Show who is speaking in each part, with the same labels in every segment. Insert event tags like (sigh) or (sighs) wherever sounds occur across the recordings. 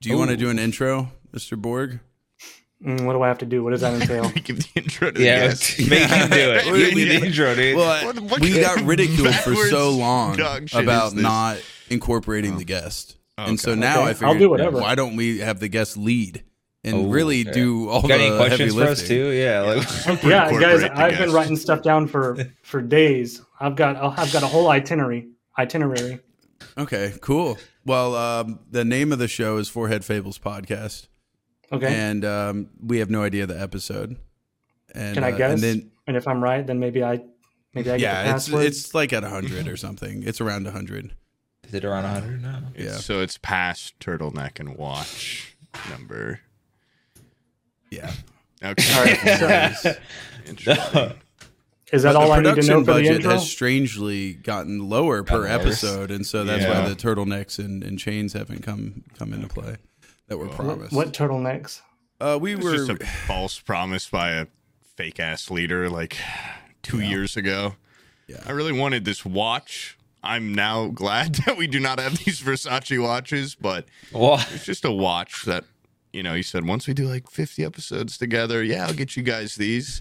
Speaker 1: Do you want to do an intro, Mr. Borg?
Speaker 2: Mm, what do I have to do? What does that
Speaker 1: (laughs)
Speaker 2: entail?
Speaker 3: (laughs) Give the intro to
Speaker 4: Yeah,
Speaker 3: the
Speaker 4: let's (laughs)
Speaker 3: guest.
Speaker 4: make him do it.
Speaker 1: We-
Speaker 4: You
Speaker 1: we
Speaker 4: need
Speaker 1: did-
Speaker 4: the intro, dude.
Speaker 1: Well,
Speaker 3: What- what
Speaker 1: we
Speaker 3: kind
Speaker 1: got
Speaker 3: of
Speaker 1: ridiculed for so
Speaker 3: backwards
Speaker 1: long
Speaker 3: dog shit is
Speaker 1: about
Speaker 3: this? Oh,
Speaker 1: not incorporating the guest, and
Speaker 3: okay.
Speaker 1: so now
Speaker 2: Okay,
Speaker 1: I
Speaker 2: I'll
Speaker 1: figured,
Speaker 2: do whatever.
Speaker 1: why don't we have the guest lead and
Speaker 4: Oh,
Speaker 1: really
Speaker 4: yeah.
Speaker 1: do all
Speaker 4: Got
Speaker 1: the
Speaker 4: any
Speaker 1: uh, heavy
Speaker 4: questions for us
Speaker 1: lifting?
Speaker 4: too? Yeah, like
Speaker 2: yeah, guys,
Speaker 3: Incorporate the
Speaker 2: I've been
Speaker 3: guest.
Speaker 2: writing stuff down for
Speaker 1: (laughs)
Speaker 2: for days. I've got I've got a whole itinerary itinerary.
Speaker 1: Okay, cool. Well, um, the name of the show is Forehead Fables Podcast,
Speaker 2: Okay,
Speaker 1: and um, we have no idea the episode. And,
Speaker 2: can I
Speaker 1: uh,
Speaker 2: guess?
Speaker 1: And then,
Speaker 2: if I'm right, then maybe I maybe I get the
Speaker 1: yeah, it's
Speaker 2: password.
Speaker 1: it's like at hundred or something. It's around hundred.
Speaker 4: is it around 100 now?
Speaker 1: Yeah,
Speaker 3: So it's past turtleneck and watch number.
Speaker 1: yeah.
Speaker 3: Okay.
Speaker 1: (laughs)
Speaker 2: All (laughs) right, so
Speaker 3: Interesting.
Speaker 2: is that
Speaker 1: But
Speaker 2: all I
Speaker 1: the
Speaker 2: need to
Speaker 1: production
Speaker 2: know for the
Speaker 1: budget
Speaker 2: intro?
Speaker 1: has strangely gotten lower per
Speaker 4: Gotten worse.
Speaker 1: episode, and so that's
Speaker 3: Yeah.
Speaker 1: why the turtlenecks and, and chains haven't come come into play that were promised.
Speaker 2: What turtlenecks?
Speaker 1: Uh, we
Speaker 3: It's
Speaker 1: were
Speaker 3: just a false promise by a fake ass leader like two years ago.
Speaker 1: Yeah.
Speaker 3: I really wanted this watch. I'm now glad (laughs) that we do not have these Versace watches, but
Speaker 4: Well,
Speaker 3: it's just a watch that you know he said once we do like 50 episodes together yeah i'll get you guys these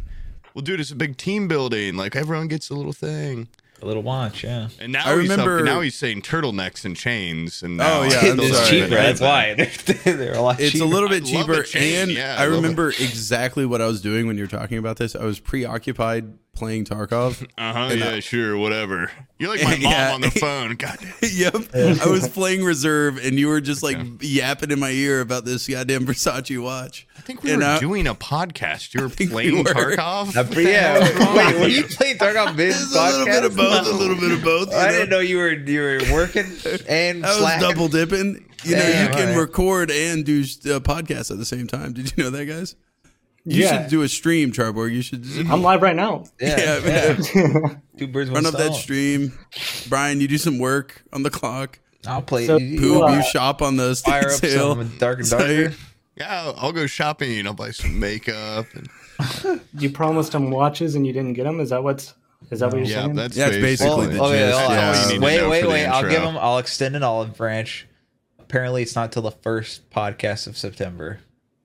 Speaker 3: well dude it's a big team building like everyone gets a little thing
Speaker 4: a little watch, yeah.
Speaker 3: and now
Speaker 1: I
Speaker 3: he's up-
Speaker 1: remember-
Speaker 3: now he's saying turtlenecks and chains and now
Speaker 1: Oh,
Speaker 3: I
Speaker 1: yeah, (laughs)
Speaker 3: feel
Speaker 1: I'm
Speaker 4: it's
Speaker 3: like-
Speaker 1: sorry.
Speaker 4: cheaper. That's
Speaker 3: Uh-huh,
Speaker 4: why (laughs) they're, they're a lot
Speaker 1: it's
Speaker 4: cheaper.
Speaker 1: a
Speaker 4: (laughs)
Speaker 1: little bit
Speaker 3: I love
Speaker 1: cheaper,
Speaker 3: a chain,
Speaker 1: and
Speaker 3: yeah, I
Speaker 1: I
Speaker 3: love it.
Speaker 1: remember exactly what I was doing when you were talking about this. I was preoccupied playing
Speaker 3: (laughs)
Speaker 1: Tarkov. (laughs)
Speaker 3: uh-huh yeah sure whatever you're like my mom
Speaker 1: Yeah.
Speaker 3: on the phone god damn.
Speaker 1: yep, I was playing Reserve, and you were just like yapping in my ear about this goddamn Versace watch.
Speaker 3: i think we
Speaker 1: And
Speaker 3: were
Speaker 1: I-
Speaker 3: doing a
Speaker 1: (laughs)
Speaker 3: podcast you were
Speaker 1: think we
Speaker 3: playing
Speaker 1: were.
Speaker 3: tarkov
Speaker 4: Uh, but yeah, (laughs) wait, were you playing Dark Biz
Speaker 1: It's a
Speaker 4: podcast?
Speaker 1: little bit of both, a
Speaker 4: (laughs) No.
Speaker 1: little bit of both. you
Speaker 4: I
Speaker 1: know?
Speaker 4: didn't know you were you were working and
Speaker 1: I was
Speaker 4: slacking.
Speaker 1: double dipping. You know,
Speaker 4: Damn,
Speaker 1: you can
Speaker 4: alright.
Speaker 1: record and do uh, podcasts at the same time. Did you know that, guys? You
Speaker 2: Yeah.
Speaker 1: should do a stream, Charborg. You should
Speaker 2: I'm live right now.
Speaker 4: Yeah,
Speaker 1: Yeah.
Speaker 4: yeah. Two birds, one
Speaker 1: run up that
Speaker 4: stone.
Speaker 1: stream. Brian, you do some work on the clock.
Speaker 4: I'll play.
Speaker 2: So-
Speaker 4: you- you
Speaker 1: Poob,
Speaker 2: Well,
Speaker 1: you
Speaker 2: uh,
Speaker 1: shop on the
Speaker 4: fire
Speaker 1: estate
Speaker 4: up
Speaker 1: sale.
Speaker 4: some dark and
Speaker 1: So-
Speaker 4: darker.
Speaker 3: yeah I'll, I'll go shopping i'll buy some makeup and
Speaker 2: You promised him watches and you didn't get them. Is that what's is that what you're
Speaker 3: yeah
Speaker 2: saying?
Speaker 3: that's,
Speaker 1: That's basically
Speaker 3: Oh,
Speaker 4: Well,
Speaker 1: the
Speaker 4: okay,
Speaker 1: gist,
Speaker 4: I'll-
Speaker 1: yeah.
Speaker 3: All you need to
Speaker 4: Wait,
Speaker 3: know
Speaker 4: wait,
Speaker 3: for the
Speaker 4: wait. I'll
Speaker 3: intro.
Speaker 4: give them. I'll extend an olive branch. Apparently, it's not till the first podcast of September,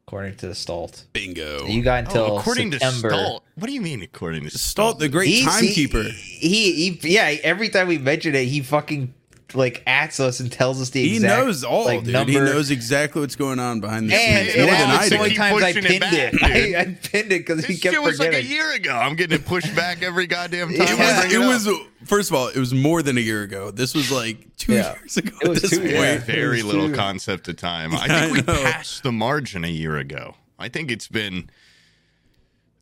Speaker 4: according to the Stolt.
Speaker 1: Bingo.
Speaker 4: You got until
Speaker 3: oh, according
Speaker 4: September.
Speaker 3: to Stolt. What do you mean according to
Speaker 1: Stalt, the great
Speaker 4: He's- he-
Speaker 1: timekeeper.
Speaker 4: He, he, yeah. Every time we mention it, he fucking like acts us and tells us the
Speaker 1: He
Speaker 4: exact.
Speaker 1: knows all,
Speaker 4: like,
Speaker 1: dude.
Speaker 4: number.
Speaker 1: He knows exactly what's going on behind the
Speaker 4: And
Speaker 1: scenes
Speaker 3: He's
Speaker 4: it
Speaker 1: more
Speaker 3: all
Speaker 1: than
Speaker 3: the
Speaker 1: I
Speaker 4: was the
Speaker 3: same
Speaker 1: do.
Speaker 4: only
Speaker 3: Keep
Speaker 4: times I
Speaker 3: pushing it
Speaker 4: pinned
Speaker 3: back,
Speaker 4: it. (laughs)
Speaker 3: dude.
Speaker 4: I, I pinned it because he
Speaker 3: This
Speaker 4: kept
Speaker 3: shit was like a
Speaker 4: forgetting.
Speaker 3: year ago. I'm getting it pushed back every goddamn time.
Speaker 4: Yeah.
Speaker 3: I
Speaker 1: It
Speaker 4: Yeah.
Speaker 3: bring
Speaker 1: was, it
Speaker 3: up.
Speaker 1: was first of all, it was more than a year ago. This was like two
Speaker 4: Yeah.
Speaker 1: years ago.
Speaker 4: It was
Speaker 1: at this
Speaker 4: two
Speaker 1: point.
Speaker 4: years. Yeah.
Speaker 3: very
Speaker 4: It was
Speaker 3: little
Speaker 4: too.
Speaker 3: concept of time. I
Speaker 1: Yeah,
Speaker 3: think
Speaker 1: I
Speaker 3: we
Speaker 1: know.
Speaker 3: passed the margin a year ago. I think it's been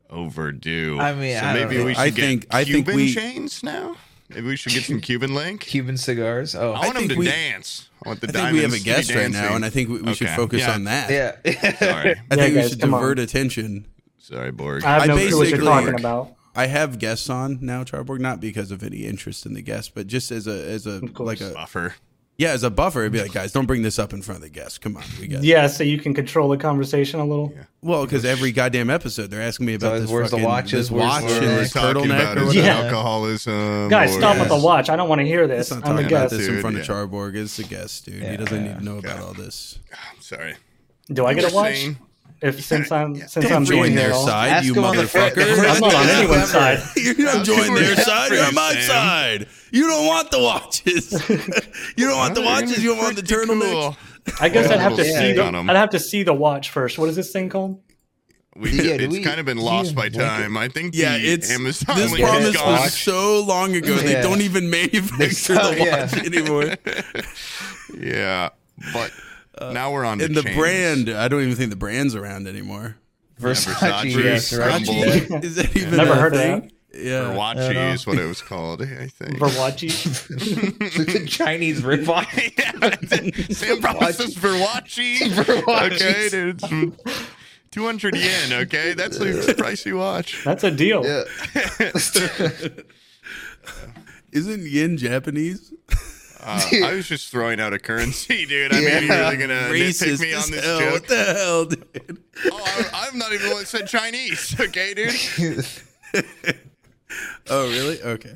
Speaker 3: overdue.
Speaker 4: I mean,
Speaker 3: so
Speaker 4: I don't
Speaker 3: maybe
Speaker 4: know.
Speaker 3: we should
Speaker 1: I
Speaker 3: get
Speaker 1: think- I
Speaker 3: Cuban
Speaker 1: think we-
Speaker 3: chains now. Maybe we should get some Cuban link.
Speaker 4: Cuban cigars. Oh,
Speaker 3: I want
Speaker 1: I
Speaker 3: him
Speaker 1: think
Speaker 3: to
Speaker 1: we-
Speaker 3: dance. I want the
Speaker 1: I think we have a
Speaker 3: diamonds to be
Speaker 1: guest right now,
Speaker 3: dancing.
Speaker 1: and I think we, we should
Speaker 3: Okay.
Speaker 1: focus
Speaker 3: Yeah.
Speaker 1: on that.
Speaker 4: yeah.
Speaker 3: (laughs)
Speaker 4: (laughs)
Speaker 3: Sorry,
Speaker 1: I
Speaker 2: Yeah,
Speaker 1: think we
Speaker 2: guys,
Speaker 1: should
Speaker 2: come on.
Speaker 1: divert attention.
Speaker 3: sorry, Borg.
Speaker 2: I have
Speaker 1: I
Speaker 2: no clue what you're
Speaker 1: basically-
Speaker 2: talking about.
Speaker 1: I have guests on now, Charborg, not because of any interest in the guests, but just as a as a like
Speaker 2: course.
Speaker 1: a
Speaker 3: Buffer.
Speaker 1: yeah, as a buffer. It'd be like, guys, don't bring this up in front of the guests. Come on, we got
Speaker 2: Yeah, so you can control the conversation a little.
Speaker 1: well because every goddamn episode they're asking me about
Speaker 4: always,
Speaker 1: this
Speaker 4: "Where's the
Speaker 1: fucking
Speaker 4: watches?
Speaker 1: this watch
Speaker 4: Where's the-
Speaker 1: and
Speaker 4: We're
Speaker 1: this turtleneck or
Speaker 3: is
Speaker 1: whatever.
Speaker 2: Yeah.
Speaker 3: alcoholism.
Speaker 2: Guys, stop
Speaker 3: or-
Speaker 2: with the watch. I don't want to hear this.
Speaker 1: Let's not
Speaker 2: I'm
Speaker 1: talk about
Speaker 2: a guest.
Speaker 1: this in
Speaker 3: Dude,
Speaker 1: front of
Speaker 3: yeah.
Speaker 1: Charborg. It's the guest, dude. he doesn't need to know about all this.
Speaker 3: (sighs) Sorry.
Speaker 2: Do I get a
Speaker 3: Just
Speaker 2: watch?
Speaker 3: saying.
Speaker 2: If since I'm since
Speaker 1: Don't
Speaker 2: I'm
Speaker 1: join
Speaker 2: joining
Speaker 1: their
Speaker 2: it all.
Speaker 1: side,
Speaker 4: Ask
Speaker 1: you
Speaker 4: him on the front- the
Speaker 1: motherfucker.
Speaker 4: front
Speaker 2: I'm not on anyone's side.
Speaker 1: You're not
Speaker 3: How
Speaker 1: joiling
Speaker 3: could we
Speaker 1: their
Speaker 3: not
Speaker 1: side. You're on
Speaker 3: first,
Speaker 1: my
Speaker 3: Sam?
Speaker 1: side. You don't want the watches. (laughs) you don't want the watches. You don't want the
Speaker 3: Pretty
Speaker 1: turtlenecks.
Speaker 3: cool.
Speaker 2: I guess I'd have to
Speaker 3: Yeah.
Speaker 2: see the,
Speaker 3: On 'em.
Speaker 2: I'd have to see the watch first. What is this thing called?
Speaker 3: We,
Speaker 4: Yeah, do
Speaker 3: it's
Speaker 4: we-
Speaker 3: kind of been lost
Speaker 4: yeah,
Speaker 3: by
Speaker 4: like it-
Speaker 3: time. I think
Speaker 1: Yeah,
Speaker 3: the
Speaker 1: it's
Speaker 3: Amazon
Speaker 1: this
Speaker 3: link is
Speaker 1: promise
Speaker 3: gone.
Speaker 1: was so long ago. They
Speaker 4: Yeah.
Speaker 1: don't even (laughs) manufacture
Speaker 4: They
Speaker 1: the
Speaker 4: suck, yeah.
Speaker 1: watch
Speaker 3: (laughs)
Speaker 1: anymore.
Speaker 3: Yeah, but now we're on to
Speaker 1: And Uh, the
Speaker 3: chains.
Speaker 1: brand, I don't even think the brand's around anymore.
Speaker 4: Versace,
Speaker 3: Versace,
Speaker 4: yes, Versace.
Speaker 3: Rumble.
Speaker 4: yeah.
Speaker 1: Is that even
Speaker 2: Never
Speaker 1: a
Speaker 2: heard of
Speaker 1: thing?
Speaker 2: that.
Speaker 1: Yeah.
Speaker 3: Verwachi is what it was called. I think. (laughs)
Speaker 1: (laughs)
Speaker 2: Verwachi?
Speaker 4: It's a Chinese ripoff.
Speaker 3: yeah, that's it. Sam promises Verwachi.
Speaker 4: (laughs) Verwachi.
Speaker 3: Okay, dude. it's Two hundred yen. Okay, that's
Speaker 4: (laughs)
Speaker 3: a pricey watch.
Speaker 2: That's a deal.
Speaker 4: Yeah.
Speaker 1: Isn't yen Japanese?
Speaker 3: Uh, I was just throwing out a currency, dude. I mean, you're
Speaker 4: Yeah.
Speaker 3: really gonna nitpick
Speaker 1: Racist
Speaker 3: Uh, me
Speaker 1: as
Speaker 3: on this
Speaker 1: hell. What
Speaker 3: joke.
Speaker 1: the hell, dude?
Speaker 3: Oh, I, I'm not even the one that said Chinese. Okay, dude.
Speaker 1: Oh, really? Okay.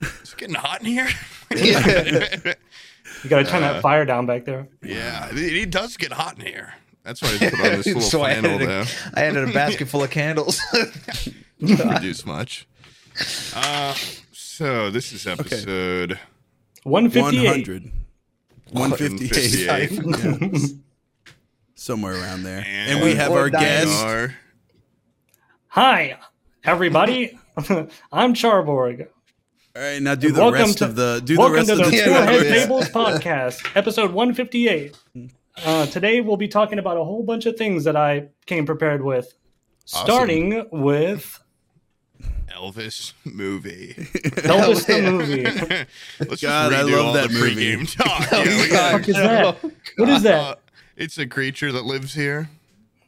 Speaker 3: It's getting hot in here.
Speaker 2: You got to turn
Speaker 1: Uh,
Speaker 2: that fire down back there.
Speaker 3: Yeah, it, it does get hot in here. That's why I just put on
Speaker 4: (laughs)
Speaker 3: this little
Speaker 4: so I
Speaker 3: flannel
Speaker 4: added,
Speaker 3: to
Speaker 4: a, I added a basket full of candles. (laughs)
Speaker 3: reduce much. Uh, so this is episode
Speaker 2: 158.
Speaker 1: 100.
Speaker 3: 158.
Speaker 1: 158. (laughs) Yeah. Somewhere around there. And,
Speaker 3: And
Speaker 1: we have our
Speaker 4: Or dice.
Speaker 1: guest.
Speaker 3: Our-
Speaker 2: Hi, everybody. (laughs) I'm Charborg.
Speaker 1: All right, now do the
Speaker 2: Welcome
Speaker 1: rest
Speaker 2: to-
Speaker 1: of the do the
Speaker 2: Welcome
Speaker 1: rest
Speaker 2: to
Speaker 1: of
Speaker 2: the
Speaker 1: the
Speaker 2: Two
Speaker 1: two
Speaker 4: Yeah,
Speaker 2: Head
Speaker 1: hours. (laughs)
Speaker 4: yeah.
Speaker 2: Tables podcast, episode 158. Uh, today we'll be talking about a whole bunch of things that I came prepared with, starting with
Speaker 3: Elvis movie. (laughs)
Speaker 2: Elvis the
Speaker 4: yeah.
Speaker 2: movie.
Speaker 3: Let's
Speaker 1: God, I
Speaker 3: just redo
Speaker 1: love
Speaker 3: all
Speaker 1: that
Speaker 3: the
Speaker 1: movie.
Speaker 3: pregame talk.
Speaker 4: Oh,
Speaker 3: Yeah, we got-
Speaker 2: fuck is that? What is
Speaker 1: (laughs)
Speaker 3: uh,
Speaker 2: that?
Speaker 3: it's a creature that lives here.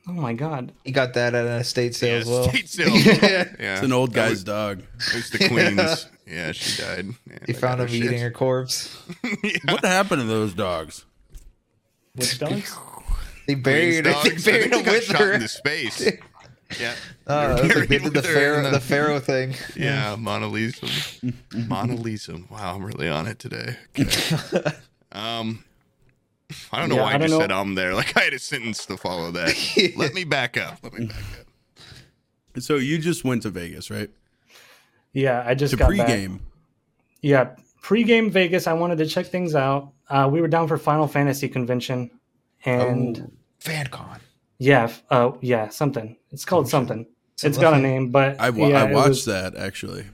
Speaker 2: Oh my god!
Speaker 4: You got that at an estate sale
Speaker 3: Yeah,
Speaker 4: as well. (laughs)
Speaker 3: state sale. yeah,
Speaker 1: It's an old guy's dog.
Speaker 3: It's the queen's. Yeah, she died. Yeah,
Speaker 4: You
Speaker 3: they
Speaker 4: found
Speaker 3: got
Speaker 4: him
Speaker 3: her
Speaker 4: eating
Speaker 3: Oh, shit.
Speaker 4: her corpse.
Speaker 1: What happened to those dogs?
Speaker 2: Which dogs?
Speaker 4: They
Speaker 3: Queen's
Speaker 4: buried, her- they
Speaker 3: dogs. I
Speaker 4: buried
Speaker 3: think
Speaker 4: him
Speaker 3: they got
Speaker 4: with
Speaker 3: shot
Speaker 4: her. (laughs)
Speaker 2: (laughs)
Speaker 3: into space. Yeah,
Speaker 4: Oh, that's like
Speaker 3: (laughs)
Speaker 4: they
Speaker 3: buried
Speaker 4: did the
Speaker 3: with her in
Speaker 4: pharaoh,
Speaker 3: the-
Speaker 4: the mm. pharaoh thing.
Speaker 3: yeah, Mona Lisa. Mona Lisa. Wow, I'm really on it today.
Speaker 4: (laughs)
Speaker 3: Okay. um, I don't know
Speaker 2: Yeah, I
Speaker 3: why I,
Speaker 2: don't
Speaker 3: just
Speaker 2: know.
Speaker 3: said "um" there. Like I had a sentence to follow that.
Speaker 4: (laughs)
Speaker 3: Let me back up. Let me back up.
Speaker 1: So you just went to Vegas, right?
Speaker 2: Yeah, I just
Speaker 1: To
Speaker 2: got back.
Speaker 1: pregame.
Speaker 2: Yeah, pregame Vegas. I wanted to check things out. Uh, we were down for Final Fantasy convention, and
Speaker 1: Oh.
Speaker 4: Ooh, FanCon.
Speaker 2: yeah, f- uh, yeah, something. It's called something. It's got a name, but
Speaker 1: I, wa-
Speaker 2: yeah,
Speaker 1: I
Speaker 2: it
Speaker 1: watched
Speaker 2: was-
Speaker 1: that actually.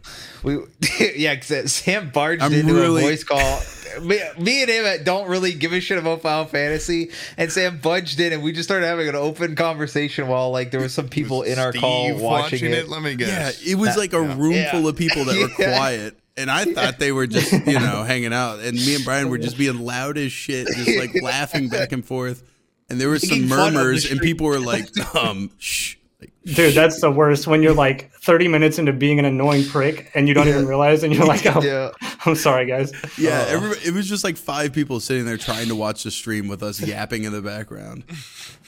Speaker 4: We (laughs) yeah, because Sam barged
Speaker 1: I'm
Speaker 4: into
Speaker 1: really-
Speaker 4: a voice call. Me, me and him don't really give a shit about Final Fantasy, and Sam budged in, and we just started having an open conversation while like there was some people in our
Speaker 3: Steve
Speaker 4: call watching, it.
Speaker 3: Let me
Speaker 1: Yeah,
Speaker 3: guess.
Speaker 1: it was like a room
Speaker 4: yeah.
Speaker 1: full of people
Speaker 4: (laughs)
Speaker 1: that were
Speaker 4: Yeah.
Speaker 1: quiet, and I thought they were just you
Speaker 4: (laughs)
Speaker 1: know hanging out, and me and Brian were just being loud as shit, just like laughing back and forth, and there were some
Speaker 4: Making fun of the
Speaker 1: murmurs, and
Speaker 4: street.
Speaker 1: people were like,
Speaker 4: (laughs)
Speaker 1: um, shh. Like,
Speaker 2: Dude, that's the worst when you're like 30 minutes into being an annoying prick and you don't even realize, and
Speaker 1: (laughs)
Speaker 2: you're like, oh, (laughs)
Speaker 4: Yeah,
Speaker 2: I'm sorry, guys.
Speaker 1: Yeah, everybody, it was just like five people sitting there trying to watch the stream with us yapping in the background.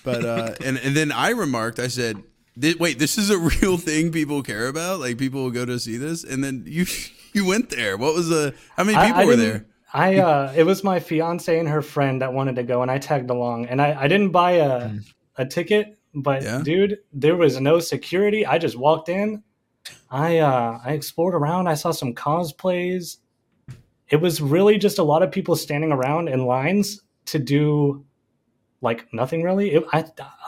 Speaker 1: But uh, and and then I remarked, I said, "Thi- "Wait, this is a (laughs) real thing people care about. Like people will go to see this." And then you (laughs) you went there. What was the? How many
Speaker 2: I-
Speaker 1: people
Speaker 2: I
Speaker 1: were
Speaker 2: didn't-
Speaker 1: there?
Speaker 2: I uh, it was my fiance and her friend that wanted to go, and I tagged along, and I, I didn't buy a a ticket, but
Speaker 1: Hmm. Yeah.
Speaker 2: dude, there was no security. I just walked in, I uh, I explored around, I saw some cosplays. It was really just a lot of people standing around in lines to do like nothing really. It, I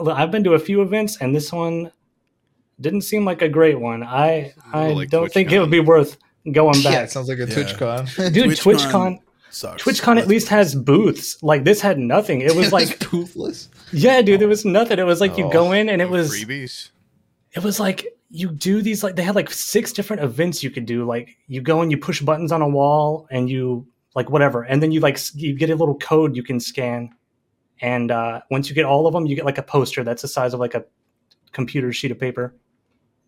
Speaker 2: I've been to a few events, and this one didn't seem like a great one. I I
Speaker 3: Like
Speaker 2: don't think it
Speaker 3: TwitchCon.
Speaker 2: would be worth going
Speaker 4: yeah. It
Speaker 2: back.
Speaker 4: sounds like
Speaker 1: (laughs)
Speaker 4: a
Speaker 1: Yeah.
Speaker 4: TwitchCon.
Speaker 2: Dude,
Speaker 1: TwitchCon-
Speaker 2: TwitchCon
Speaker 1: Sucks.
Speaker 2: TwitchCon at least has booths. Like this had nothing. (laughs) It
Speaker 4: (laughs)
Speaker 2: was like,
Speaker 4: toothless.
Speaker 2: yeah, dude, there was nothing. It was like you go in and it was
Speaker 3: freebies.
Speaker 2: it was like you do these like they had like six different events you could do. Like you go and you push buttons on a wall and you like whatever, and then you like s- you get a little code you can scan, and uh, once you get all of them, you get like a poster that's the size of like a computer sheet of paper.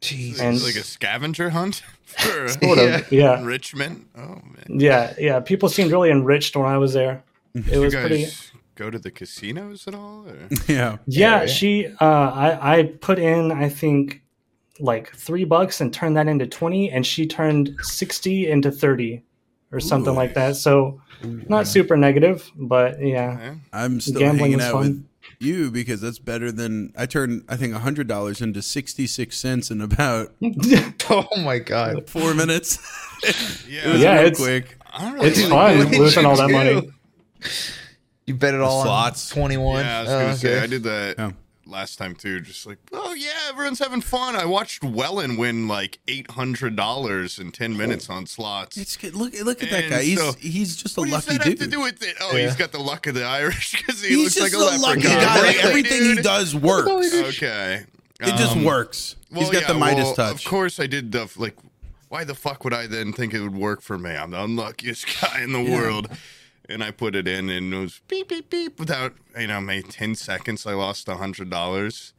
Speaker 4: Jeez.
Speaker 2: And-
Speaker 3: It's like a scavenger hunt (laughs)
Speaker 2: (laughs)
Speaker 3: for
Speaker 2: Sort of, yeah.
Speaker 3: enrichment. Oh man,
Speaker 2: yeah, yeah. People seemed really enriched when I was there. It
Speaker 3: you
Speaker 2: was
Speaker 3: guys
Speaker 2: pretty.
Speaker 3: go to the casinos at all?
Speaker 2: (laughs)
Speaker 3: Or? eh?
Speaker 1: (laughs) yeah.
Speaker 2: Yeah,
Speaker 4: area.
Speaker 2: she. Uh, I I put in I think like three bucks and turned that into twenty, and she turned sixty into thirty, or something
Speaker 1: Ooh.
Speaker 2: like that. So not super negative, but yeah,
Speaker 3: Yeah.
Speaker 1: I'm still
Speaker 2: Gambling
Speaker 1: hanging
Speaker 2: is
Speaker 1: out
Speaker 2: fun.
Speaker 1: with you because that's better than I turned. I think hundred dollars into sixty six cents in about
Speaker 4: (laughs) Oh my god.
Speaker 1: four
Speaker 3: (laughs)
Speaker 1: minutes.
Speaker 3: Yeah,
Speaker 1: It was (laughs)
Speaker 2: Yeah,
Speaker 1: real
Speaker 2: it's-
Speaker 1: quick.
Speaker 3: I don't really
Speaker 2: it's
Speaker 3: like
Speaker 2: fun
Speaker 3: that.
Speaker 4: did
Speaker 2: losing
Speaker 4: you
Speaker 2: all that
Speaker 4: do?
Speaker 2: money.
Speaker 4: (laughs) You bet it all
Speaker 1: slots.
Speaker 4: on twenty one.
Speaker 3: Yeah, I was
Speaker 4: Oh,
Speaker 3: gonna say
Speaker 4: okay.
Speaker 3: I did that
Speaker 1: Yeah.
Speaker 3: last time too. Just like, oh yeah, everyone's having fun. I watched Wellen win like eight hundred dollars in ten minutes on slots.
Speaker 1: It's good. Look look at that
Speaker 3: And
Speaker 1: guy. He's
Speaker 3: so-
Speaker 1: he's just a
Speaker 3: what does
Speaker 1: lucky
Speaker 3: that
Speaker 1: dude.
Speaker 3: have to do with it? Oh,
Speaker 4: Yeah.
Speaker 3: he's got the luck of the Irish (laughs) because he
Speaker 1: He's
Speaker 3: looks like
Speaker 1: just
Speaker 3: a
Speaker 1: a lucky
Speaker 3: leprechaun.
Speaker 1: guy. Like,
Speaker 3: (laughs) Right,
Speaker 1: everything he
Speaker 3: dude?
Speaker 1: does works.
Speaker 3: Okay,
Speaker 1: It just
Speaker 3: Um,
Speaker 1: works. He's
Speaker 3: well,
Speaker 1: got the
Speaker 3: yeah,
Speaker 1: Midas
Speaker 3: well,
Speaker 1: touch.
Speaker 3: Of course, I did the like. Why the fuck would I then think it would work for me? I'm the unluckiest (laughs) guy in the world. And I put it in, and it was beep beep beep. Without you know, maybe ten seconds, I lost a hundred dollars,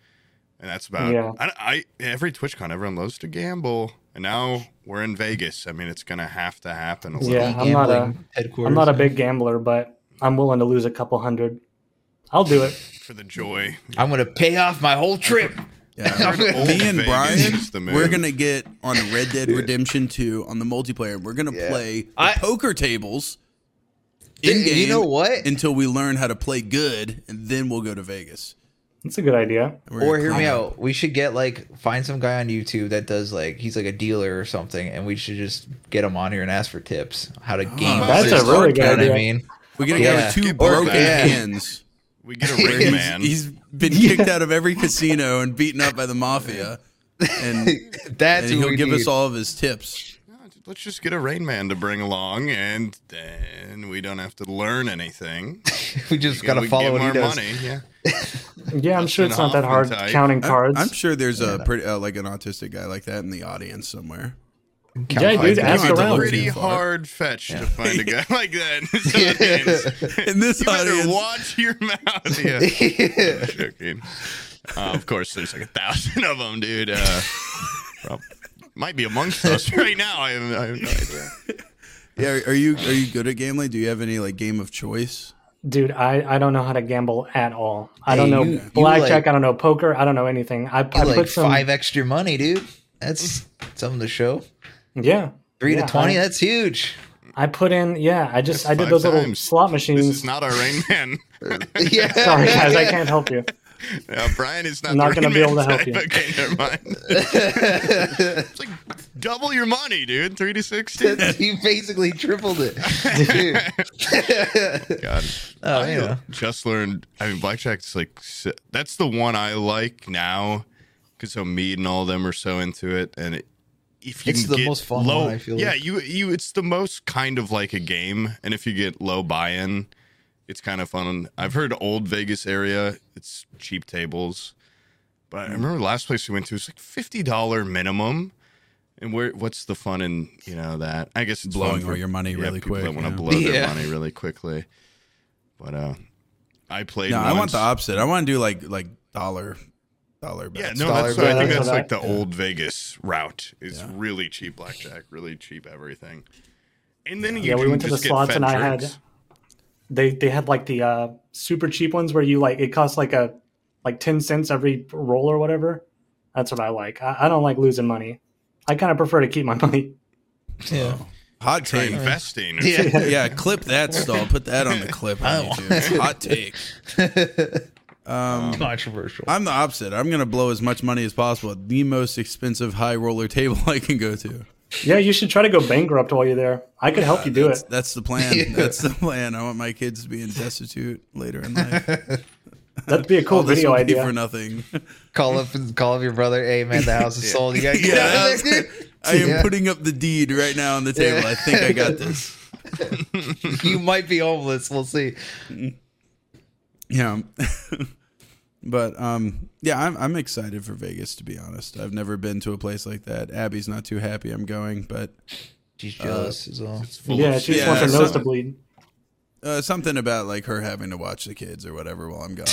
Speaker 3: and that's about.
Speaker 2: Yeah.
Speaker 3: I, I every TwitchCon, everyone loves to gamble, and now we're in Vegas. I mean, it's gonna have to happen. A little.
Speaker 2: Yeah, I'm not a
Speaker 4: Gambling headquarters.
Speaker 2: I'm not a big gambler, but I'm willing to lose a couple hundred. I'll do it.
Speaker 3: for the joy.
Speaker 4: I'm gonna pay off my whole trip. (laughs)
Speaker 1: Yeah.
Speaker 4: Old
Speaker 1: Me and
Speaker 3: Vegas
Speaker 1: Brian,
Speaker 3: is the
Speaker 1: we're
Speaker 3: move.
Speaker 1: gonna get on Red Dead Redemption 2 on the multiplayer. We're gonna play the
Speaker 4: I-
Speaker 1: poker tables in game.
Speaker 4: you know what?
Speaker 1: Until we learn how to play good, and then we'll go to Vegas.
Speaker 2: That's a good idea.
Speaker 1: And we're
Speaker 4: Or
Speaker 1: gonna
Speaker 4: hear me
Speaker 1: climb
Speaker 4: out. We should get like find some guy on YouTube that does like he's like a dealer or something, and we should just get him on here and ask for tips how to game.
Speaker 1: That's a
Speaker 4: systems,
Speaker 2: really
Speaker 4: you know
Speaker 2: good
Speaker 4: What I
Speaker 2: idea.
Speaker 4: mean,
Speaker 1: We're gonna
Speaker 4: Yeah.
Speaker 1: go with two
Speaker 3: Get
Speaker 1: broken
Speaker 3: back.
Speaker 4: Yeah.
Speaker 1: (laughs) hands.
Speaker 3: We get a
Speaker 1: He's-
Speaker 3: ring man.
Speaker 1: he's
Speaker 4: (laughs)
Speaker 1: been kicked out of every casino and beaten up by the mafia, and, and
Speaker 4: (laughs) that's what
Speaker 1: he'll
Speaker 4: we
Speaker 1: give
Speaker 4: need.
Speaker 1: us all of his tips.
Speaker 3: Let's just get a rain man to bring along, and then we don't have to
Speaker 1: (laughs)
Speaker 3: learn anything.
Speaker 4: (laughs) we just gotta
Speaker 3: We give
Speaker 4: follow
Speaker 3: him
Speaker 4: what he
Speaker 3: our
Speaker 4: does.
Speaker 3: money. Yeah.
Speaker 2: Yeah, I'm sure
Speaker 3: an
Speaker 2: it's not that
Speaker 3: Hoffman
Speaker 2: hard
Speaker 3: type.
Speaker 2: counting
Speaker 1: I'm-
Speaker 2: cards.
Speaker 1: I'm, sure there's a pretty uh, like an autistic guy like that in the audience
Speaker 4: (laughs)
Speaker 1: somewhere.
Speaker 2: Yeah,
Speaker 4: Count
Speaker 2: dude,
Speaker 4: five
Speaker 2: ask
Speaker 4: (laughs) down.
Speaker 3: It's a
Speaker 2: around.
Speaker 3: pretty
Speaker 1: Too far.
Speaker 3: hard fetch to find a guy (laughs) like that. in this audience.
Speaker 1: In this (laughs)
Speaker 3: you
Speaker 1: audience,
Speaker 3: better watch your mouth. Yeah. I'm joking. Uh, of course, there's like a thousand of them, dude. Uh, prob- might be amongst us right now. I have, I have no idea.
Speaker 1: yeah, are you are you good at gambling? Do you have any like game of choice?
Speaker 2: Dude, I, I don't know how to gamble at all. I
Speaker 4: Hey,
Speaker 2: don't know
Speaker 4: you- you
Speaker 2: blackjack.
Speaker 4: like-
Speaker 2: I don't know poker. I don't know anything. I, I
Speaker 4: You
Speaker 2: put
Speaker 4: like
Speaker 2: some.
Speaker 4: five extra money, dude.
Speaker 2: (laughs)
Speaker 4: That's something to show.
Speaker 2: yeah.
Speaker 4: Three
Speaker 2: Yeah,
Speaker 4: to twenty.
Speaker 2: I, (laughs)
Speaker 4: that's huge. (laughs)
Speaker 2: I put in. Yeah, I just
Speaker 3: That's
Speaker 2: I did
Speaker 3: five
Speaker 2: those little
Speaker 3: times.
Speaker 2: slot
Speaker 3: This
Speaker 2: machines.
Speaker 3: is not our Rain Man.
Speaker 4: Yeah.
Speaker 1: (laughs)
Speaker 2: (laughs) Sorry guys,
Speaker 4: (laughs)
Speaker 2: I can't help you.
Speaker 3: Uh, Brian is not.
Speaker 2: I'm
Speaker 3: the
Speaker 2: not gonna
Speaker 3: Rain
Speaker 2: be able
Speaker 3: Man
Speaker 2: to help
Speaker 3: type.
Speaker 2: you.
Speaker 3: Okay, never mind. it's like double your money, dude. Three to sixty.
Speaker 4: (laughs) you basically tripled
Speaker 2: (laughs)
Speaker 4: it. (laughs) Dude.
Speaker 3: God.
Speaker 4: (laughs) Oh,
Speaker 3: I
Speaker 4: yeah.
Speaker 3: just learned. I mean, blackjack's like s- that's the one I like now because so me and all them are so into it, and it, if you
Speaker 4: It's
Speaker 3: can
Speaker 4: the
Speaker 3: get
Speaker 4: most fun
Speaker 3: low,
Speaker 4: one, I feel
Speaker 3: yeah,
Speaker 4: like.
Speaker 3: you you it's the most kind of like a game, and if you get low buy-in, it's kind of fun. I've heard old Vegas area, it's cheap tables, but I
Speaker 4: Hmm.
Speaker 3: remember last place we went to it was like fifty dollar minimum. And where what's the fun in you know that? I guess it's fun
Speaker 1: Blowing
Speaker 3: for
Speaker 1: all your money
Speaker 3: yeah,
Speaker 1: really
Speaker 3: people
Speaker 1: quick.
Speaker 3: that want
Speaker 1: you
Speaker 3: to
Speaker 1: know?
Speaker 3: blow their
Speaker 4: Yeah.
Speaker 3: money really quickly. But uh, I played.
Speaker 1: No,
Speaker 3: once.
Speaker 1: I want the opposite. I want to do like like dollar dollar
Speaker 3: Yeah,
Speaker 1: bets.
Speaker 3: no,
Speaker 4: dollar
Speaker 3: that's what I think
Speaker 2: bet.
Speaker 3: that's
Speaker 2: Yeah.
Speaker 3: like the old Vegas route. Is
Speaker 1: Yeah.
Speaker 3: really cheap blackjack, really cheap everything. And then you
Speaker 2: Yeah, we
Speaker 3: can
Speaker 2: went to the
Speaker 3: just get
Speaker 2: slots
Speaker 3: fed
Speaker 2: and I had.
Speaker 3: drinks.
Speaker 2: They they had like the uh, super cheap ones where you like it costs like a like ten cents every roll or whatever. That's what I like. I, I don't like losing money. I kind of prefer to keep my (laughs) money.
Speaker 4: Yeah.
Speaker 1: Hot
Speaker 3: Try
Speaker 1: take.
Speaker 3: investing. or
Speaker 4: Yeah.
Speaker 1: yeah, clip that stall. Put that on the clip on
Speaker 4: Oh.
Speaker 1: YouTube. Hot take. Um,
Speaker 4: Controversial.
Speaker 1: I'm the opposite. I'm gonna blow as much money as possible at the most expensive high roller table (laughs) I can go to.
Speaker 2: Yeah, you should try to go bankrupt while you're there. I could help you do it.
Speaker 1: That's the plan.
Speaker 2: (laughs)
Speaker 1: That's the plan. I want my kids being destitute later in life. (laughs)
Speaker 2: That'd be a cool
Speaker 1: All Oh, this
Speaker 2: video
Speaker 1: will be
Speaker 2: idea.
Speaker 1: for
Speaker 2: (laughs)
Speaker 1: nothing.
Speaker 4: Call up call up your brother. Hey man, the
Speaker 1: (laughs)
Speaker 4: house is sold. You gotta get out of there, dude.
Speaker 1: I am
Speaker 4: Yeah.
Speaker 1: putting up the deed right now on the table. I think I got
Speaker 2: (laughs)
Speaker 1: this.
Speaker 4: You might be homeless. We'll see.
Speaker 1: Yeah. (laughs) but um yeah, I'm I'm excited for Vegas to be honest. I've never been to a place like that. Abby's not too happy I'm going, but
Speaker 4: She's
Speaker 1: Uh,
Speaker 4: jealous as well.
Speaker 3: It's full
Speaker 2: Yeah,
Speaker 3: of
Speaker 2: she just
Speaker 1: Yeah,
Speaker 2: wants her
Speaker 1: so-
Speaker 2: nose to bleed.
Speaker 1: uh, something about like her having to watch the kids or whatever while I'm gone.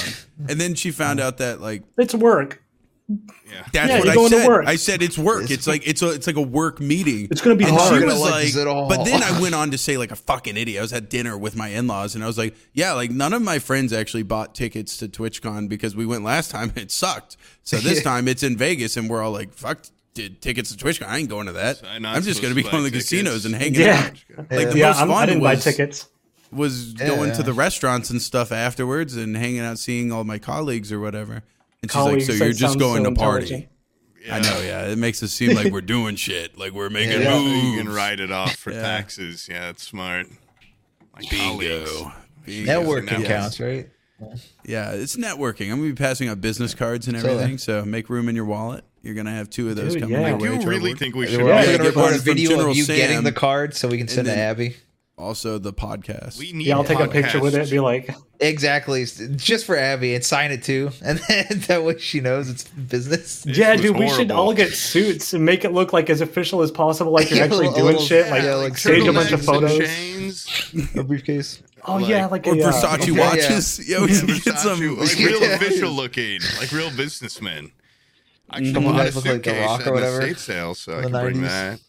Speaker 1: and then she found out that like
Speaker 2: It's work.
Speaker 3: Yeah.
Speaker 1: that's
Speaker 2: Yeah,
Speaker 1: what
Speaker 2: you're
Speaker 1: I
Speaker 2: going to
Speaker 1: said.
Speaker 2: work.
Speaker 1: I said it's work. It's like it's a it's like a work meeting.
Speaker 2: It's gonna be
Speaker 1: and
Speaker 2: hard.
Speaker 1: She was
Speaker 4: I like
Speaker 1: like,
Speaker 4: this at all.
Speaker 1: but then I went on to say like a fucking idiot. I was at dinner with my in laws, and I was like, yeah, like none of my friends actually bought tickets to TwitchCon because we went last time (laughs) and it sucked. So this time it's in Vegas, and we're all like, fuck, did tickets to TwitchCon? I ain't going to that.
Speaker 3: So I'm not
Speaker 1: I'm just gonna
Speaker 3: supposed
Speaker 1: be
Speaker 3: to
Speaker 1: going to
Speaker 3: buy
Speaker 1: the casinos
Speaker 3: tickets.
Speaker 1: and hanging
Speaker 2: Yeah,
Speaker 1: out. Like the
Speaker 2: yeah.
Speaker 1: most
Speaker 2: I'm, I
Speaker 1: fun
Speaker 2: didn't buy
Speaker 1: was
Speaker 2: tickets.
Speaker 1: was
Speaker 4: Yeah.
Speaker 1: going to the restaurants and stuff afterwards and hanging out, seeing all my colleagues or whatever. And she's
Speaker 2: Colleagues,
Speaker 1: like,
Speaker 2: that
Speaker 1: so you're just
Speaker 2: sounds
Speaker 1: going
Speaker 2: so
Speaker 1: to party.
Speaker 2: intelligent.
Speaker 1: I know, yeah. It makes it seem like we're doing shit, like we're making
Speaker 4: Yeah.
Speaker 3: So
Speaker 1: moves.
Speaker 3: you can write it off for
Speaker 1: Yeah.
Speaker 3: taxes. Yeah, that's smart. My colleagues.
Speaker 1: Bingo. Bingo.
Speaker 4: Networking
Speaker 3: Yes.
Speaker 4: counts, right?
Speaker 1: Yeah, it's networking. I'm gonna be passing out business cards and
Speaker 4: So, uh,
Speaker 1: everything, so make room in your wallet. You're gonna have two of those
Speaker 2: Dude,
Speaker 1: coming
Speaker 2: yeah.
Speaker 1: your
Speaker 2: I
Speaker 3: Do
Speaker 1: way.
Speaker 3: you
Speaker 1: Trevor.
Speaker 3: really think we should?
Speaker 4: We're
Speaker 2: Yeah,
Speaker 4: also
Speaker 1: get
Speaker 4: gonna
Speaker 1: one
Speaker 4: record a
Speaker 1: from
Speaker 4: video
Speaker 1: General
Speaker 4: of you
Speaker 1: Sam.
Speaker 4: getting the card so we can send
Speaker 1: then-
Speaker 4: to Abby.
Speaker 1: also the podcast?
Speaker 3: We need
Speaker 2: Yeah, I'll take a
Speaker 3: podcasts.
Speaker 2: picture with it. Be like,
Speaker 4: Exactly, S- just for Abby and sign it too, (laughs) and then that way she knows it's business.
Speaker 2: yeah,
Speaker 3: was
Speaker 2: dude, we should
Speaker 3: horrible.
Speaker 2: all get suits and make it look like as official as possible, like you're
Speaker 4: Yeah,
Speaker 2: actually
Speaker 4: a
Speaker 2: doing
Speaker 4: little-
Speaker 2: shit.
Speaker 4: yeah,
Speaker 2: Like,
Speaker 4: like
Speaker 2: stage a bunch of
Speaker 3: turtlenecks and
Speaker 2: photos.
Speaker 3: chains,
Speaker 1: (laughs)
Speaker 4: A briefcase.
Speaker 2: oh yeah, like
Speaker 3: like-
Speaker 1: or
Speaker 2: a, uh,
Speaker 1: Versace
Speaker 4: yeah.
Speaker 1: watches. (laughs) Yeah, we should get
Speaker 3: Versace,
Speaker 1: some.
Speaker 3: like real
Speaker 4: Yeah.
Speaker 3: official looking, like real businessmen. I can
Speaker 4: Someone
Speaker 3: buy
Speaker 4: that
Speaker 3: a
Speaker 4: look Mm-hmm. like The
Speaker 3: suitcase
Speaker 4: Rock or
Speaker 3: at an
Speaker 4: whatever
Speaker 3: estate sale, so I
Speaker 4: in
Speaker 3: can
Speaker 4: the
Speaker 3: bring
Speaker 4: 90s.
Speaker 3: that.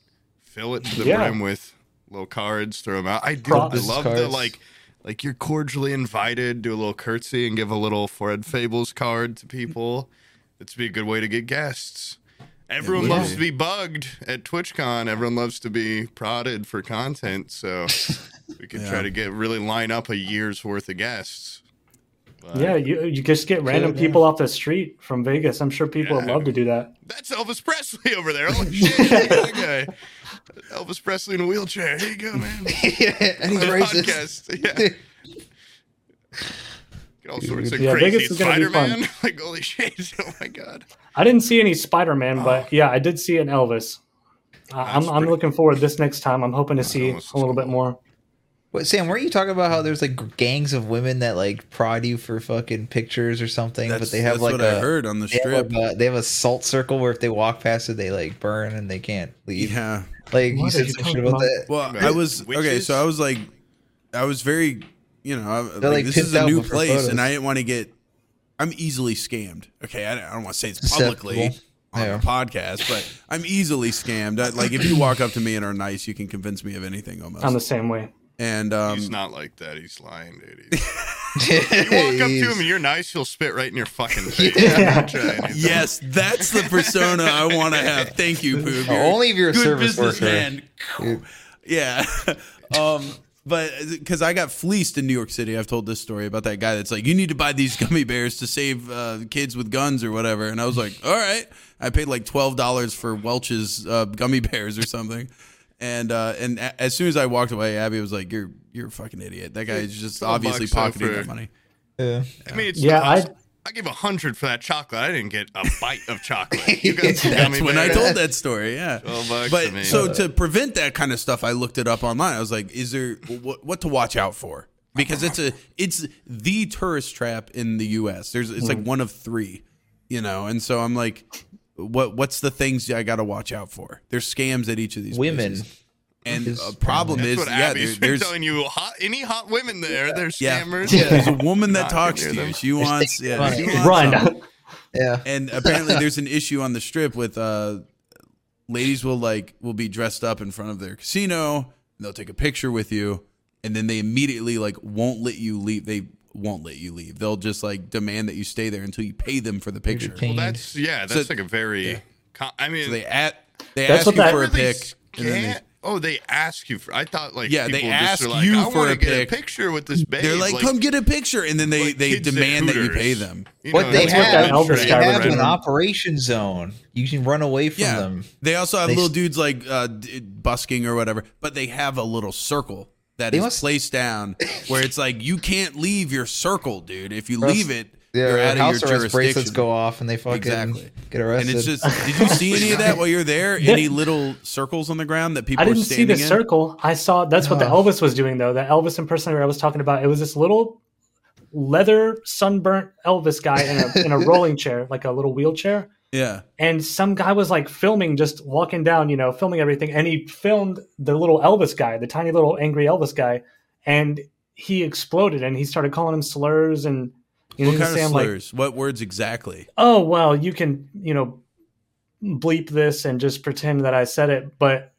Speaker 3: Fill it to the
Speaker 2: Yeah.
Speaker 3: brim with little cards, throw them out. I do.
Speaker 2: Props.
Speaker 3: I love the
Speaker 4: Cards.
Speaker 3: like, like you're cordially invited. Do a little curtsy and give a little Fred Fables card to people. It's be a good way to get guests. Everyone
Speaker 1: Yeah.
Speaker 3: loves to be bugged at TwitchCon. Everyone loves to be prodded for content. So we could
Speaker 1: Yeah.
Speaker 3: try to get really line up a year's worth of guests. But
Speaker 2: yeah, you you just get random
Speaker 4: yeah.
Speaker 2: people off the street from Vegas. I'm sure people would
Speaker 3: Yeah.
Speaker 2: love to do that.
Speaker 3: That's Elvis Presley over there. Holy shit. look at that guy. Elvis Presley in a wheelchair. Here you go,
Speaker 1: (laughs)
Speaker 3: man.
Speaker 4: and he's
Speaker 3: The
Speaker 4: (laughs) racist.
Speaker 3: podcast.
Speaker 4: (laughs)
Speaker 3: Yeah. Get all sorts of
Speaker 2: Yeah,
Speaker 3: crazy
Speaker 2: Vegas is gonna be
Speaker 3: Spider
Speaker 2: fun.
Speaker 3: Man. (laughs) Like, holy shit. (laughs) Oh my God.
Speaker 2: I didn't see any Spider Man, but yeah, I did see an Elvis. Uh, I'm
Speaker 3: That's
Speaker 2: I'm
Speaker 3: pretty-
Speaker 2: looking forward this next time. I'm hoping to see
Speaker 3: Elvis is
Speaker 2: a little bit
Speaker 3: cool.
Speaker 2: more.
Speaker 4: What, Sam, weren't you talking about how there's like gangs of women that like prod you for fucking pictures or something?
Speaker 1: That's,
Speaker 4: but they have
Speaker 1: that's
Speaker 4: like
Speaker 1: what
Speaker 4: a
Speaker 1: I heard on the
Speaker 4: They have,
Speaker 1: strip.
Speaker 4: like, a, they have a salt circle where if they walk past it, they like burn and they can't leave.
Speaker 1: Yeah.
Speaker 4: Like you
Speaker 2: What are
Speaker 4: said
Speaker 2: you
Speaker 4: some shit
Speaker 2: talking
Speaker 4: about
Speaker 2: about?
Speaker 4: that. (laughs)
Speaker 1: Well,
Speaker 3: Right.
Speaker 1: I was okay.
Speaker 3: Witches?
Speaker 1: So I was like, I was very, you know, I, like,
Speaker 4: like,
Speaker 1: this is
Speaker 4: pimped
Speaker 1: a
Speaker 4: out
Speaker 1: new
Speaker 4: for
Speaker 1: place, and
Speaker 4: photos.
Speaker 1: I didn't want to get. I'm easily scammed. Okay, I, I don't want to say it's publicly
Speaker 4: Acceptable.
Speaker 1: on
Speaker 4: Yeah.
Speaker 1: the podcast, but I'm easily scammed. I, like if you walk up to me and are nice, you can convince me of anything almost.
Speaker 2: I'm the same way.
Speaker 1: and um,
Speaker 3: He's not like that. He's lying, dude.
Speaker 1: (laughs)
Speaker 3: He's- You walk up to him and you're nice, he'll spit right in your fucking
Speaker 1: (laughs)
Speaker 3: face.
Speaker 4: Yeah.
Speaker 3: Don't try anything.
Speaker 1: yes, that's the persona I want to have. Thank
Speaker 4: (laughs)
Speaker 1: you, Pooh.
Speaker 4: No, only if you're a service worker.
Speaker 1: businessman. Yeah. (laughs) um, but because I got fleeced in New York City, I've told this story about that guy that's like, you need to buy these (laughs) gummy bears to save uh, kids with guns or whatever. And I was like, all right. I paid like twelve dollars for Welch's uh, gummy (laughs) bears or something. And uh, and a- as soon as I walked away, Abby was like, "You're you're a fucking idiot. That guy is just
Speaker 3: $12
Speaker 1: obviously
Speaker 3: though
Speaker 1: pocketing
Speaker 3: for-
Speaker 1: that money."
Speaker 4: Yeah.
Speaker 3: I mean, it's
Speaker 2: Yeah,
Speaker 3: yeah,
Speaker 2: I-
Speaker 3: I, I gave a hundred for that chocolate. I didn't get a bite
Speaker 1: (laughs)
Speaker 3: of chocolate. You got some
Speaker 1: That's
Speaker 3: gummy
Speaker 1: when I
Speaker 3: bears.
Speaker 1: told that story. Yeah.
Speaker 3: Twelve bucks to
Speaker 1: But
Speaker 3: me.
Speaker 1: so to prevent that kind of stuff, I looked it up online. I was like, "Is there what, what to watch out for?" Because it's a it's the tourist trap in the U.S. There's it's
Speaker 4: Hmm.
Speaker 1: like one of three, you know. And so I'm like, "What what's the things I got to watch out for?" There's scams at each of these
Speaker 4: Women.
Speaker 1: places. and
Speaker 4: is-
Speaker 1: a problem
Speaker 3: That's
Speaker 1: is
Speaker 3: what
Speaker 1: yeah, there,
Speaker 3: Abby's been
Speaker 1: there's
Speaker 3: telling you. Hot, any hot women there? They're
Speaker 1: yeah,
Speaker 3: scammers.
Speaker 1: (laughs) there's a
Speaker 3: (laughs)
Speaker 1: woman that
Speaker 3: Not
Speaker 1: talks
Speaker 3: near
Speaker 1: to you.
Speaker 3: them.
Speaker 1: She wants
Speaker 4: taking
Speaker 1: yeah,
Speaker 4: money.
Speaker 1: she wants something.
Speaker 2: Run.
Speaker 4: Yeah.
Speaker 1: And apparently, there's an issue on the strip with uh, ladies will like will be dressed up in front of their casino, and they'll take a picture with you, and then they immediately like won't let you leave. They won't let you leave. They'll just like demand that you stay there until you pay them for the picture.
Speaker 4: paying.
Speaker 1: So
Speaker 3: Well, that's yeah. That's
Speaker 1: So-
Speaker 3: like a very. co- I mean,
Speaker 1: they at they
Speaker 2: That's
Speaker 1: ask
Speaker 2: what
Speaker 1: you
Speaker 2: that-
Speaker 1: for a
Speaker 3: Really
Speaker 1: pic, and then
Speaker 3: scan- oh, they ask you for. I thought like
Speaker 1: Yeah,
Speaker 3: people
Speaker 1: they
Speaker 3: just
Speaker 1: ask
Speaker 3: are like,
Speaker 1: you
Speaker 3: I
Speaker 1: for
Speaker 3: wanna
Speaker 1: a
Speaker 3: get
Speaker 1: pic.
Speaker 3: a picture with this babe.
Speaker 1: they, are like, "Come get a picture," and then they
Speaker 3: like
Speaker 1: they
Speaker 3: kids at
Speaker 1: demand that you
Speaker 3: Hooters.
Speaker 1: pay them.
Speaker 3: You
Speaker 4: What they
Speaker 2: that's what that
Speaker 4: have,
Speaker 2: Elvis
Speaker 4: they
Speaker 2: guy
Speaker 4: have
Speaker 2: was
Speaker 4: an
Speaker 2: doing.
Speaker 4: operation zone. You can run away from
Speaker 1: Yeah,
Speaker 4: them.
Speaker 1: they also have
Speaker 4: They
Speaker 1: little
Speaker 4: s-
Speaker 1: dudes like uh, d- busking or whatever, but they have a little circle that
Speaker 4: They
Speaker 1: is
Speaker 4: must-
Speaker 1: placed down where it's like you can't leave your circle, dude. If you
Speaker 4: Or else-
Speaker 1: leave it,
Speaker 4: Yeah,
Speaker 1: you're
Speaker 4: or
Speaker 1: out
Speaker 4: house
Speaker 1: of your
Speaker 4: arrest bracelets
Speaker 1: jurisdiction.
Speaker 4: go off and they fucking
Speaker 1: Exactly.
Speaker 4: get
Speaker 1: and
Speaker 4: arrested.
Speaker 1: it's just, did you
Speaker 4: (laughs)
Speaker 1: see any of that while you're there? Any little circles on the ground that people
Speaker 2: I didn't
Speaker 1: are
Speaker 2: see
Speaker 1: standing
Speaker 2: the
Speaker 1: in?
Speaker 2: circle. I saw that's what the
Speaker 4: Oh.
Speaker 2: Elvis was doing though. That Elvis impersonator I was talking about. It was this little leather sunburnt Elvis guy in
Speaker 1: (laughs)
Speaker 2: a in a rolling chair, like a little wheelchair.
Speaker 1: Yeah,
Speaker 2: And some guy was like filming, just walking down, you know, filming everything. And he filmed the little Elvis guy, the tiny little angry Elvis guy, and he exploded and he started calling him slurs and you know,
Speaker 1: what
Speaker 2: he was
Speaker 1: kind of
Speaker 2: saying like
Speaker 1: slurs? what words exactly?
Speaker 2: oh well you can you know bleep this and just pretend that i said it but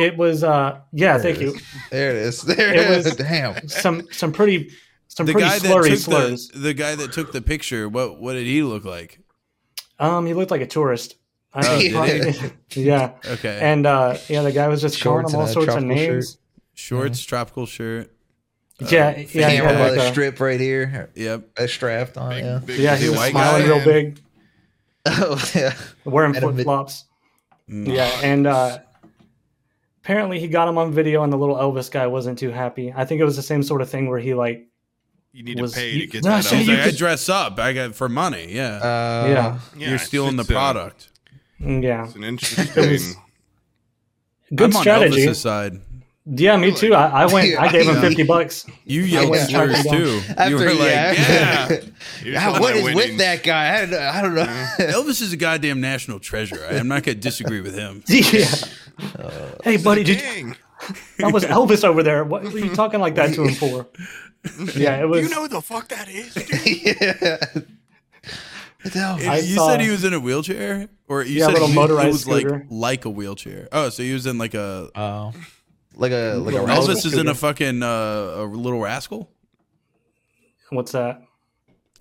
Speaker 2: it was uh yeah
Speaker 4: There
Speaker 2: thank
Speaker 4: it
Speaker 2: you
Speaker 4: there it is. (laughs) There
Speaker 2: It
Speaker 4: it is.
Speaker 2: was-
Speaker 4: Damn.
Speaker 2: some some pretty some
Speaker 1: The
Speaker 2: pretty
Speaker 1: guy that
Speaker 2: slurry
Speaker 1: took
Speaker 2: slurs
Speaker 1: the, the guy that took the picture. What what did he look like?
Speaker 2: um he looked like a tourist
Speaker 4: (laughs)
Speaker 2: I
Speaker 1: Oh,
Speaker 2: think
Speaker 4: did
Speaker 2: probably- (laughs) yeah
Speaker 1: Okay,
Speaker 2: and uh yeah the guy was just calling
Speaker 4: Shorts
Speaker 2: him all
Speaker 4: and a
Speaker 2: sorts of
Speaker 4: tropical shirt.
Speaker 2: names
Speaker 1: shorts, tropical shirt. uh,
Speaker 2: yeah yeah he
Speaker 4: Camera
Speaker 2: had
Speaker 4: by
Speaker 2: like
Speaker 4: the
Speaker 2: a-
Speaker 4: strip right here.
Speaker 1: Yep.
Speaker 4: A strapped on. Yeah.
Speaker 1: (laughs)
Speaker 2: yeah he
Speaker 1: Big
Speaker 2: was
Speaker 1: white
Speaker 2: smiling
Speaker 1: guy.
Speaker 2: real big
Speaker 4: oh yeah.
Speaker 2: wearing
Speaker 4: Had a
Speaker 2: flip
Speaker 4: mid-
Speaker 2: flops
Speaker 1: Mm.
Speaker 2: yeah and uh apparently he got him on video and the little elvis guy wasn't too happy i think it was the same sort of thing where he like
Speaker 3: You need to
Speaker 2: was-
Speaker 3: pay
Speaker 2: you-
Speaker 3: to get
Speaker 2: No, (laughs)
Speaker 3: that.
Speaker 2: so
Speaker 3: out.
Speaker 1: He's
Speaker 2: you
Speaker 1: like, I
Speaker 2: could-
Speaker 1: dress up. I got for money. Yeah.
Speaker 4: Uh,
Speaker 2: yeah
Speaker 3: Yeah,
Speaker 1: you're
Speaker 3: it's-
Speaker 1: stealing the
Speaker 3: it's, uh,
Speaker 1: product.
Speaker 2: mm, yeah (laughs)
Speaker 3: It's an interesting.
Speaker 2: good
Speaker 1: I'm
Speaker 2: strategy.
Speaker 1: on Elvis's side.
Speaker 2: Yeah, me too. I, I went.
Speaker 4: (laughs)
Speaker 2: I gave him
Speaker 4: Yeah.
Speaker 2: fifty bucks.
Speaker 1: You yelled
Speaker 4: went
Speaker 1: slurs
Speaker 2: Charlie
Speaker 1: too. you
Speaker 4: After
Speaker 1: were like,
Speaker 4: yeah. (laughs)
Speaker 1: yeah.
Speaker 3: You're
Speaker 4: Ah,
Speaker 3: talking
Speaker 4: what
Speaker 3: about
Speaker 4: is with
Speaker 3: winning.
Speaker 2: (laughs)
Speaker 4: that guy? I don't, I don't (laughs) know.
Speaker 1: Elvis is a goddamn national treasure. I, am not going to disagree with him.
Speaker 2: Yeah. hey, buddy,
Speaker 4: Uh,
Speaker 2: did, (laughs)
Speaker 3: Dang.
Speaker 2: that was Elvis over there. What were you talking like that to him for? Yeah, it was.
Speaker 3: You know who the fuck that is? (laughs) dude?
Speaker 1: Mm-hmm.
Speaker 4: (laughs) yeah. No.
Speaker 2: (laughs) I
Speaker 1: you
Speaker 2: saw-
Speaker 1: said he was in a wheelchair, or you
Speaker 2: Yeah, a
Speaker 1: said
Speaker 2: little
Speaker 1: he,
Speaker 2: motorized
Speaker 1: he was like
Speaker 2: scooter.
Speaker 1: like a wheelchair. Oh, so he was in like a
Speaker 4: Oh. Like a like a
Speaker 2: Elvis
Speaker 4: rascal?
Speaker 1: Elvis is in a fucking uh, a little rascal.
Speaker 2: What's that?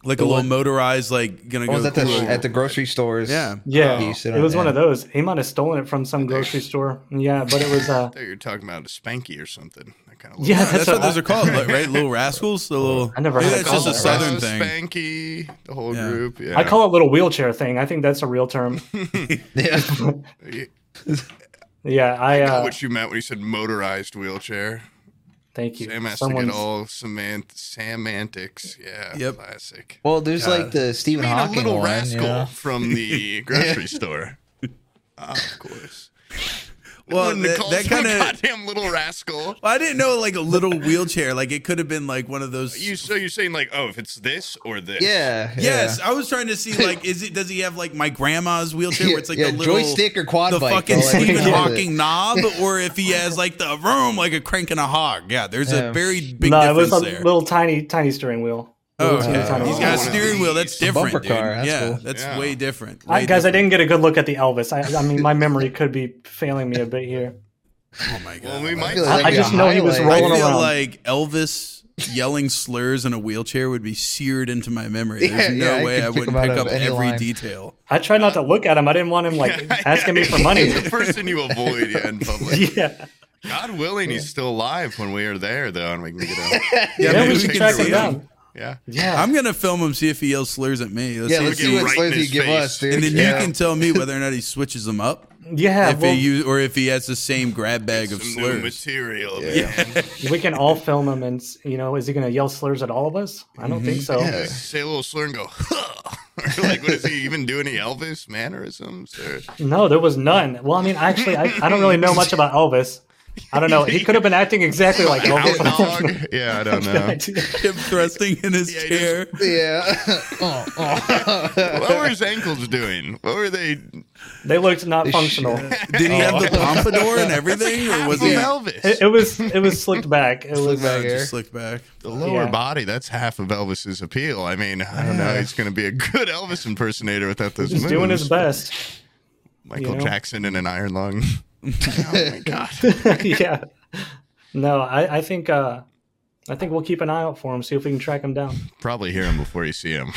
Speaker 1: like a little motorized, like gonna
Speaker 4: What
Speaker 1: go
Speaker 4: was at the
Speaker 1: cool.
Speaker 4: at the grocery stores?
Speaker 1: yeah.
Speaker 2: Yeah,
Speaker 4: Piece, I
Speaker 2: it
Speaker 4: don't
Speaker 2: was one
Speaker 4: know.
Speaker 2: of those. He might have stolen it from some grocery store. Yeah, but it was. Uh,
Speaker 3: I thought you were talking about a spanky or something. That kind of
Speaker 2: yeah,
Speaker 1: That's, what,
Speaker 2: I-
Speaker 1: those are called, like, right? Little rascals, the little.
Speaker 2: I never
Speaker 1: Maybe
Speaker 2: had
Speaker 1: that's
Speaker 2: a
Speaker 1: just a
Speaker 2: call it
Speaker 1: southern thing.
Speaker 3: Spanky, the whole
Speaker 1: Yeah.
Speaker 3: group. Yeah.
Speaker 2: I call it little wheelchair thing. I think that's a real term.
Speaker 4: (laughs) yeah.
Speaker 3: You-
Speaker 2: Yeah, I.
Speaker 3: I know
Speaker 2: Uh,
Speaker 3: what you meant when you said motorized wheelchair.
Speaker 2: thank you.
Speaker 3: Sam has to
Speaker 2: Someone's-
Speaker 3: get all semant- semantics. Yeah,
Speaker 1: Yep.
Speaker 3: classic.
Speaker 4: Well, there's like the
Speaker 3: I
Speaker 4: Stephen
Speaker 3: mean, a
Speaker 4: Hawking
Speaker 3: little
Speaker 4: one.
Speaker 3: rascal
Speaker 4: You know?
Speaker 3: from
Speaker 2: (laughs)
Speaker 3: the grocery store. Ah, of course.
Speaker 1: (laughs) Well,
Speaker 3: Wouldn't
Speaker 1: that-
Speaker 3: call
Speaker 1: that
Speaker 3: some
Speaker 1: kinda-
Speaker 3: (laughs) goddamn
Speaker 1: (laughs)
Speaker 3: little rascal.
Speaker 1: Well, I didn't know like a little wheelchair. Like it could have been like one of those.
Speaker 3: You so you're saying like, oh, if it's this or this? (laughs)
Speaker 4: Yeah.
Speaker 1: yes, I was trying to
Speaker 4: (laughs)
Speaker 1: see like, is it? Does he have like my grandma's wheelchair? Where it's like
Speaker 4: yeah,
Speaker 1: the little
Speaker 4: joystick or quad
Speaker 1: the
Speaker 4: bike,
Speaker 1: fucking
Speaker 4: bro, (laughs) like,
Speaker 1: Stephen
Speaker 4: yeah.
Speaker 1: Hawking knob, or if he has like the room like a crank and a hog. Yeah, there's
Speaker 4: Yeah.
Speaker 1: a very big
Speaker 2: no, it
Speaker 1: difference
Speaker 2: was a
Speaker 1: there.
Speaker 2: little tiny, tiny steering wheel.
Speaker 1: Oh,
Speaker 2: Little teeny
Speaker 1: okay.
Speaker 2: tiny
Speaker 1: he's
Speaker 2: wheel.
Speaker 1: got a
Speaker 3: Oh.
Speaker 1: steering wheel. That's
Speaker 3: A
Speaker 1: different,
Speaker 4: bumper
Speaker 1: dude.
Speaker 4: car, that's
Speaker 1: yeah,
Speaker 4: cool.
Speaker 1: that's
Speaker 3: Yeah.
Speaker 1: way different.
Speaker 2: I,
Speaker 1: Way
Speaker 2: guys, I
Speaker 1: different.
Speaker 2: didn't get a good look at the Elvis. I, I mean, my memory could be failing me a bit here.
Speaker 1: Oh my god.
Speaker 3: Well, we
Speaker 4: I
Speaker 3: might.
Speaker 4: feel
Speaker 2: I-
Speaker 4: like
Speaker 2: I
Speaker 4: that'd be
Speaker 2: just
Speaker 4: a
Speaker 2: know he was
Speaker 1: I
Speaker 4: highlight.
Speaker 1: feel
Speaker 2: rolling around.
Speaker 1: like Elvis yelling slurs in a wheelchair would be seared into my memory.
Speaker 4: Yeah,
Speaker 1: There's no
Speaker 4: yeah, I
Speaker 1: way
Speaker 4: could
Speaker 1: I
Speaker 4: pick
Speaker 1: wouldn't
Speaker 4: him out
Speaker 1: pick
Speaker 4: of
Speaker 1: up
Speaker 4: any
Speaker 1: every
Speaker 4: line.
Speaker 1: detail.
Speaker 2: I tried not to look at him. I didn't want him
Speaker 3: (laughs)
Speaker 2: like asking me for money.
Speaker 3: He's the person you avoid in
Speaker 2: (laughs)
Speaker 3: public.
Speaker 2: yeah,
Speaker 3: God willing, he's still alive when we are there, though, and we can get
Speaker 2: (laughs)
Speaker 3: him.
Speaker 1: Yeah,
Speaker 2: yeah,
Speaker 1: maybe
Speaker 2: we
Speaker 1: we
Speaker 2: should
Speaker 1: can
Speaker 2: track
Speaker 1: see
Speaker 2: him
Speaker 1: him.
Speaker 2: down.
Speaker 3: Yeah.
Speaker 2: Yeah,
Speaker 1: I'm gonna film him, see if he yells slurs at me. Let's
Speaker 4: Yeah,
Speaker 1: see
Speaker 4: let's
Speaker 1: if
Speaker 4: see
Speaker 1: he-
Speaker 4: what
Speaker 3: right
Speaker 4: slaves
Speaker 3: in
Speaker 4: you
Speaker 3: his
Speaker 4: give
Speaker 3: face.
Speaker 4: us, dude.
Speaker 1: and then
Speaker 4: yeah.
Speaker 1: you can tell me whether or not he switches them up,
Speaker 4: (laughs)
Speaker 2: yeah.
Speaker 1: if
Speaker 2: well,
Speaker 1: he use, or if he has the same grab bag of
Speaker 3: Some new
Speaker 1: slurs.
Speaker 3: material. man.
Speaker 2: we can all film him, and s- you know, is he going to yell slurs at all of us? I don't think so.
Speaker 4: Mm-hmm. Yeah.
Speaker 3: Say a little slur and go, huh. (laughs) Or like, what is he even doing? Any Elvis mannerisms? Or
Speaker 2: No, there was none. Well, I mean, actually, I, I don't really know much about Elvis. I don't know. He could have been acting exactly like
Speaker 3: out
Speaker 2: (laughs) (laughs) Elvis.
Speaker 3: dog? Yeah,
Speaker 2: (laughs)
Speaker 3: I don't know.
Speaker 1: (laughs) Him thrusting in his
Speaker 3: Yeah, he just-
Speaker 1: chair.
Speaker 4: Yeah. (laughs) oh, oh. (laughs)
Speaker 3: What were his ankles doing? What were they?
Speaker 2: they looked not functional.
Speaker 1: Did he have the
Speaker 3: Oh.
Speaker 1: pompadour and everything,
Speaker 3: (laughs)
Speaker 1: or was
Speaker 3: Half of
Speaker 1: he
Speaker 3: Elvis.
Speaker 2: It, it was it was slicked back. It was
Speaker 4: back.
Speaker 1: uh, just slick back?
Speaker 3: the lower
Speaker 2: Yeah.
Speaker 3: body, that's half of Elvis's appeal. I mean, I don't know. He's going to be a good Elvis impersonator without those
Speaker 2: just
Speaker 3: moves.
Speaker 2: doing his best. (laughs)
Speaker 3: Michael
Speaker 2: you know?
Speaker 3: Jackson in an iron (laughs) lung. oh, my (laughs) God.
Speaker 2: yeah. No, I, I think uh, I think we'll keep an eye out for him. See if we can track him
Speaker 4: (laughs)
Speaker 2: down.
Speaker 3: Probably hear him before you see him. (laughs)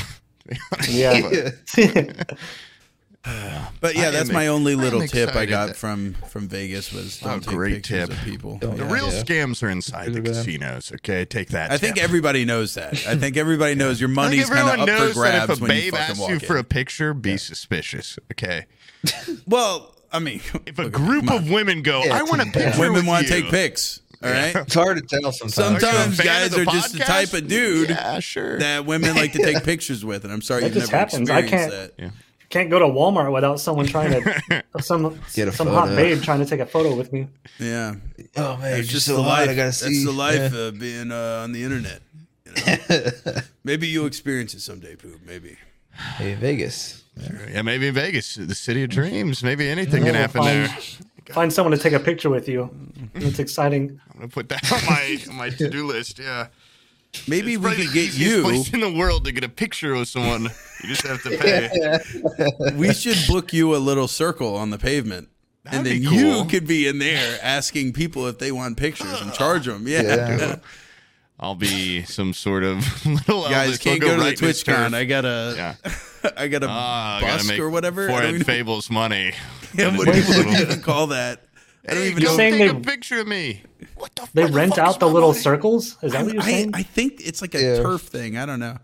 Speaker 2: Yeah.
Speaker 4: Yeah.
Speaker 1: But yeah,
Speaker 3: I
Speaker 1: that's
Speaker 3: am
Speaker 1: my
Speaker 3: ex-
Speaker 1: only
Speaker 3: I am
Speaker 1: little tip I
Speaker 3: excited
Speaker 1: got
Speaker 3: that-
Speaker 1: from from Vegas was
Speaker 3: Oh,
Speaker 1: don't take
Speaker 3: great
Speaker 1: pictures
Speaker 3: tip. Oh,
Speaker 1: of people.
Speaker 4: Don't-
Speaker 3: The
Speaker 4: Yeah,
Speaker 3: real
Speaker 4: yeah.
Speaker 3: scams are inside the
Speaker 4: Look at that.
Speaker 3: casinos, okay? Take that.
Speaker 1: I think
Speaker 3: tip.
Speaker 1: everybody knows that. I think everybody knows your
Speaker 3: I think
Speaker 1: money's kind
Speaker 3: everyone
Speaker 1: of up
Speaker 3: knows
Speaker 1: for
Speaker 3: that
Speaker 1: grabs
Speaker 3: if a
Speaker 1: when you
Speaker 3: babe
Speaker 1: fucking
Speaker 3: asks
Speaker 1: walk
Speaker 3: you
Speaker 1: in.
Speaker 3: for a picture, be suspicious. Okay.
Speaker 1: well, I mean,
Speaker 3: If a group of women go,
Speaker 4: Yeah,
Speaker 3: I want a
Speaker 4: take
Speaker 3: picture.
Speaker 1: women
Speaker 3: want
Speaker 1: want to take pics, all right.
Speaker 4: It's hard to tell sometimes.
Speaker 1: Sometimes
Speaker 3: fan
Speaker 1: guys
Speaker 3: of the
Speaker 1: are just the
Speaker 3: podcast?
Speaker 1: type of dude
Speaker 3: Yeah,
Speaker 1: (laughs)
Speaker 3: sure.
Speaker 1: that women like to take pictures with, and I'm sorry
Speaker 2: That
Speaker 1: you've
Speaker 2: just
Speaker 1: never
Speaker 2: happens. I
Speaker 1: experienced
Speaker 2: can't-
Speaker 1: that.
Speaker 2: Can't go to Walmart without someone trying
Speaker 4: (laughs)
Speaker 2: to some
Speaker 4: Get a
Speaker 2: some hot
Speaker 4: photo.
Speaker 2: babe trying to take a photo with me.
Speaker 1: Yeah, it's
Speaker 4: Oh man, it's
Speaker 1: just
Speaker 4: just
Speaker 1: the
Speaker 4: a lot.
Speaker 1: life.
Speaker 4: I gotta
Speaker 1: That's
Speaker 4: see.
Speaker 1: the life of being uh, on the internet. you know? Maybe you'll experience it someday, poop. Maybe.
Speaker 4: Hey, Vegas.
Speaker 3: yeah, maybe in Vegas, the city of
Speaker 1: Mm-hmm.
Speaker 3: dreams. Maybe anything can happen
Speaker 2: fine.
Speaker 3: there.
Speaker 2: Find someone to take a picture with you.
Speaker 1: Mm-hmm.
Speaker 2: It's exciting.
Speaker 3: I'm gonna put that (laughs) on my on my to do list. Yeah,
Speaker 1: Maybe we
Speaker 3: Probably (laughs)
Speaker 1: could
Speaker 3: the
Speaker 1: get
Speaker 3: easiest
Speaker 1: you.
Speaker 3: place in the world to get a picture of someone. You just have to pay.
Speaker 1: (laughs) We should book you a little circle on the pavement.
Speaker 3: That'd
Speaker 1: and then
Speaker 3: be cool.
Speaker 1: you could be in there asking people if they want pictures and charge them. Yeah.
Speaker 4: Yeah.
Speaker 3: I'll be some sort of (laughs) little
Speaker 1: Guys
Speaker 3: Elvis.
Speaker 1: can't
Speaker 3: We'll
Speaker 1: go,
Speaker 3: right
Speaker 1: to the
Speaker 3: in his
Speaker 1: TwitchCon.
Speaker 3: turf.
Speaker 1: I gotta,
Speaker 3: Yeah.
Speaker 1: (laughs) I gotta
Speaker 3: Ah, I gotta
Speaker 1: busk
Speaker 3: make
Speaker 1: or whatever. I
Speaker 3: Forehead
Speaker 1: don't (laughs) even,
Speaker 3: Fables money.
Speaker 1: yeah, what do you what do you even call that? I don't
Speaker 3: Hey,
Speaker 1: even know.
Speaker 3: go
Speaker 2: You're saying
Speaker 3: take
Speaker 2: they-
Speaker 3: a picture of me. What the?
Speaker 2: They
Speaker 3: what the
Speaker 2: rent
Speaker 3: fuck is
Speaker 2: out the
Speaker 3: my
Speaker 2: little
Speaker 3: money?
Speaker 2: circles. Is that what you're
Speaker 1: I,
Speaker 2: saying?
Speaker 1: I think it's like a
Speaker 4: Yeah.
Speaker 1: turf thing. I don't know.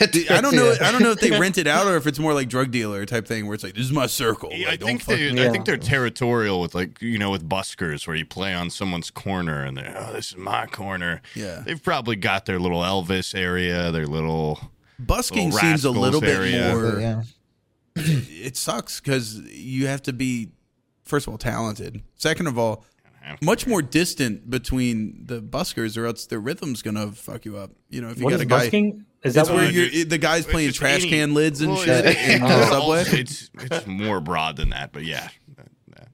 Speaker 1: I don't know. I don't
Speaker 4: (laughs)
Speaker 1: know if they rent it out or if it's more like drug dealer type thing where it's like this is my circle.
Speaker 3: Yeah, I
Speaker 1: Like, don't
Speaker 3: think
Speaker 1: fuck-
Speaker 3: they, I
Speaker 2: Yeah.
Speaker 3: think they're territorial with like you know with buskers where you play on someone's corner and they're oh this is my corner.
Speaker 1: Yeah.
Speaker 3: they've probably got their little Elvis area, their little
Speaker 1: busking
Speaker 3: little
Speaker 1: seems a
Speaker 3: rascals
Speaker 1: little bit
Speaker 3: area.
Speaker 1: more.
Speaker 4: (laughs) Yeah.
Speaker 1: It sucks because you have to be first of all talented. Second of all, much more distant between the buskers, or else their rhythm's gonna fuck you up. You know, if you
Speaker 2: What
Speaker 1: got
Speaker 2: is
Speaker 1: a guy,
Speaker 2: busking? Is that
Speaker 1: that's
Speaker 2: what
Speaker 1: where
Speaker 3: Uh,
Speaker 1: you're the guys playing
Speaker 3: It's
Speaker 1: trash
Speaker 3: any-
Speaker 1: can lids and
Speaker 3: well,
Speaker 1: shit
Speaker 3: it's-
Speaker 1: in the
Speaker 3: it's-
Speaker 1: subway.
Speaker 3: (laughs) It's it's more broad than that, but yeah.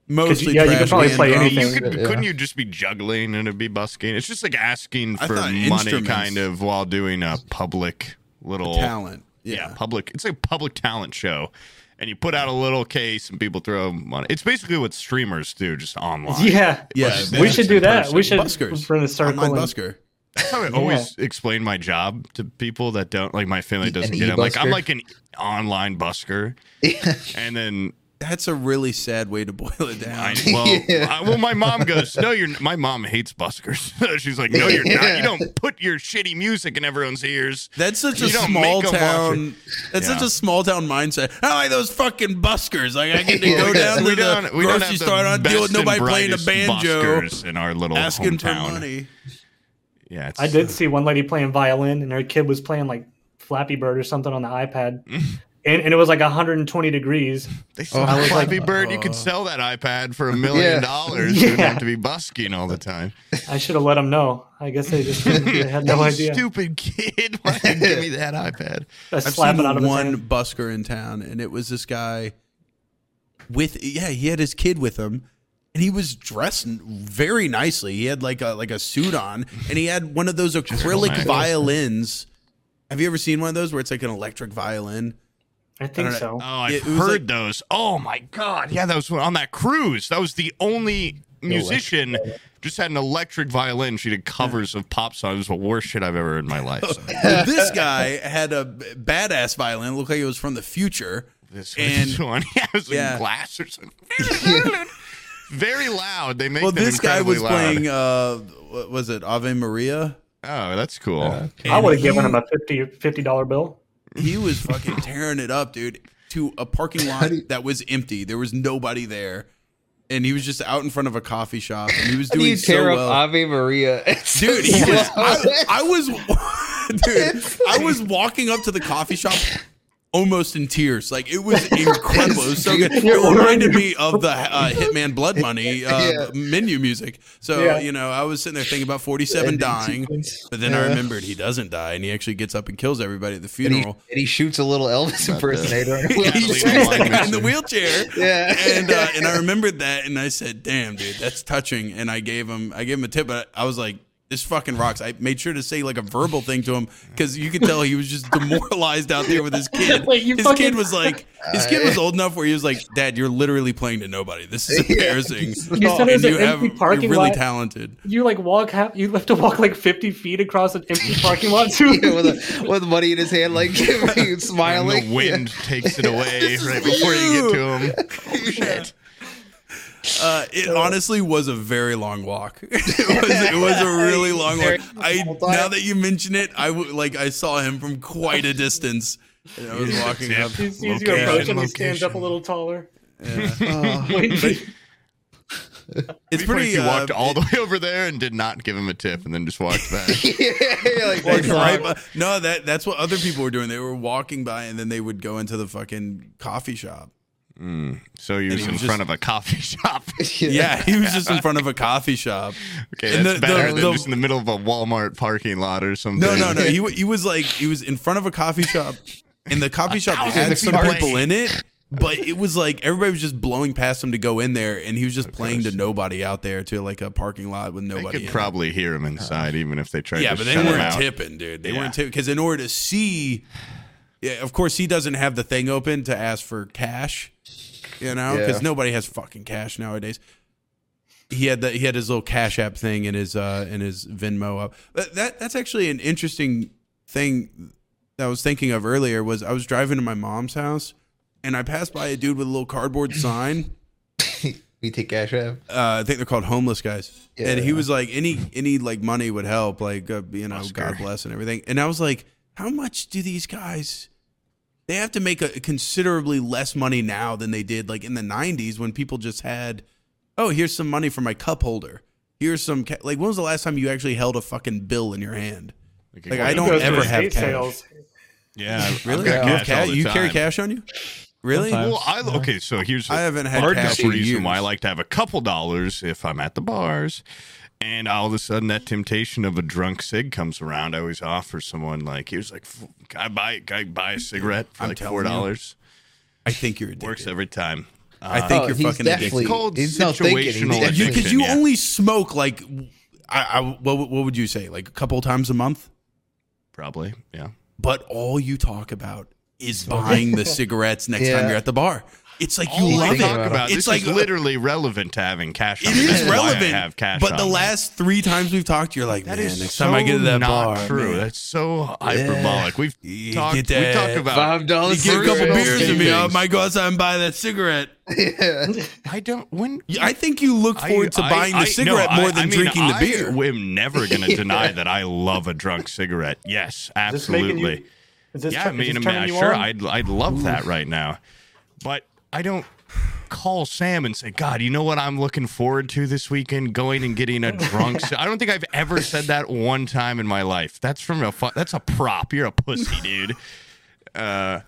Speaker 1: Mostly,
Speaker 2: yeah, you
Speaker 1: trash
Speaker 2: could probably
Speaker 1: can
Speaker 2: play
Speaker 1: drums.
Speaker 2: anything.
Speaker 3: You could,
Speaker 4: yeah.
Speaker 3: Couldn't you just be juggling and it'd be busking? It's just like asking
Speaker 1: I
Speaker 3: for
Speaker 1: thought
Speaker 3: money,
Speaker 1: instruments.
Speaker 3: kind of, while doing a public little
Speaker 1: talent.
Speaker 3: yeah.
Speaker 1: yeah.
Speaker 3: public it's like a public talent show and you put out a little case and people throw money it's basically what streamers do just online
Speaker 2: Yeah.
Speaker 1: Yeah,
Speaker 3: Just
Speaker 1: man.
Speaker 2: We
Speaker 3: dance
Speaker 2: should
Speaker 3: in
Speaker 2: do that.
Speaker 3: person.
Speaker 2: We should
Speaker 1: Buskers.
Speaker 2: run a
Speaker 1: Online
Speaker 2: circle. and-
Speaker 1: busker.
Speaker 3: That's how I always explain my job to people that don't like my family
Speaker 4: An
Speaker 3: doesn't get it. I'm like I'm
Speaker 4: e-busker?
Speaker 3: like an online busker, and then
Speaker 1: That's a really sad way to boil it down. (laughs)
Speaker 3: I, well,
Speaker 4: Yeah.
Speaker 3: I, well, my mom goes, "No, you're." My mom hates buskers. (laughs) She's like, "No, you're not. You don't put your shitty music in everyone's ears."
Speaker 1: That's such a
Speaker 3: You don't
Speaker 1: small
Speaker 3: make 'em watch
Speaker 1: town. That's
Speaker 3: Yeah.
Speaker 1: such a small town mindset. I like those fucking buskers. Like I get
Speaker 3: (laughs)
Speaker 1: to go
Speaker 4: Yeah.
Speaker 1: down to
Speaker 3: we
Speaker 1: the
Speaker 3: don't. We don't
Speaker 1: grocery
Speaker 3: have
Speaker 1: store and I
Speaker 3: the
Speaker 1: deal with
Speaker 3: best and
Speaker 1: nobody playing a
Speaker 3: brightest
Speaker 1: banjo,
Speaker 3: buskers in our little
Speaker 1: asking
Speaker 3: hometown.
Speaker 1: for money.
Speaker 3: Yeah, it's,
Speaker 2: I did see one lady playing violin, and her kid was playing like Flappy Bird or something on
Speaker 1: (laughs)
Speaker 2: the iPad, and, and it was like 120 degrees.
Speaker 1: Oh.
Speaker 3: They sell
Speaker 4: I was
Speaker 3: Flappy Bird. You could sell that iPad for a million
Speaker 4: Yeah.
Speaker 3: dollars. You wouldn't
Speaker 2: Yeah.
Speaker 3: have to be busking all the time.
Speaker 2: I should have let them know. I guess they
Speaker 1: (laughs)
Speaker 2: just they had no
Speaker 3: You
Speaker 2: idea.
Speaker 3: Stupid kid. (laughs) Why did you give me that iPad?
Speaker 2: I
Speaker 1: I've
Speaker 2: slap
Speaker 1: seen
Speaker 2: it out of his
Speaker 1: one
Speaker 2: hand.
Speaker 1: busker in town, and it was this guy with yeah, he had his kid with him, and he was dressed very nicely. He had like a like a suit on, and he had one of
Speaker 3: (laughs)
Speaker 1: those acrylic
Speaker 3: relax.
Speaker 1: violins. Have you ever seen one of those where it's like an electric violin?
Speaker 2: I think
Speaker 1: I
Speaker 2: so.
Speaker 1: don't
Speaker 3: Oh, I've
Speaker 1: Yeah, it was
Speaker 3: heard
Speaker 1: like-
Speaker 3: those. Oh my god. Yeah, that was on that cruise. That was the only musician just had an electric violin. She did covers of pop songs. The worst shit I've ever heard in my life. So,
Speaker 1: Well, this guy had a b- badass violin. It looked like it was from the future.
Speaker 3: (laughs) this
Speaker 1: And-
Speaker 3: was one. Yeah, (laughs) it was
Speaker 1: yeah.
Speaker 3: in glass
Speaker 1: (laughs)
Speaker 3: or something.
Speaker 4: Yeah.
Speaker 3: Very loud. They make
Speaker 1: Well,
Speaker 3: them
Speaker 1: this guy
Speaker 3: incredibly
Speaker 1: was
Speaker 3: loud.
Speaker 1: playing. Uh, what was it Ave Maria?
Speaker 3: Oh, that's cool.
Speaker 2: I
Speaker 1: And
Speaker 2: would have given
Speaker 1: he-
Speaker 2: him a 50 fifty dollar bill.
Speaker 1: He was fucking tearing it up, dude. To a parking lot that was empty. There was nobody there, and he was just out in front of a coffee shop. And he was
Speaker 4: How do you
Speaker 1: doing so
Speaker 4: tear up
Speaker 1: well.
Speaker 4: Ave Maria? (laughs)
Speaker 1: dude he was I, I was (laughs) dude i was walking up to the coffee shop almost in tears like it
Speaker 4: (laughs)
Speaker 1: was incredible it was so good it reminded me of the uh, hitman blood money uh,
Speaker 4: (laughs) Yeah.
Speaker 1: menu music so
Speaker 2: Yeah.
Speaker 1: you know i was sitting there thinking about 47 dying but then i remembered he doesn't die and he actually gets up and kills everybody at the
Speaker 4: and, he,
Speaker 1: funeral
Speaker 4: and he shoots a little Elvis (laughs) impersonator. "Oh,
Speaker 1: He
Speaker 3: Yeah,
Speaker 1: shoots
Speaker 3: Leonard
Speaker 1: that guy in the
Speaker 3: Maltin.
Speaker 1: wheelchair
Speaker 4: yeah.
Speaker 1: and uh, and I remembered that, and I said, "Damn, dude, that's touching." And I gave him, I gave him a tip, but I was like, "This fucking rocks." I made sure to say like a verbal thing to him because you could tell he was just demoralized out there with his
Speaker 2: (laughs)
Speaker 1: kid.
Speaker 2: Wait, you
Speaker 1: his
Speaker 2: fucking-
Speaker 1: kid was like, his kid was old enough where he was like, "Dad, you're literally playing to nobody. This is embarrassing."
Speaker 2: You said it was an empty parking
Speaker 1: you're really
Speaker 2: lot.
Speaker 1: talented.
Speaker 2: You like walk half. You have to walk like fifty feet across an empty parking lot to.
Speaker 4: (laughs) Yeah, with, a, with money in his hand,
Speaker 1: (laughs)
Speaker 4: like (laughs)
Speaker 3: And
Speaker 4: smiling.
Speaker 3: the wind takes it away
Speaker 1: This is
Speaker 3: right before you
Speaker 1: you.
Speaker 3: get to him. Shit.
Speaker 1: Uh, it honestly was a very long walk. (laughs) it, was, it was a really long walk. I now that you mention it, I w- like I saw him from quite a distance. And I was walking up.
Speaker 2: (laughs) He sees you
Speaker 3: Location,
Speaker 2: approach and he stands up a
Speaker 3: location.
Speaker 2: little taller. (laughs)
Speaker 4: Yeah.
Speaker 2: Wait,
Speaker 1: It's
Speaker 3: Pretty,
Speaker 1: pretty.
Speaker 3: you
Speaker 1: Uh,
Speaker 3: walked all the way over there and did not give him a tip, and then just walked back.
Speaker 1: (laughs)
Speaker 4: (laughs) yeah, like, "Oh."
Speaker 1: it's right
Speaker 4: (laughs) right.
Speaker 1: by- no, that that's what other people were doing. They were walking by and then they would go into the fucking coffee shop.
Speaker 3: So he was
Speaker 1: he
Speaker 3: in
Speaker 1: was just-
Speaker 3: front of a coffee (laughs) shop.
Speaker 1: Yeah, he was just in front of a coffee shop.
Speaker 3: Okay,
Speaker 1: And
Speaker 3: that's
Speaker 1: the-
Speaker 3: better
Speaker 1: the-
Speaker 3: than
Speaker 1: the-
Speaker 3: just in the middle of a Walmart parking lot or something.
Speaker 1: No,
Speaker 3: (laughs)
Speaker 1: no, no. He wa- he was like he was in front of a coffee shop, and the coffee shop
Speaker 3: thousand
Speaker 1: had some
Speaker 3: feet away.
Speaker 1: people in it, but it was like everybody was just blowing past him to go in there, and he was just playing to nobody out there to like a parking lot with
Speaker 3: They
Speaker 1: nobody.
Speaker 3: Oh, could
Speaker 1: in it.
Speaker 3: probably hear him inside, even if they tried
Speaker 1: yeah,
Speaker 3: to
Speaker 1: but
Speaker 3: but
Speaker 1: they
Speaker 3: shut him
Speaker 1: weren't
Speaker 3: out.
Speaker 1: tipping, dude. They
Speaker 3: Yeah.
Speaker 1: weren't tipping because in order to see, yeah, of course he doesn't have the thing open to ask for cash, you know, because
Speaker 4: Yeah.
Speaker 1: nobody has fucking cash nowadays. He had that. He had his little Cash App thing in his uh in his Venmo up. But that that's actually an interesting thing that I was thinking of earlier. Was I was driving to my mom's house and I passed by a dude with a little cardboard sign
Speaker 4: We take cash out.
Speaker 1: uh, I think they're called homeless guys.
Speaker 4: Yeah.
Speaker 1: And he was like, any any like money would help, like uh, you know,
Speaker 3: Oscar.
Speaker 1: God bless and everything. And I was like, how much do these guys? They have to make a considerably less money now than they did like in the '90s when people just had, oh, here's some money for my cup holder. Here's some ca-. like when was the last time you actually held a fucking bill in your hand? Like, I don't
Speaker 2: goes to
Speaker 1: ever
Speaker 2: estate
Speaker 1: have cash.
Speaker 2: sales.
Speaker 3: Yeah,
Speaker 1: (laughs)
Speaker 3: I've
Speaker 1: Really?
Speaker 3: got
Speaker 1: You, have
Speaker 3: cash
Speaker 1: ca-
Speaker 3: all the
Speaker 1: you carry
Speaker 3: time.
Speaker 1: cash on you? Really?
Speaker 5: Sometimes.
Speaker 3: Well, I okay. So here's
Speaker 1: I
Speaker 3: the
Speaker 1: haven't had
Speaker 3: hard
Speaker 1: cash
Speaker 3: enough
Speaker 1: in
Speaker 3: reason
Speaker 1: years.
Speaker 3: why I like to have a couple dollars if I'm at the bars, and all of a sudden that temptation of a drunk cig comes around. I always offer someone like he was like, "F- "Can I buy? Can I buy a cigarette for
Speaker 1: I'm
Speaker 3: like
Speaker 1: telling
Speaker 3: four
Speaker 1: you.
Speaker 3: dollars?"
Speaker 1: I think you're addicted.
Speaker 3: Works every time.
Speaker 1: I think
Speaker 4: Oh,
Speaker 1: you're
Speaker 4: he's
Speaker 1: fucking addicted.
Speaker 4: definitely
Speaker 3: Cold
Speaker 4: he's not thinking. He's
Speaker 3: situational
Speaker 4: actually-
Speaker 3: addiction.
Speaker 1: because you
Speaker 3: yeah.
Speaker 1: only smoke like I, I what, what would you say like a couple times a month
Speaker 3: Probably, yeah. Oh,
Speaker 1: but all you talk about is buying the cigarettes next
Speaker 4: Yeah.
Speaker 1: time you're at the bar It's like
Speaker 3: All
Speaker 1: you
Speaker 3: I
Speaker 1: love
Speaker 4: think
Speaker 3: talk
Speaker 1: it.
Speaker 4: about
Speaker 3: about.
Speaker 1: It's
Speaker 3: this
Speaker 1: like- uh,
Speaker 3: is literally relevant to having cash.
Speaker 1: It
Speaker 3: on me.
Speaker 1: is
Speaker 3: That's why I
Speaker 1: relevant.
Speaker 3: have cash,
Speaker 1: but
Speaker 3: on
Speaker 1: the
Speaker 3: me.
Speaker 1: last three times we've talked, you're like,
Speaker 3: That
Speaker 1: man,
Speaker 3: is
Speaker 1: next time I get to
Speaker 3: so
Speaker 1: that
Speaker 3: not
Speaker 1: bar,
Speaker 3: true.
Speaker 1: man,
Speaker 3: That's so hyperbolic. We've
Speaker 1: You
Speaker 3: talked.
Speaker 1: get
Speaker 3: We
Speaker 1: that
Speaker 3: talk about.
Speaker 4: Five
Speaker 1: you
Speaker 4: dollars
Speaker 1: get a couple
Speaker 3: cigarettes,
Speaker 1: beers in me, I
Speaker 3: gangs.
Speaker 1: might go outside and buy that cigarette.
Speaker 3: I don't. When
Speaker 1: Yeah, I think you look forward to
Speaker 3: I-
Speaker 1: buying
Speaker 3: I-
Speaker 1: the cigarette
Speaker 3: no,
Speaker 1: more
Speaker 3: I-
Speaker 1: than
Speaker 3: I mean,
Speaker 1: drinking the
Speaker 3: I
Speaker 1: beer.
Speaker 3: am never
Speaker 1: (laughs)
Speaker 3: going to deny that I love a drunk cigarette. Yes,
Speaker 2: Is this making you-
Speaker 3: absolutely.
Speaker 2: Is this
Speaker 3: Yeah,
Speaker 2: tur-
Speaker 3: I
Speaker 2: is
Speaker 3: mean,
Speaker 2: this
Speaker 3: I'm
Speaker 2: turning you
Speaker 3: sure
Speaker 2: on?
Speaker 3: I'd I'd love that right now, but I don't call Sam and say, "God, you know what I'm looking forward to this weekend? Going and getting a drunk."
Speaker 1: (laughs)
Speaker 3: ci-" I don't think I've ever said that one time in my life. That's from a fu- that's a prop. You're a pussy, dude. Uh,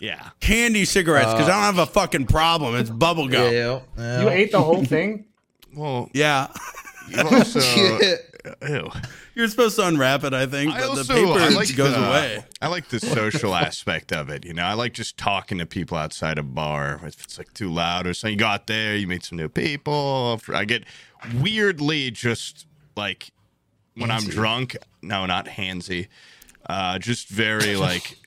Speaker 3: yeah.
Speaker 1: Candy cigarettes because I don't have a fucking problem. It's bubble gum. (laughs) Yeah.
Speaker 4: Yeah, yeah. (laughs)
Speaker 2: You ate the whole
Speaker 3: (laughs)
Speaker 2: thing. (laughs)
Speaker 3: Well, you also. Ew.
Speaker 1: You're supposed to unwrap it, I think, but the paper goes
Speaker 3: the-
Speaker 1: away.
Speaker 3: I like the social aspect of it. You know, I like just talking to people outside a bar. If it's like too loud or something, you got there, you meet some new people. I get weirdly just like when I'm drunk. No, not handsy. Uh, just
Speaker 1: (laughs)
Speaker 3: very like.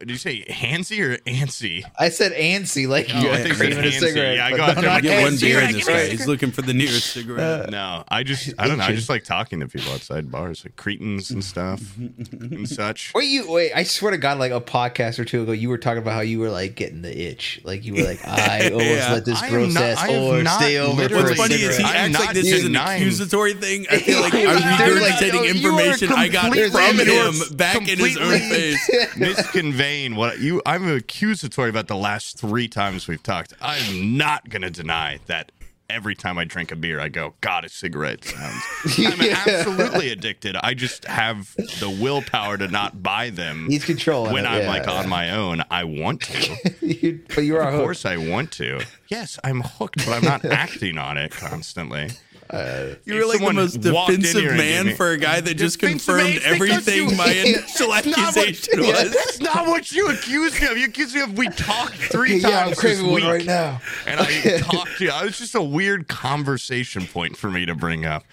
Speaker 3: Did you say handsy or antsy?
Speaker 4: I said antsy, like you
Speaker 3: I
Speaker 4: got
Speaker 3: think it's
Speaker 4: cream in a
Speaker 3: antsy.
Speaker 4: cigarette.
Speaker 3: Yeah, I
Speaker 4: but
Speaker 3: got
Speaker 4: no,
Speaker 3: there.
Speaker 4: not
Speaker 1: I get one
Speaker 4: antsy.
Speaker 1: beer
Speaker 4: Right,
Speaker 1: in this
Speaker 4: give me a
Speaker 1: guy. He's looking for the nearest cigarette.
Speaker 3: No, I just I don't know. I
Speaker 4: itching.
Speaker 3: just like talking to people outside bars, like Cretans and stuff and such.
Speaker 4: Wait, you wait. I swear to God, like a podcast or two ago, you were talking about how you were like getting the itch. Like you
Speaker 1: (laughs)
Speaker 4: were like, I almost
Speaker 1: Yeah.
Speaker 4: let this
Speaker 3: I am
Speaker 4: gross
Speaker 3: not-
Speaker 4: ass
Speaker 3: I have
Speaker 4: whore
Speaker 3: not
Speaker 4: stay over for
Speaker 3: literally
Speaker 4: a
Speaker 1: What's funny is he
Speaker 4: cigarette.
Speaker 3: I'm
Speaker 1: acts like
Speaker 3: not
Speaker 1: this is an
Speaker 3: denying-
Speaker 1: accusatory thing.
Speaker 3: (laughs)
Speaker 1: I feel like I'm
Speaker 4: They're like,
Speaker 1: regurgitating
Speaker 4: "Oh, you are
Speaker 1: information I got
Speaker 4: complete
Speaker 1: from
Speaker 3: idiots."
Speaker 1: him back in his own
Speaker 3: Completely. (laughs)
Speaker 1: face.
Speaker 3: misconveying what you I'm accusatory about the last three times we've talked. I'm not gonna deny that every time I drink a beer I go, God a cigarette sounds I'm
Speaker 4: (laughs) Yeah.
Speaker 3: absolutely addicted. I just have the willpower to not buy them
Speaker 4: He's controlling
Speaker 3: when
Speaker 4: it,
Speaker 3: I'm
Speaker 4: yeah,
Speaker 3: like on my own. I want to.
Speaker 4: (laughs) You- but you are (laughs)
Speaker 3: Of
Speaker 4: hooked.
Speaker 3: course I want to. Yes, I'm hooked, but I'm
Speaker 4: (laughs)
Speaker 3: not acting on it constantly.
Speaker 1: You were like the
Speaker 3: Someone
Speaker 1: most
Speaker 3: walked in
Speaker 1: defensive
Speaker 3: here and gave me-
Speaker 1: man for a guy that just
Speaker 3: Defensive
Speaker 1: confirmed
Speaker 3: man, because you-
Speaker 1: everything my initial
Speaker 3: That's not what-
Speaker 1: accusation
Speaker 3: (laughs) Yeah,
Speaker 1: was.
Speaker 3: That's not what you accused me of. You accused me of we talked three times.
Speaker 4: Yeah, I'm
Speaker 3: this
Speaker 4: craving one
Speaker 3: week,
Speaker 4: right now.
Speaker 3: And
Speaker 4: (laughs)
Speaker 3: I talked to you. It was just a weird conversation point for me to bring up.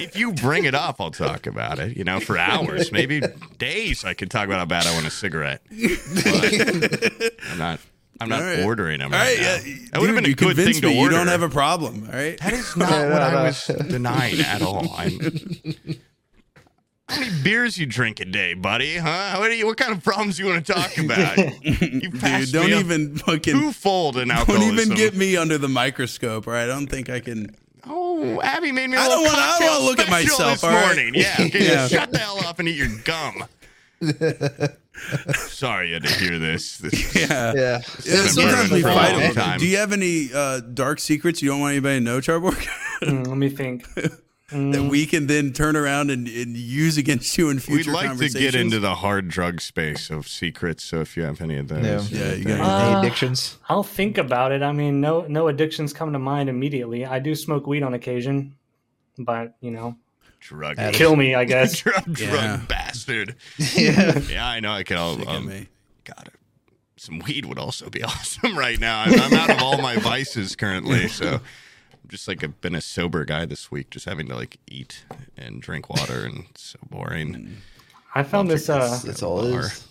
Speaker 3: If you bring it up, I'll talk about it, you know, for hours, maybe days. I could talk about how bad I want a cigarette.
Speaker 1: (laughs)
Speaker 3: But I'm not, I'm not
Speaker 1: All right.
Speaker 3: ordering them
Speaker 1: All
Speaker 3: right,
Speaker 1: right, yeah.
Speaker 3: now. That would
Speaker 1: Dude,
Speaker 3: have been a
Speaker 1: you
Speaker 3: good
Speaker 1: convinced
Speaker 3: thing to
Speaker 1: me
Speaker 3: order.
Speaker 1: You don't have a problem, all right? (laughs)
Speaker 3: That is not
Speaker 4: No, no,
Speaker 3: what I
Speaker 4: no.
Speaker 3: was denying at all. I'm... How many beers you drink a day, buddy? Huh? What, are you, what kind of problems you want to talk
Speaker 1: (laughs)
Speaker 3: about? You
Speaker 1: Dude,
Speaker 3: passed
Speaker 1: don't
Speaker 3: me up
Speaker 1: even fucking
Speaker 3: twofold in
Speaker 1: don't
Speaker 3: alcoholism.
Speaker 1: even get me under the microscope, all right? I don't think I
Speaker 3: (laughs)
Speaker 1: can.
Speaker 3: Oh, Abby made me. I
Speaker 1: I
Speaker 3: little
Speaker 1: don't wanna- I don't
Speaker 3: cocktail
Speaker 1: wanna look at
Speaker 3: special
Speaker 1: myself,
Speaker 3: this
Speaker 1: all right? (laughs)
Speaker 3: morning. Yeah, okay,
Speaker 1: Yeah.
Speaker 3: shut the hell up and eat your
Speaker 1: (laughs)
Speaker 3: gum. Sorry you had to hear this. This-
Speaker 1: Yeah.
Speaker 4: Yeah.
Speaker 1: Yeah,
Speaker 3: It's been
Speaker 1: sometimes
Speaker 3: burning
Speaker 1: we
Speaker 3: for a
Speaker 1: fight
Speaker 3: long
Speaker 1: over.
Speaker 3: time.
Speaker 1: Do you have any uh, dark secrets you don't want anybody to know, (laughs) Charborg?
Speaker 2: Mm, let me think.
Speaker 1: that we can then turn around and, and use against you in
Speaker 3: We'd
Speaker 1: future
Speaker 3: like to
Speaker 1: conversations.
Speaker 3: get into the hard drug space of secrets. So if you have any of those,
Speaker 1: Yeah. Yeah, you got
Speaker 4: Any
Speaker 2: Uh,
Speaker 4: addictions?
Speaker 2: I'll think about it. I mean, no no addictions come to mind immediately. I do smoke weed on occasion, but you know,
Speaker 3: drug
Speaker 2: kill me, I
Speaker 3: (laughs)
Speaker 2: guess.
Speaker 3: drug,
Speaker 1: Yeah.
Speaker 3: drug bastard.
Speaker 4: Yeah.
Speaker 3: Yeah, I know. I could all.
Speaker 1: Look at
Speaker 3: Um,
Speaker 1: me.
Speaker 3: God, some weed would also be (laughs) awesome right now. I'm, I'm out of all my vices currently, so I'm just like I've been a sober guy this week, just having to like eat and drink water, and it's so boring.
Speaker 2: I found this uh,
Speaker 3: Oh,
Speaker 4: That's all it is.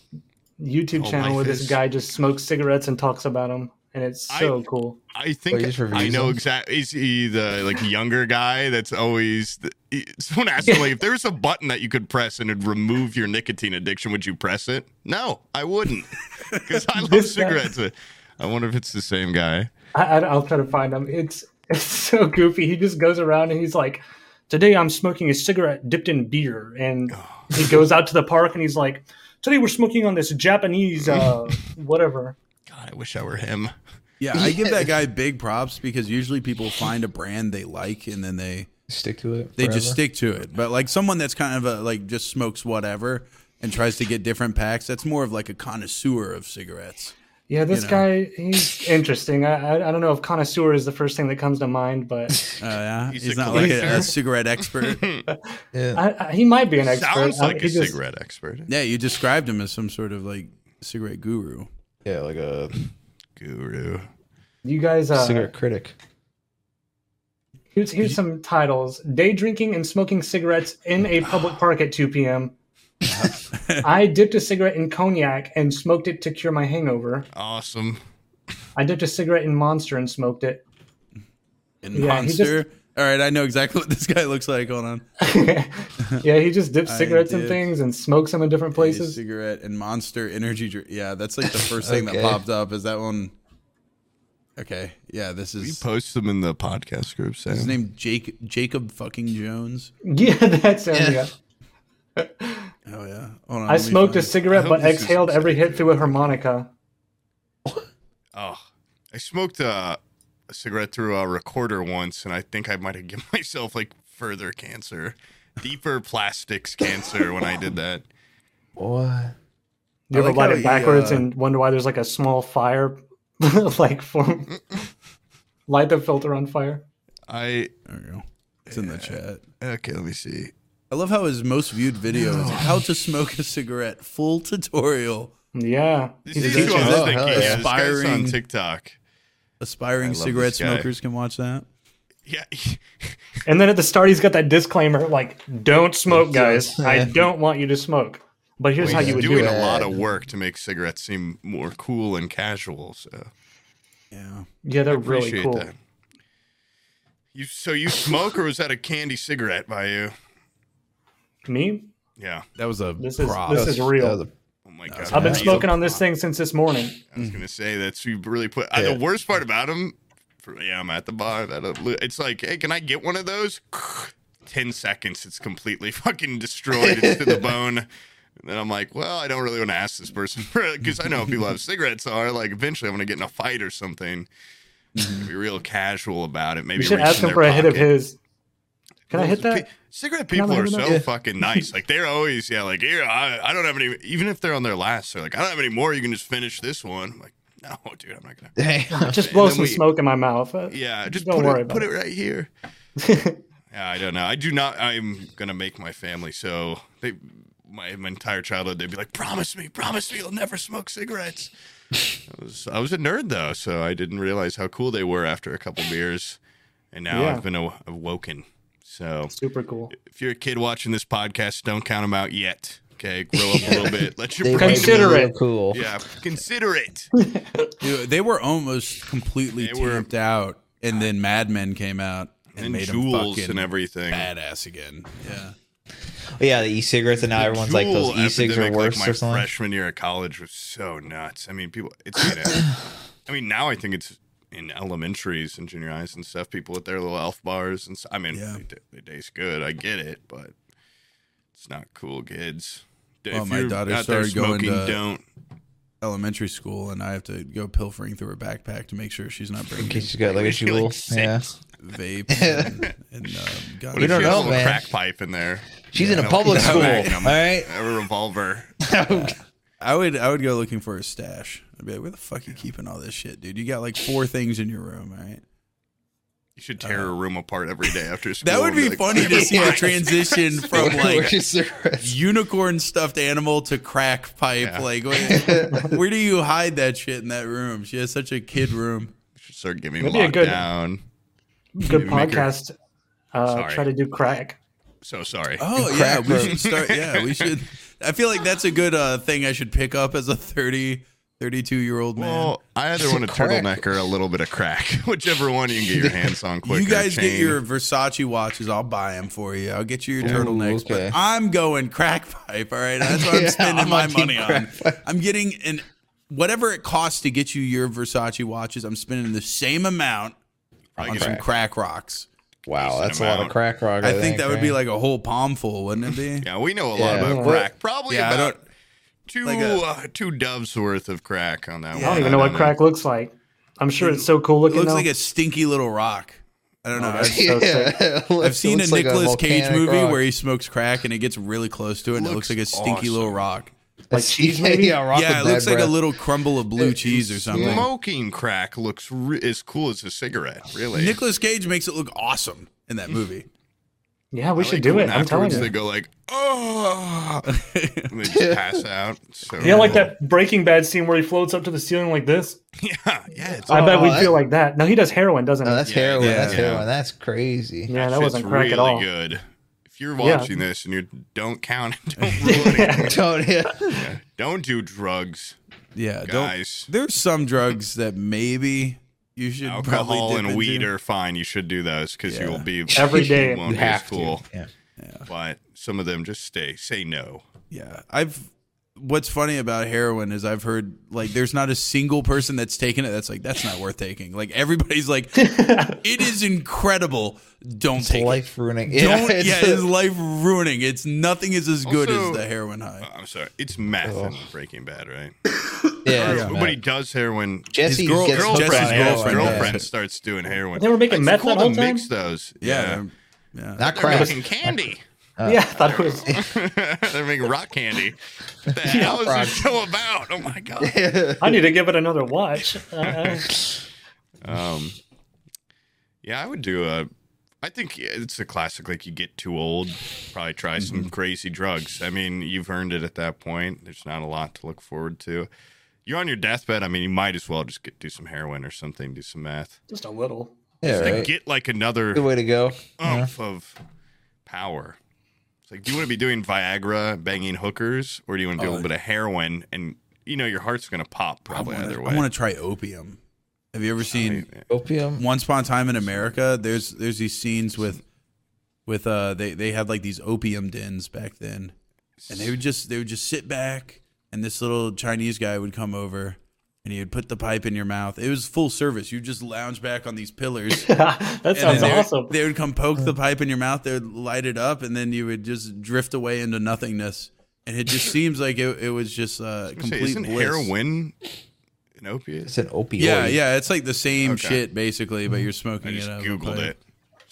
Speaker 2: YouTube
Speaker 3: all
Speaker 2: channel where
Speaker 3: life
Speaker 2: this
Speaker 3: is.
Speaker 2: guy just smokes cigarettes and talks about them, and it's so cool.
Speaker 3: I
Speaker 4: Wait,
Speaker 3: think
Speaker 4: just reviews
Speaker 3: I know
Speaker 4: them?
Speaker 3: exactly. Is he the like younger guy that's always? The, he- someone asked me like, if there was a button that you could press and it'd remove your nicotine addiction, would you press it? No, I wouldn't, (laughs) because I love
Speaker 2: This guy-
Speaker 3: cigarettes. I wonder if it's the same guy.
Speaker 2: I, I, will try to find him. It's (laughs) it's so goofy. He just goes around and he's like, "Today I'm smoking a cigarette dipped in beer," and
Speaker 3: Oh.
Speaker 2: he goes out to the park and he's like, "Today we're smoking on this Japanese
Speaker 3: (laughs)
Speaker 2: uh, whatever."
Speaker 3: God, I wish I were him.
Speaker 1: Yeah, I give that guy big props because usually people find a brand they like and then they
Speaker 4: Stick to it.
Speaker 1: they just
Speaker 4: forever.
Speaker 1: stick to it. But like someone that's kind of a like just smokes whatever and tries to get different packs, that's more of like a connoisseur of cigarettes.
Speaker 2: Yeah, this
Speaker 1: know.
Speaker 2: guy he's interesting. I, I I don't know if connoisseur is the first thing that comes to mind,
Speaker 3: (laughs)
Speaker 2: but
Speaker 1: Oh yeah, he's,
Speaker 3: He's a
Speaker 1: not like a,
Speaker 3: collector.
Speaker 1: a cigarette
Speaker 3: (laughs)
Speaker 1: expert.
Speaker 2: I, I, he might be an expert.
Speaker 3: Sounds
Speaker 2: I-
Speaker 3: like
Speaker 2: he
Speaker 3: a
Speaker 2: just-
Speaker 3: cigarette expert.
Speaker 1: yeah, you described him as some sort of like cigarette guru.
Speaker 4: Yeah, like a
Speaker 3: Guru.
Speaker 2: You guys, uh,
Speaker 4: cigarette critic.
Speaker 2: Here's here's some titles: Day drinking and smoking cigarettes in a public park at
Speaker 1: (laughs)
Speaker 2: 2 p.m. I dipped a cigarette in cognac and smoked it to cure my hangover.
Speaker 3: Awesome.
Speaker 2: I dipped a cigarette in Monster and
Speaker 1: (laughs)
Speaker 2: smoked it.
Speaker 1: And
Speaker 2: Yeah, he just-
Speaker 1: monster. All right, I know exactly (laughs) what this guy looks like. Hold on.
Speaker 2: yeah, he just dips
Speaker 1: I
Speaker 2: cigarettes in
Speaker 1: did.
Speaker 2: things and smokes them in different
Speaker 1: A
Speaker 2: places.
Speaker 1: cigarette and monster energy drink. Yeah, that's like the first thing
Speaker 4: Okay.
Speaker 1: that popped up. Is that one? Okay. Yeah, this
Speaker 3: We
Speaker 1: is
Speaker 3: post them in the podcast group, Sam.
Speaker 1: his name. Jake Jacob fucking Jones.
Speaker 2: (laughs) Yeah, that sounds
Speaker 4: Yeah.
Speaker 1: (laughs)
Speaker 2: yeah.
Speaker 1: Oh yeah. Hold on.
Speaker 2: I
Speaker 1: let me
Speaker 2: smoked a
Speaker 1: find-
Speaker 3: I
Speaker 2: cigarette
Speaker 3: hope
Speaker 2: but
Speaker 3: this is
Speaker 2: exhaled every hit through a harmonica.
Speaker 3: Oh, I smoked uh, a cigarette through a recorder once, and I think I might have given (laughs) myself like further cancer, deeper plastics cancer when I did that.
Speaker 4: What?
Speaker 1: I
Speaker 2: You ever
Speaker 1: like
Speaker 2: light
Speaker 1: how
Speaker 2: it
Speaker 1: he,
Speaker 2: backwards
Speaker 1: uh,
Speaker 2: and wonder why there's like a small fire, (laughs)
Speaker 1: (laughs)
Speaker 2: like form? light the filter on fire.
Speaker 3: I
Speaker 1: There we go. It's in the chat.
Speaker 3: okay, let me see.
Speaker 1: I love how his most viewed video is how to smoke a cigarette full tutorial.
Speaker 2: Yeah,
Speaker 3: This
Speaker 2: he's a
Speaker 3: is who
Speaker 2: teacher.
Speaker 3: I was
Speaker 1: Oh,
Speaker 3: thinking.
Speaker 4: hell yeah.
Speaker 3: This guy's on
Speaker 1: Aspiring-
Speaker 3: TikTok. I
Speaker 1: Aspiring
Speaker 3: love this
Speaker 1: cigarette
Speaker 3: guy.
Speaker 1: smokers can watch that.
Speaker 3: Yeah, (laughs)
Speaker 2: And then at the start, he's got that disclaimer like, "Don't smoke, guys. I don't want you to smoke." But here's
Speaker 3: he's
Speaker 2: how you would
Speaker 3: doing
Speaker 2: do it.
Speaker 3: a lot of work to make cigarettes seem more cool and casual. So
Speaker 1: Yeah.
Speaker 2: Yeah, they're really
Speaker 3: appreciate
Speaker 2: cool.
Speaker 3: that. You so you smoke or was that a candy cigarette by you?
Speaker 2: Me,
Speaker 3: Yeah.
Speaker 1: That was a
Speaker 2: this is
Speaker 1: prop.
Speaker 2: this is real.
Speaker 3: Oh my god.
Speaker 2: I've been
Speaker 3: Yeah.
Speaker 2: smoking on this thing since this morning.
Speaker 3: I was gonna say that's you really put uh, the worst part about them. For, yeah, I'm at the bar. That uh, it's like, hey, can I get one of those? (laughs) Ten seconds, it's completely fucking destroyed. It's
Speaker 2: (laughs)
Speaker 3: to the bone. And then I'm like, well, I don't really want to ask this person (laughs) because I know
Speaker 2: (laughs)
Speaker 3: how people have cigarettes are. Like, eventually, I'm gonna get in a fight or something. Be real casual about it. Maybe
Speaker 2: You should
Speaker 3: reach
Speaker 2: ask him
Speaker 3: in their
Speaker 2: for a hit of
Speaker 3: pocket.
Speaker 2: his. Can I hit
Speaker 3: Pe-
Speaker 2: that?
Speaker 3: Cigarette
Speaker 2: I
Speaker 3: people
Speaker 2: have
Speaker 3: are so
Speaker 2: another?
Speaker 3: fucking nice. Like they're always, yeah, like here, I, I don't have any. Even if they're on their last, they're like, I don't have any more. You can just finish this one. I'm like, no, (laughs) dude, I'm
Speaker 2: (laughs)
Speaker 3: not gonna.
Speaker 4: Damn.
Speaker 2: Just blow
Speaker 3: then
Speaker 2: some
Speaker 3: we-
Speaker 2: smoke in my mouth. Uh,
Speaker 3: Yeah, just
Speaker 2: Don't
Speaker 3: put,
Speaker 2: worry
Speaker 3: it,
Speaker 2: about
Speaker 3: put
Speaker 2: it.
Speaker 3: it
Speaker 2: (laughs)
Speaker 3: right here. yeah, I don't know. I do not. I'm gonna make my family so they my, my entire childhood they'd be like, promise me, promise me, you'll never smoke cigarettes. I was I was a nerd though, so I didn't realize how cool they were after a couple beers, and now
Speaker 2: Yeah.
Speaker 3: I've been aw- awoken. So
Speaker 2: Super cool.
Speaker 3: if you're a kid watching this podcast, don't count them out yet.
Speaker 1: (laughs)
Speaker 3: Okay, grow up a little bit. Let your
Speaker 4: They
Speaker 3: brain.
Speaker 4: might be real
Speaker 2: Considerate.
Speaker 4: Cool.
Speaker 3: Yeah, consider it.
Speaker 1: Dude, they were almost completely
Speaker 3: They were-
Speaker 1: tamped out, and then Mad Men came out and,
Speaker 3: And
Speaker 1: made them
Speaker 3: jewels
Speaker 1: fucking
Speaker 3: and everything.
Speaker 1: badass again. Yeah,
Speaker 4: Yeah, the e-cigarettes, and now everyone's like those
Speaker 3: Juul
Speaker 4: e-cigs are
Speaker 3: epidemic, like,
Speaker 4: worse
Speaker 3: my
Speaker 4: or something.
Speaker 3: freshman year of college was so nuts. I mean, people. It's. You know, I mean, now I think it's in elementaries and junior highs and stuff. People with their little elf bars and. s- I mean,
Speaker 1: Yeah.
Speaker 3: they, ta- they taste good. I get it, but it's not cool, kids. D-
Speaker 1: Well,
Speaker 3: if
Speaker 1: my
Speaker 3: you're
Speaker 1: daughter
Speaker 3: out there
Speaker 1: started going
Speaker 3: smoking,
Speaker 1: to-
Speaker 3: don't.
Speaker 1: elementary school, and I have to go pilfering through her backpack to make sure she's not
Speaker 4: In
Speaker 1: bringing
Speaker 4: case you got
Speaker 3: (laughs)
Speaker 4: like a
Speaker 3: Like
Speaker 4: jewel.
Speaker 3: six.
Speaker 4: Yeah.
Speaker 1: (laughs) vapes and, and uh, guns.
Speaker 3: What if she
Speaker 4: don't
Speaker 3: has a
Speaker 4: know,
Speaker 3: little
Speaker 4: man.
Speaker 3: Crack pipe in there.
Speaker 4: She's in a
Speaker 3: No,
Speaker 4: public
Speaker 3: no,
Speaker 4: school. All
Speaker 3: Magnum.
Speaker 4: right.
Speaker 3: A revolver.
Speaker 4: (laughs)
Speaker 1: I would I would go looking for a stash. I'd be like, where the fuck you keeping all this shit, dude? You got like four things in your room, all right?
Speaker 3: You should tear a room apart every day after school.
Speaker 1: That would
Speaker 3: and
Speaker 1: be
Speaker 3: like, (laughs)
Speaker 1: funny to see the transition from like
Speaker 4: Where's your cigarettes?
Speaker 1: unicorn stuffed animal to crack pipe.
Speaker 3: Yeah.
Speaker 1: Like,
Speaker 4: (laughs)
Speaker 1: where, where do you hide that shit in that room? She has such a kid room.
Speaker 3: should start giving
Speaker 2: That'd be a good-
Speaker 3: lockdown.
Speaker 2: Good
Speaker 3: Maybe make her-
Speaker 2: podcast. Uh,
Speaker 3: Sorry.
Speaker 2: try to do crack.
Speaker 3: So sorry.
Speaker 1: Oh
Speaker 4: And
Speaker 1: yeah,
Speaker 4: crack
Speaker 1: we
Speaker 4: room.
Speaker 1: should start. Yeah, we should. I feel like that's a good uh, thing I should pick up as a 30, 32 year old man.
Speaker 3: Well, I either
Speaker 4: It's
Speaker 3: want a
Speaker 4: a crack.
Speaker 3: turtleneck or a little bit of crack, (laughs) whichever one you can get your hands on quicker.
Speaker 1: (laughs) you guys get
Speaker 3: chain.
Speaker 1: your Versace watches. I'll buy them for you. I'll get you your turtlenecks.
Speaker 4: okay.
Speaker 1: But I'm going crack pipe. All right, that's what I'm
Speaker 4: (laughs) Yeah,
Speaker 1: spending
Speaker 4: I'm
Speaker 1: my
Speaker 4: on team
Speaker 1: money on.
Speaker 4: crack
Speaker 1: I'm getting an whatever it costs to get you your Versaci watches. I'm spending the same amount
Speaker 3: I
Speaker 1: on
Speaker 3: get
Speaker 1: some crack rocks.
Speaker 4: Wow,
Speaker 3: Decent
Speaker 4: that's a lot
Speaker 3: amount.
Speaker 4: of crack rock.
Speaker 1: I, think, that would be
Speaker 4: right?
Speaker 1: like a whole palmful, wouldn't it be?
Speaker 3: (laughs) Yeah, we know a lot
Speaker 4: Yeah.
Speaker 3: about
Speaker 4: What-
Speaker 3: crack. Probably
Speaker 1: Yeah, I
Speaker 3: about
Speaker 1: don't-
Speaker 3: two
Speaker 1: like a-
Speaker 3: uh, two doves worth of crack on
Speaker 1: I
Speaker 3: that one.
Speaker 1: don't
Speaker 2: I don't even know what crack looks like. I'm sure it's so cool
Speaker 1: It
Speaker 2: looking.
Speaker 1: looks
Speaker 2: though.
Speaker 1: like a stinky little rock. I don't know. I've,
Speaker 2: so sick.
Speaker 4: (laughs) Yeah, Oh, (laughs) it
Speaker 1: I've
Speaker 4: looks-
Speaker 1: seen a
Speaker 4: it looks like
Speaker 1: Nicolas Cage
Speaker 4: volcanic
Speaker 1: movie
Speaker 4: rock.
Speaker 1: where he smokes crack and it gets really close to it and it looks like
Speaker 3: Looks
Speaker 1: a stinky little
Speaker 3: awesome.
Speaker 1: rock.
Speaker 2: like cheese maybe?
Speaker 4: (laughs) yeah, rock
Speaker 1: yeah, it
Speaker 4: with
Speaker 1: looks
Speaker 4: bad
Speaker 1: like a
Speaker 4: breath.
Speaker 1: little crumble of blue cheese or something.
Speaker 3: Smoking crack looks re- as cool as a cigarette. Really,
Speaker 1: Nicolas Cage makes it look awesome in that
Speaker 3: (laughs)
Speaker 1: movie.
Speaker 2: yeah, we
Speaker 3: I
Speaker 2: should
Speaker 3: like
Speaker 2: do
Speaker 3: when
Speaker 2: it. I'm telling
Speaker 3: afterwards They
Speaker 2: you.
Speaker 3: go like, oh, and they just pass out. So
Speaker 2: Yeah, like that Breaking Bad scene where he floats up to the ceiling like this.
Speaker 3: (laughs) Yeah, yeah. It's
Speaker 2: I bet
Speaker 4: Oh,
Speaker 2: we'd
Speaker 4: that-
Speaker 2: feel like that. No, he does heroin, doesn't
Speaker 4: No,
Speaker 2: he?
Speaker 4: Oh, that's
Speaker 3: Yeah,
Speaker 4: heroin.
Speaker 1: yeah,
Speaker 4: that's
Speaker 3: yeah.
Speaker 4: heroin. That's crazy.
Speaker 2: yeah, that
Speaker 3: shit's
Speaker 2: wasn't crack
Speaker 3: really
Speaker 2: at all.
Speaker 3: Good. If you're
Speaker 2: Yeah. (laughs)
Speaker 3: watching (laughs)
Speaker 4: (laughs)
Speaker 3: this and you don't count, don't rule it.
Speaker 4: Don't- yeah.
Speaker 3: Don't do drugs.
Speaker 1: (laughs) Yeah,
Speaker 3: Guys.
Speaker 1: don't. There's some drugs that maybe you should (laughs)
Speaker 3: Alcohol
Speaker 1: probably dip
Speaker 3: and weed
Speaker 1: into.
Speaker 3: are fine. You should do those because
Speaker 1: Yeah.
Speaker 3: you'll be
Speaker 2: (laughs) Every day.
Speaker 3: (laughs) You won't
Speaker 4: You
Speaker 3: be as
Speaker 4: have
Speaker 3: cool.
Speaker 4: to. Yeah.
Speaker 3: But some of them just stay. Say no.
Speaker 1: Yeah, I've. What's funny about heroin is I've heard like there's not a single person that's taken it that's like that's not worth taking. Like everybody's like, it is incredible. Don't take it.
Speaker 4: Life ruining.
Speaker 1: Don't. Yeah,
Speaker 4: it's-
Speaker 1: it's life ruining. It's nothing is as good
Speaker 3: Also- uh,
Speaker 1: as the heroin high.
Speaker 3: I'm sorry. It's meth in
Speaker 4: Ugh.
Speaker 3: Breaking Bad, right?
Speaker 4: yeah, it's
Speaker 3: But he does heroin.
Speaker 4: Jesse
Speaker 1: His girl-
Speaker 4: gets hooked
Speaker 1: Jesse's
Speaker 4: on heroin.
Speaker 1: girlfriend,
Speaker 4: yeah.
Speaker 1: yeah.
Speaker 3: starts doing heroin.
Speaker 2: They were making
Speaker 3: It's
Speaker 2: meth that
Speaker 3: cool
Speaker 2: whole
Speaker 3: to
Speaker 2: time?
Speaker 3: mix those.
Speaker 1: Yeah,
Speaker 3: Yeah.
Speaker 1: yeah.
Speaker 4: Not
Speaker 3: They're
Speaker 4: crack.
Speaker 3: making candy.
Speaker 2: yeah, I thought it was.
Speaker 3: They're making rock candy. What the hell is this show about? Oh my god.
Speaker 2: I need to give it another watch. Uh,
Speaker 3: Um, yeah, I would do a. I think it's a classic. Like you get too old, probably try some crazy drugs. I mean, you've earned it at that point. There's not a lot to look forward to. You're on your deathbed. I mean, you might as well just get do some heroin or something. Do some meth.
Speaker 2: just a little. (laughs)
Speaker 4: Yeah,
Speaker 3: Like
Speaker 4: right.
Speaker 3: get like another
Speaker 4: Good way to go.
Speaker 1: Uh-huh.
Speaker 3: oomph of power. It's like, do you want to be doing Viagra, banging hookers, or do you want to do a
Speaker 1: Oh.
Speaker 3: little bit of heroin? And you know your heart's gonna pop probably
Speaker 1: I wanna,
Speaker 3: either
Speaker 1: I
Speaker 3: way.
Speaker 1: wanna try opium. Have you ever seen
Speaker 4: Opium.
Speaker 1: Once Upon a Time in America? There's there's these scenes with with uh they they had like these opium dens back then, and they would just they would just sit back, and this little Chinese guy would come over, and he would put the pipe in your mouth. It was full service. You just lounge back on these pillars.
Speaker 2: (laughs) that
Speaker 1: And then
Speaker 2: sounds
Speaker 1: they,
Speaker 2: awesome.
Speaker 1: Would, they would come poke the pipe in your mouth. They would light it up, and then you would just drift away into nothingness. And it just seems like it, it was just uh,
Speaker 3: I was gonna
Speaker 1: complete
Speaker 3: say, isn't
Speaker 1: bliss.
Speaker 3: heroin an opiate?
Speaker 4: It's an opioid.
Speaker 1: Yeah, yeah, it's like the same
Speaker 3: Okay. Mm-hmm.
Speaker 1: shit basically, but you're smoking
Speaker 3: I just
Speaker 1: it. up.
Speaker 3: googled it.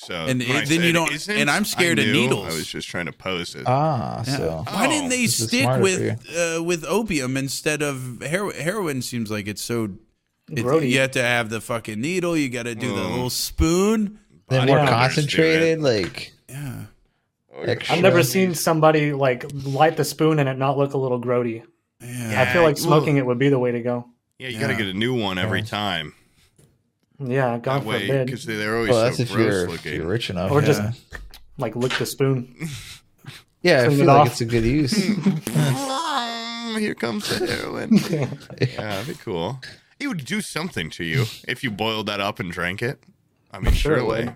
Speaker 3: So
Speaker 1: And
Speaker 3: when I
Speaker 1: it- then you
Speaker 3: said
Speaker 1: don't-
Speaker 3: isn't,
Speaker 1: and I'm
Speaker 3: I
Speaker 1: scared of
Speaker 3: knew
Speaker 1: needles.
Speaker 3: I was just trying to pose it.
Speaker 4: Ah,
Speaker 1: Yeah.
Speaker 4: so
Speaker 1: Why
Speaker 3: Oh,
Speaker 1: didn't they
Speaker 4: is
Speaker 1: stick
Speaker 4: smarter
Speaker 1: with uh, with opium instead of hero- heroin? Seems like it's so. It,
Speaker 2: Grody.
Speaker 1: you have to have the fucking needle. You got to do the
Speaker 3: Mm.
Speaker 1: little spoon.
Speaker 4: they're
Speaker 3: Body
Speaker 4: more
Speaker 3: builders do it.
Speaker 4: concentrated. Like
Speaker 1: Yeah,
Speaker 3: Oh,
Speaker 4: extra.
Speaker 2: I've never seen somebody like light the spoon and it not look a little grody.
Speaker 1: yeah.
Speaker 2: I feel like
Speaker 3: Ugh.
Speaker 2: smoking it would be the way to go.
Speaker 3: Yeah, you gotta
Speaker 1: Yeah.
Speaker 3: get a new one every time.
Speaker 2: Yeah, God
Speaker 3: That way,
Speaker 2: forbid.
Speaker 3: because they're always
Speaker 4: Well, that's
Speaker 3: so
Speaker 4: if
Speaker 3: gross
Speaker 4: you're, if
Speaker 3: looking.
Speaker 4: you're rich enough.
Speaker 2: Or
Speaker 4: yeah.
Speaker 2: just- Like lick the spoon.
Speaker 4: yeah, I
Speaker 2: clean
Speaker 4: feel
Speaker 2: it
Speaker 4: like
Speaker 2: off.
Speaker 4: it's a good use. (laughs)
Speaker 3: (laughs) Here comes the heroin. yeah, that'd be cool. It would do something to you if you boiled that up and drank it. I mean,
Speaker 2: sure it
Speaker 3: surely.
Speaker 2: would.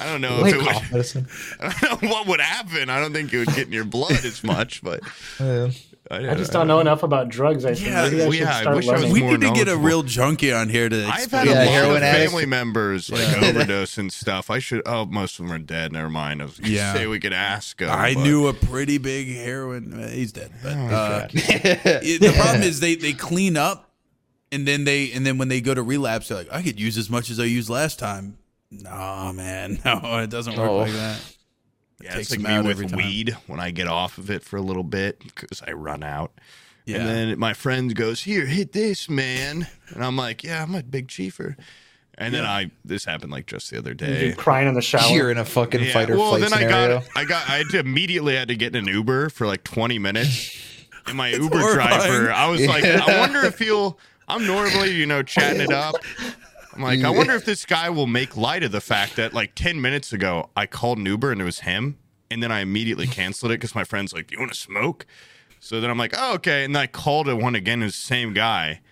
Speaker 3: I don't know
Speaker 4: Like
Speaker 3: if it
Speaker 4: cough
Speaker 3: would,
Speaker 4: medicine.
Speaker 3: (laughs) I don't know what would happen. I don't think it would get in your blood as much, but
Speaker 4: Yeah.
Speaker 2: I just don't know enough about drugs. I think
Speaker 1: Yeah,
Speaker 2: maybe I
Speaker 3: well,
Speaker 2: should
Speaker 3: yeah, I
Speaker 2: start
Speaker 3: wish I was
Speaker 2: learning.
Speaker 1: we
Speaker 3: more
Speaker 1: need to get a
Speaker 3: knowledgeable.
Speaker 1: real junkie on here to.
Speaker 3: I've
Speaker 1: explain
Speaker 3: had a
Speaker 4: Yeah,
Speaker 3: lot of
Speaker 4: heroin addict.
Speaker 3: family members like overdose and stuff. I should. Oh, most of them are dead. Never mind. I was gonna
Speaker 1: Yeah.
Speaker 3: say we could ask. 'em,
Speaker 1: I
Speaker 3: but-
Speaker 1: knew a pretty big heroin. uh, He's dead, but
Speaker 3: Oh,
Speaker 1: uh, it-
Speaker 3: (laughs)
Speaker 1: the problem is they they clean up, and then they and then when they go to relapse, they're like, I could use as much as I used last time. No, man, (laughs) no, it doesn't work
Speaker 4: Oh.
Speaker 1: like that.
Speaker 3: Yeah,
Speaker 1: takes
Speaker 3: it's like
Speaker 1: them
Speaker 3: me
Speaker 1: out every
Speaker 3: with
Speaker 1: time.
Speaker 3: weed when I get off of it for a little bit because I run out.
Speaker 1: Yeah.
Speaker 3: And then my friend goes, "Here, hit this, man," and I'm like, "Yeah, I'm a big chiefer." And then I this happened like just the other day.
Speaker 2: You're crying in the shower.
Speaker 4: You're in a fucking
Speaker 3: Yeah,
Speaker 4: fight or
Speaker 3: well,
Speaker 4: flight
Speaker 3: then
Speaker 4: scenario.
Speaker 3: I got I got I had to immediately had to get in an Uber for like 20 minutes. And my Uber
Speaker 1: horrifying.
Speaker 3: driver, I was like, I wonder if he'll. I'm normally you know chatting it up. I'm like, I wonder if this guy will make light of the fact that like 10 minutes ago I called an Uber and it was him, and then I immediately canceled it because my friend's like, "Do you want to smoke?" So then I'm like, "Oh, okay," and then I called it one again, it was the same guy.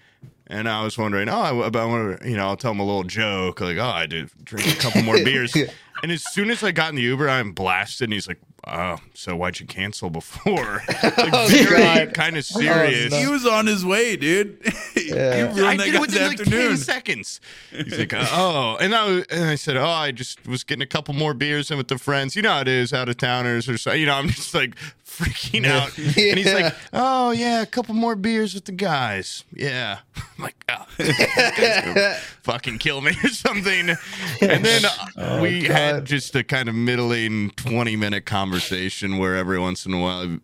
Speaker 3: And I was wondering, oh, I, I want to, you know, I'll tell him a little joke, like, oh, I did drink a couple more beers. And as soon as I got in the Uber, I'm blasted, and he's like, oh, so why'd you cancel before? like, very
Speaker 4: God.
Speaker 3: kind of serious.
Speaker 4: no.
Speaker 1: He was on his way, dude. (laughs)
Speaker 4: Yeah.
Speaker 1: You
Speaker 3: I
Speaker 1: ruined that
Speaker 3: did it
Speaker 1: guy's
Speaker 3: within like 10
Speaker 1: afternoon.
Speaker 3: seconds. He's like, oh. And I, was- and I said, oh, I just was getting a couple more beers in with the friends. You know how it is, out of towners or so. You know, I'm just like freaking out. And he's
Speaker 4: (laughs)
Speaker 3: like, oh, yeah, a couple more beers with the guys. Yeah. (laughs) I'm like, oh, this guy's gonna fucking kill me or something. And then uh, we
Speaker 4: God.
Speaker 3: had just a kind of middling 20 minute conversation where every once in a while,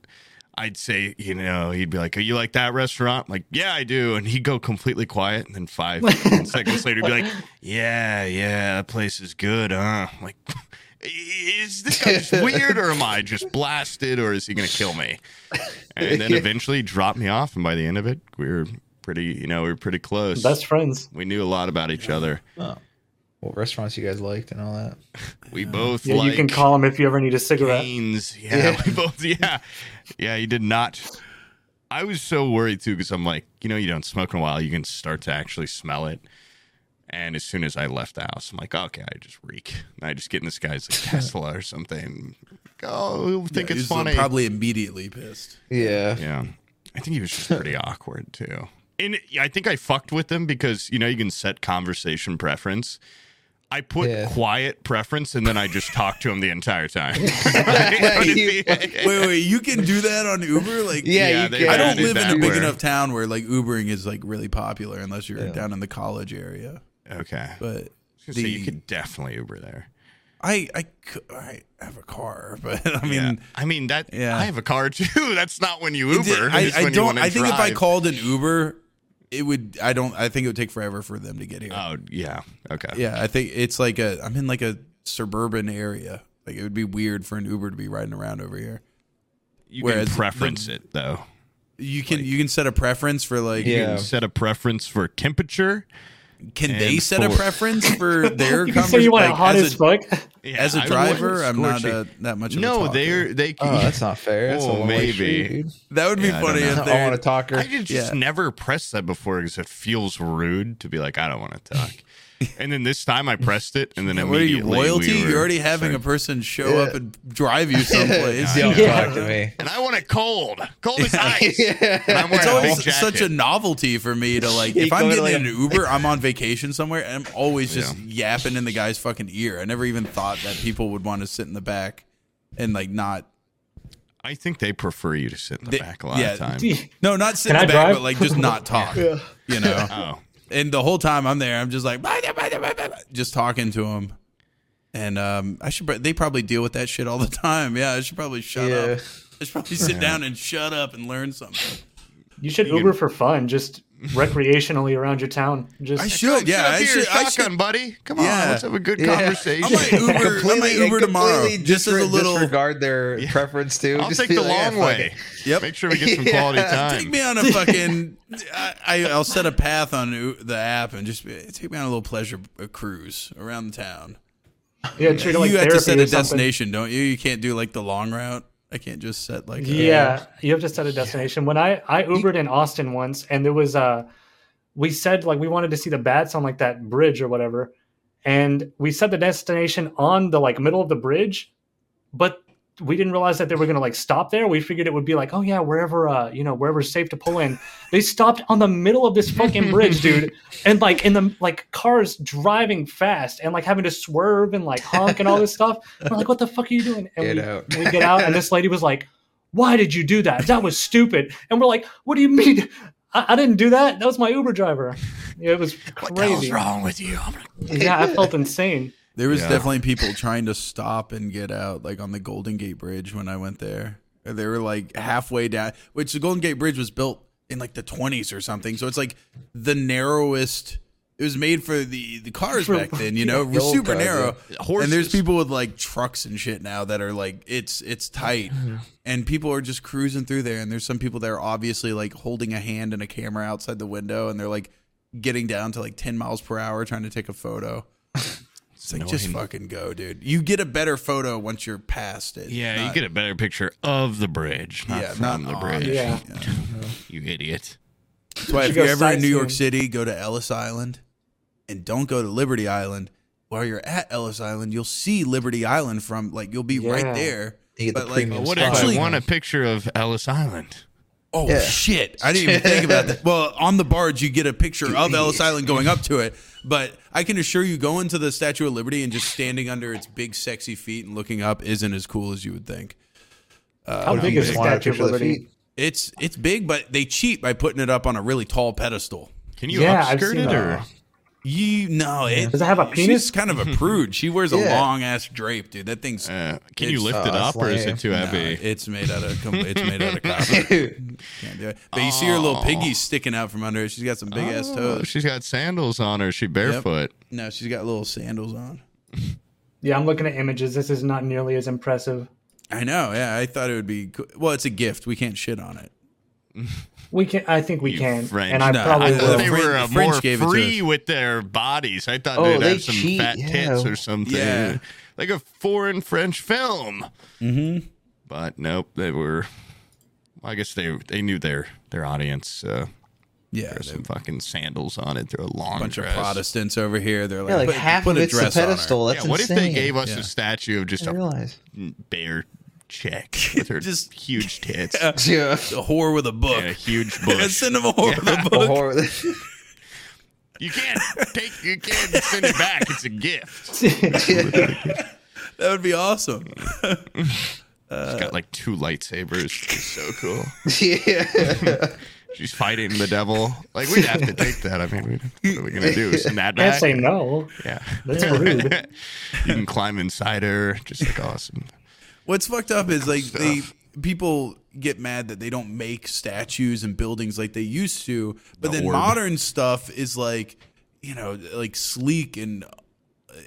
Speaker 3: I'd say, you know, he'd be like, "Are you like that restaurant?" I'm like, "Yeah, I do." And he'd go completely quiet, and then five seconds later, he'd be like, "Yeah, yeah, that place is good, huh?" I'm like, (laughs) is this guy just weird, or am I just blasted, or is he gonna kill me?
Speaker 2: (laughs)
Speaker 3: And then eventually, he dropped me off, and by the end of it, we were pretty, you know, we were pretty close.
Speaker 2: Best friends.
Speaker 3: we knew a lot about each other.
Speaker 4: Oh. what restaurants you guys liked and all that.
Speaker 3: We both
Speaker 2: Yeah,
Speaker 3: like
Speaker 2: you can call him if you ever need a cigarette.
Speaker 3: (laughs) canes. Yeah, we both. Yeah, yeah. He did not I was so worried too because I'm like, you know, you don't smoke in a while, you can start to actually smell it. And as soon as I left the house, I'm like, okay, I just reek. And I just get in this
Speaker 2: (laughs)
Speaker 3: guy's like Tesla or something. Oh, he'll think
Speaker 1: Yeah,
Speaker 3: it's
Speaker 1: he's
Speaker 3: funny.
Speaker 1: Probably immediately pissed.
Speaker 4: Yeah.
Speaker 3: Yeah. I think he was just pretty awkward too. And I think I fucked with him because you know you can set conversation preference. I put
Speaker 4: Yeah.
Speaker 3: quiet preference and then I just talked to him the entire
Speaker 1: (laughs)
Speaker 3: time. (laughs)
Speaker 4: You-
Speaker 1: Wait, wait, you can do that on Uber? Like,
Speaker 4: Yeah,
Speaker 3: Yeah,
Speaker 4: you
Speaker 3: they-
Speaker 4: can.
Speaker 1: I don't
Speaker 3: added
Speaker 1: live in a
Speaker 3: that
Speaker 1: big
Speaker 3: where-
Speaker 1: enough town where like Ubering is like really popular unless you're down in the college area.
Speaker 3: okay.
Speaker 1: But
Speaker 3: so you
Speaker 1: the-
Speaker 3: could definitely Uber there.
Speaker 1: I I, cou- I have a car, (laughs) but I mean,
Speaker 3: Yeah. I mean that
Speaker 1: yeah.
Speaker 3: I have a car (laughs) too. That's not when you
Speaker 1: it did-
Speaker 3: Uber.
Speaker 1: I,
Speaker 3: it's
Speaker 1: I
Speaker 3: when you
Speaker 1: don't.
Speaker 3: wanna
Speaker 1: I think if I
Speaker 3: drive.
Speaker 1: called an Uber, it would. I don't. I think it would take forever for them to get here.
Speaker 3: Oh yeah. Okay.
Speaker 1: yeah, I think it's like a. I'm in like a suburban area. Like it would be weird for an Uber to be riding around over here.
Speaker 3: You
Speaker 1: Whereas the-
Speaker 3: can preference it though.
Speaker 1: You can you can set a preference for like.
Speaker 4: Yeah.
Speaker 3: You can set a preference for temperature.
Speaker 1: Can
Speaker 3: And
Speaker 1: they set a
Speaker 3: for-
Speaker 1: preference for their?
Speaker 2: You can say you want it
Speaker 1: like,
Speaker 2: hot
Speaker 1: as
Speaker 2: as
Speaker 1: a-
Speaker 2: fuck.
Speaker 3: Yeah,
Speaker 1: As a
Speaker 3: I
Speaker 1: driver,
Speaker 3: wouldn't
Speaker 1: I'm not
Speaker 3: scorch it.
Speaker 1: a, that much. Of a
Speaker 3: No,
Speaker 1: talker.
Speaker 3: they're they. can-
Speaker 4: Oh, that's not fair. That's
Speaker 3: Oh,
Speaker 4: a maybe.
Speaker 3: maybe.
Speaker 4: dude.
Speaker 1: That would be
Speaker 3: Yeah, I don't
Speaker 1: funny
Speaker 3: know.
Speaker 1: if
Speaker 4: I
Speaker 1: they're.
Speaker 4: want to talk her.
Speaker 3: I did just
Speaker 1: Yeah.
Speaker 3: never press that before because it feels rude to be like, I don't want
Speaker 1: (laughs)
Speaker 3: to talk. and then this time I pressed it, and then
Speaker 1: what are
Speaker 3: immediately
Speaker 1: you royalty?
Speaker 3: we were-
Speaker 1: You're already having a person show up and drive you someplace. (laughs)
Speaker 4: Don't
Speaker 2: Yeah.
Speaker 4: talk to me.
Speaker 3: And I want it cold, cold as ice. And
Speaker 4: (laughs) Yeah.
Speaker 3: I'm wearing
Speaker 1: It's
Speaker 3: a big
Speaker 1: always
Speaker 3: jacket.
Speaker 1: such a novelty for me to like.
Speaker 4: You
Speaker 1: If I'm
Speaker 4: go to,
Speaker 1: getting
Speaker 4: like,
Speaker 1: in an
Speaker 4: a-
Speaker 1: Uber, I'm on vacation somewhere, and I'm always just yapping in the guy's fucking ear. I never even thought that people would want to sit in the back and like not.
Speaker 3: I think they prefer you to sit in the
Speaker 1: They-
Speaker 3: back a lot
Speaker 1: yeah.
Speaker 3: of time.
Speaker 2: (laughs)
Speaker 1: No, not sit in
Speaker 2: Can
Speaker 1: the
Speaker 2: I
Speaker 1: back,
Speaker 2: drive?
Speaker 1: but like just not talk. You know.
Speaker 3: Oh,
Speaker 1: and the whole time I'm there, I'm just like "Blah, blah, blah, blah, blah, blah," just talking to him. And um, I should. pro- They probably deal with that shit all the (laughs) time. Yeah, I should probably shut up.
Speaker 4: Yeah.
Speaker 1: I should probably sit down and shut up and learn something.
Speaker 2: You should Uber for fun, just recreationally around your town.
Speaker 1: I
Speaker 2: Just
Speaker 1: should. Yeah,
Speaker 3: Sit up
Speaker 1: I
Speaker 3: here,
Speaker 1: should. I
Speaker 3: shotgun,
Speaker 1: should.
Speaker 3: buddy. Come
Speaker 1: Yeah.
Speaker 3: on, let's have a good
Speaker 4: Yeah.
Speaker 1: I
Speaker 3: conversation.
Speaker 1: might Uber. I might Uber
Speaker 4: and
Speaker 1: tomorrow.
Speaker 4: completely
Speaker 1: Just as a
Speaker 4: disre-
Speaker 1: little.
Speaker 4: disregard their preference too.
Speaker 3: I'll
Speaker 4: Just
Speaker 3: take
Speaker 4: be
Speaker 3: the
Speaker 4: like, yeah,
Speaker 3: long
Speaker 4: fuck
Speaker 3: way.
Speaker 1: Yep.
Speaker 3: Make sure we
Speaker 1: (laughs)
Speaker 3: get some quality time.
Speaker 1: Take me on a fucking. I, I- I'll set a path on U- the app and just be- take me on a little pleasure uh, cruise around the town. (laughs)
Speaker 2: yeah, treat it like
Speaker 1: you have
Speaker 2: therapy
Speaker 1: to set
Speaker 2: or
Speaker 1: a
Speaker 2: something.
Speaker 1: destination, don't you? You can't do like the long route. I can't just set like. a-
Speaker 2: Yeah, you have to set a destination. When I I Ubered in Austin once, and there was uh we said like we wanted to see the bats on like that bridge or whatever, and we set the destination on the like middle of the bridge, but we didn't realize that they were gonna like stop there. We figured it would be like, oh yeah, wherever uh you know wherever's safe to pull in. They stopped on the middle of this fucking bridge, (laughs) dude, and like in the like cars driving fast and like having to swerve and like honk and all this stuff. We're like, what the fuck are you doing? And
Speaker 4: Get
Speaker 2: we,
Speaker 4: out.
Speaker 2: we get out, and this lady was like why did you do that? That was stupid. And we're like, what do you mean? I, I didn't do that. That was my Uber driver. Yeah, It was crazy.
Speaker 3: wrong with you? I'm gonna-
Speaker 2: Yeah, I felt insane.
Speaker 1: There was
Speaker 3: Yeah.
Speaker 1: definitely people trying to stop and get out, like on the Golden Gate Bridge when I went there. They were like halfway down, which the Golden Gate Bridge was built in like the 20s or something. So it's like the narrowest. It was made for the, the cars
Speaker 2: For-
Speaker 1: back then,
Speaker 4: (laughs)
Speaker 1: you know, it
Speaker 4: the
Speaker 1: was
Speaker 4: old
Speaker 1: super
Speaker 4: cars,
Speaker 1: narrow.
Speaker 3: Horses.
Speaker 1: And there's people with like trucks and shit now that are like it's it's tight,
Speaker 3: Mm-hmm.
Speaker 1: and people are just cruising through there. And there's some people that are obviously like holding a hand and a camera outside the window, and they're like getting down to like 10 miles per hour trying to take a
Speaker 3: (laughs)
Speaker 1: photo. It's like just
Speaker 3: annoying.
Speaker 1: fucking go, dude. You get a better photo once you're past it.
Speaker 3: Yeah, you get a better picture of the bridge, not
Speaker 1: Yeah,
Speaker 3: from
Speaker 1: not
Speaker 3: the
Speaker 1: on.
Speaker 3: bridge.
Speaker 2: Yeah.
Speaker 3: (laughs) You idiot.
Speaker 1: That's why if
Speaker 2: should
Speaker 1: you're
Speaker 2: go
Speaker 1: ever in New York
Speaker 2: sightseeing.
Speaker 1: City, go to Ellis Island, and don't go to Liberty Island. While you're at Ellis Island, you'll see Liberty Island from like you'll be
Speaker 2: Yeah.
Speaker 1: right there.
Speaker 4: You get the
Speaker 1: But like,
Speaker 4: premium
Speaker 1: what
Speaker 3: What
Speaker 1: if actually?
Speaker 3: if I want a picture of Ellis Island?
Speaker 1: oh
Speaker 4: Yeah.
Speaker 1: shit! I didn't even think about
Speaker 2: (laughs)
Speaker 1: that. Well, on the barge, you get a picture of Ellis Island going up to it. But I can assure you, going to the Statue of Liberty and just standing under its big, sexy feet and looking up isn't as cool as you would think.
Speaker 2: How big is the
Speaker 4: Just want a
Speaker 2: Statue of
Speaker 4: picture of the (laughs)
Speaker 2: Liberty?
Speaker 4: feet.
Speaker 1: It's it's big, but they cheat by putting it up on a really tall pedestal.
Speaker 3: Can you
Speaker 2: Yeah, I've
Speaker 3: upskirt
Speaker 2: seen
Speaker 3: it
Speaker 2: that.
Speaker 3: or
Speaker 1: You no, it,
Speaker 2: Does it have a
Speaker 1: she's
Speaker 2: penis?
Speaker 1: kind of a prude. She
Speaker 2: (laughs)
Speaker 1: wears a
Speaker 4: Yeah.
Speaker 1: long ass drape, dude. That thing's
Speaker 3: uh, can you
Speaker 1: It's-
Speaker 3: lift it
Speaker 4: Oh,
Speaker 3: up or is
Speaker 4: slam.
Speaker 3: it too
Speaker 1: no,
Speaker 3: heavy?
Speaker 1: it's made out of com- it's made out of
Speaker 2: (laughs)
Speaker 1: copper. Can't do it. But you see her little piggies sticking out from under it. She's got some big ass
Speaker 3: Oh,
Speaker 1: toes.
Speaker 3: she's got sandals on her. She barefoot.
Speaker 1: No, she's got little sandals on.
Speaker 2: Yeah, I'm looking at images. This is not nearly as impressive.
Speaker 1: I know. Yeah, I thought it would be. Cool. Well, it's a gift. We can't shit on it.
Speaker 2: We can. I think we
Speaker 3: You
Speaker 2: can,
Speaker 3: French.
Speaker 2: and I
Speaker 1: No,
Speaker 2: probably
Speaker 1: I-
Speaker 2: will.
Speaker 1: The
Speaker 3: They
Speaker 1: French-
Speaker 3: were
Speaker 1: the
Speaker 3: uh,
Speaker 1: French
Speaker 3: more
Speaker 1: gave it to
Speaker 3: free with their bodies. I thought
Speaker 4: Oh,
Speaker 3: they'd
Speaker 4: they
Speaker 3: have some
Speaker 4: cheat,
Speaker 3: fat
Speaker 4: yeah.
Speaker 3: tits or something,
Speaker 1: Yeah.
Speaker 3: like a foreign French film. Mm-hmm. But nope, they were I guess they they knew their their audience. Uh,
Speaker 1: Yeah,
Speaker 3: there's
Speaker 1: there's
Speaker 3: some fucking sandals on it. They're a long
Speaker 1: a bunch
Speaker 3: dress.
Speaker 1: of Protestants over here. They're like,
Speaker 4: Yeah, like
Speaker 1: put,
Speaker 4: half
Speaker 1: put
Speaker 4: of
Speaker 1: a
Speaker 4: it's the
Speaker 1: dress on her.
Speaker 4: pedestal. That's
Speaker 3: yeah, what
Speaker 4: insane.
Speaker 3: if they gave us
Speaker 1: Yeah.
Speaker 3: a statue of just
Speaker 4: I
Speaker 3: a
Speaker 4: realize.
Speaker 3: bare
Speaker 1: (laughs)
Speaker 3: chick with her
Speaker 1: Just-
Speaker 3: just
Speaker 1: (laughs)
Speaker 3: huge tits
Speaker 4: (laughs) Yeah. (laughs)
Speaker 1: A whore with a book.
Speaker 3: and a huge
Speaker 1: Yeah,
Speaker 3: bush?
Speaker 1: send him (laughs) a whore with a
Speaker 4: The
Speaker 1: book.
Speaker 4: horror-
Speaker 3: you can't take. You can't send it back. It's a gift.
Speaker 4: (laughs)
Speaker 1: That would be awesome. Uh,
Speaker 3: She's got like two lightsabers. It's so cool.
Speaker 4: yeah.
Speaker 3: She's fighting the devil. Like we'd have to take that. I mean, we'd, what are we
Speaker 1: (laughs)
Speaker 3: gonna do? Send that
Speaker 2: Can't
Speaker 3: back?
Speaker 2: say no.
Speaker 3: Yeah,
Speaker 2: That's rude.
Speaker 3: (laughs) you can climb inside her. Just like awesome.
Speaker 1: What's fucked up is like they people get mad that they don't make statues and buildings like they used to, but
Speaker 3: The
Speaker 1: then
Speaker 3: orb.
Speaker 1: modern stuff is like, you know, like sleek and uh,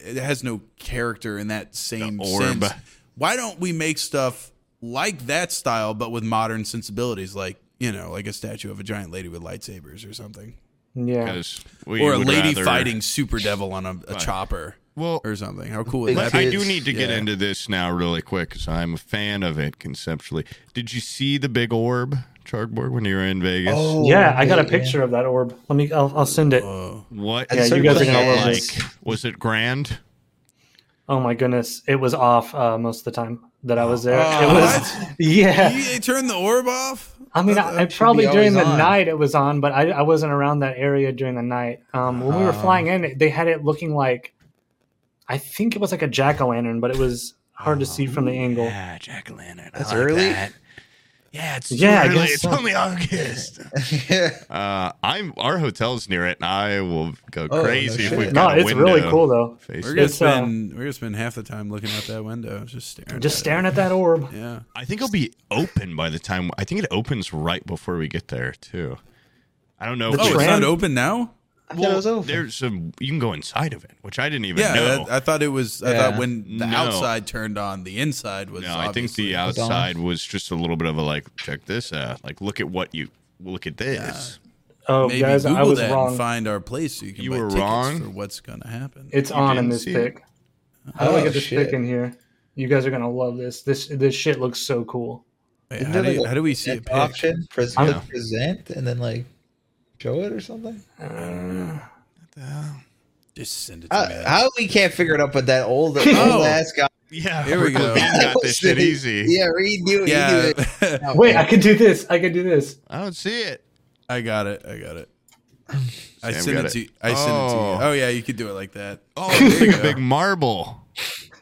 Speaker 1: it has no character in that same
Speaker 3: The orb.
Speaker 1: sense. Why don't we make stuff like that style but with modern sensibilities like, you know, like a statue of a giant lady with lightsabers or something.
Speaker 2: Yeah.
Speaker 3: Because we
Speaker 1: or a
Speaker 3: would
Speaker 1: lady
Speaker 3: rather-
Speaker 1: fighting super devil on a, a chopper
Speaker 3: Well,
Speaker 1: or something. How cool would
Speaker 4: Big
Speaker 1: that
Speaker 3: But
Speaker 1: be?
Speaker 3: I
Speaker 4: Kids,
Speaker 3: do need to get
Speaker 1: yeah.
Speaker 3: into this now really quick because I'm a fan of it conceptually. Did you see the big orb, Chargborg, when you were in Vegas?
Speaker 4: Oh.
Speaker 2: Yeah, I got a
Speaker 4: yeah.
Speaker 2: picture of that orb. Let me. I'll, I'll send it.
Speaker 1: Oh.
Speaker 3: What?
Speaker 4: Yeah,
Speaker 3: is
Speaker 4: you
Speaker 3: it
Speaker 4: guys are gonna love
Speaker 3: like?
Speaker 4: this.
Speaker 3: Was it grand?
Speaker 2: Oh my goodness, it was off uh, most of the time that I was there.
Speaker 1: Oh,
Speaker 2: it was.
Speaker 1: what?
Speaker 2: (laughs) Yeah.
Speaker 1: EA turned the orb off?
Speaker 2: I mean, I, I
Speaker 1: That-
Speaker 2: probably
Speaker 4: be
Speaker 2: during the
Speaker 4: always on.
Speaker 2: night it was on, but I, I wasn't around that area during the night. Um, when we were
Speaker 1: Uh-huh.
Speaker 2: flying in, they had it looking like, I think it was like a jack o' lantern, but it was hard to see from the angle.
Speaker 3: Yeah, Jack Lantern.
Speaker 4: That's like early? (laughs) that.
Speaker 3: Yeah, it's
Speaker 2: Yeah, I
Speaker 3: early.
Speaker 2: guess
Speaker 3: It's
Speaker 2: so.
Speaker 3: only August. (laughs) Uh, I'm our hotel's near it, and I will go
Speaker 4: Oh, no
Speaker 3: crazy if
Speaker 4: shit.
Speaker 3: we've
Speaker 2: No,
Speaker 3: got a
Speaker 2: it's really
Speaker 3: window
Speaker 2: cool though.
Speaker 1: We're
Speaker 3: facing-
Speaker 1: gonna
Speaker 2: It's, uh,
Speaker 1: spend we're gonna spend half the time looking out that window, just staring.
Speaker 2: Just
Speaker 1: at
Speaker 2: staring at that orb.
Speaker 1: It. Yeah.
Speaker 3: I think it'll be open by the time. I think it opens right before we get there too. I don't know.
Speaker 2: The
Speaker 3: if
Speaker 1: Oh,
Speaker 3: we-
Speaker 1: it's
Speaker 2: tram-
Speaker 1: not open now.
Speaker 4: I thought it was
Speaker 3: Well,
Speaker 4: over.
Speaker 3: there's some. You can go inside of it, which I didn't even
Speaker 1: Yeah,
Speaker 3: know.
Speaker 1: that- I, thought it was. I
Speaker 4: Yeah.
Speaker 1: thought when the
Speaker 3: No.
Speaker 1: outside turned on, the inside was.
Speaker 3: no, I think
Speaker 1: obviously-
Speaker 3: the outside was just a little bit of a like, check this out. Like, look at what you look at this.
Speaker 2: Oh,
Speaker 1: Maybe
Speaker 2: guys,
Speaker 1: Google
Speaker 2: I was
Speaker 1: that and
Speaker 2: wrong.
Speaker 1: find our place so you can
Speaker 3: You
Speaker 1: buy
Speaker 3: were
Speaker 1: tickets
Speaker 3: wrong?
Speaker 1: for what's gonna happen.
Speaker 2: It's on in
Speaker 3: didn't
Speaker 2: this
Speaker 3: see
Speaker 2: pic. I look
Speaker 4: Oh,
Speaker 2: at this
Speaker 4: shit.
Speaker 2: pic in here. You guys are gonna love this. This this shit looks so cool.
Speaker 1: Wait,
Speaker 4: Isn't
Speaker 1: how,
Speaker 4: there
Speaker 1: do,
Speaker 4: like
Speaker 1: how do we see a pic?
Speaker 4: Option, press
Speaker 2: I'm-
Speaker 4: click present, and then like show it or something.
Speaker 2: Uh,
Speaker 1: Just send it to
Speaker 4: How,
Speaker 1: me.
Speaker 4: how we can't figure it up with that old, old ass guy?
Speaker 3: Yeah,
Speaker 1: Here we go.
Speaker 3: Levine
Speaker 4: (laughs)
Speaker 3: got this shit easy.
Speaker 4: Yeah, read you.
Speaker 1: yeah,
Speaker 4: it.
Speaker 2: wait, I could do this. I could do this.
Speaker 3: I don't see it.
Speaker 1: (laughs) I got it. I got it. I
Speaker 3: Sam
Speaker 1: send
Speaker 3: got
Speaker 1: it
Speaker 3: it.
Speaker 1: to. I send it to
Speaker 3: Oh.
Speaker 1: you. Oh yeah, you could do it like that.
Speaker 3: Oh, it's (laughs) like a big marble.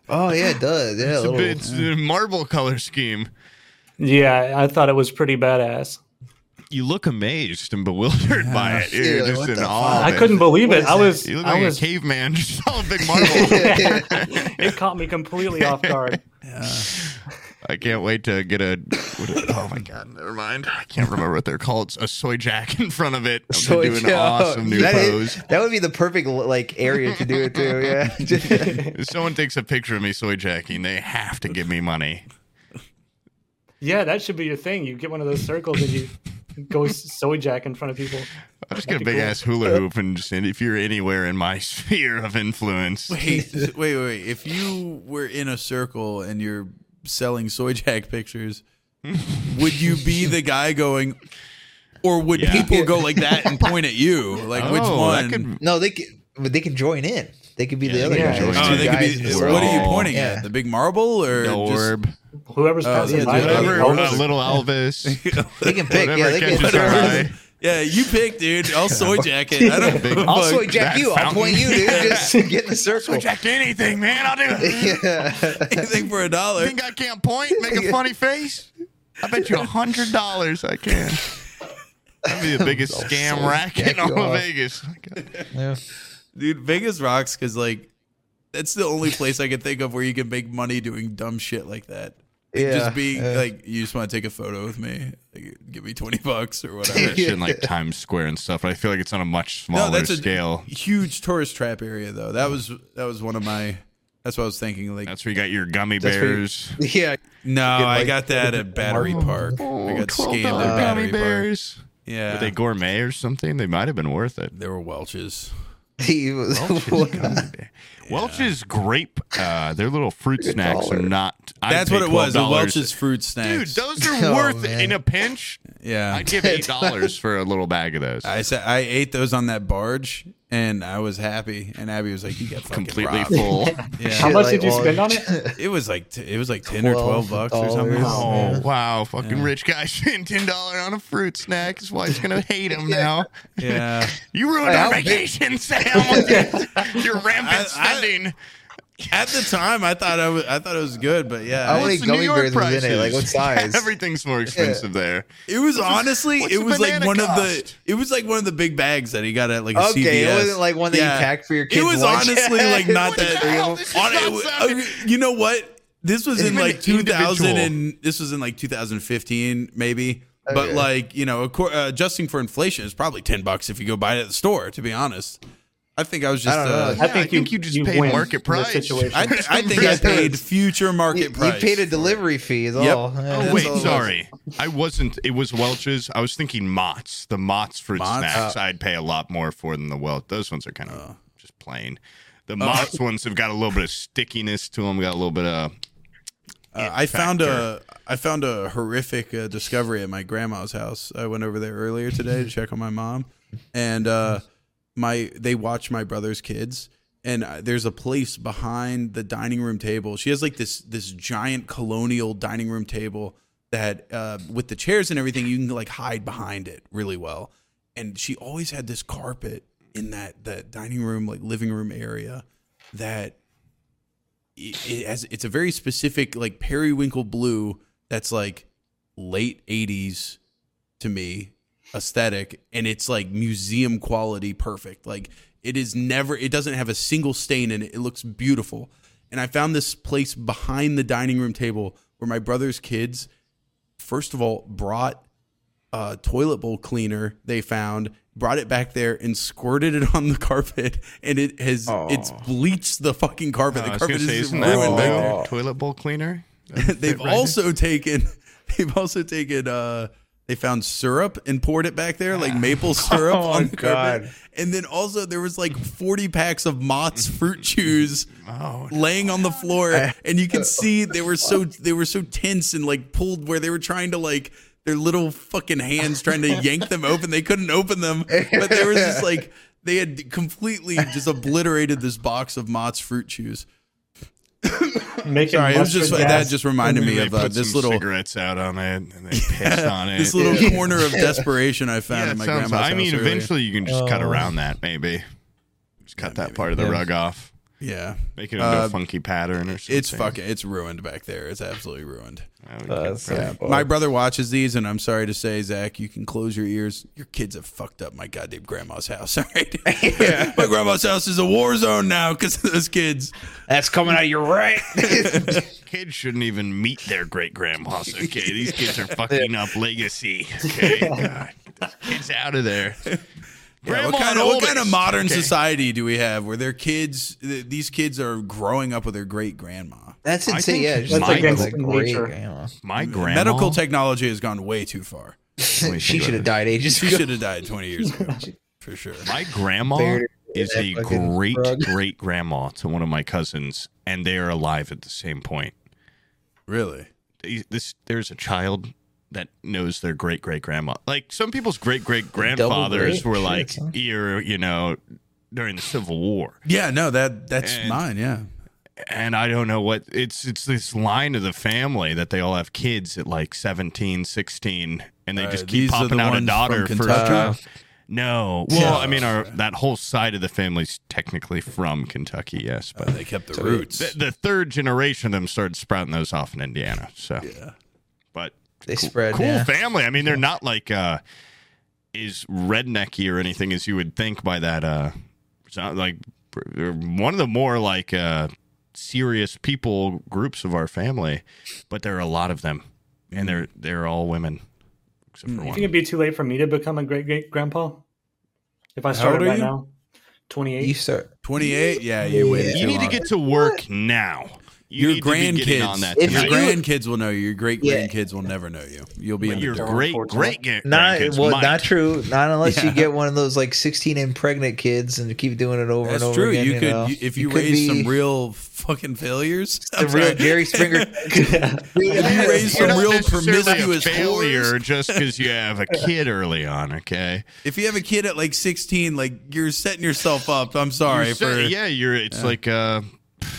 Speaker 4: Oh yeah, it does. Yeah, a
Speaker 3: It's a,
Speaker 4: little.
Speaker 3: bit,
Speaker 4: (laughs)
Speaker 3: it's a marble color scheme.
Speaker 2: Yeah, I thought it was pretty badass.
Speaker 3: You look amazed and bewildered by it. You're
Speaker 4: Yeah, like,
Speaker 3: just
Speaker 4: what
Speaker 3: in
Speaker 4: the
Speaker 3: awe. of
Speaker 4: fuck?
Speaker 2: I
Speaker 3: it.
Speaker 2: couldn't believe
Speaker 4: What
Speaker 2: it.
Speaker 4: is
Speaker 2: I
Speaker 4: that?
Speaker 2: was
Speaker 3: You look
Speaker 2: I
Speaker 3: like
Speaker 2: was
Speaker 3: a caveman (laughs) just saw a
Speaker 4: (laughs)
Speaker 3: big marble.
Speaker 2: (laughs) it caught me completely off guard.
Speaker 3: I can't wait to get a. What a- oh my god, never mind. I can't remember what they're called. It's a soy jack in front of it. I'm
Speaker 4: So
Speaker 3: gonna do an
Speaker 4: yeah,
Speaker 3: awesome new
Speaker 4: that is-
Speaker 3: pose.
Speaker 4: that would be the perfect like area to do it to.
Speaker 3: (laughs)
Speaker 4: Yeah, (laughs)
Speaker 3: If someone takes a picture of me soy jacking, they have to give me money.
Speaker 2: Yeah, that should be your thing. You get one of those circles and you go soy jack in front of people.
Speaker 3: I'll just get a
Speaker 2: That'd be
Speaker 3: big ass hula hoop and just if you're anywhere in my (laughs) sphere of influence.
Speaker 4: (laughs)
Speaker 1: Wait, wait, wait, wait. If you were in a circle and you're selling soy jack pictures, would you be the guy going, or would
Speaker 3: Yeah.
Speaker 1: people go like that
Speaker 4: (laughs)
Speaker 1: and point at you? Like which
Speaker 3: Oh,
Speaker 1: one?
Speaker 3: that could-
Speaker 4: no, they can, but they can join in. They could be
Speaker 3: Yeah,
Speaker 4: the other
Speaker 3: they can
Speaker 4: guys.
Speaker 3: join
Speaker 4: There's
Speaker 3: in.
Speaker 1: oh,
Speaker 4: two
Speaker 1: they could
Speaker 4: guys
Speaker 1: be.
Speaker 4: in the
Speaker 3: we're
Speaker 1: What are you
Speaker 3: all-
Speaker 1: pointing
Speaker 4: yeah.
Speaker 1: at? The big marble or
Speaker 3: the
Speaker 1: just-
Speaker 3: orb,
Speaker 2: Whoever's
Speaker 1: Oh,
Speaker 2: passing
Speaker 1: yeah,
Speaker 2: by,
Speaker 1: dude.
Speaker 2: they
Speaker 3: whatever,
Speaker 2: always-
Speaker 3: uh, little
Speaker 1: (laughs)
Speaker 3: Elvis,
Speaker 4: They can pick.
Speaker 3: whatever
Speaker 4: Yeah, they
Speaker 3: catches
Speaker 4: can.
Speaker 3: our eye.
Speaker 1: Yeah, you pick, dude. I'll soy jack it. I don't.
Speaker 3: Big-
Speaker 1: give a
Speaker 4: (laughs) I'll
Speaker 1: fuck.
Speaker 4: soy jack
Speaker 3: that
Speaker 4: you. I'll point you, dude.
Speaker 1: fountain.
Speaker 4: Just
Speaker 3: (laughs)
Speaker 4: get in the circle.
Speaker 3: Soy jack anything, man. I'll do (laughs) it.
Speaker 4: (laughs) Yeah.
Speaker 3: (laughs)
Speaker 4: (laughs)
Speaker 1: anything for a dollar.
Speaker 3: Think I can't point? Make a funny face? I bet you a hundred dollars I can. That'd (laughs) be the biggest scam rack in
Speaker 4: jack
Speaker 3: all
Speaker 4: you
Speaker 3: of
Speaker 4: off.
Speaker 3: Vegas. My God.
Speaker 4: Yeah.
Speaker 1: dude vegas rocks because like that's the only place i can think of where you can make money doing dumb shit like that Like,
Speaker 4: Yeah,
Speaker 1: just being
Speaker 4: yeah.
Speaker 1: like you just want to take a photo with me like, give me 20 bucks
Speaker 3: (laughs)
Speaker 1: or whatever
Speaker 3: That shit in like Times Square and stuff. But I feel like it's on a much smaller
Speaker 1: no that's a
Speaker 3: scale.
Speaker 1: huge tourist trap area though that was that was one of my that's what i was thinking like
Speaker 3: That's where you got your gummy
Speaker 4: That's where you-
Speaker 3: bears.
Speaker 4: (laughs) yeah.
Speaker 1: no
Speaker 4: get,
Speaker 1: i
Speaker 4: like,
Speaker 1: got that
Speaker 3: (laughs)
Speaker 1: at battery park
Speaker 4: Oh,
Speaker 1: i got
Speaker 3: $12
Speaker 1: scammed at battery park
Speaker 3: bears.
Speaker 1: yeah
Speaker 4: (laughs)
Speaker 3: Were they gourmet or something? They might have been worth it.
Speaker 1: they were welches
Speaker 4: He was
Speaker 3: Welch's gummy bear. Welch's grape, uh, their little fruit snacks are
Speaker 4: dollar.
Speaker 3: not. I'd
Speaker 1: That's
Speaker 3: pay
Speaker 1: what it was. The
Speaker 3: $12.
Speaker 1: Welch's fruit
Speaker 3: Dude,
Speaker 1: snacks.
Speaker 3: those
Speaker 4: (laughs) Oh,
Speaker 3: are worth
Speaker 4: man.
Speaker 3: in a pinch.
Speaker 1: yeah.
Speaker 3: I'd give
Speaker 4: (laughs)
Speaker 3: eight dollars for a little bag of those.
Speaker 1: I said I ate those on that barge, and I was happy. And Abby was like, "You got fucking
Speaker 3: Completely
Speaker 1: robbed."
Speaker 4: (laughs)
Speaker 1: (laughs)
Speaker 3: full.
Speaker 1: Yeah,
Speaker 2: How much did you
Speaker 4: all-
Speaker 2: spend
Speaker 1: (laughs)
Speaker 2: on it?
Speaker 1: it was like t- it was like ten or twelve
Speaker 4: $12
Speaker 1: bucks or something.
Speaker 4: Oh,
Speaker 3: Oh wow, fucking rich (laughs) guy spent ten dollar on a fruit snack. His wife's gonna hate
Speaker 4: (laughs)
Speaker 3: him now.
Speaker 1: Yeah,
Speaker 3: You ruined
Speaker 4: Hey,
Speaker 3: our
Speaker 4: I'll be-
Speaker 3: vacation,
Speaker 4: (laughs)
Speaker 3: Sam. with your- Your
Speaker 1: I- I-
Speaker 3: rampant spending.
Speaker 1: at the time I thought I was I thought it was good, but yeah, I-
Speaker 4: I would- many
Speaker 3: It's the
Speaker 4: gummy
Speaker 3: New York
Speaker 4: bears was in it? Like, what
Speaker 3: prices. (laughs)
Speaker 4: size?
Speaker 3: Everything's more expensive there.
Speaker 1: it was honestly
Speaker 3: what's
Speaker 1: it
Speaker 3: the
Speaker 1: was like
Speaker 3: banana
Speaker 1: one of the
Speaker 3: cost?
Speaker 1: it was like one of the big bags that he got at like a CVS.
Speaker 4: Okay, it wasn't like one that you packed for your kids
Speaker 1: It was
Speaker 4: lunch. (laughs)
Speaker 1: honestly like not
Speaker 4: What the
Speaker 1: that.
Speaker 3: hell? This
Speaker 1: (laughs)
Speaker 3: is
Speaker 1: on-
Speaker 3: not
Speaker 1: it was-
Speaker 3: something-
Speaker 1: okay, you know what? This was
Speaker 3: It's
Speaker 1: in
Speaker 3: been
Speaker 1: like 2000
Speaker 3: individual.
Speaker 1: and this was in like 2015 maybe. But
Speaker 4: Okay.
Speaker 1: like you know, acco- uh, adjusting for inflation is probably 10 bucks if you go buy it at the store. To be honest, I think I was just.
Speaker 4: I don't know.
Speaker 1: uh,
Speaker 3: Yeah, I think you just paid
Speaker 2: win
Speaker 3: market
Speaker 2: in this
Speaker 3: price.
Speaker 2: situation.
Speaker 4: (laughs)
Speaker 1: (laughs) I, th- I think I (laughs) paid future market
Speaker 4: You, you
Speaker 1: price.
Speaker 4: paid a delivery fee, is
Speaker 1: Yep.
Speaker 4: all.
Speaker 3: (laughs)
Speaker 4: Yeah,
Speaker 3: Oh
Speaker 4: (laughs) that's
Speaker 3: wait,
Speaker 4: all it was.
Speaker 3: sorry. I wasn't. It was Welch's. I was thinking Mott's. The Mott's fruit
Speaker 1: Mott's?
Speaker 3: snacks. I'd pay a lot more for than the Welch. Those ones are kind of just plain. The Mott's ones have got a little bit of stickiness to them. Got a little bit of.
Speaker 1: Uh, I found a I found a horrific uh, discovery at my grandma's house. I went over there earlier today to check on my mom, and uh, my they watch my brother's kids. And uh, there's a place behind the dining room table. She has like this this giant colonial dining room table that uh, with the chairs and everything, you can like hide behind it really well. And she always had this carpet in that that dining room like living room area that it, it has it's a very specific like periwinkle blue that's like late 80s to me aesthetic and it's like museum quality perfect like it is never it doesn't have a single stain in it it looks beautiful and i found this place behind the dining room table where my brother's kids first of all brought uh, toilet bowl cleaner they found, brought it back there and squirted it on the (laughs) carpet, and it has it's bleached the fucking carpet.
Speaker 3: I
Speaker 1: the
Speaker 3: was
Speaker 1: carpet
Speaker 3: gonna say,
Speaker 1: is
Speaker 3: isn't that
Speaker 1: ruined back there.
Speaker 3: a toilet bowl cleaner?
Speaker 1: (laughs) They've also taken, (laughs) they've also taken, uh, they found syrup and poured it back there, like maple syrup
Speaker 4: Oh,
Speaker 1: on the carpet.
Speaker 4: God.
Speaker 1: And then also there was like forty packs of Mott's fruit chews
Speaker 3: Oh,
Speaker 1: laying on the floor and you can see they were so they were so tense and like pulled where they were trying to like their little fucking hands trying to yank them open they couldn't open them but they were just like they had completely just obliterated this box of Mott's fruit chews
Speaker 2: Making
Speaker 1: sorry it was
Speaker 2: mustard
Speaker 1: just
Speaker 2: gas.
Speaker 1: that just reminded me
Speaker 3: they
Speaker 1: of uh,
Speaker 3: put
Speaker 1: this
Speaker 3: some
Speaker 1: little
Speaker 3: cigarettes out on it and they (laughs)
Speaker 1: (laughs)
Speaker 3: pissed on it.
Speaker 1: this little corner of desperation I found
Speaker 3: yeah,
Speaker 1: in
Speaker 3: it
Speaker 1: my
Speaker 3: sounds.
Speaker 1: grandma's
Speaker 3: I
Speaker 1: house
Speaker 3: mean,
Speaker 1: earlier.
Speaker 3: eventually you can just cut
Speaker 4: Oh.
Speaker 3: around that. Maybe just cut that part of the
Speaker 1: Yeah.
Speaker 3: rug off.
Speaker 1: yeah
Speaker 3: Make it into
Speaker 1: Uh,
Speaker 3: a funky pattern or something.
Speaker 1: it's fucking it's ruined back there it's absolutely ruined
Speaker 3: I would
Speaker 4: Uh,
Speaker 3: get
Speaker 4: so- (laughs)
Speaker 3: pretty-
Speaker 1: My brother watches these, and I'm sorry to say, Zach, you can close your ears. Your kids have fucked up my goddamn grandma's house. (laughs) All
Speaker 3: (laughs)
Speaker 1: right, (laughs) my grandma's house is a war zone now because of those kids.
Speaker 4: That's coming out of
Speaker 3: (laughs)
Speaker 4: your right.
Speaker 3: kids shouldn't even meet their
Speaker 1: (laughs)
Speaker 3: great grandmas. Okay, these kids are fucking up legacy. Okay, God. kids out
Speaker 1: (laughs)
Speaker 3: of there.
Speaker 1: Yeah, what
Speaker 3: Grandma
Speaker 1: kind
Speaker 3: and
Speaker 1: of what
Speaker 3: oldest.
Speaker 1: kind of modern
Speaker 3: Okay.
Speaker 1: society do we have where their kids, th- these kids, are growing up with their great grandma?
Speaker 4: That's
Speaker 3: I
Speaker 4: insane.
Speaker 3: think
Speaker 4: Yeah, just
Speaker 3: That's
Speaker 4: like
Speaker 2: against
Speaker 4: that's
Speaker 2: nature.
Speaker 4: great. grandma.
Speaker 3: My grandma.
Speaker 1: Medical technology has gone way too
Speaker 3: (laughs)
Speaker 1: far.
Speaker 4: She should have died ages
Speaker 1: She
Speaker 4: ago.
Speaker 1: should have died 20 years ago for sure.
Speaker 3: My grandma
Speaker 1: (laughs)
Speaker 4: Buried her
Speaker 3: is
Speaker 4: in that
Speaker 3: a
Speaker 4: fucking
Speaker 3: great
Speaker 4: rug. (laughs)
Speaker 3: great grandma to one of my cousins, and they are alive at the same point.
Speaker 1: Really?
Speaker 3: They- This there's a child that knows their great great grandma. Like some people's great great grandfathers
Speaker 4: great?
Speaker 3: were
Speaker 4: Shit,
Speaker 3: like
Speaker 4: son.
Speaker 3: here, you know, during the Civil War.
Speaker 1: Yeah. No. That that's
Speaker 3: And-
Speaker 1: mine. Yeah.
Speaker 3: and I don't know what it's it's this line of the family that they all have kids at like 17, 16 and they
Speaker 1: Uh,
Speaker 3: just keep
Speaker 1: these are
Speaker 3: popping
Speaker 1: the
Speaker 3: out a
Speaker 1: ones
Speaker 3: daughter
Speaker 1: from
Speaker 3: for
Speaker 1: Kentucky?
Speaker 3: uh, no. Well,
Speaker 1: Yeah.
Speaker 3: I mean our that whole side of the family's technically from Kentucky, yes, but
Speaker 1: But they kept the roots.
Speaker 3: the, the third generation of them started sprouting those off in Indiana. So,
Speaker 1: Yeah.
Speaker 3: but
Speaker 4: They spread.
Speaker 3: cool
Speaker 4: yeah.
Speaker 3: family. I mean, they're not like uh is rednecky or anything as you would think by that uh sound like they're one of the more like uh serious people groups of our family, but there are a lot of them. And they're they're all women except
Speaker 4: Mm,
Speaker 3: for
Speaker 2: You think
Speaker 3: one.
Speaker 2: it'd be too late for me to become a great great grandpa? If I started
Speaker 1: old are
Speaker 2: right
Speaker 1: you?
Speaker 2: now, twenty
Speaker 4: You
Speaker 2: eight.
Speaker 4: start.
Speaker 1: 28. Yeah. You waited.
Speaker 3: You
Speaker 1: too
Speaker 3: need to
Speaker 1: long.
Speaker 3: get to work now. You
Speaker 1: your
Speaker 3: need to be getting
Speaker 1: grandkids,
Speaker 3: on that
Speaker 1: your
Speaker 4: If
Speaker 3: tonight.
Speaker 4: you-
Speaker 1: grandkids will know you. Your great
Speaker 4: Yeah.
Speaker 1: grandkids will never know you. You'll be in the
Speaker 3: your
Speaker 1: dirt.
Speaker 3: great
Speaker 2: unfortunately.
Speaker 3: great ga-
Speaker 4: Not
Speaker 3: grandkids
Speaker 4: well,
Speaker 3: might. (laughs)
Speaker 4: not true. Not unless you
Speaker 1: Yeah.
Speaker 4: get one of those like sixteen and pregnant kids and keep doing it over
Speaker 1: That's
Speaker 4: and over
Speaker 1: true.
Speaker 4: again.
Speaker 1: you could
Speaker 4: know.
Speaker 1: you, if you,
Speaker 4: could
Speaker 1: raise
Speaker 4: be
Speaker 1: some real fucking failures.
Speaker 4: the
Speaker 1: I'm
Speaker 4: real
Speaker 1: sorry. (laughs)
Speaker 4: Jerry Springer.
Speaker 1: If you raise
Speaker 3: You're
Speaker 1: some
Speaker 3: not
Speaker 1: real
Speaker 3: necessarily a
Speaker 1: promiscuous
Speaker 3: failure
Speaker 1: whores.
Speaker 3: just because you have a kid early on. Okay,
Speaker 1: If you have a kid at like 16, like you're setting yourself up. I'm sorry
Speaker 3: You're
Speaker 1: for
Speaker 3: sa- yeah, you're. It's like uh,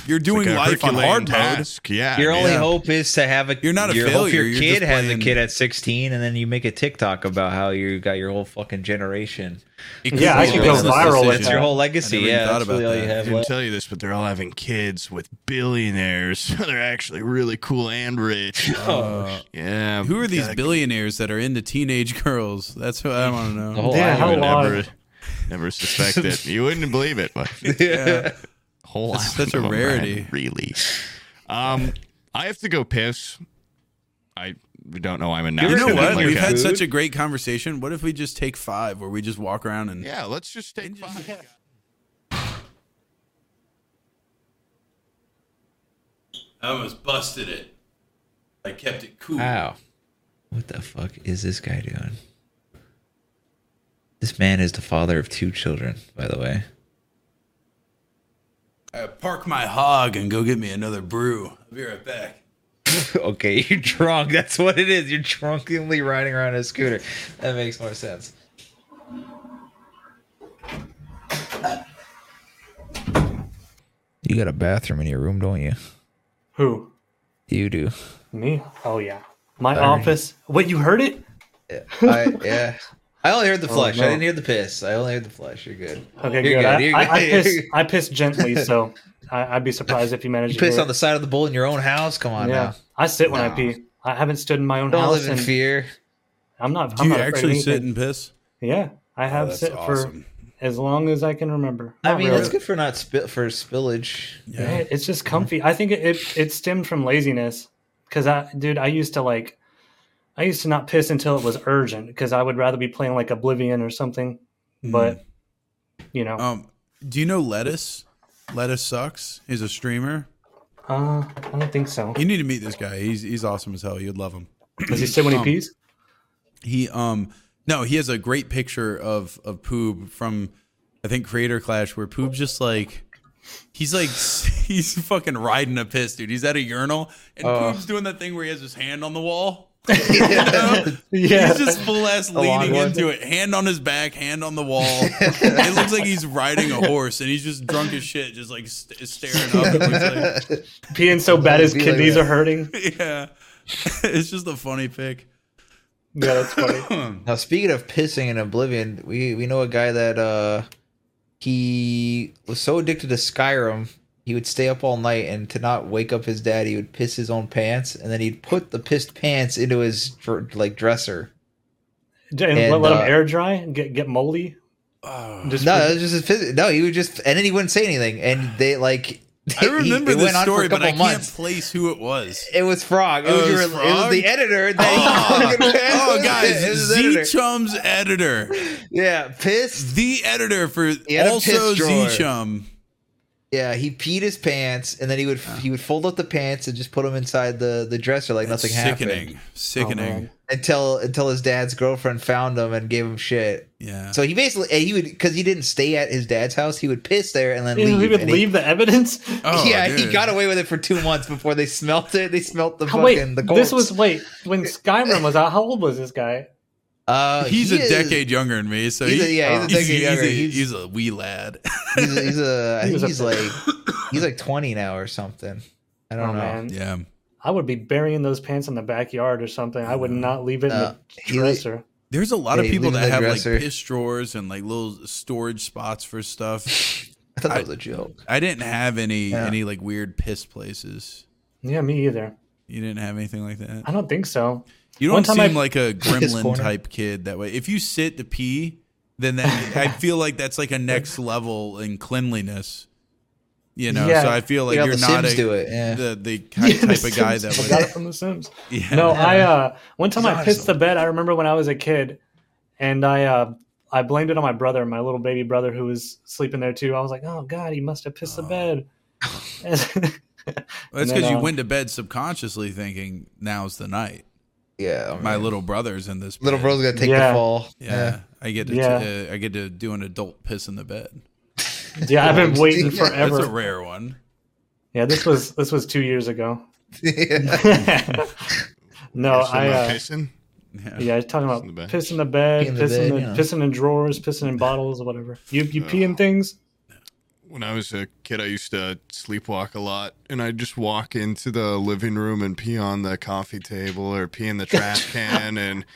Speaker 1: you're doing
Speaker 3: like a
Speaker 1: life on
Speaker 3: Herculean
Speaker 1: hard mode.
Speaker 3: task. Yeah,
Speaker 4: Your
Speaker 3: I mean,
Speaker 4: only
Speaker 1: Yeah.
Speaker 4: hope is to have a.
Speaker 1: You're not a
Speaker 4: your Hope
Speaker 1: failure,
Speaker 4: your
Speaker 1: you're
Speaker 4: kid
Speaker 1: just
Speaker 4: has
Speaker 1: playing-
Speaker 4: a kid at 16, and then you make a TikTok about how you got your whole fucking generation.
Speaker 1: It
Speaker 2: Yeah,
Speaker 1: be
Speaker 2: I
Speaker 1: a
Speaker 2: could go
Speaker 1: business
Speaker 2: viral with
Speaker 4: That's
Speaker 1: decision.
Speaker 4: your
Speaker 2: that.
Speaker 4: whole legacy.
Speaker 1: I never even
Speaker 4: Yeah,
Speaker 1: thought
Speaker 4: that's
Speaker 1: about
Speaker 4: really all
Speaker 1: that.
Speaker 4: you
Speaker 3: I
Speaker 4: have
Speaker 3: didn't
Speaker 4: left.
Speaker 3: tell you this, but they're all having kids with billionaires. (laughs) So they're actually really cool and rich.
Speaker 1: Uh,
Speaker 3: Yeah.
Speaker 1: Who are these
Speaker 3: gotta-
Speaker 1: billionaires that are into teenage girls? That's what I want to
Speaker 4: (laughs) The
Speaker 1: know.
Speaker 4: whole
Speaker 2: Yeah,
Speaker 4: island.
Speaker 2: how
Speaker 3: you would
Speaker 2: long?
Speaker 3: never, never
Speaker 1: (laughs)
Speaker 3: suspect it. You wouldn't believe it. But
Speaker 1: Yeah.
Speaker 3: whole
Speaker 1: That's-
Speaker 3: island
Speaker 1: that's a
Speaker 3: of 'em, man,
Speaker 1: rarity.
Speaker 3: really. Um, I have to go piss. I don't know. why I'm
Speaker 4: You
Speaker 1: You
Speaker 3: announcing.
Speaker 1: know
Speaker 3: it
Speaker 1: what?
Speaker 3: like
Speaker 1: We've
Speaker 3: a-
Speaker 1: had
Speaker 4: Food?
Speaker 1: such a great conversation. What if we just take five, where we just walk around and
Speaker 3: Yeah, let's just take five.
Speaker 1: I almost busted it. I kept it cool.
Speaker 4: (laughs) Wow. What the fuck is this guy doing? This man is the father of two children, by the way.
Speaker 1: I park my hog and go get me another brew. I'll be right back.
Speaker 4: (laughs) okay, you're drunk. That's what it is. You're drunkenly riding around a scooter. That makes more sense. You got a bathroom in your room, don't you?
Speaker 2: Who?
Speaker 4: You do.
Speaker 2: Me? Oh yeah. My office. Wait, you heard it?
Speaker 4: I yeah. I only heard the flush. I
Speaker 2: no.
Speaker 4: didn't hear the piss. I only heard the flush. You're good.
Speaker 2: Okay,
Speaker 4: You're
Speaker 2: good. I,
Speaker 4: You're
Speaker 2: I, I
Speaker 1: (laughs)
Speaker 4: good. (laughs)
Speaker 2: piss. I piss gently, so I, I'd be surprised if you managed
Speaker 4: You
Speaker 2: to
Speaker 4: piss
Speaker 2: hear
Speaker 4: on the
Speaker 2: it.
Speaker 4: side of the bowl in your own house. Come on
Speaker 2: Yeah,
Speaker 4: now.
Speaker 2: I sit when I
Speaker 4: No.
Speaker 2: pee. I haven't stood in my own
Speaker 4: Don't
Speaker 2: house,
Speaker 4: live in
Speaker 2: and
Speaker 4: fear.
Speaker 2: I'm not.
Speaker 1: Do
Speaker 2: I'm
Speaker 1: you
Speaker 2: not afraid of
Speaker 1: actually sit
Speaker 2: anything.
Speaker 1: and piss? Oh,
Speaker 2: Yeah, I have
Speaker 1: that's
Speaker 2: sit
Speaker 1: awesome.
Speaker 2: for as long as I can remember.
Speaker 4: I
Speaker 2: Not
Speaker 4: mean,
Speaker 2: really.
Speaker 4: that's good for not spit for spillage.
Speaker 2: (laughs) Yeah, it's just comfy. I think it it, it stemmed from laziness because I, dude, I used to like, I used to not piss until it was urgent because I would rather be playing like Oblivion or something.
Speaker 1: Mm.
Speaker 2: But you know,
Speaker 1: Um, do you know Lettuce? Lettuce sucks. He's a streamer.
Speaker 2: uh, I don't think so.
Speaker 1: You need to meet this guy. He's he's awesome as hell. You'd love him.
Speaker 2: Does he sit when he
Speaker 1: um,
Speaker 4: (laughs)
Speaker 2: pees?
Speaker 1: He um no, he has a great picture of of Poob from I think Creator Clash where Poob's just like he's like (laughs) he's fucking riding a piss, dude. He's at a urinal and
Speaker 4: Oh.
Speaker 1: Poob's doing that thing where he has his hand on the wall.
Speaker 2: Yeah,
Speaker 1: He's just full
Speaker 4: (laughs)
Speaker 1: ass
Speaker 4: long
Speaker 1: leaning
Speaker 4: one.
Speaker 1: into it, hand on his back, hand on the wall.
Speaker 4: (laughs)
Speaker 1: it looks like he's riding a horse, and he's just drunk as shit, just like st- staring up. It looks
Speaker 2: peeing so bad his
Speaker 4: Be like
Speaker 2: kidneys
Speaker 4: that.
Speaker 2: are hurting.
Speaker 1: like, (laughs) yeah, it's just a funny pic.
Speaker 2: Yeah, that's
Speaker 4: (laughs)
Speaker 2: funny.
Speaker 1: (sighs)
Speaker 4: Now, speaking of pissing and Oblivion, we we know a guy that uh he was so addicted to Skyrim, he would stay up all night and to not wake up his dad, he would piss his own pants, and then he'd put the pissed pants into his dr- like dresser.
Speaker 2: And, let,
Speaker 4: And,
Speaker 2: let
Speaker 4: uh,
Speaker 2: him air dry, get get moldy.
Speaker 1: Oh.
Speaker 2: Just
Speaker 4: No, it was just his phys- no. He would just and then he wouldn't say anything, and they like. (laughs)
Speaker 1: I
Speaker 4: he-
Speaker 1: remember
Speaker 4: it
Speaker 1: this
Speaker 4: went on for a
Speaker 1: story, but I
Speaker 4: couple
Speaker 1: can't place who it was.
Speaker 4: It was Frog. It,
Speaker 1: Oh,
Speaker 4: was,
Speaker 1: it
Speaker 4: your,
Speaker 1: was
Speaker 4: it was
Speaker 1: Frog?
Speaker 4: the editor. That
Speaker 1: Oh,
Speaker 4: he (laughs)
Speaker 1: oh, guys,
Speaker 4: It was his
Speaker 1: Z
Speaker 4: editor.
Speaker 1: Chum's editor,
Speaker 4: yeah, pissed.
Speaker 1: the editor for
Speaker 4: had a
Speaker 1: also
Speaker 4: piss drawer.
Speaker 1: Z Chum.
Speaker 4: Yeah, he peed his pants, and then he would he would fold up the pants and just put them inside the the dresser like nothing
Speaker 1: Sickening,
Speaker 4: happened Oh,
Speaker 1: sickening.
Speaker 4: until until his dad's girlfriend found him and gave him shit.
Speaker 1: yeah.
Speaker 4: So he basically and he would because he didn't stay at his dad's house, he would piss there and then
Speaker 2: He
Speaker 4: leave.
Speaker 2: would
Speaker 4: and
Speaker 2: leave the evidence.
Speaker 1: Oh,
Speaker 4: He, (laughs) yeah, he
Speaker 1: dude.
Speaker 4: got away with it for two months before they smelt it. They smelt (laughs) the
Speaker 2: Oh,
Speaker 4: fucking
Speaker 2: wait,
Speaker 4: the
Speaker 2: this
Speaker 4: corpse.
Speaker 2: was wait when Skyrim was out. How old was this guy?
Speaker 4: uh,
Speaker 1: He's
Speaker 4: he
Speaker 1: a
Speaker 4: is-
Speaker 1: decade younger than me, so
Speaker 4: He's a,
Speaker 1: he-
Speaker 4: yeah,
Speaker 2: uh,
Speaker 4: he's a decade
Speaker 1: he's,
Speaker 4: younger.
Speaker 1: he's, a,
Speaker 4: He's-
Speaker 1: he's a wee lad.
Speaker 4: he's, a-
Speaker 1: (laughs)
Speaker 4: he's a I
Speaker 2: He
Speaker 4: think
Speaker 2: was a-
Speaker 4: he's like he's like twenty now or something. I don't
Speaker 2: Oh,
Speaker 4: know.
Speaker 2: man.
Speaker 1: yeah.
Speaker 2: I would be burying those pants in the backyard or something. I would not leave it
Speaker 4: Uh,
Speaker 2: in the
Speaker 4: he-
Speaker 2: dresser.
Speaker 1: There's a lot
Speaker 4: Yeah,
Speaker 1: of
Speaker 4: you
Speaker 1: people
Speaker 4: leave it in
Speaker 1: that
Speaker 4: the
Speaker 1: have
Speaker 4: dresser.
Speaker 1: like piss drawers and like little storage spots for stuff.
Speaker 4: I thought that was a joke.
Speaker 1: I didn't have any
Speaker 4: Yeah.
Speaker 1: any like weird piss places.
Speaker 2: yeah, me either.
Speaker 1: You didn't have anything like that.
Speaker 2: I don't think so.
Speaker 1: You
Speaker 2: one
Speaker 1: don't seem
Speaker 2: time I-
Speaker 1: like
Speaker 2: (laughs)
Speaker 1: a gremlin
Speaker 4: corner.
Speaker 1: type kid that way. If you sit to pee, then that
Speaker 2: (laughs)
Speaker 1: I feel like that's like a next level in cleanliness. You know,
Speaker 2: Yeah.
Speaker 1: so I feel like
Speaker 4: yeah,
Speaker 1: you're
Speaker 4: the
Speaker 1: not
Speaker 4: Sims
Speaker 1: a,
Speaker 4: do it. Yeah.
Speaker 1: the
Speaker 4: (laughs)
Speaker 1: the kind
Speaker 2: (laughs) The
Speaker 1: type of guy
Speaker 2: Sims.
Speaker 1: that
Speaker 2: I got
Speaker 1: would.
Speaker 2: it from The Sims.
Speaker 1: (laughs) Yeah.
Speaker 2: No, I uh, one time I
Speaker 4: Honestly.
Speaker 2: pissed the bed. I remember when I was a kid, and I uh, I blamed it on my brother, my little
Speaker 4: Oh. (laughs)
Speaker 2: baby brother who was sleeping there too. I was like, oh god, he must have pissed the bed. And
Speaker 1: That's
Speaker 2: And
Speaker 1: because
Speaker 2: then,
Speaker 1: you
Speaker 2: uh,
Speaker 1: went to bed subconsciously thinking now's the night.
Speaker 4: Yeah, oh, I mean,
Speaker 1: My little brother's in this.
Speaker 4: little
Speaker 1: bed.
Speaker 4: brother's gonna take
Speaker 2: Yeah.
Speaker 4: the fall.
Speaker 1: Yeah, I get to.
Speaker 2: Yeah.
Speaker 1: Uh, I get to do an adult piss in the bed.
Speaker 2: (laughs) Yeah, I've been
Speaker 4: (laughs)
Speaker 2: waiting
Speaker 4: Yeah,
Speaker 2: forever.
Speaker 1: That's a rare one.
Speaker 2: yeah, this was this was two years ago.
Speaker 4: Yeah. (laughs)
Speaker 2: (laughs) no,
Speaker 3: You're still
Speaker 2: I
Speaker 3: not
Speaker 2: uh,
Speaker 3: pissing?
Speaker 1: Yeah.
Speaker 2: yeah, I was talking
Speaker 3: in the
Speaker 2: about
Speaker 3: bed.
Speaker 2: piss in the bed,
Speaker 4: Pee in the
Speaker 2: pissing
Speaker 4: bed,
Speaker 2: the
Speaker 4: yeah.
Speaker 2: pissing in drawers, pissing
Speaker 4: (laughs)
Speaker 2: in bottles, whatever. You you pee
Speaker 3: Oh.
Speaker 2: in things?
Speaker 3: When I was a kid, I used to sleepwalk a lot, and I'd just walk into the living room and pee on the coffee table or pee in
Speaker 2: (laughs)
Speaker 3: the trash can. And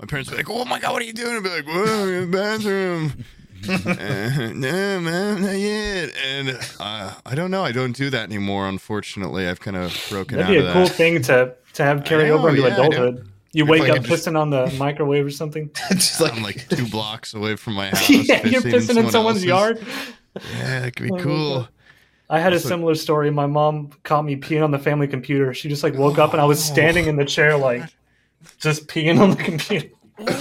Speaker 3: my parents would be like, Oh my God, what are you doing? I'd be like, Whoa, in the
Speaker 2: (laughs)
Speaker 3: bathroom. Uh, no, man, not yet. And uh, I don't know. I don't do that anymore, unfortunately. I've kind of broken
Speaker 2: That'd be
Speaker 3: out
Speaker 2: a
Speaker 3: of
Speaker 2: cool
Speaker 3: that.
Speaker 2: thing to to have carry
Speaker 3: know,
Speaker 2: over into
Speaker 3: yeah, I know.
Speaker 2: adulthood. You
Speaker 3: If
Speaker 2: wake
Speaker 3: I
Speaker 2: up
Speaker 3: could just-
Speaker 2: pissing on the microwave or
Speaker 3: (laughs)
Speaker 2: something.
Speaker 4: Just like, (laughs)
Speaker 3: I'm like
Speaker 2: (laughs)
Speaker 3: two blocks away from my house.
Speaker 2: yeah, you're
Speaker 3: in
Speaker 2: pissing in
Speaker 3: someone
Speaker 2: someone's
Speaker 3: else's.
Speaker 2: yard.
Speaker 3: Yeah, that could
Speaker 2: Oh my
Speaker 3: be cool.
Speaker 2: God. I had a
Speaker 3: Also-
Speaker 2: similar story. My mom caught me peeing on the family computer. She just like woke up and I
Speaker 3: Oh.
Speaker 2: was standing in the chair like just peeing on the computer.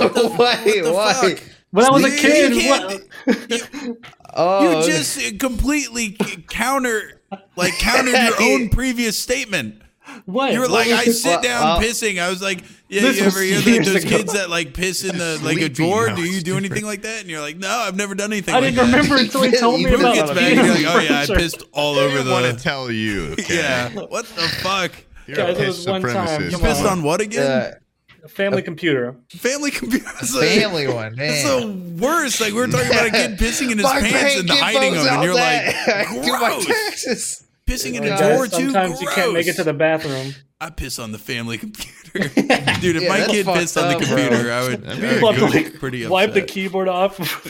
Speaker 4: wait, why?
Speaker 1: fuck?
Speaker 2: When I was a
Speaker 1: You
Speaker 2: kid,
Speaker 1: can't-
Speaker 2: what-
Speaker 4: Oh,
Speaker 1: You
Speaker 4: okay.
Speaker 1: just uh, completely c- counter, like countered
Speaker 4: (laughs)
Speaker 1: your own previous statement.
Speaker 2: what?
Speaker 1: You were like,
Speaker 2: What was
Speaker 1: I
Speaker 2: this-
Speaker 1: sit down
Speaker 4: Well, uh,
Speaker 1: pissing. I was like, yeah,
Speaker 2: This
Speaker 1: you ever
Speaker 2: was
Speaker 1: hear the,
Speaker 2: years
Speaker 4: (laughs)
Speaker 1: those
Speaker 2: ago.
Speaker 1: kids that like piss in the like a
Speaker 3: Sleeping
Speaker 1: drawer?
Speaker 3: now
Speaker 1: Do you
Speaker 3: is
Speaker 1: do anything like that? And you're like, no, I've never done anything.
Speaker 2: I
Speaker 1: like
Speaker 2: didn't
Speaker 1: that."
Speaker 2: remember until
Speaker 3: (laughs)
Speaker 2: he told me
Speaker 1: Brooke
Speaker 2: about
Speaker 1: gets
Speaker 2: the
Speaker 1: back and you're
Speaker 2: (laughs)
Speaker 1: like, oh
Speaker 4: (laughs)
Speaker 1: yeah, I
Speaker 2: furniture.
Speaker 1: pissed all
Speaker 3: I
Speaker 1: over
Speaker 3: didn't want to
Speaker 1: the.
Speaker 2: (laughs)
Speaker 3: tell you.
Speaker 1: (laughs)
Speaker 3: Okay?
Speaker 1: Yeah, what the fuck?
Speaker 3: You're
Speaker 2: Guys,
Speaker 3: a
Speaker 2: it was
Speaker 3: piss
Speaker 2: one time.
Speaker 3: supremacist.
Speaker 2: Come
Speaker 1: You pissed
Speaker 2: on.
Speaker 1: on what again?
Speaker 4: Uh,
Speaker 2: Family computer.
Speaker 1: Family (laughs) computers.
Speaker 4: family one,
Speaker 1: It's
Speaker 4: man.
Speaker 1: the worst. Like we we're talking about a kid pissing in his
Speaker 4: My
Speaker 1: pants
Speaker 4: bank
Speaker 1: and hiding
Speaker 4: info's
Speaker 1: them, and
Speaker 4: out
Speaker 1: you're
Speaker 4: there.
Speaker 1: like,
Speaker 4: (laughs) I do my
Speaker 1: gross.
Speaker 4: taxes. (laughs)
Speaker 1: Pissing in a
Speaker 4: Guys,
Speaker 1: drawer
Speaker 2: Guys,
Speaker 1: too.
Speaker 2: sometimes you can't make
Speaker 1: Gross.
Speaker 2: it to the
Speaker 3: (laughs)
Speaker 2: bathroom.
Speaker 1: I piss on the family (laughs) computer, dude. If
Speaker 4: Yeah,
Speaker 1: my
Speaker 4: that's
Speaker 1: kid pissed
Speaker 4: fucked
Speaker 1: on the
Speaker 4: up,
Speaker 1: computer,
Speaker 4: bro.
Speaker 1: I would
Speaker 3: That'd be
Speaker 1: I
Speaker 3: a
Speaker 1: would
Speaker 2: good-
Speaker 1: be (laughs) pretty upset.
Speaker 2: Wipe the keyboard off.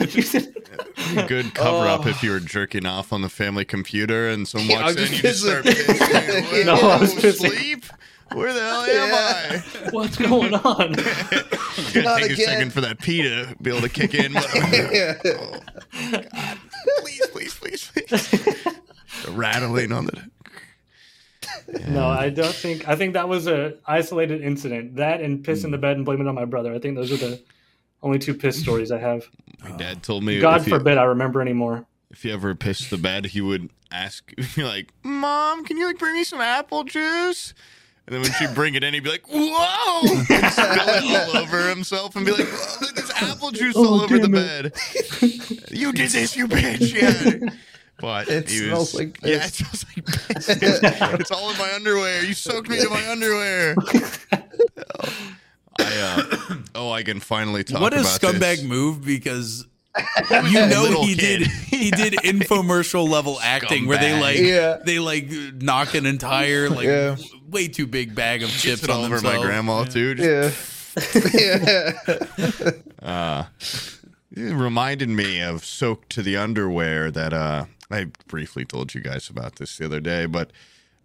Speaker 2: (laughs)
Speaker 3: a good cover up if you were jerking off on the family computer and someone
Speaker 4: Oh. Yeah,
Speaker 3: walks
Speaker 4: I'm
Speaker 3: in
Speaker 4: just
Speaker 3: you just
Speaker 4: pissing.
Speaker 3: start
Speaker 4: (laughs)
Speaker 3: pissing.
Speaker 2: No, I was pissing.
Speaker 3: Sleep? Where the hell am
Speaker 4: Yeah.
Speaker 2: What's going
Speaker 3: (laughs)
Speaker 2: on?
Speaker 3: I? It's gonna
Speaker 4: Not
Speaker 3: take a
Speaker 4: again.
Speaker 3: second for that pee to be able to kick
Speaker 4: (laughs)
Speaker 3: in.
Speaker 4: Yeah.
Speaker 1: (laughs)
Speaker 3: please, please, please, please.
Speaker 2: (laughs)
Speaker 3: The rattling on the.
Speaker 2: No, I don't think. I think that was a isolated incident. That and piss
Speaker 3: Hmm.
Speaker 2: in the bed and blame it on my brother. I think those are the only two piss stories I have.
Speaker 3: My dad told me.
Speaker 2: God
Speaker 3: Hmm. if you,
Speaker 2: forbid I remember anymore.
Speaker 3: If you ever pissed the bed, he would ask, (laughs) be like, "Mom, can you like bring me some apple juice?" And then when she'd bring it in, he'd be like, "Whoa!" (laughs) and spill it all
Speaker 4: (laughs)
Speaker 3: over himself, and be like, "Whoa, look, there's apple juice
Speaker 2: Oh,
Speaker 3: all over the
Speaker 2: damn
Speaker 3: bed." you did this, you bitch! (laughs) Yeah. But
Speaker 4: It
Speaker 3: he
Speaker 4: smells
Speaker 3: was,
Speaker 4: like
Speaker 3: yeah, it
Speaker 4: piss.
Speaker 3: smells like piss. (laughs) it's all in my underwear. You soaked me to my
Speaker 1: (laughs)
Speaker 3: underwear. I, uh, oh, I can finally talk.
Speaker 1: What a
Speaker 3: about
Speaker 1: scumbag
Speaker 3: (laughs) this.
Speaker 1: move! Because
Speaker 3: (laughs)
Speaker 1: you know
Speaker 3: little
Speaker 1: he did
Speaker 3: kid.
Speaker 1: (laughs) he
Speaker 3: (laughs)
Speaker 1: did infomercial level acting where they
Speaker 3: Scumbag.
Speaker 1: like
Speaker 4: Yeah.
Speaker 1: they like knock an
Speaker 3: (laughs)
Speaker 1: entire like
Speaker 4: Yeah.
Speaker 1: way too big bag of chips
Speaker 3: It's
Speaker 1: on
Speaker 3: all over
Speaker 1: themselves.
Speaker 3: my grandma too. Just
Speaker 4: Yeah. yeah.
Speaker 3: uh, it reminded me of soaked to the underwear that uh, I briefly told you guys about this the other day, but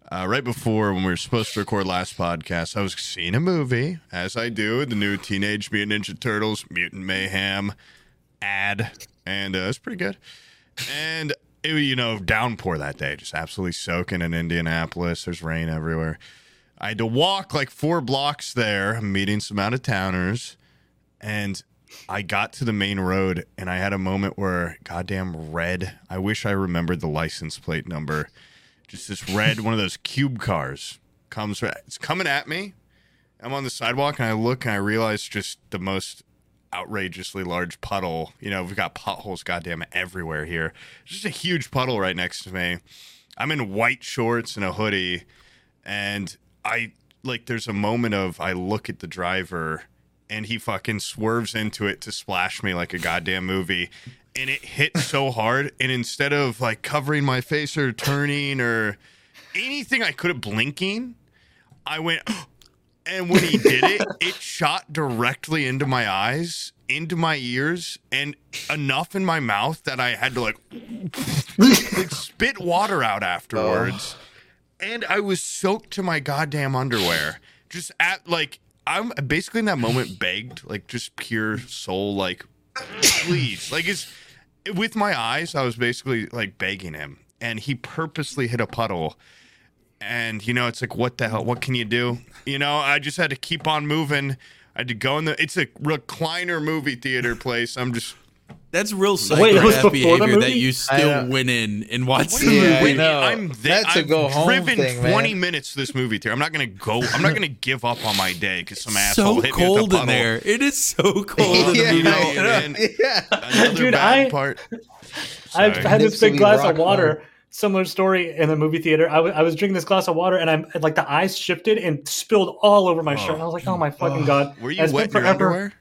Speaker 3: uh, right before when we were supposed to record last podcast, I was seeing a movie, as I do, the new Teenage Mutant Ninja Turtles Mutant Mayhem ad, and uh, it's pretty good. And it, was, you know, downpour that day, just absolutely soaking in Indianapolis. There's rain everywhere. I had to walk like four blocks there. I'm meeting some out of towners and I got to the main road and I had a moment where goddamn red. I wish I remembered the license plate number. Just this red, one of those cube cars comes. It's coming at me. I'm on the sidewalk and I look and I realize just the most outrageously large puddle. You know, we've got potholes goddamn everywhere here. Just a huge puddle right next to me. I'm in white shorts and a hoodie and I like there's a moment of I look at the driver and he fucking swerves into it to splash me like a goddamn movie and it hit so hard and instead of like covering my face or turning or anything I could have blinking I went (gasps) and when he did it it shot directly into my eyes into my ears and enough in my mouth that I had to like, (laughs) like spit water out afterwards and I was soaked to my goddamn underwear. Just at like I'm basically in that moment begged, like just pure soul, like please, like it's with my eyes. I was basically like begging him, and he purposely hit a puddle. And you know, it's like what the hell? What can you do? You know, I just had to keep on moving. I had to go in the. It's a recliner movie theater place. I'm just
Speaker 1: that's real
Speaker 2: Wait, it was
Speaker 1: psychopath
Speaker 2: before the
Speaker 1: behavior that
Speaker 2: movie?
Speaker 1: you still
Speaker 4: know.
Speaker 1: went in and watched
Speaker 3: uh, What
Speaker 1: the
Speaker 3: do you
Speaker 4: Yeah, I
Speaker 1: movie.
Speaker 3: mean?
Speaker 4: know.
Speaker 3: I'm thi-
Speaker 4: That's a
Speaker 3: I've
Speaker 4: go home
Speaker 3: driven
Speaker 4: thing, man.
Speaker 3: 20 minutes to this movie theater. I'm not gonna go. I'm not gonna give up on my day because some asshole
Speaker 1: So
Speaker 3: hit me with
Speaker 1: cold
Speaker 3: a
Speaker 1: in
Speaker 3: puddle. (laughs)
Speaker 1: there. It is so cold in
Speaker 4: yeah,
Speaker 1: the movie.
Speaker 3: you know,
Speaker 4: I know. (laughs)
Speaker 3: and-
Speaker 4: yeah.
Speaker 3: Another
Speaker 2: Dude,
Speaker 3: bad
Speaker 2: I-
Speaker 3: part.
Speaker 2: I've
Speaker 3: Sorry.
Speaker 2: had this
Speaker 4: Nipsey
Speaker 2: big glass
Speaker 4: Rock
Speaker 2: of water.
Speaker 4: Hard.
Speaker 2: Similar story in the movie theater. I wa- I was drinking this glass of water, and I'm like the ice shifted and spilled all over my shirt. And I was like, "Oh my fucking god!"
Speaker 3: Were you
Speaker 2: It's been
Speaker 3: wet in your
Speaker 2: forever.
Speaker 3: underwear?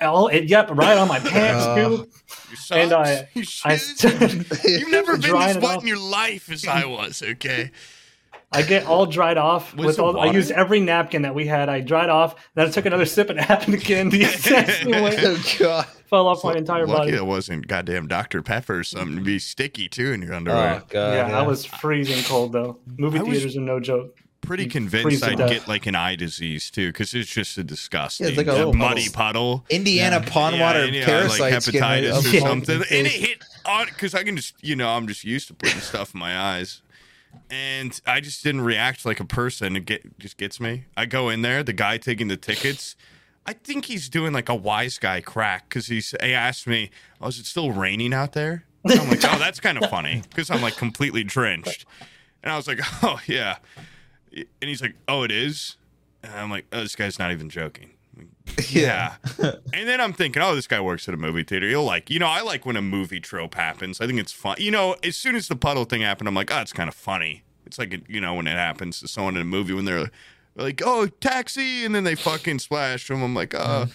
Speaker 2: All it, yep, right on my
Speaker 3: (laughs)
Speaker 2: pants
Speaker 4: Uh,
Speaker 2: too.
Speaker 3: Your socks? (laughs)
Speaker 2: And I-
Speaker 3: Your
Speaker 2: I, (laughs)
Speaker 3: shoes? You've never been
Speaker 2: Drying
Speaker 3: this
Speaker 2: it
Speaker 3: wet
Speaker 2: off.
Speaker 3: in your life as I was. Okay.
Speaker 2: I get all dried off
Speaker 3: Was
Speaker 2: with
Speaker 3: it
Speaker 2: all. I
Speaker 3: water?
Speaker 2: used every napkin that we had. I dried off. Then I took another sip, and (laughs) it happened again. The exact same
Speaker 4: (laughs)
Speaker 2: way.
Speaker 4: Oh god.
Speaker 2: Fell off my entire
Speaker 3: Lucky
Speaker 2: body.
Speaker 3: it wasn't goddamn Dr Pepper or something to be sticky too in your underwear.
Speaker 4: Oh god. Yeah,
Speaker 2: yeah, I was freezing cold though. Movie
Speaker 3: I was-
Speaker 2: theaters are no joke.
Speaker 3: Pretty
Speaker 2: you freeze
Speaker 3: convinced
Speaker 2: to
Speaker 3: I'd
Speaker 2: death.
Speaker 3: get like an eye disease too, because it's just a disgusting,
Speaker 4: like a
Speaker 3: that
Speaker 4: little
Speaker 3: muddy puddle.
Speaker 4: Indiana pond
Speaker 3: Yeah,
Speaker 4: water
Speaker 3: and, yeah,
Speaker 4: parasites
Speaker 3: like
Speaker 4: getting a- (laughs)
Speaker 3: hepatitis
Speaker 4: a-
Speaker 3: or something. And it hit on because I can just, you know, I'm just used to putting stuff in my eyes, and I just didn't react like a person. It get just gets me. I go in there, the guy taking the tickets. I think he's doing like a wise guy crack because he's. He asked me, "Oh, is it still raining out there?" And I'm like, "Oh, that's kind of funny," because I'm like completely drenched, and I was like, (laughs) "Oh yeah," and he's like, "Oh, it is." And I'm like, "Oh, this guy's not even joking." Yeah. and then I'm thinking, oh, this guy works at a movie theater. He'll like, you know, I like when a movie trope happens. I think it's fun. You know, as soon as the puddle thing happened, I'm like, oh, it's kind of funny. It's like, you know, when it happens to someone in a movie when they're like, oh, taxi. And then they fucking splash them. I'm like, oh.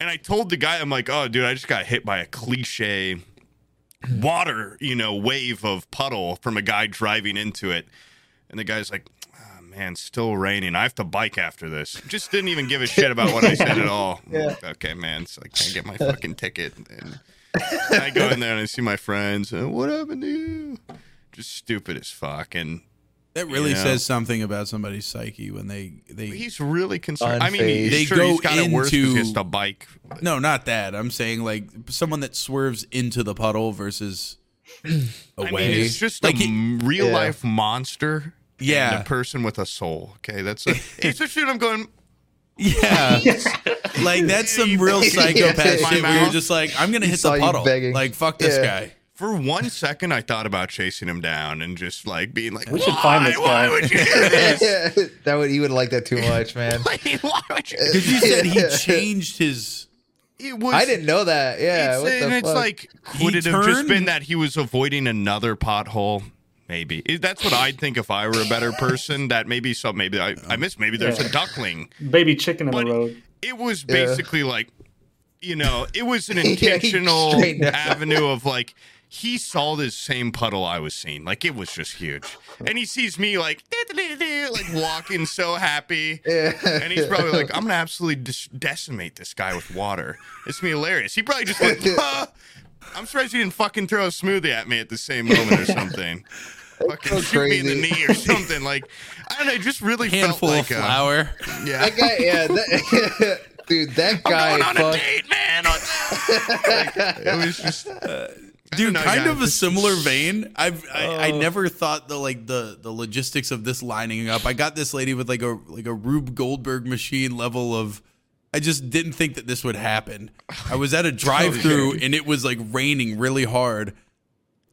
Speaker 3: And I told the guy, I'm like, oh, dude, I just got hit by a cliche water, you know, wave of puddle from a guy driving into it. And the guy's like, oh, man, still raining. I have to bike after this. Just didn't even give a shit about what I said at all. I'm like, okay, man. It's like, can I get my fucking ticket? And I go in there and I see my friends. And, what happened to you? Just stupid as fuck. And
Speaker 1: That really
Speaker 3: Yeah.
Speaker 1: says something about somebody's psyche when they they.
Speaker 3: he's really concerned. I mean,
Speaker 4: Unfazed.
Speaker 1: They
Speaker 3: he's sure he's
Speaker 1: go
Speaker 3: got it worse because he
Speaker 1: into-
Speaker 3: has to bike.
Speaker 1: no, not that. I'm saying like someone that swerves into the puddle
Speaker 3: (clears throat)
Speaker 1: versus away.
Speaker 3: I mean, it's just
Speaker 1: like
Speaker 3: a
Speaker 1: he-
Speaker 3: real
Speaker 4: Yeah.
Speaker 3: life monster. and
Speaker 1: Yeah. (laughs)
Speaker 3: a person with a soul. Okay, that's a, it's a shit. I'm going.
Speaker 1: yeah, like that's
Speaker 3: (laughs)
Speaker 1: some real psychopath
Speaker 4: Yeah.
Speaker 1: shit. Where you're
Speaker 3: Mouth.
Speaker 1: just like, I'm gonna hit
Speaker 4: saw
Speaker 1: the
Speaker 4: you
Speaker 1: puddle.
Speaker 4: begging.
Speaker 1: Like fuck this
Speaker 4: Yeah.
Speaker 1: guy.
Speaker 3: For one second, I thought about chasing him down and just like being like,
Speaker 2: We should find
Speaker 3: "Why?
Speaker 2: this
Speaker 3: Why
Speaker 2: guy."
Speaker 3: would you do
Speaker 4: (laughs)
Speaker 3: this?
Speaker 4: that would you would like that too
Speaker 1: (laughs)
Speaker 4: much, man.
Speaker 3: Like, why would you?
Speaker 1: Because you said he
Speaker 4: (laughs) Yeah.
Speaker 1: changed his.
Speaker 3: It was.
Speaker 4: I didn't know that. Yeah,
Speaker 3: it's,
Speaker 4: what the
Speaker 3: and it's
Speaker 4: fuck?
Speaker 3: like, would
Speaker 1: He
Speaker 3: it have just
Speaker 1: turned-
Speaker 3: been that he was avoiding another pothole? Maybe It- that's what I'd think if I were a better person. That maybe some, maybe I, I missed. Maybe there's a
Speaker 2: Yeah.
Speaker 3: duckling.
Speaker 2: Baby chicken in
Speaker 3: But-
Speaker 2: the road.
Speaker 3: It was
Speaker 4: Yeah.
Speaker 3: basically like, you know, it was
Speaker 4: (laughs)
Speaker 3: an
Speaker 4: he
Speaker 3: intentional
Speaker 4: straightened out.
Speaker 3: avenue of like. He saw this same puddle I was seeing. Like it was just huge. And he sees me like (laughs) like walking so happy.
Speaker 4: yeah.
Speaker 3: And he's probably
Speaker 4: (laughs)
Speaker 3: like, I'm gonna absolutely dis- decimate this guy with water. It's gonna be hilarious. He probably just
Speaker 4: (laughs)
Speaker 3: went, "Huh." I'm surprised he didn't fucking throw a smoothie at me at the same moment or
Speaker 4: (laughs)
Speaker 3: something. fucking
Speaker 4: so
Speaker 3: shoot me in the
Speaker 4: crazy.
Speaker 3: knee or something. Like I don't know, it just really
Speaker 1: Handful of
Speaker 3: felt like uh, a-
Speaker 1: flour.
Speaker 3: yeah.
Speaker 4: that guy. Yeah, that, (laughs) dude, that
Speaker 3: I'm
Speaker 4: guy.
Speaker 3: going on a
Speaker 4: Fuck,
Speaker 3: date, man. Like, it was (laughs) just
Speaker 1: dude
Speaker 3: know,
Speaker 1: kind
Speaker 3: yeah.
Speaker 1: of a similar vein i've I, I
Speaker 3: Oh.
Speaker 1: never thought the like the the logistics of this lining up i got this lady with like a like a rube goldberg machine level of i just didn't think that this would happen i was
Speaker 3: (laughs)
Speaker 1: at a drive-through and it was like raining really hard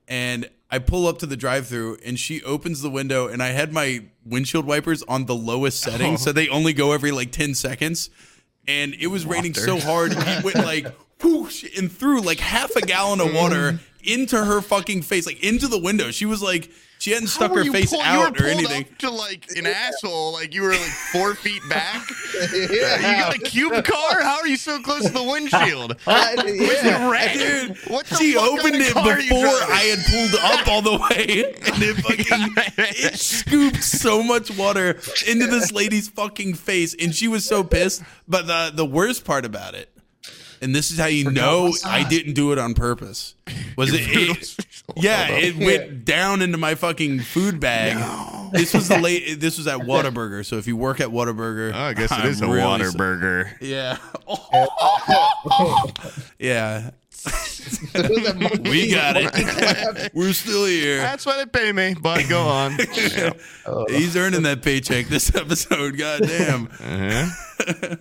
Speaker 1: and i pull up to the drive-through and she opens the window and i had my windshield wipers on the lowest setting
Speaker 3: Oh.
Speaker 1: so they only go every like 10 seconds and it was raining so hard it went like whoosh and threw like half a gallon of
Speaker 3: Mm.
Speaker 1: water into her fucking face, like into the window. She was like, she hadn't stuck
Speaker 3: How were
Speaker 1: her
Speaker 3: you
Speaker 1: face
Speaker 3: pulled- you were
Speaker 1: out or
Speaker 3: pulled
Speaker 1: anything.
Speaker 3: up to like an asshole, like you were like four feet (laughs) back. You
Speaker 4: (laughs) yeah.
Speaker 3: got a cube car? How are you so close to the (laughs) windshield?
Speaker 4: I- yeah.
Speaker 3: Dude, what the
Speaker 1: She
Speaker 3: fuck
Speaker 1: opened
Speaker 3: kind
Speaker 1: it
Speaker 3: of
Speaker 1: before
Speaker 3: car are you driving?
Speaker 1: I had pulled up all the way,
Speaker 3: (laughs)
Speaker 1: and it fucking it scooped so much water into this lady's fucking face, and she was so pissed. But the the worst part about it, and this is how you know I didn't do it on purpose, was it, it Yeah, it went down into my fucking food bag. This was the late. This was at Whataburger. So if you work at Whataburger,
Speaker 3: Oh, I guess it
Speaker 1: I'm
Speaker 3: is a
Speaker 1: really
Speaker 3: water
Speaker 1: so-
Speaker 3: burger.
Speaker 1: Yeah. (laughs) yeah.
Speaker 4: That monkey-
Speaker 1: We got it. We're still here.
Speaker 3: That's why they pay me, but go (laughs) on. Yeah.
Speaker 1: (laughs) He's earning that paycheck this episode. God damn.
Speaker 3: Uh-huh.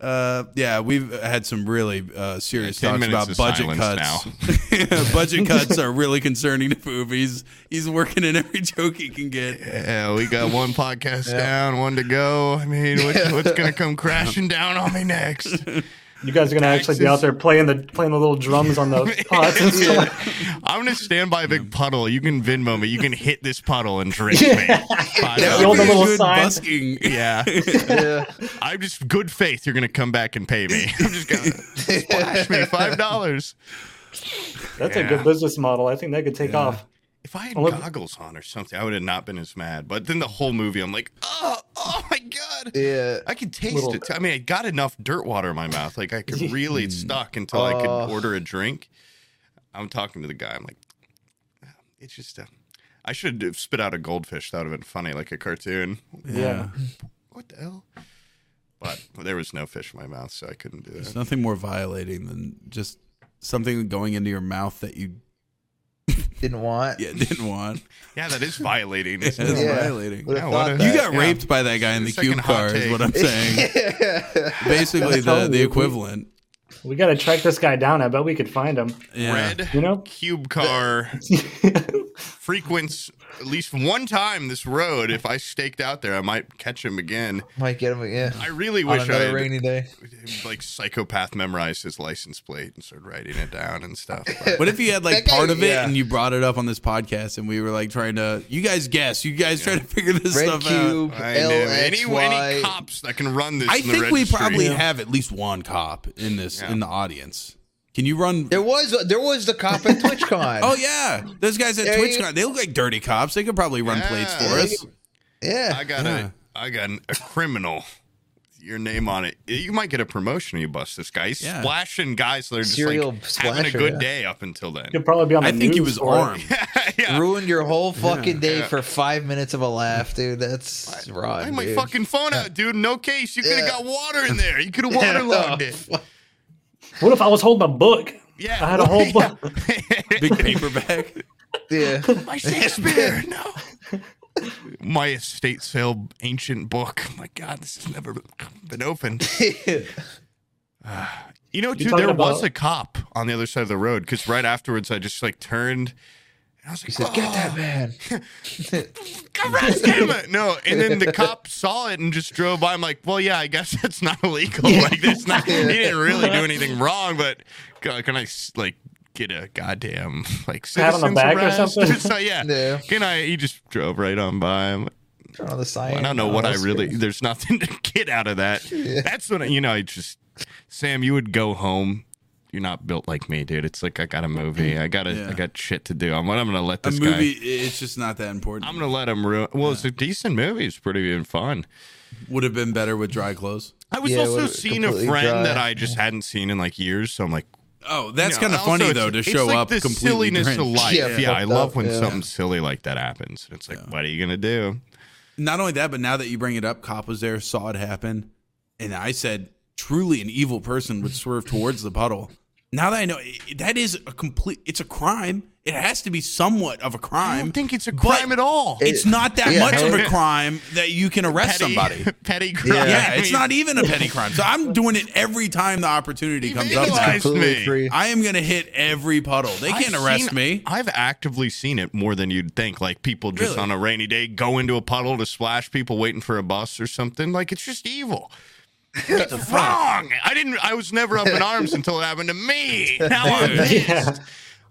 Speaker 1: Uh, yeah, we've had some really uh, serious
Speaker 3: Yeah,
Speaker 1: talks
Speaker 3: 10 minutes
Speaker 1: about
Speaker 3: of
Speaker 1: budget
Speaker 3: silence
Speaker 1: cuts. (laughs) budget cuts are really concerning to Poob. He's, he's working in every joke he can get.
Speaker 3: Yeah, we got one podcast down, one to go. I mean, what, what's (laughs) gonna come crashing down on me next?
Speaker 2: You guys are gonna actually be out there playing the playing the little drums on
Speaker 3: (laughs)
Speaker 2: the (laughs) pots and stuff.
Speaker 3: I'm gonna stand by a big puddle. You can Venmo me. You can hit this puddle and drink me. Five
Speaker 1: That
Speaker 2: Roll
Speaker 1: would
Speaker 2: the
Speaker 1: be
Speaker 3: dollars.
Speaker 1: a
Speaker 2: little
Speaker 1: good
Speaker 2: sign.
Speaker 1: busking.
Speaker 3: yeah,
Speaker 4: Yeah.
Speaker 3: I'm just good faith. You're gonna come back and pay me. I'm just gonna splash me five dollars.
Speaker 2: That's a
Speaker 3: Yeah.
Speaker 2: good business model. I think that could take off.
Speaker 3: If I had
Speaker 2: Well, if-
Speaker 3: goggles on or something, I would have not been as mad. But then the whole movie, I'm like, oh, oh my god.
Speaker 4: Yeah.
Speaker 3: I could taste
Speaker 2: Little-
Speaker 3: it. Too. I mean, I got enough dirt water in my mouth. Like I could really it's stuck until I
Speaker 4: Oh.
Speaker 3: could order a drink. I'm talking to the guy. I'm like, it's just. Uh, I should have spit out a goldfish. That would have been funny, like a cartoon.
Speaker 2: Yeah.
Speaker 3: What the hell? But there was no fish in my mouth, so I couldn't do
Speaker 1: There's
Speaker 3: that.
Speaker 1: nothing more violating than just something going into your mouth that you
Speaker 4: Didn't want. (laughs)
Speaker 1: yeah, didn't
Speaker 2: (laughs)
Speaker 1: want.
Speaker 3: Yeah, that is violating.
Speaker 1: It's
Speaker 3: isn't it?
Speaker 4: Yeah.
Speaker 1: violating.
Speaker 4: Would have
Speaker 3: Yeah,
Speaker 4: thought
Speaker 3: what a-
Speaker 4: that.
Speaker 1: You got
Speaker 3: Yeah.
Speaker 1: raped by that guy in the
Speaker 3: Second
Speaker 1: cube
Speaker 3: hot
Speaker 1: car, is
Speaker 3: take.
Speaker 1: what I'm saying.
Speaker 3: (laughs)
Speaker 1: Basically,
Speaker 2: That's
Speaker 1: the,
Speaker 2: how
Speaker 1: the
Speaker 2: we-
Speaker 1: equivalent.
Speaker 2: We gotta track this guy down. I bet we could find him.
Speaker 1: Yeah.
Speaker 3: Red
Speaker 2: You know? (laughs)
Speaker 3: cube car frequents at least one time this road. If I staked out there, I might catch him again.
Speaker 4: Might get him. Yeah.
Speaker 3: I really
Speaker 4: On
Speaker 3: wish I
Speaker 4: another
Speaker 3: had,
Speaker 4: rainy day.
Speaker 3: like psychopath memorized his license plate and started writing it down and stuff.
Speaker 1: (laughs)
Speaker 3: But
Speaker 1: What if you had like
Speaker 4: That guy-
Speaker 1: part of it
Speaker 4: yeah.
Speaker 1: and you brought it up on this podcast and we were like trying to, you guys guess, you guys try to figure this
Speaker 4: Red
Speaker 1: stuff out.
Speaker 4: cube.
Speaker 3: I knew any, any
Speaker 4: LXY.
Speaker 3: cops that can run this.
Speaker 1: I
Speaker 3: in the
Speaker 1: think we
Speaker 3: registry.
Speaker 1: probably have at least one cop in this
Speaker 3: Yeah.
Speaker 1: in the audience. Can you run?
Speaker 4: There was there was the cop at
Speaker 3: (laughs)
Speaker 4: TwitchCon.
Speaker 1: oh yeah, those guys at
Speaker 4: There you-
Speaker 1: TwitchCon, they look like dirty cops. They could probably run
Speaker 3: Yeah.
Speaker 1: plates for us.
Speaker 4: yeah.
Speaker 3: I got
Speaker 1: Yeah.
Speaker 3: a I got an- a criminal. Your name on it. You might get a promotion. if You bust this guy. He's
Speaker 1: Yeah.
Speaker 3: splashing guys that are just
Speaker 4: Serial
Speaker 3: like having a
Speaker 4: splasher,
Speaker 3: good
Speaker 4: yeah.
Speaker 3: day up until then.
Speaker 2: Could probably be on the
Speaker 1: I think he was
Speaker 2: news for it.
Speaker 1: armed.
Speaker 3: (laughs) yeah.
Speaker 4: Ruined your whole fucking day
Speaker 3: Yeah.
Speaker 4: for five minutes of a laugh, dude. That's
Speaker 3: I
Speaker 4: right.
Speaker 3: had my fucking phone out, dude. No case. You could have
Speaker 4: Yeah.
Speaker 3: got water in there. You could have
Speaker 4: (laughs) Oh,
Speaker 3: waterlogged it.
Speaker 2: What if I was holding a book?
Speaker 3: Yeah.
Speaker 2: I had a whole
Speaker 3: (laughs) Yeah.
Speaker 2: book.
Speaker 4: (laughs)
Speaker 1: Big paperback.
Speaker 4: Yeah.
Speaker 3: My Shakespeare, no. My estate sale ancient book. My God, this has never been opened. You know, dude,
Speaker 2: talking
Speaker 3: there was
Speaker 2: about-
Speaker 3: a cop on the other side of the road because right afterwards I just like turned and I was like, "Oh,
Speaker 4: He said, "Get that man."
Speaker 3: arrest him!" No, and then the cop saw it and just drove by. I'm like, well, yeah, I guess (laughs) that's not illegal. Like, that's
Speaker 2: (laughs)
Speaker 3: not, he didn't really do anything wrong, but God, can I s- like get a goddamn like
Speaker 2: Pat on the
Speaker 3: citizen's
Speaker 2: back or
Speaker 3: arrest? (laughs)
Speaker 2: something?
Speaker 3: So, yeah.
Speaker 4: Yeah.
Speaker 3: Can I? He just drove right on by. I'm like,
Speaker 4: Turn on the sign.
Speaker 3: I don't know
Speaker 4: Oh,
Speaker 3: what I
Speaker 4: that's
Speaker 3: really.
Speaker 4: good.
Speaker 3: There's nothing (laughs) to get out of that. That's what I, you know. I just Sam, you would go home. You're not built like me, dude. It's like I got a movie. I got to
Speaker 1: Yeah.
Speaker 3: I got shit to do. I'm. I'm gonna let
Speaker 1: A
Speaker 3: this
Speaker 1: movie,
Speaker 3: guy.
Speaker 1: it's just not that important.
Speaker 3: I'm gonna let him ruin. Well, it's a decent movie. It's pretty even fun.
Speaker 1: Would have been better with dry clothes.
Speaker 3: I was
Speaker 4: Yeah,
Speaker 3: also
Speaker 4: well,
Speaker 3: seeing a
Speaker 4: completely
Speaker 3: friend
Speaker 4: dry.
Speaker 3: that I just hadn't seen in like years. So I'm like,
Speaker 1: Oh, that's
Speaker 3: you know,
Speaker 1: kind of
Speaker 3: also
Speaker 1: funny
Speaker 3: it's-
Speaker 1: though to
Speaker 3: it's
Speaker 1: show
Speaker 3: like
Speaker 1: up
Speaker 3: the
Speaker 1: completely
Speaker 3: silliness of
Speaker 1: drenched.
Speaker 3: life.
Speaker 4: Yeah,
Speaker 3: Yeah,
Speaker 4: fucked
Speaker 3: I love
Speaker 4: up,
Speaker 3: when
Speaker 4: yeah.
Speaker 3: something silly like that happens. It's like, what are you gonna do?
Speaker 1: Not only that, but now that you bring it up, cop was there, saw it happen, and I said, "Truly, an evil person would swerve towards the puddle." Now that I know, i- that is a complete. It's a crime. It has to be somewhat of a
Speaker 3: I
Speaker 1: crime.
Speaker 3: don't think it's a
Speaker 1: but
Speaker 3: crime at all.
Speaker 1: it's not that
Speaker 4: Yeah.
Speaker 1: much
Speaker 3: (laughs)
Speaker 1: of a crime that you can arrest somebody.
Speaker 3: petty crime.
Speaker 4: Yeah.
Speaker 1: Yeah, it's
Speaker 3: I mean,
Speaker 1: not even a petty crime. So I'm doing it every time the opportunity comes up.
Speaker 3: Legalize
Speaker 1: now.
Speaker 3: It's me.
Speaker 4: Completely free.
Speaker 1: I am going to hit every puddle. They can't
Speaker 3: I've
Speaker 1: arrest
Speaker 3: seen-
Speaker 1: me.
Speaker 3: I've actively seen it more than you'd think. Like people just
Speaker 1: Really?
Speaker 3: on a rainy day go into a puddle to splash people waiting for a bus or something. Like it's just evil. It's wrong. I didn't. I was never up in arms until it happened
Speaker 1: (laughs)
Speaker 3: to me. Now I'm pissed.
Speaker 2: Yeah.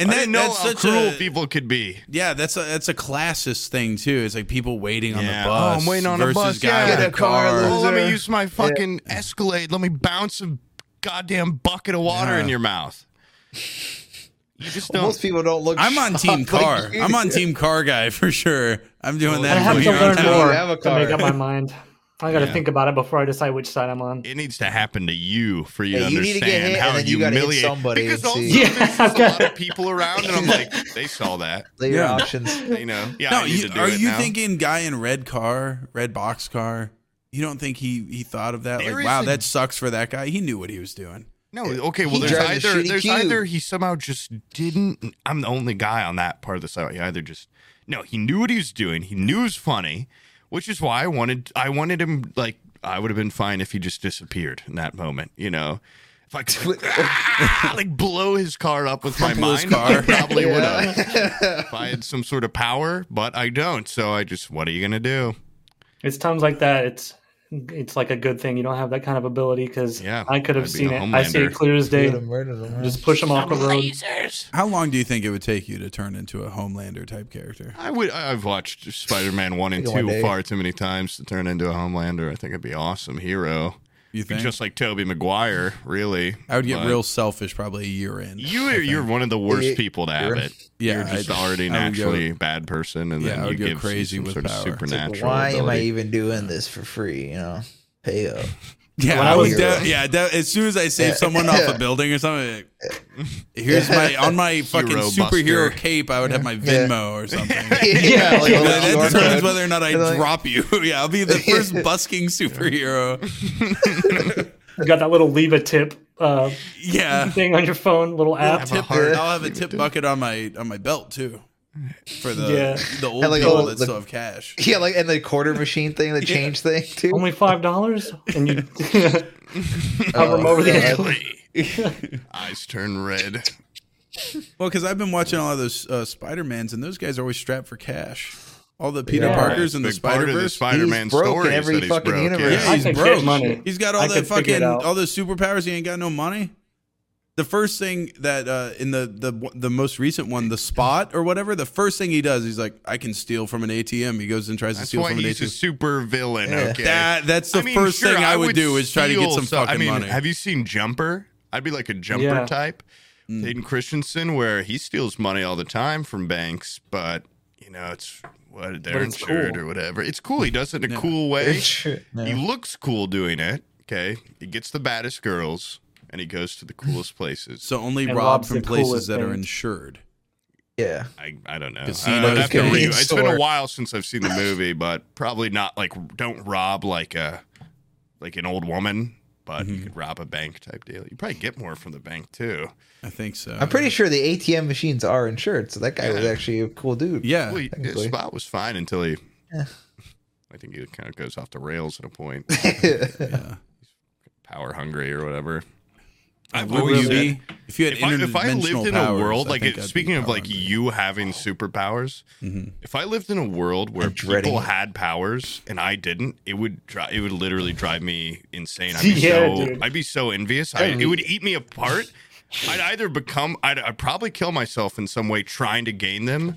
Speaker 1: And
Speaker 3: I
Speaker 1: that,
Speaker 3: didn't know
Speaker 1: that's
Speaker 3: how
Speaker 1: such
Speaker 3: cruel
Speaker 1: a
Speaker 3: people could be.
Speaker 1: Yeah, that's a that's a classist thing too. It's like people waiting on
Speaker 3: Yeah.
Speaker 1: the
Speaker 3: Oh,
Speaker 1: bus.
Speaker 3: I'm waiting on a
Speaker 1: versus
Speaker 3: bus.
Speaker 1: Guy
Speaker 3: Yeah.
Speaker 1: with
Speaker 4: Get
Speaker 1: a
Speaker 4: a car,
Speaker 1: car.
Speaker 3: Oh, let me
Speaker 4: Loser.
Speaker 3: use my fucking Escalade. Let me bounce a goddamn bucket of water
Speaker 1: Yeah.
Speaker 3: in your mouth. You just don't.
Speaker 4: Most people don't look.
Speaker 1: I'm on team
Speaker 4: shocked like
Speaker 1: car.
Speaker 4: (laughs) you.
Speaker 1: I'm on team car guy for sure. I'm doing
Speaker 2: I
Speaker 1: that
Speaker 2: have
Speaker 1: from
Speaker 2: to
Speaker 1: here on
Speaker 2: learn
Speaker 1: out.
Speaker 4: You have a
Speaker 2: more to
Speaker 4: car.
Speaker 2: make up my mind. I got to
Speaker 3: Yeah.
Speaker 2: think about it before I decide which side I'm on.
Speaker 3: It needs to happen to you for you
Speaker 4: Yeah,
Speaker 3: to
Speaker 4: you need to
Speaker 3: understand
Speaker 4: get hit,
Speaker 3: how
Speaker 4: and then you gotta hit
Speaker 3: humiliating.
Speaker 4: somebody
Speaker 3: because
Speaker 4: and
Speaker 3: also
Speaker 4: see.
Speaker 2: Yeah,
Speaker 3: there's
Speaker 2: (laughs)
Speaker 3: just
Speaker 2: I've
Speaker 3: a
Speaker 2: got-
Speaker 3: lot of people around,
Speaker 4: (laughs)
Speaker 3: and I'm like, they saw that.
Speaker 4: Lay your
Speaker 1: Yeah.
Speaker 4: options.
Speaker 3: You know, yeah.
Speaker 1: No,
Speaker 3: I need
Speaker 1: you,
Speaker 3: to do
Speaker 1: are
Speaker 3: it
Speaker 1: you
Speaker 3: now.
Speaker 1: thinking guy in red car, red box car? You don't think he he thought of that?
Speaker 3: There
Speaker 1: like,
Speaker 3: is
Speaker 1: wow,
Speaker 3: a-
Speaker 1: that sucks for that guy. He knew what he was doing.
Speaker 3: No, okay. Well,
Speaker 4: He
Speaker 3: there's
Speaker 4: drives a
Speaker 3: either
Speaker 4: shitty
Speaker 3: there's
Speaker 4: cube.
Speaker 3: either he somehow just didn't. I'm the only guy on that part of the site. He either just no, he knew what he was doing. He knew it was funny, which is why I wanted I wanted him like I would have been fine if he just disappeared in that moment, you know. If I could
Speaker 4: (laughs)
Speaker 3: like, ah, like, blow his car up with my
Speaker 1: Crumple his
Speaker 3: mind, I
Speaker 1: car.
Speaker 3: probably would have.
Speaker 4: (laughs) Yeah.
Speaker 3: If I had some sort of power, but I don't, so I just what are you gonna do?
Speaker 2: It's times like that. It's it's like a good thing you don't have that kind of ability because
Speaker 3: Yeah,
Speaker 2: I could have
Speaker 3: I'd be
Speaker 2: seen
Speaker 3: a
Speaker 2: it. I see it
Speaker 3: Homelander.
Speaker 2: clear as day.
Speaker 4: Would've murdered him,
Speaker 2: Just push him off the road.
Speaker 1: How long do you think it would take you to turn into a Homelander type character?
Speaker 3: I would. I- I've watched Spider-Man one and
Speaker 4: Think one
Speaker 3: two
Speaker 4: day.
Speaker 3: far too many times to turn into a Homelander. I think I'd be an awesome hero,
Speaker 1: You think?
Speaker 3: just like Toby Maguire. Really,
Speaker 1: I would get
Speaker 3: But
Speaker 1: real selfish probably a year in.
Speaker 3: You are, you're one of the worst
Speaker 4: You-
Speaker 3: people to have
Speaker 4: you're-
Speaker 3: it.
Speaker 1: Yeah,
Speaker 3: you're just
Speaker 1: I'd-
Speaker 3: already
Speaker 1: I would go-
Speaker 3: naturally a bad person, and
Speaker 1: Yeah,
Speaker 3: then
Speaker 1: I
Speaker 3: you
Speaker 1: would go
Speaker 3: give you
Speaker 1: crazy
Speaker 3: some
Speaker 1: with
Speaker 3: sort of
Speaker 1: power. It's like,
Speaker 3: supernatural.
Speaker 4: Like, why am I
Speaker 3: ability.
Speaker 4: even doing this for free? You know, pay up. (laughs)
Speaker 1: Yeah,
Speaker 2: When
Speaker 1: I
Speaker 2: I
Speaker 1: would
Speaker 2: was-
Speaker 1: de- yeah, de- as soon as I save someone off a building or something, like, here's my on my fucking
Speaker 3: Hero
Speaker 1: superhero
Speaker 3: buster.
Speaker 1: cape. I would have my Venmo or something.
Speaker 4: yeah, like,
Speaker 1: Yeah,
Speaker 4: a
Speaker 1: that
Speaker 4: little
Speaker 1: that
Speaker 4: QR
Speaker 1: determines
Speaker 4: code.
Speaker 1: whether or not I
Speaker 4: They're like-
Speaker 1: drop you. (laughs) yeah, I'll be the first busking superhero.
Speaker 2: You got that little leave a tip uh,
Speaker 1: Yeah,
Speaker 2: thing on your phone, little app.
Speaker 3: have a
Speaker 1: tip,
Speaker 3: heart.
Speaker 1: I'll have a tip bucket on my on my belt too, for the
Speaker 2: Yeah.
Speaker 1: the old
Speaker 4: And like
Speaker 1: people
Speaker 4: all
Speaker 1: that
Speaker 4: the-
Speaker 1: still have cash.
Speaker 4: (laughs) Yeah, like and the quarter machine thing, the change thing too.
Speaker 2: Only five dollars, and you (laughs) hover
Speaker 4: Oh,
Speaker 2: him over
Speaker 4: yeah.
Speaker 2: there.
Speaker 3: (laughs) Eyes turn
Speaker 1: (laughs)
Speaker 3: red.
Speaker 1: Well, because I've been watching all of those uh, Spider Mans, and those guys are always strapped for cash. All the Peter
Speaker 2: Yeah.
Speaker 1: Parkers and the
Speaker 3: Big part
Speaker 1: Spider
Speaker 3: of the
Speaker 1: Verse.
Speaker 3: Spider-Man
Speaker 4: He's broke in
Speaker 3: story is
Speaker 4: every
Speaker 3: that he's
Speaker 4: fucking
Speaker 3: broke,
Speaker 4: universe.
Speaker 1: Yeah,
Speaker 2: I
Speaker 1: he's
Speaker 2: could
Speaker 1: broke.
Speaker 2: get money.
Speaker 1: He's got all
Speaker 2: I
Speaker 1: that
Speaker 2: could figure it
Speaker 1: fucking
Speaker 2: out.
Speaker 1: all those superpowers. He ain't got no money. The first thing that uh, in the the the most recent one, the spot or whatever, the first thing he does, he's like, I can steal from an ATM. He goes and tries to
Speaker 3: That's
Speaker 1: steal
Speaker 3: why
Speaker 1: from an
Speaker 3: he's a
Speaker 1: ATM.
Speaker 3: super villain.
Speaker 4: Yeah.
Speaker 3: Okay,
Speaker 1: That that's the
Speaker 3: I mean,
Speaker 1: first
Speaker 3: sure,
Speaker 1: thing I, would do is try to get
Speaker 3: steal
Speaker 1: some
Speaker 3: so-
Speaker 1: fucking
Speaker 3: I mean,
Speaker 1: money.
Speaker 3: Have you seen Jumper? I'd be like a jumper
Speaker 2: Yeah.
Speaker 3: type.
Speaker 1: Mm.
Speaker 3: Hayden Christensen, where he steals money all the time from banks, but you know it's what they're
Speaker 2: it's
Speaker 3: insured
Speaker 2: cool.
Speaker 3: or whatever. It's cool. He does it in a cool way. He
Speaker 4: Yeah.
Speaker 3: looks cool doing it. Okay, he gets the baddest girls and he goes to the coolest places.
Speaker 1: so only
Speaker 2: And
Speaker 1: robbed
Speaker 2: robs
Speaker 1: from
Speaker 2: the
Speaker 1: places
Speaker 2: coolest
Speaker 1: that are
Speaker 2: things.
Speaker 1: insured.
Speaker 4: yeah.
Speaker 3: I, I don't know.
Speaker 1: Casinos,
Speaker 3: I, have to
Speaker 4: convenience
Speaker 3: re- it's been a
Speaker 4: store.
Speaker 3: while since
Speaker 1: (laughs)
Speaker 3: I've seen the movie, but probably not like don't rob like a like an old woman, but
Speaker 1: Mm-hmm.
Speaker 3: you could rob a bank type deal. You probably get more from the bank too.
Speaker 1: I think so.
Speaker 4: I'm pretty sure the ATM machines are insured, so that guy was actually a cool dude.
Speaker 1: Yeah,
Speaker 3: Well, he- his
Speaker 4: technically.
Speaker 3: spot was fine until he.
Speaker 4: Yeah.
Speaker 3: I think he kind of goes off the rails at a point,
Speaker 1: (laughs) yeah.
Speaker 3: power hungry or whatever. I've
Speaker 1: Would
Speaker 3: always
Speaker 1: you
Speaker 3: said-
Speaker 1: be if you had
Speaker 3: if I, if I lived
Speaker 1: interdimensional
Speaker 3: in
Speaker 1: powers,
Speaker 3: a world
Speaker 1: I
Speaker 3: like
Speaker 1: think I'd
Speaker 3: it,
Speaker 1: be Mm-hmm.
Speaker 3: speaking of
Speaker 1: power
Speaker 3: like
Speaker 1: hungry.
Speaker 3: you having superpowers, if I lived in a world where
Speaker 4: I'm dreading
Speaker 3: people
Speaker 4: it.
Speaker 3: had powers and I didn't, it would dri- it would literally drive me
Speaker 1: (laughs)
Speaker 3: insane. I'd be
Speaker 2: Yeah,
Speaker 3: so
Speaker 2: dude.
Speaker 3: I'd be so envious. I, it would eat me apart. I'd either become I'd, I'd probably kill myself in some way trying to gain them,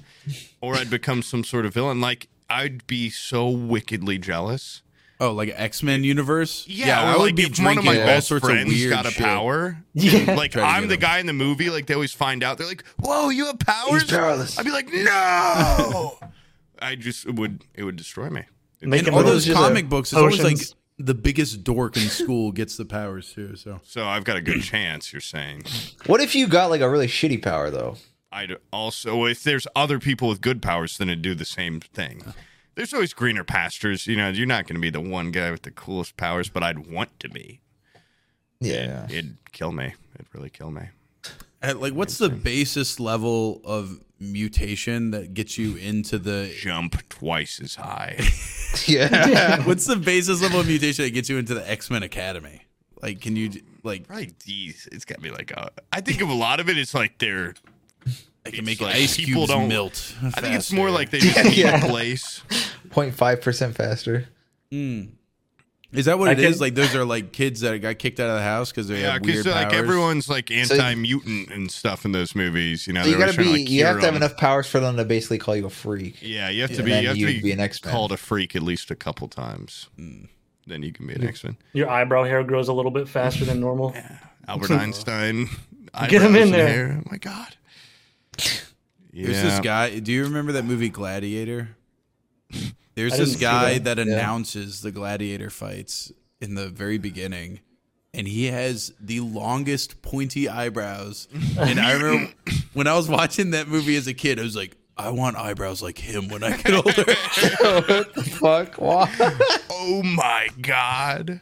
Speaker 3: or I'd become some sort of villain. Like I'd be so wickedly jealous.
Speaker 1: oh like X Men universe.
Speaker 3: Yeah, or
Speaker 1: I would
Speaker 3: like
Speaker 1: be
Speaker 3: if
Speaker 1: drinking
Speaker 3: one of my
Speaker 1: all
Speaker 3: best
Speaker 1: sorts
Speaker 3: friends
Speaker 1: of weird
Speaker 3: got a
Speaker 1: shit.
Speaker 3: power.
Speaker 2: Yeah.
Speaker 3: Like
Speaker 1: Try to
Speaker 3: I'm
Speaker 1: get
Speaker 3: the
Speaker 1: him.
Speaker 3: guy in the movie. Like they always find out. They're like, "Whoa, you have powers!"
Speaker 4: powerless.
Speaker 3: I'd be like, "No!" (laughs) I just it would it would destroy me.
Speaker 2: Make
Speaker 1: And
Speaker 2: him
Speaker 1: all
Speaker 2: a-
Speaker 1: those
Speaker 4: Those are the
Speaker 1: comic books, it's always like
Speaker 2: potions.
Speaker 1: the biggest dork in school gets the powers too. So
Speaker 3: So I've got a good chance. You're saying.
Speaker 4: What if you got like a really shitty power though?
Speaker 3: I'd also if there's other people with good powers, then it'd do the same thing. There's always greener pastures. You know, you're not going to be the one guy with the coolest powers, but I'd want to be.
Speaker 4: Yeah.
Speaker 3: It'd kill me. It'd really kill me.
Speaker 1: At, like, what's the basis level of mutation that gets you into
Speaker 2: (laughs)
Speaker 1: the?
Speaker 3: Jump twice as high.
Speaker 4: (laughs) Yeah.
Speaker 1: What's the basis level of mutation that gets you into the X Men Academy? Like, can you like
Speaker 3: Probably these. It's got to be like a. I think of a lot of it. It's like they're.
Speaker 1: I
Speaker 3: It's
Speaker 1: can make
Speaker 3: like
Speaker 1: ice
Speaker 3: people
Speaker 1: cubes
Speaker 3: don't-
Speaker 1: melt?
Speaker 3: I think it's more like they
Speaker 4: Yeah.
Speaker 3: just yeah.
Speaker 4: (laughs) Yeah.
Speaker 3: place.
Speaker 4: 0.5% faster.
Speaker 1: Is that what
Speaker 2: I
Speaker 1: it is?
Speaker 2: can-
Speaker 1: Like those are like kids that got kicked out of the house because they
Speaker 3: Yeah,
Speaker 1: have weird
Speaker 3: because
Speaker 1: powers.
Speaker 3: like everyone's like anti mutant and stuff in those movies. You know,
Speaker 4: So you
Speaker 3: they're always
Speaker 4: gotta be,
Speaker 3: trying to, like,
Speaker 4: you have
Speaker 3: cure
Speaker 4: to have
Speaker 3: them.
Speaker 4: enough powers for them to basically call you a freak.
Speaker 3: Yeah, you have to
Speaker 4: And
Speaker 3: be.
Speaker 4: then
Speaker 3: You have to
Speaker 4: you'd
Speaker 3: be,
Speaker 4: be an X-Man.
Speaker 3: called a freak at least a couple times.
Speaker 1: Mm.
Speaker 3: Then you can be an X Men.
Speaker 2: Your eyebrow hair grows a little bit faster than normal. (laughs)
Speaker 3: Albert
Speaker 4: (laughs)
Speaker 3: Einstein.
Speaker 2: Get him in
Speaker 3: eyebrows and
Speaker 2: there.
Speaker 3: hair. Oh my god. Yeah.
Speaker 1: There's this guy. Do you remember that movie Gladiator? There's
Speaker 2: I
Speaker 1: this
Speaker 2: didn't see
Speaker 1: guy
Speaker 2: that.
Speaker 1: that announces the gladiator fights in the very beginning, and he has the longest pointy eyebrows. And I remember when I was watching that movie as a kid, I was like, I want eyebrows like him when I get older. (laughs)
Speaker 4: (laughs) what the fuck? Why?
Speaker 3: Oh my god.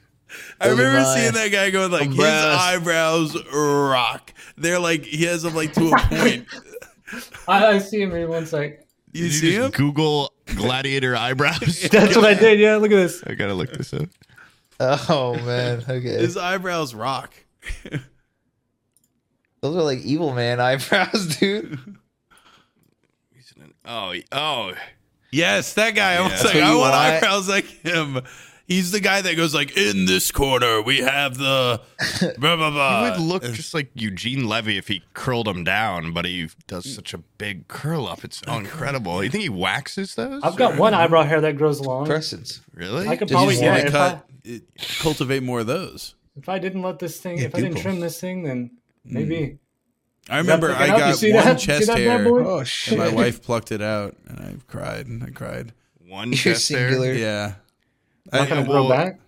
Speaker 1: I
Speaker 4: Those are
Speaker 1: remember
Speaker 4: my
Speaker 1: seeing that guy going like,
Speaker 4: eyebrows.
Speaker 1: his eyebrows rock. They're like he has them like to a point.
Speaker 2: I, I see him. Maybe one sec.
Speaker 1: You
Speaker 3: Did
Speaker 1: see
Speaker 3: just
Speaker 1: him?
Speaker 3: Google gladiator eyebrows.
Speaker 4: (laughs)
Speaker 2: That's what I did. Yeah, look at this.
Speaker 3: I gotta look this up.
Speaker 4: Oh man, okay.
Speaker 1: His eyebrows rock.
Speaker 4: Those are like evil man eyebrows, (laughs) dude.
Speaker 3: He's in an- Oh, he- oh,
Speaker 1: Yes, that guy. I was
Speaker 3: Yeah.
Speaker 1: like,
Speaker 4: Tell
Speaker 1: I
Speaker 4: you
Speaker 1: want
Speaker 4: what, I-
Speaker 1: eyebrows like him. He's the guy that goes like, in this corner we have
Speaker 4: (laughs)
Speaker 1: the blah blah
Speaker 3: he
Speaker 1: blah.
Speaker 3: would look just like Eugene Levy if he curled him down, but he does such a big Mm. curl up. It's incredible. You think he waxes those?
Speaker 2: I've got one eyebrow hair that grows long.
Speaker 4: Crescents.
Speaker 3: really.
Speaker 2: I could
Speaker 4: Did you
Speaker 2: probably
Speaker 4: just
Speaker 2: yeah,
Speaker 4: wanna
Speaker 2: if, I,
Speaker 1: cut, it, cultivate more of those.
Speaker 2: if I didn't let this thing
Speaker 1: Yeah,
Speaker 2: if I didn't
Speaker 1: pupils.
Speaker 2: trim this thing then maybe
Speaker 1: I remember
Speaker 2: picking
Speaker 1: I
Speaker 2: up? You
Speaker 1: got
Speaker 2: see
Speaker 1: one
Speaker 2: that? See
Speaker 1: chest
Speaker 2: that bad
Speaker 1: hair,
Speaker 2: boy?
Speaker 1: and
Speaker 4: Oh
Speaker 2: (laughs)
Speaker 4: shit.
Speaker 1: my (laughs) wife plucked it out, and I cried and I cried.
Speaker 3: one
Speaker 4: You're
Speaker 3: chest hair.
Speaker 4: singular.
Speaker 1: Yeah,
Speaker 2: I'm not
Speaker 1: I-
Speaker 2: gonna
Speaker 3: well,
Speaker 2: grow back.
Speaker 1: I-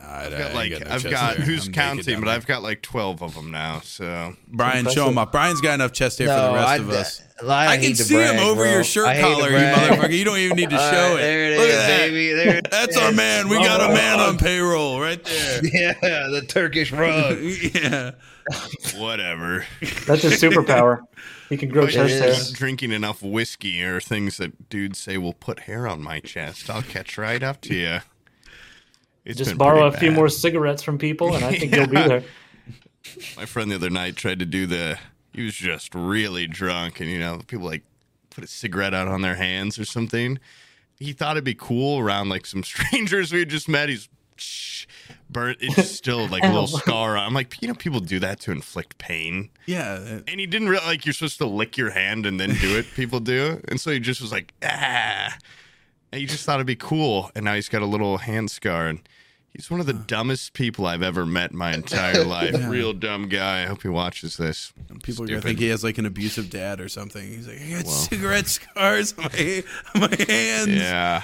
Speaker 1: I
Speaker 3: I've got
Speaker 1: ain't
Speaker 3: like
Speaker 1: no
Speaker 3: I've
Speaker 1: chest
Speaker 3: got
Speaker 1: hair.
Speaker 3: who's
Speaker 1: I'm naked
Speaker 3: counting,
Speaker 1: down
Speaker 3: but
Speaker 1: there.
Speaker 3: I've got like twelve of them now. So
Speaker 1: Brian, show him up. Brian's got enough chest hair for the rest of us.
Speaker 4: I,
Speaker 1: I,
Speaker 4: hate
Speaker 1: can
Speaker 4: to
Speaker 1: see
Speaker 4: brag,
Speaker 1: him over
Speaker 4: bro.
Speaker 1: your shirt
Speaker 4: I hate to
Speaker 1: collar, you
Speaker 4: brag.
Speaker 1: motherfucker. You don't even need to
Speaker 4: (laughs) All
Speaker 1: show
Speaker 4: right,
Speaker 1: it.
Speaker 4: There it is,
Speaker 1: Look at that.
Speaker 4: baby.
Speaker 1: (laughs)
Speaker 4: There it
Speaker 1: That's our man. We got a man on payroll right (laughs) there.
Speaker 4: is. (laughs) Yeah, the
Speaker 1: (laughs)
Speaker 4: Turkish rug. (laughs)
Speaker 1: yeah.
Speaker 2: (laughs)
Speaker 3: whatever.
Speaker 2: That's his superpower. He can grow
Speaker 3: But you're
Speaker 2: chest hair.
Speaker 4: is.
Speaker 3: just drinking enough whiskey or things that dudes say will put hair on my chest. I'll catch right up to you. It's
Speaker 2: Just
Speaker 3: been
Speaker 2: borrow a
Speaker 3: pretty
Speaker 2: few
Speaker 3: bad.
Speaker 2: more cigarettes from people and I think you'll be there.
Speaker 3: My friend the other night tried to do the. He was just really drunk, and you know, people like put a cigarette out on their hands or something. He thought it'd be cool around like some (laughs) strangers we had just met. He's shh, burnt. It's just still like a little
Speaker 2: Ow.
Speaker 3: scar. on- I'm like, you know, people do that to inflict pain.
Speaker 1: Yeah. uh,
Speaker 3: And he didn't real like you're supposed to lick your hand and then do it. People do, and so he just was like, ah. And he just thought it'd be cool, and now he's got a little hand scar, and he's one of the dumbest people I've ever met in my entire life. Real dumb guy. I hope he watches this.
Speaker 1: People are going
Speaker 3: Stupid.
Speaker 1: to think he has like an abusive dad or something. He's like, I got
Speaker 3: Wow.
Speaker 1: cigarette scars on my, on my hands.
Speaker 3: Yeah.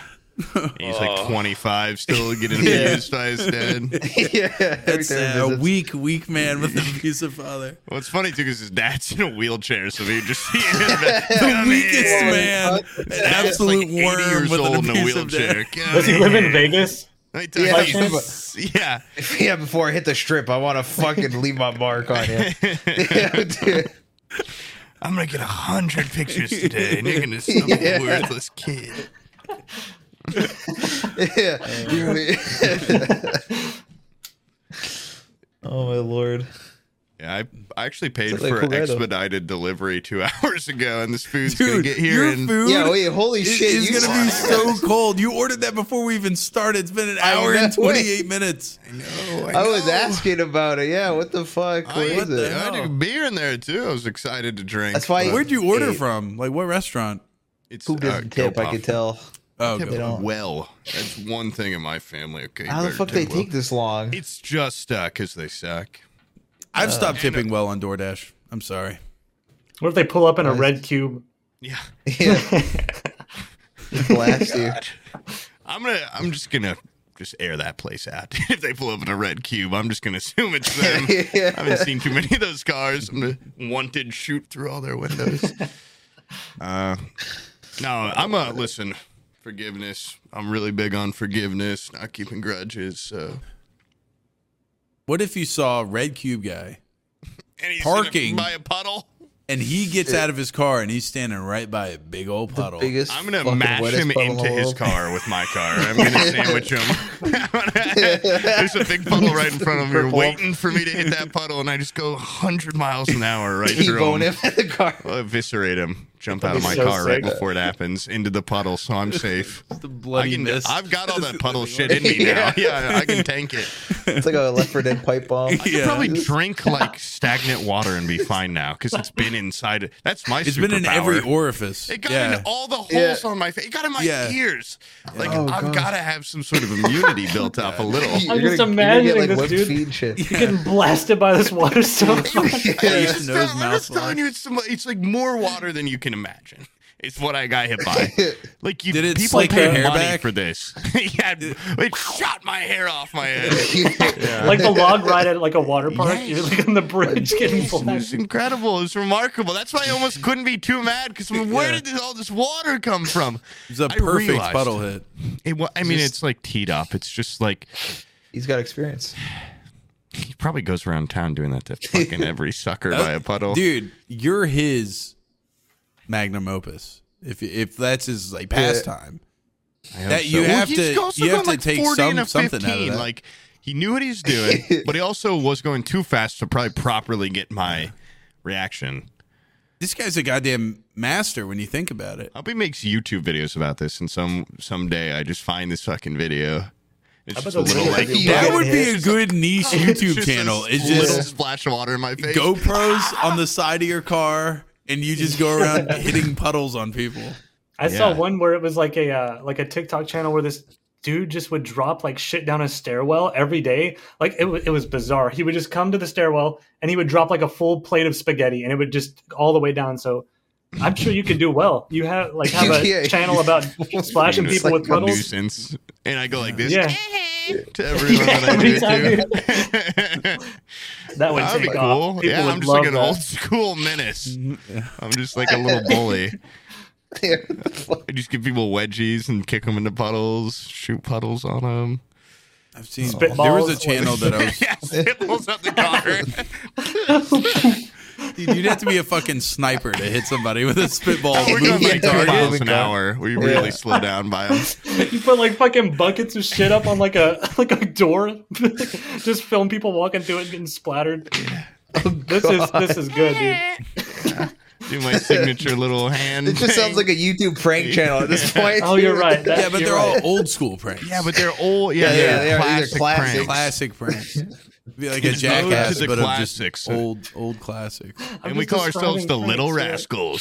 Speaker 3: He's like 25, still getting
Speaker 4: Yeah.
Speaker 3: abused by his dad.
Speaker 4: (laughs) yeah, every
Speaker 1: That's
Speaker 4: time
Speaker 1: uh, a
Speaker 4: visits.
Speaker 1: weak, weak man with (laughs) an abusive father.
Speaker 3: Well, it's funny too because his dad's in a wheelchair, so he just seeing him. The
Speaker 1: The weakest man. An absolute
Speaker 3: like 80
Speaker 1: worm
Speaker 3: years
Speaker 1: with
Speaker 3: old
Speaker 1: an
Speaker 3: in a
Speaker 1: abusive
Speaker 3: wheelchair.
Speaker 1: dad.
Speaker 3: Get
Speaker 2: Does he
Speaker 3: outta
Speaker 2: live in
Speaker 3: here.
Speaker 2: Vegas?
Speaker 3: Let me tell you,
Speaker 4: Yeah,
Speaker 3: he's- yeah.
Speaker 4: yeah, before I hit the strip, I want to fucking leave my mark on you. (laughs)
Speaker 3: (laughs)
Speaker 4: yeah, dude. (laughs)
Speaker 3: I'm gonna get a (laughs) hundred pictures today, and you're gonna (laughs) some
Speaker 4: Yeah.
Speaker 3: worthless kid.
Speaker 1: (laughs)
Speaker 4: Yeah. (laughs) You- oh my lord.
Speaker 3: Yeah, I, I actually paid
Speaker 4: It's like
Speaker 3: for
Speaker 4: Colorado.
Speaker 3: expedited delivery two (laughs) hours ago, and this food's gonna
Speaker 1: Dude,
Speaker 3: get here.
Speaker 1: your
Speaker 3: in
Speaker 1: food
Speaker 4: Yeah, wait, holy
Speaker 1: is,
Speaker 4: shit.
Speaker 1: is
Speaker 4: you-
Speaker 1: going to be so cold. You ordered that before we even started. It's been an
Speaker 4: I
Speaker 1: hour and
Speaker 4: know. (laughs)
Speaker 1: 28 minutes.
Speaker 3: No,
Speaker 4: I was
Speaker 3: know.
Speaker 4: asking about it. Yeah, what the fuck?
Speaker 3: I,
Speaker 4: What
Speaker 3: what
Speaker 4: is
Speaker 3: the
Speaker 4: it?
Speaker 3: hell? Oh, I had a beer in there too. I was excited to drink.
Speaker 4: That's why-
Speaker 3: but
Speaker 1: Where'd you order
Speaker 4: Hey.
Speaker 1: from? Like, what restaurant?
Speaker 3: it's,
Speaker 4: Who doesn't
Speaker 3: uh,
Speaker 4: tip? I
Speaker 3: Gopuff.
Speaker 4: could tell.
Speaker 1: Oh,
Speaker 3: Tip
Speaker 1: good.
Speaker 4: don't.
Speaker 3: well. That's one thing in my family. Okay, you
Speaker 4: How the
Speaker 3: better
Speaker 4: fuck
Speaker 3: tip
Speaker 4: they
Speaker 3: well.
Speaker 4: take this long? (laughs)
Speaker 3: It's just uh 'cause they suck. Uh,
Speaker 1: I've stopped tipping well on DoorDash. I'm sorry.
Speaker 2: What if they pull up in a red cube?
Speaker 3: Yeah.
Speaker 4: Yeah. Blast you.
Speaker 3: I'm gonna. I'm just gonna just air that place out. (laughs) if they pull up in a red cube, I'm just gonna assume it's them.
Speaker 4: Yeah.
Speaker 3: I haven't seen too many of those cars. I'm gonna wanted shoot through all their windows. Uh, no, I'm a listen. Forgiveness. I'm really big on forgiveness, not keeping grudges. So.
Speaker 1: What if you saw a red cube guy
Speaker 3: And he's
Speaker 1: Parking.
Speaker 3: by a puddle.
Speaker 1: and he gets out of his car and he's standing right by a big old puddle?
Speaker 4: Biggest
Speaker 3: I'm gonna
Speaker 4: fucking
Speaker 3: mash
Speaker 4: wettest
Speaker 3: him
Speaker 4: puddle in
Speaker 3: into
Speaker 4: the
Speaker 3: his
Speaker 4: (laughs) world.
Speaker 3: car with my car. I'm
Speaker 4: (laughs)
Speaker 3: gonna sandwich him. (laughs) There's a big puddle right in front of me,
Speaker 4: Purple.
Speaker 3: waiting for me to hit that puddle, and I just go 100 miles an hour right through
Speaker 4: T-bone
Speaker 3: him.
Speaker 4: him in the car.
Speaker 3: (laughs) I'll eviscerate him. Jump out of
Speaker 2: That'd
Speaker 3: my
Speaker 2: be so
Speaker 3: car right
Speaker 2: sick.
Speaker 3: before it happens into the puddle, so I'm safe.
Speaker 1: The
Speaker 3: I
Speaker 1: bloody
Speaker 3: can,
Speaker 1: mist.
Speaker 3: I've got all that puddle shit in me now.
Speaker 1: (laughs)
Speaker 3: Yeah, I can tank it.
Speaker 4: It's like a Left 4 Dead
Speaker 3: (laughs)
Speaker 4: pipe bomb.
Speaker 3: I could
Speaker 1: Yeah.
Speaker 3: probably drink like stagnant water and be fine now because it's been inside. That's my.
Speaker 1: It's been in
Speaker 3: superpower.
Speaker 1: every orifice.
Speaker 3: It got
Speaker 1: yeah.
Speaker 3: in all the holes
Speaker 4: Yeah.
Speaker 3: on my face. It got in my
Speaker 1: Yeah.
Speaker 3: ears. Like
Speaker 4: Oh,
Speaker 3: I've
Speaker 4: God.
Speaker 3: got to have some sort
Speaker 1: (laughs)
Speaker 3: of immunity built up a little.
Speaker 4: You're
Speaker 2: I'm just
Speaker 4: gonna- you're gonna get,
Speaker 2: imagining
Speaker 4: like,
Speaker 2: this
Speaker 4: webbed
Speaker 2: dude.
Speaker 4: feet and shit.
Speaker 2: You're getting blasted by this water so much.
Speaker 3: I'm
Speaker 1: His
Speaker 3: just
Speaker 1: nose
Speaker 3: tell- I'm just
Speaker 1: mouth
Speaker 3: telling you, it's, some, it's like more water than you can imagine. It's what I got hit
Speaker 4: (laughs)
Speaker 3: by. Like you,
Speaker 1: Did it
Speaker 3: people
Speaker 1: slick your
Speaker 3: pay
Speaker 1: hair
Speaker 3: money
Speaker 1: back?
Speaker 3: for this. (laughs) yeah, it shot my hair off my head.
Speaker 2: (laughs) like the log ride at like a water park.
Speaker 3: Yes.
Speaker 2: You're like on the bridge getting
Speaker 3: It was
Speaker 2: blasted.
Speaker 3: incredible. It was remarkable. That's why I almost couldn't be too mad because where did this, all this water come from?
Speaker 1: It's a
Speaker 3: I
Speaker 1: perfect
Speaker 3: realized.
Speaker 1: puddle hit.
Speaker 3: It, wa- I mean,
Speaker 4: Just-
Speaker 3: it's like teed up. It's just like
Speaker 4: (laughs) He's got experience. (laughs)
Speaker 3: He probably goes around town doing that to fucking every sucker by a puddle.
Speaker 1: Dude, you're his magnum opus. If if that's his like pastime.
Speaker 2: I hope
Speaker 1: That you
Speaker 2: so.
Speaker 1: have
Speaker 3: he's
Speaker 1: to-
Speaker 3: also
Speaker 1: you have
Speaker 3: going,
Speaker 1: to
Speaker 3: like,
Speaker 1: take
Speaker 3: 40 and
Speaker 1: some-
Speaker 3: a
Speaker 1: something out of
Speaker 3: 15.
Speaker 1: that.
Speaker 3: Like he knew what he
Speaker 1: (laughs)
Speaker 3: was doing, but he also was going too fast to probably properly get my reaction.
Speaker 1: This guy's a goddamn master when you think about it.
Speaker 3: I hope he makes YouTube videos about this, and some someday I just find this fucking video. It's
Speaker 2: How
Speaker 3: just a
Speaker 2: about the
Speaker 3: little
Speaker 2: little
Speaker 3: like
Speaker 2: video?
Speaker 1: That
Speaker 4: Yeah.
Speaker 1: would be a good niche YouTube
Speaker 3: just
Speaker 1: channel.
Speaker 3: A
Speaker 1: It's
Speaker 3: little
Speaker 1: just
Speaker 3: splash of water in my face. (laughs)
Speaker 1: GoPros on the side of your car, and you just go around hitting puddles on people.
Speaker 2: I saw
Speaker 3: Yeah.
Speaker 2: one where it was like a uh, like a TikTok channel where this dude just would drop like shit down a stairwell every day. Like it, wa- it was bizarre. He would just come to the stairwell and he would drop like a full plate of spaghetti and it would just all the way down. So I'm sure you could do well. You have like have
Speaker 3: (laughs)
Speaker 2: a
Speaker 4: Yeah.
Speaker 2: channel about splashing
Speaker 3: It's
Speaker 2: people
Speaker 4: like
Speaker 2: with
Speaker 3: a
Speaker 2: puddles.
Speaker 3: nuisance. And I go like this
Speaker 2: Yeah.
Speaker 3: (laughs) to everyone
Speaker 2: Yeah,
Speaker 3: that I
Speaker 2: every
Speaker 3: do it
Speaker 2: time
Speaker 3: (laughs) to.
Speaker 2: That would
Speaker 3: That'd be
Speaker 2: take
Speaker 3: cool.
Speaker 2: off. People
Speaker 3: Yeah,
Speaker 2: would
Speaker 3: I'm just like
Speaker 2: love
Speaker 3: an
Speaker 2: that.
Speaker 3: old school menace.
Speaker 1: Mm-hmm.
Speaker 3: I'm just like
Speaker 2: (laughs)
Speaker 3: a little bully.
Speaker 4: Yeah, what the fuck?
Speaker 3: I just give people wedgies and kick them into puddles, shoot puddles on them.
Speaker 1: I've seen
Speaker 2: Spitballs.
Speaker 1: there was a channel that
Speaker 3: (laughs)
Speaker 1: I was.
Speaker 3: yeah,
Speaker 4: (laughs)
Speaker 3: spitballs out the car.
Speaker 1: Dude, you'd have to be a fucking sniper to hit somebody with a spitball.
Speaker 3: (laughs) We're going
Speaker 4: Yeah,
Speaker 3: like 10
Speaker 4: yeah.
Speaker 3: miles an hour. We really slow down by them.
Speaker 2: (laughs) You put like fucking buckets of shit up on like a (laughs) like a door. just film people walking through it and getting splattered. this is this is good, dude.
Speaker 3: Do (laughs) my signature little hand.
Speaker 4: It just sounds like a YouTube prank channel
Speaker 3: (laughs)
Speaker 4: at this point.
Speaker 2: Oh, you're right.
Speaker 4: (laughs)
Speaker 2: That-
Speaker 1: yeah, but
Speaker 2: you're
Speaker 1: they're
Speaker 2: right.
Speaker 1: all old school pranks.
Speaker 3: Yeah, but they're old. Yeah,
Speaker 4: Yeah,
Speaker 3: they're,
Speaker 4: yeah, they are. These are
Speaker 3: classic
Speaker 4: classics.
Speaker 3: pranks.
Speaker 1: (laughs) classic pranks. It'd Be like a
Speaker 3: It's ode to
Speaker 1: jackass,
Speaker 3: the
Speaker 1: but of just
Speaker 3: classics.
Speaker 1: old old classics.
Speaker 2: I'm
Speaker 3: And we
Speaker 2: just
Speaker 3: call ourselves
Speaker 2: describing
Speaker 3: the Little
Speaker 2: pranks, yeah.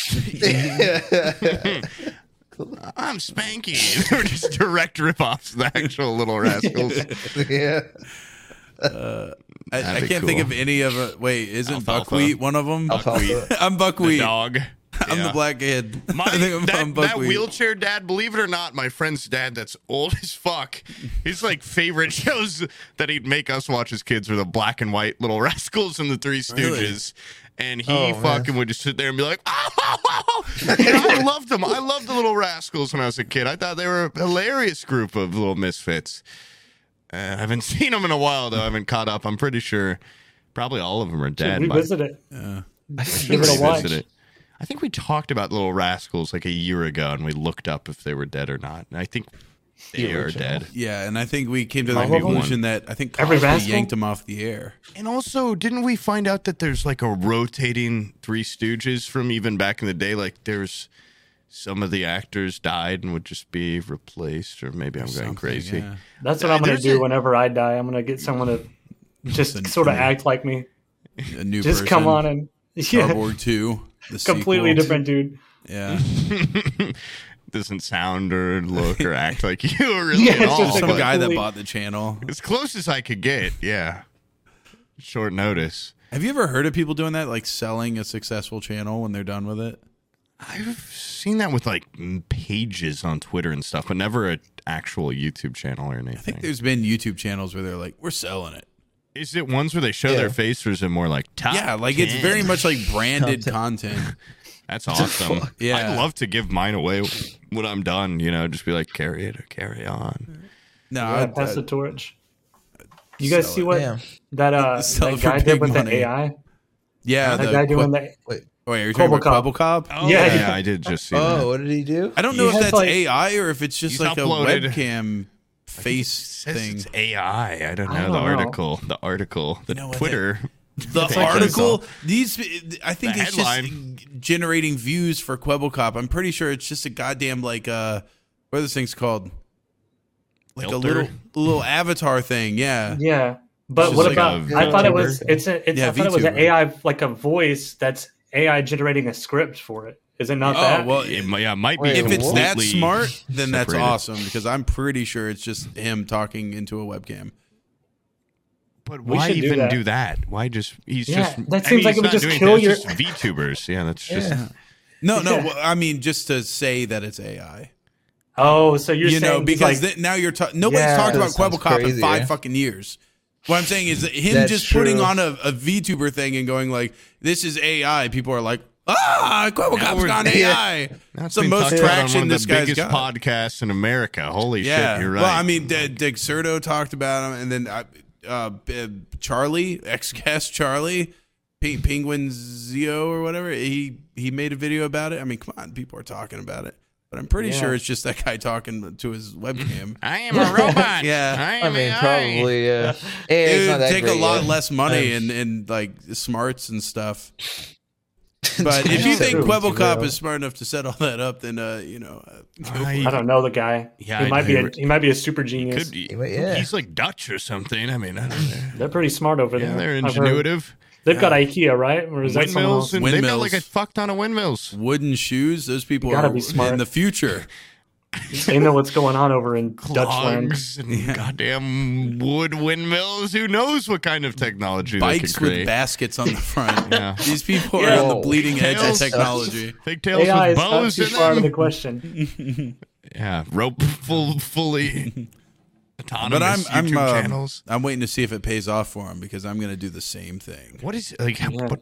Speaker 3: (laughs) Rascals. I'm Spanky. (laughs) We're just direct ripoffs of the actual
Speaker 4: (laughs)
Speaker 3: Little Rascals.
Speaker 4: (laughs) yeah.
Speaker 1: I, I
Speaker 3: That'd
Speaker 1: can't
Speaker 3: be
Speaker 1: think of
Speaker 3: cool.
Speaker 1: any of it. Wait, isn't
Speaker 3: Alfalfa.
Speaker 1: buckwheat one of them?
Speaker 4: Alfalfa.
Speaker 1: (laughs) I'm buckwheat.
Speaker 3: Dog.
Speaker 1: I'm the
Speaker 3: Yeah.
Speaker 1: black kid. (laughs)
Speaker 3: My,
Speaker 1: I think I'm,
Speaker 3: that,
Speaker 1: I'm
Speaker 3: that
Speaker 1: buckwheat.
Speaker 3: wheelchair dad, believe it or not, my friend's dad that's old as fuck, his like favorite (laughs) shows that he'd make us watch as kids were the black and white little rascals and the three
Speaker 1: Really?
Speaker 3: stooges. And he
Speaker 4: Oh, man.
Speaker 3: fucking would just sit there and be like, (laughs) oh! And I loved them. I loved the little rascals when I was a kid. I thought they were a hilarious group of little misfits. Uh, I haven't (laughs) seen them in a while, though. I haven't caught up. I'm pretty sure probably all of them are
Speaker 2: Should
Speaker 3: dead. by
Speaker 2: revisit it. (laughs)
Speaker 3: should
Speaker 2: Give it a
Speaker 3: revisit
Speaker 2: watch.
Speaker 3: it. I think we talked about Little Rascals like a year ago, and we looked up if they were dead or not. And I think they
Speaker 4: The
Speaker 3: are
Speaker 4: original.
Speaker 3: dead.
Speaker 1: Yeah, and I think we came to the
Speaker 3: Might be
Speaker 1: conclusion that I think
Speaker 2: Every
Speaker 1: Cosby
Speaker 2: rascal?
Speaker 1: yanked him off the air.
Speaker 3: And also, didn't we find out that there's like a rotating Three Stooges from even back in the day? Like there's some of the actors died and would just be replaced, or maybe I'm going
Speaker 1: Something,
Speaker 3: crazy.
Speaker 1: yeah.
Speaker 2: That's what I'm gonna
Speaker 3: There's
Speaker 2: do
Speaker 3: a-
Speaker 2: whenever I die. I'm gonna get someone to just
Speaker 1: Listen,
Speaker 2: sort
Speaker 1: I
Speaker 2: of
Speaker 1: mean,
Speaker 2: act like me.
Speaker 1: A new
Speaker 2: Just
Speaker 1: person,
Speaker 2: come on and (laughs) yeah,
Speaker 1: Star Wars Two, the
Speaker 2: (laughs) completely
Speaker 1: sequel.
Speaker 2: different dude. (laughs)
Speaker 1: Yeah,
Speaker 3: (laughs) Doesn't sound or look or act like you (laughs) really
Speaker 2: Yeah,
Speaker 3: at
Speaker 2: it's
Speaker 3: all.
Speaker 2: just
Speaker 1: some
Speaker 2: like-
Speaker 3: but
Speaker 1: guy that
Speaker 2: Completely-
Speaker 1: bought the channel.
Speaker 3: as close as I could get, yeah. Short notice.
Speaker 1: Have you ever heard of people doing that, like selling a successful channel when they're done with it?
Speaker 3: I've seen that with like m- pages on Twitter and stuff, but never an actual YouTube channel or
Speaker 1: I think
Speaker 3: anything.
Speaker 1: there's been YouTube channels where they're like, "We're selling it."
Speaker 3: Is it ones where they show their
Speaker 4: Yeah.
Speaker 3: face, or is it more like top?
Speaker 1: Yeah, like it's
Speaker 3: 10?
Speaker 1: very much like
Speaker 3: (laughs)
Speaker 1: branded content.
Speaker 3: That's awesome.
Speaker 1: (laughs) Yeah.
Speaker 3: I'd love to give mine away when I'm done. You know, just be like carry it or carry on.
Speaker 1: No, uh,
Speaker 2: Yeah,
Speaker 1: I'd-
Speaker 2: pass the
Speaker 1: I'd-
Speaker 2: torch. You guys
Speaker 1: sell
Speaker 2: see
Speaker 1: it.
Speaker 2: what
Speaker 4: Damn.
Speaker 2: that uh
Speaker 1: Sell
Speaker 2: that
Speaker 1: it for
Speaker 2: guy did
Speaker 1: big
Speaker 2: with
Speaker 1: money.
Speaker 2: the AI?
Speaker 1: yeah,
Speaker 2: That
Speaker 1: the
Speaker 2: guy
Speaker 1: qu-
Speaker 2: doing the
Speaker 1: Wait, are you talking about
Speaker 2: Cobble
Speaker 1: Cobble Cop?
Speaker 3: Oh,
Speaker 2: Yeah,
Speaker 3: yeah,
Speaker 2: yeah.
Speaker 3: I did just
Speaker 1: (laughs)
Speaker 3: see
Speaker 4: Oh,
Speaker 3: that.
Speaker 4: what did he do?
Speaker 1: I don't know if
Speaker 2: has,
Speaker 1: that's
Speaker 2: like-
Speaker 1: AI or if it's just
Speaker 3: He's
Speaker 1: like
Speaker 3: uploaded-
Speaker 1: a
Speaker 3: (laughs)
Speaker 1: webcam face
Speaker 3: Says
Speaker 1: thing.
Speaker 3: it's AI. I don't know
Speaker 2: I
Speaker 3: the
Speaker 2: don't know.
Speaker 3: article. The article. The
Speaker 1: know what
Speaker 3: Twitter.
Speaker 1: The
Speaker 3: It's like
Speaker 1: article,
Speaker 3: that's
Speaker 1: these, I think
Speaker 3: The
Speaker 1: it's
Speaker 3: headline.
Speaker 1: just generating views for Quebble Cop. I'm pretty sure it's just a goddamn like uh, what are this thing's called? Like
Speaker 3: Filter?
Speaker 1: a little little avatar thing. Yeah,
Speaker 2: Yeah.
Speaker 1: It's
Speaker 2: But
Speaker 1: just
Speaker 2: what
Speaker 1: like
Speaker 2: about?
Speaker 3: a
Speaker 2: I thought it
Speaker 4: VTuber.
Speaker 2: was. It's a. It's,
Speaker 1: Yeah,
Speaker 2: I thought it was an
Speaker 1: VTuber.
Speaker 2: AI like a voice that's AI generating a script for it. Is it not that?
Speaker 1: Oh well,
Speaker 3: It, mi- yeah, it might be.
Speaker 4: Wait,
Speaker 1: if it's that
Speaker 3: completely
Speaker 1: smart, then that's
Speaker 3: separated.
Speaker 1: awesome because I'm pretty sure it's just him talking into a webcam.
Speaker 3: But
Speaker 2: We
Speaker 3: why
Speaker 2: should do
Speaker 3: even do that.
Speaker 2: that.
Speaker 3: Why just he's
Speaker 2: Yeah,
Speaker 3: just
Speaker 2: that seems like
Speaker 3: he's
Speaker 2: it would
Speaker 3: not
Speaker 2: just
Speaker 3: doing
Speaker 2: kill
Speaker 3: that,
Speaker 2: your-
Speaker 3: it's just VTubers. Yeah, that's just
Speaker 4: Yeah.
Speaker 1: No, no,
Speaker 2: Yeah.
Speaker 1: well, I mean just to say that it's AI.
Speaker 2: oh, so you're
Speaker 1: you know,
Speaker 2: saying
Speaker 1: because
Speaker 2: like,
Speaker 1: th- now you're ta- nobody's
Speaker 2: Yeah.
Speaker 1: talked
Speaker 2: That
Speaker 1: about
Speaker 4: sounds
Speaker 1: Quebble Cop in
Speaker 4: crazy,
Speaker 1: five
Speaker 4: yeah.
Speaker 1: fucking years. What I'm saying is that him
Speaker 4: That's
Speaker 1: just putting
Speaker 4: true.
Speaker 1: on a, a VTuber thing and going like, "This is AI." People are like, "Ah, Quebble
Speaker 3: Now
Speaker 1: Cop's
Speaker 2: (laughs)
Speaker 3: we're-
Speaker 1: gone AI."
Speaker 3: Now
Speaker 1: It's the
Speaker 3: been
Speaker 1: most
Speaker 3: talked about on one
Speaker 1: traction
Speaker 3: of
Speaker 1: this
Speaker 3: the
Speaker 1: guy's
Speaker 3: biggest
Speaker 1: got.
Speaker 3: podcasts in America. Holy
Speaker 1: yeah,
Speaker 3: shit, you're right.
Speaker 1: well, I mean, D- Dick Serto talked about him, and then uh, uh, B- Charlie, ex cast Charlie, P- Penguin Zio or whatever. He he made a video about it. I mean, come on, people are talking about it. But I'm pretty
Speaker 2: Yeah.
Speaker 1: sure it's just that guy talking to his webcam.
Speaker 3: I am
Speaker 2: (laughs)
Speaker 3: a robot.
Speaker 1: Yeah.
Speaker 3: I,
Speaker 4: I
Speaker 3: am
Speaker 4: mean,
Speaker 3: AI.
Speaker 4: probably. Uh, eh, it's
Speaker 1: It
Speaker 4: not
Speaker 1: would
Speaker 4: that
Speaker 1: take a
Speaker 4: great
Speaker 1: lot
Speaker 4: yet.
Speaker 1: less money
Speaker 4: Um,
Speaker 1: and and like smarts and stuff.
Speaker 4: (laughs)
Speaker 1: But if you
Speaker 2: True,
Speaker 1: think Quebble Cop
Speaker 2: true.
Speaker 1: is smart enough to set all that up, then uh, you know, uh,
Speaker 3: I,
Speaker 2: I don't know the guy.
Speaker 3: Yeah,
Speaker 2: he
Speaker 3: I
Speaker 2: might
Speaker 3: know.
Speaker 2: be
Speaker 3: He re-
Speaker 2: a, he might be a super genius.
Speaker 3: could be.
Speaker 4: He might- yeah.
Speaker 3: He's like Dutch or something. I mean, I don't know.
Speaker 2: They're pretty smart over
Speaker 3: Yeah,
Speaker 2: there.
Speaker 3: they're
Speaker 2: I've heard.
Speaker 3: ingenuitive.
Speaker 2: They've got IKEA, right? Or is that someone else?
Speaker 3: Windmills and they've got like a
Speaker 1: Windmills.
Speaker 3: fuck ton of windmills.
Speaker 1: wooden shoes. Those people
Speaker 2: gotta
Speaker 1: are
Speaker 2: be smart.
Speaker 1: in the
Speaker 3: (laughs)
Speaker 1: future.
Speaker 2: they know what's going on over in Dutchland.
Speaker 3: Clogs and goddamn wood windmills. Who knows what kind of technology they
Speaker 1: Bikes
Speaker 3: could
Speaker 1: with
Speaker 3: create?
Speaker 1: baskets on the front.
Speaker 3: (laughs) Yeah.
Speaker 1: These people are
Speaker 4: Yeah.
Speaker 1: on the
Speaker 4: Whoa.
Speaker 1: bleeding edge of (laughs)
Speaker 3: Tails.
Speaker 1: technology.
Speaker 3: Pigtails
Speaker 2: AI
Speaker 3: with
Speaker 2: is not
Speaker 3: bows
Speaker 2: too
Speaker 3: in
Speaker 2: far of
Speaker 3: them.
Speaker 2: the question.
Speaker 3: yeah, rope
Speaker 1: (laughs)
Speaker 3: full, fully
Speaker 1: But I'm
Speaker 3: autonomous
Speaker 1: I'm
Speaker 3: YouTube
Speaker 1: um,
Speaker 3: channels.
Speaker 1: I'm waiting to see if it pays off for him because I'm going to do the same thing.
Speaker 3: What is like? how
Speaker 2: Yeah.
Speaker 3: What
Speaker 4: You're gonna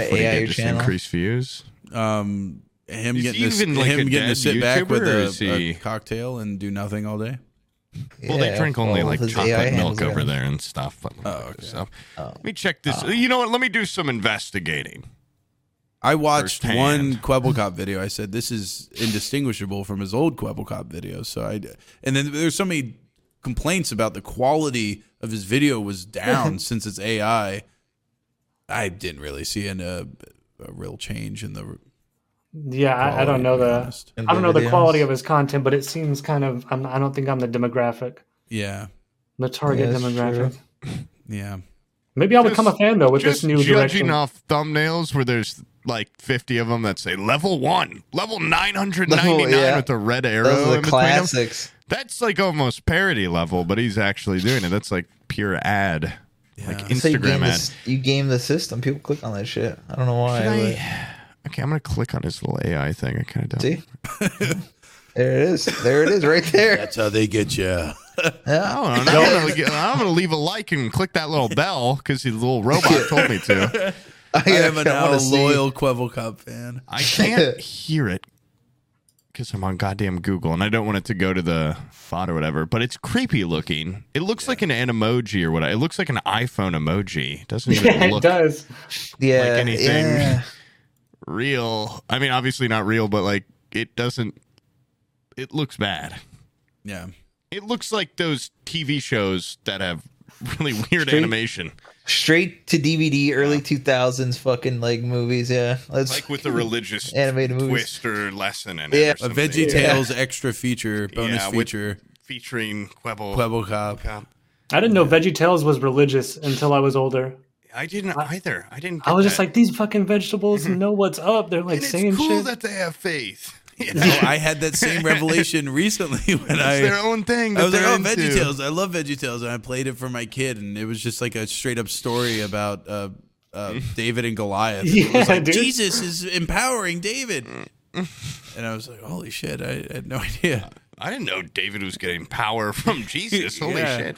Speaker 3: payoff would
Speaker 4: AI
Speaker 3: it
Speaker 4: your
Speaker 3: get? Just
Speaker 4: channel?
Speaker 3: increase views.
Speaker 1: Um, him
Speaker 3: Is
Speaker 1: getting
Speaker 3: he
Speaker 1: to,
Speaker 3: even,
Speaker 1: him
Speaker 3: like, a
Speaker 1: getting to
Speaker 3: dead
Speaker 1: sit back with
Speaker 3: YouTuber, or is
Speaker 1: a, a
Speaker 3: he-
Speaker 1: cocktail and do nothing all day.
Speaker 3: Well, they
Speaker 4: Yeah,
Speaker 3: drink only
Speaker 4: well,
Speaker 3: like
Speaker 4: his AI
Speaker 3: chocolate
Speaker 4: handles
Speaker 3: milk
Speaker 4: it.
Speaker 3: over there and stuff. Oh,
Speaker 1: okay.
Speaker 3: Let me check this. you know what? Let me do some investigating.
Speaker 1: I watched
Speaker 3: Firsthand.
Speaker 1: one Quebble Cop video. I said this is indistinguishable from his old Quebble Cop videos. So I, and then there's so many complaints about the quality of his video was
Speaker 3: (laughs)
Speaker 1: down since it's AI. I didn't really see an, uh, a real change in the.
Speaker 2: Yeah, I, I
Speaker 1: Quality,
Speaker 2: don't know
Speaker 1: to be
Speaker 2: the
Speaker 1: honest.
Speaker 4: And
Speaker 2: I don't know the
Speaker 4: videos.
Speaker 2: quality of his content, but it seems kind of I'm, I don't think I'm the demographic,
Speaker 1: Yeah,
Speaker 2: the target
Speaker 4: Yeah, that's
Speaker 2: demographic.
Speaker 4: true.
Speaker 1: yeah.
Speaker 2: Maybe I'll become a
Speaker 3: Just-
Speaker 2: fan though with
Speaker 3: Just
Speaker 2: this new
Speaker 3: judging
Speaker 2: direction. (laughs)
Speaker 3: off thumbnails where there's like 50 of them that say level one, level 999
Speaker 4: Level- yeah.
Speaker 3: with the red arrow.
Speaker 4: Those
Speaker 3: in
Speaker 4: are the
Speaker 3: between 'em.
Speaker 4: classics.
Speaker 3: That's like almost parody level, but he's actually doing it. That's like pure ad, like
Speaker 1: Yeah.
Speaker 4: So you game
Speaker 3: Instagram
Speaker 4: the
Speaker 3: ad.
Speaker 4: s- you game the system. People click on that shit. I don't know why.
Speaker 3: Should I- (sighs) Okay, I'm gonna click on his little AI thing. I kind of
Speaker 4: but-
Speaker 3: don't.
Speaker 4: See,
Speaker 3: (laughs)
Speaker 4: there it is. There it is, right there.
Speaker 1: how they get you.
Speaker 4: Yeah.
Speaker 3: I don't know. I'm, gonna, get- I'm gonna leave a like and click that little bell because the little robot told me to.
Speaker 1: (laughs) I am
Speaker 4: (laughs) (laughs) I
Speaker 1: now a
Speaker 4: wanna see.
Speaker 1: loyal Quebble Cop fan.
Speaker 3: I can't hear it because I'm on goddamn Google and I don't want it to go to the thought or whatever. But it's creepy looking. It looks like an emoji or what? It looks like an iPhone emoji. It doesn't
Speaker 2: (laughs)
Speaker 3: even
Speaker 2: Yeah, it
Speaker 3: look
Speaker 2: does.
Speaker 4: Yeah,
Speaker 3: anything. (laughs)
Speaker 4: yeah.
Speaker 3: real. I mean, obviously not real, but like it doesn't. It looks bad.
Speaker 1: Yeah,
Speaker 3: It looks like those TV shows that have really (laughs) weird
Speaker 2: Street-
Speaker 3: animation,
Speaker 4: Straight to DVD, early two thousands fucking like movies. Yeah, let's
Speaker 3: like
Speaker 4: (laughs)
Speaker 3: with a religious
Speaker 4: animated movies.
Speaker 3: twist or lesson in
Speaker 4: Yeah.
Speaker 3: it.
Speaker 4: A
Speaker 3: Or
Speaker 1: a
Speaker 3: something.
Speaker 1: Veggie Tales extra feature, bonus
Speaker 3: Yeah, with-
Speaker 1: feature,
Speaker 3: featuring Quebble.
Speaker 1: Quebble
Speaker 3: (laughs)
Speaker 1: Cop. Oh,
Speaker 2: I didn't know VeggieTales was religious until I was older.
Speaker 3: I didn't either. I didn't.
Speaker 2: I
Speaker 3: get
Speaker 2: was just
Speaker 3: that.
Speaker 2: like, these fucking vegetables know what's up. They're like
Speaker 3: Mm-hmm. and
Speaker 2: saying
Speaker 3: it's cool
Speaker 2: shit.
Speaker 3: that they have faith. (laughs) You know,
Speaker 1: No, I had that same revelation recently (laughs) when
Speaker 3: it's
Speaker 1: I
Speaker 3: their own thing. That
Speaker 1: I was like,
Speaker 3: they're
Speaker 1: oh,
Speaker 3: into.
Speaker 1: VeggieTales. I love VeggieTales. And I played it for my kid. And it was just like a straight up story about uh, uh, David and Goliath. And it was
Speaker 2: Yeah,
Speaker 1: like,
Speaker 2: dude.
Speaker 1: Jesus is empowering David. and I was like, holy shit. I, I had no idea.
Speaker 3: I didn't know David was getting power from Jesus. Holy
Speaker 1: Yeah.
Speaker 3: shit!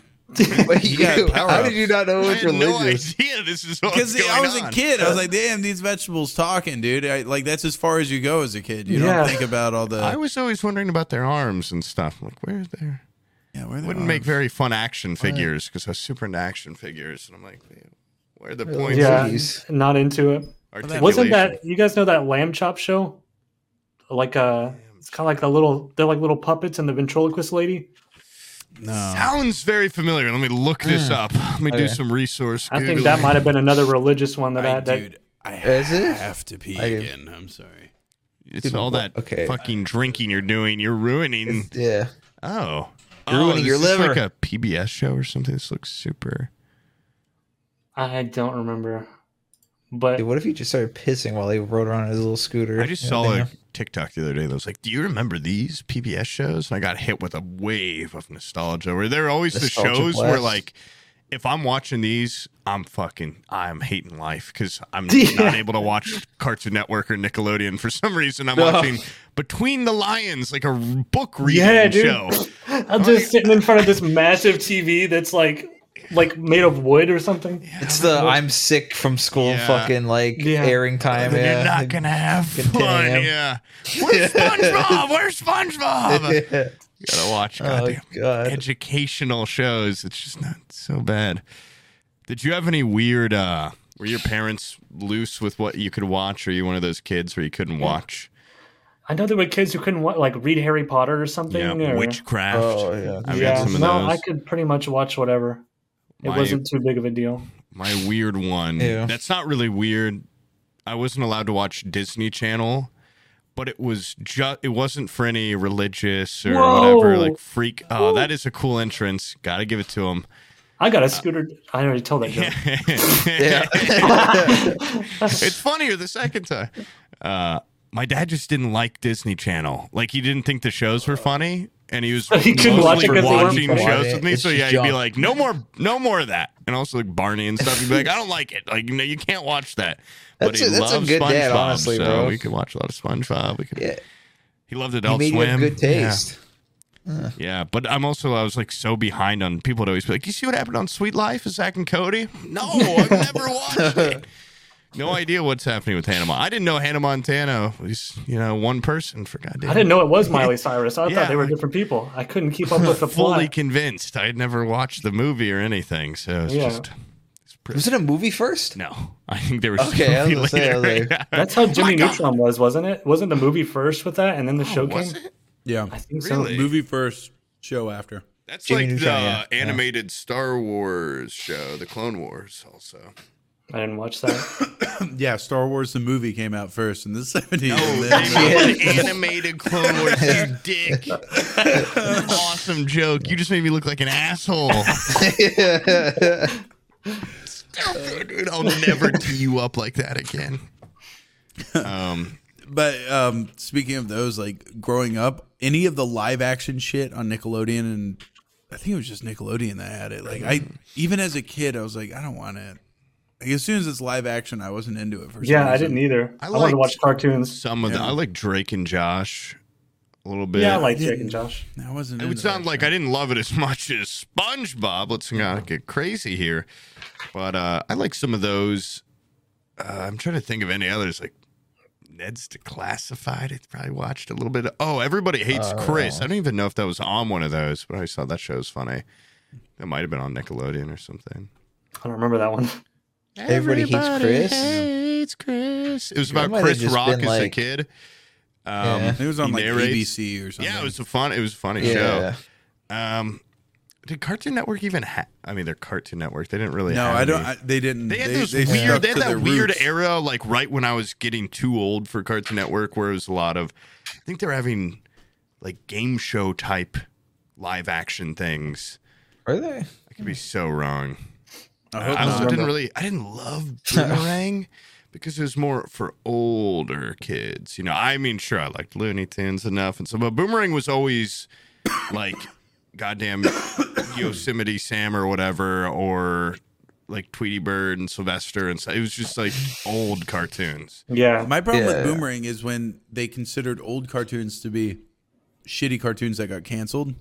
Speaker 4: Wait, you,
Speaker 1: got power
Speaker 4: how
Speaker 1: ups.
Speaker 4: did you not know
Speaker 3: I
Speaker 4: it's
Speaker 3: had no
Speaker 4: religious?
Speaker 3: idea this is what
Speaker 1: Because
Speaker 3: was
Speaker 1: I
Speaker 3: going
Speaker 1: was a
Speaker 3: on.
Speaker 1: kid. I was like, damn, these vegetables talking, dude. I, like, that's as far as you go as a kid. You
Speaker 2: Yeah.
Speaker 1: don't think about all the.
Speaker 3: I was always wondering about their arms and stuff. I'm like, where's their?
Speaker 1: yeah, where they
Speaker 3: Wouldn't
Speaker 1: are.
Speaker 3: make very fun action figures because I was super into action figures, and I'm like, man, where are the points?
Speaker 2: yeah,
Speaker 4: Jeez.
Speaker 2: not into it.
Speaker 3: Articulation.
Speaker 2: Wasn't that you guys know that lamb chop show? Like uh it's kind of like the little they're like little puppets and the ventriloquist lady.
Speaker 1: No.
Speaker 3: Sounds very familiar. Let me look this up. Let me do
Speaker 4: Okay.
Speaker 3: some resource.
Speaker 2: I think that
Speaker 3: Googling.
Speaker 2: might have been another religious one that I,
Speaker 1: I,
Speaker 2: that
Speaker 1: dude, I
Speaker 4: Is it?
Speaker 1: have to pee
Speaker 4: I-
Speaker 1: again. I'm sorry.
Speaker 3: It's all that
Speaker 4: Okay.
Speaker 3: fucking drinking you're doing. You're ruining.
Speaker 4: Yeah,
Speaker 3: Oh,
Speaker 4: You're
Speaker 3: oh,
Speaker 4: ruining
Speaker 3: is
Speaker 4: your
Speaker 3: this
Speaker 4: liver.
Speaker 3: Like a PBS show or something. This looks super.
Speaker 2: I don't remember. But
Speaker 4: Dude, what if he just started pissing while he rode around his little scooter?
Speaker 3: I just
Speaker 4: You know,
Speaker 3: saw
Speaker 4: they
Speaker 3: a
Speaker 4: know.
Speaker 3: TikTok the other day that was like, "Do you remember these PBS shows?" And I got hit with a wave of nostalgia. Where there are always the
Speaker 4: Nostalgia
Speaker 3: shows where
Speaker 4: blast.
Speaker 3: like. If I'm watching these, I'm fucking, I'm hating life because I'm
Speaker 2: Yeah.
Speaker 3: not able to watch Cartoon Network or Nickelodeon for some reason. I'm
Speaker 4: No.
Speaker 3: watching Between the Lions, like a book reading
Speaker 2: Yeah, dude.
Speaker 3: show.
Speaker 2: I'm just sitting in front of this massive TV that's like like made of wood or something.
Speaker 4: It's the I'm sick from school
Speaker 3: Yeah.
Speaker 4: fucking like
Speaker 2: Yeah.
Speaker 4: airing time.
Speaker 3: Then
Speaker 4: yeah.
Speaker 3: You're not gonna have
Speaker 4: (laughs) Good
Speaker 3: fun.
Speaker 4: damn.
Speaker 3: Yeah. Where's SpongeBob? Where's SpongeBob?
Speaker 4: (laughs) yeah.
Speaker 3: Gotta watch
Speaker 4: Oh
Speaker 3: goddamn
Speaker 4: god.
Speaker 3: educational shows. It's just not so bad. Did you have any weird? uh Were your parents loose with what you could watch? Or are you one of those kids where you couldn't watch?
Speaker 2: I know there were kids who couldn't wa- like read Harry Potter or something.
Speaker 5: Yeah,
Speaker 2: or,
Speaker 5: witchcraft.
Speaker 4: Oh yeah.
Speaker 3: I've
Speaker 2: yeah,
Speaker 3: had some of
Speaker 2: no,
Speaker 3: those.
Speaker 2: I could pretty much watch whatever. It
Speaker 3: My-
Speaker 2: wasn't too big of a deal.
Speaker 3: my weird one.
Speaker 4: Ew.
Speaker 3: That's not really weird. I wasn't allowed to watch Disney Channel, but it was just it wasn't for any religious or
Speaker 2: Whoa.
Speaker 3: whatever like freak. Oh, that is a cool entrance. Got to give it to him. (laughs)
Speaker 2: I
Speaker 3: uh,
Speaker 2: got a scooter. I already told that joke.
Speaker 4: Yeah. (laughs)
Speaker 3: it's funnier the second time. Uh, my dad just didn't like Disney Channel. Like he didn't think the shows were funny, and he was
Speaker 4: (laughs)
Speaker 2: He couldn't
Speaker 3: mostly
Speaker 2: watch it 'cause they weren't
Speaker 3: watching
Speaker 4: funny.
Speaker 3: shows with me.
Speaker 4: It's
Speaker 3: so
Speaker 4: just
Speaker 3: yeah, he'd be
Speaker 4: junk.
Speaker 3: like, "No more, no more of that." And also like Barney and stuff. He'd be like, "I don't like it. Like no, you can't watch that." But
Speaker 4: That's
Speaker 3: he
Speaker 4: a- that's a
Speaker 3: loves
Speaker 4: good
Speaker 3: SpongeBob,
Speaker 4: dad, honestly,
Speaker 3: so
Speaker 4: bro.
Speaker 3: we could watch a lot of SpongeBob. We could.
Speaker 4: Yeah.
Speaker 3: He loved
Speaker 4: He
Speaker 3: Adult
Speaker 4: made you
Speaker 3: Swim.
Speaker 4: have good
Speaker 3: Yeah.
Speaker 4: taste.
Speaker 3: Yeah, but I'm also I was like so behind on people would always be like, "You see what happened on Sweet Life with Zach and Cody?" No, I've
Speaker 4: (laughs)
Speaker 3: never watched it. No idea what's happening with Hannah. Mon- I didn't know Hannah Montana was you know one person for goddamn.
Speaker 2: I didn't know it was
Speaker 3: (laughs)
Speaker 2: Miley Cyrus. I
Speaker 3: Yeah.
Speaker 2: thought they were different people. I couldn't keep up with the
Speaker 3: (laughs) fully
Speaker 2: plot.
Speaker 3: convinced. I had never watched the movie or anything, so it's
Speaker 2: Yeah.
Speaker 3: just it's pretty.
Speaker 4: Was it a
Speaker 3: (laughs)
Speaker 4: movie first?
Speaker 3: No, I think there was
Speaker 4: Okay, I
Speaker 3: a
Speaker 4: was
Speaker 3: movie
Speaker 4: gonna say, I was
Speaker 3: later.
Speaker 4: like-
Speaker 2: That's how Jimmy
Speaker 3: God.
Speaker 2: Neutron was, wasn't it? Wasn't the movie first with that, and then the show came?
Speaker 3: Oh, Was it?
Speaker 1: Yeah.
Speaker 2: I think
Speaker 3: Really?
Speaker 2: so.
Speaker 1: Movie first, show after.
Speaker 3: That's
Speaker 4: Jimmy
Speaker 3: like
Speaker 4: Neutron, yeah.
Speaker 3: the
Speaker 4: Yeah.
Speaker 3: animated Star Wars show, the Clone Wars, also.
Speaker 2: I didn't
Speaker 3: (laughs)
Speaker 2: watch that.
Speaker 1: Yeah, Star Wars the movie came out first in the (laughs) 70s.
Speaker 3: Oh,
Speaker 1: and
Speaker 3: they
Speaker 1: then-
Speaker 3: made an animated Clone Wars, you dick. awesome joke. You just made me look like an asshole. Stupid, dude. I'll never tee you up like that again. Um,
Speaker 1: But um, speaking of those, like growing up, any of the live action shit on Nickelodeon and I think it was just Nickelodeon that had it. Like I, even as a kid, I was like, I don't want it. Like as soon as it's live action, I wasn't into it for. Some
Speaker 2: yeah, I
Speaker 1: reason.
Speaker 2: didn't either.
Speaker 3: I
Speaker 2: I, wanted
Speaker 3: liked-
Speaker 2: to watch cartoons.
Speaker 3: some of the I like Drake and Josh a little bit.
Speaker 2: Yeah, I like Jake and Josh.
Speaker 1: I wasn't.
Speaker 3: It
Speaker 1: into
Speaker 3: would sound
Speaker 1: that
Speaker 3: like
Speaker 1: shit.
Speaker 3: I didn't love it as (laughs) much as SpongeBob. Let's not get crazy here, but uh, I like some of those. Uh, I'm trying to think of any others like Ned's Declassified. I probably watched a little bit. Of, oh, everybody hates Chris. I don't even know if that was on one of those, but I always thought that show was funny. That might have been on Nickelodeon or something.
Speaker 2: I don't remember
Speaker 3: (laughs)
Speaker 2: that one.
Speaker 4: Everybody Hates Chris?
Speaker 3: Hates Chris. It was
Speaker 4: That
Speaker 3: about
Speaker 4: might have
Speaker 3: Chris
Speaker 4: just
Speaker 3: Rock
Speaker 4: been,
Speaker 3: as a
Speaker 4: like-
Speaker 3: kid. (laughs) Um,
Speaker 4: Yeah.
Speaker 1: I think it was on
Speaker 3: He
Speaker 1: like
Speaker 3: narrates-
Speaker 1: ABC or something.
Speaker 3: Yeah, it was a fun. It was a funny show.
Speaker 4: Yeah.
Speaker 3: Um, did Cartoon Network even have? I mean, they're Cartoon Network. They didn't really.
Speaker 1: No,
Speaker 3: have
Speaker 1: I don't.
Speaker 3: any-
Speaker 1: I, they didn't.
Speaker 3: they had
Speaker 1: they,
Speaker 3: those
Speaker 1: they stuck
Speaker 3: weird. They had
Speaker 1: to
Speaker 3: that
Speaker 1: their
Speaker 3: weird
Speaker 1: roots.
Speaker 3: era, like right when I was getting too old for Cartoon Network, where it was a lot of. I think they're having like game show type live action things.
Speaker 4: Are they?
Speaker 3: I could be so wrong.
Speaker 1: I
Speaker 3: I,
Speaker 1: hope
Speaker 3: also
Speaker 1: not.
Speaker 3: didn't really. I didn't love Boomerang (laughs) because it was more for older kids. You know, I mean, sure, I liked Looney Tunes enough, and so, but Boomerang was always like, goddamn Yosemite Sam or whatever, or like Tweety Bird and Sylvester, and so it was just like old cartoons.
Speaker 2: Yeah,
Speaker 1: My problem
Speaker 4: Yeah.
Speaker 1: with Boomerang is when they considered old cartoons to be shitty cartoons that got canceled.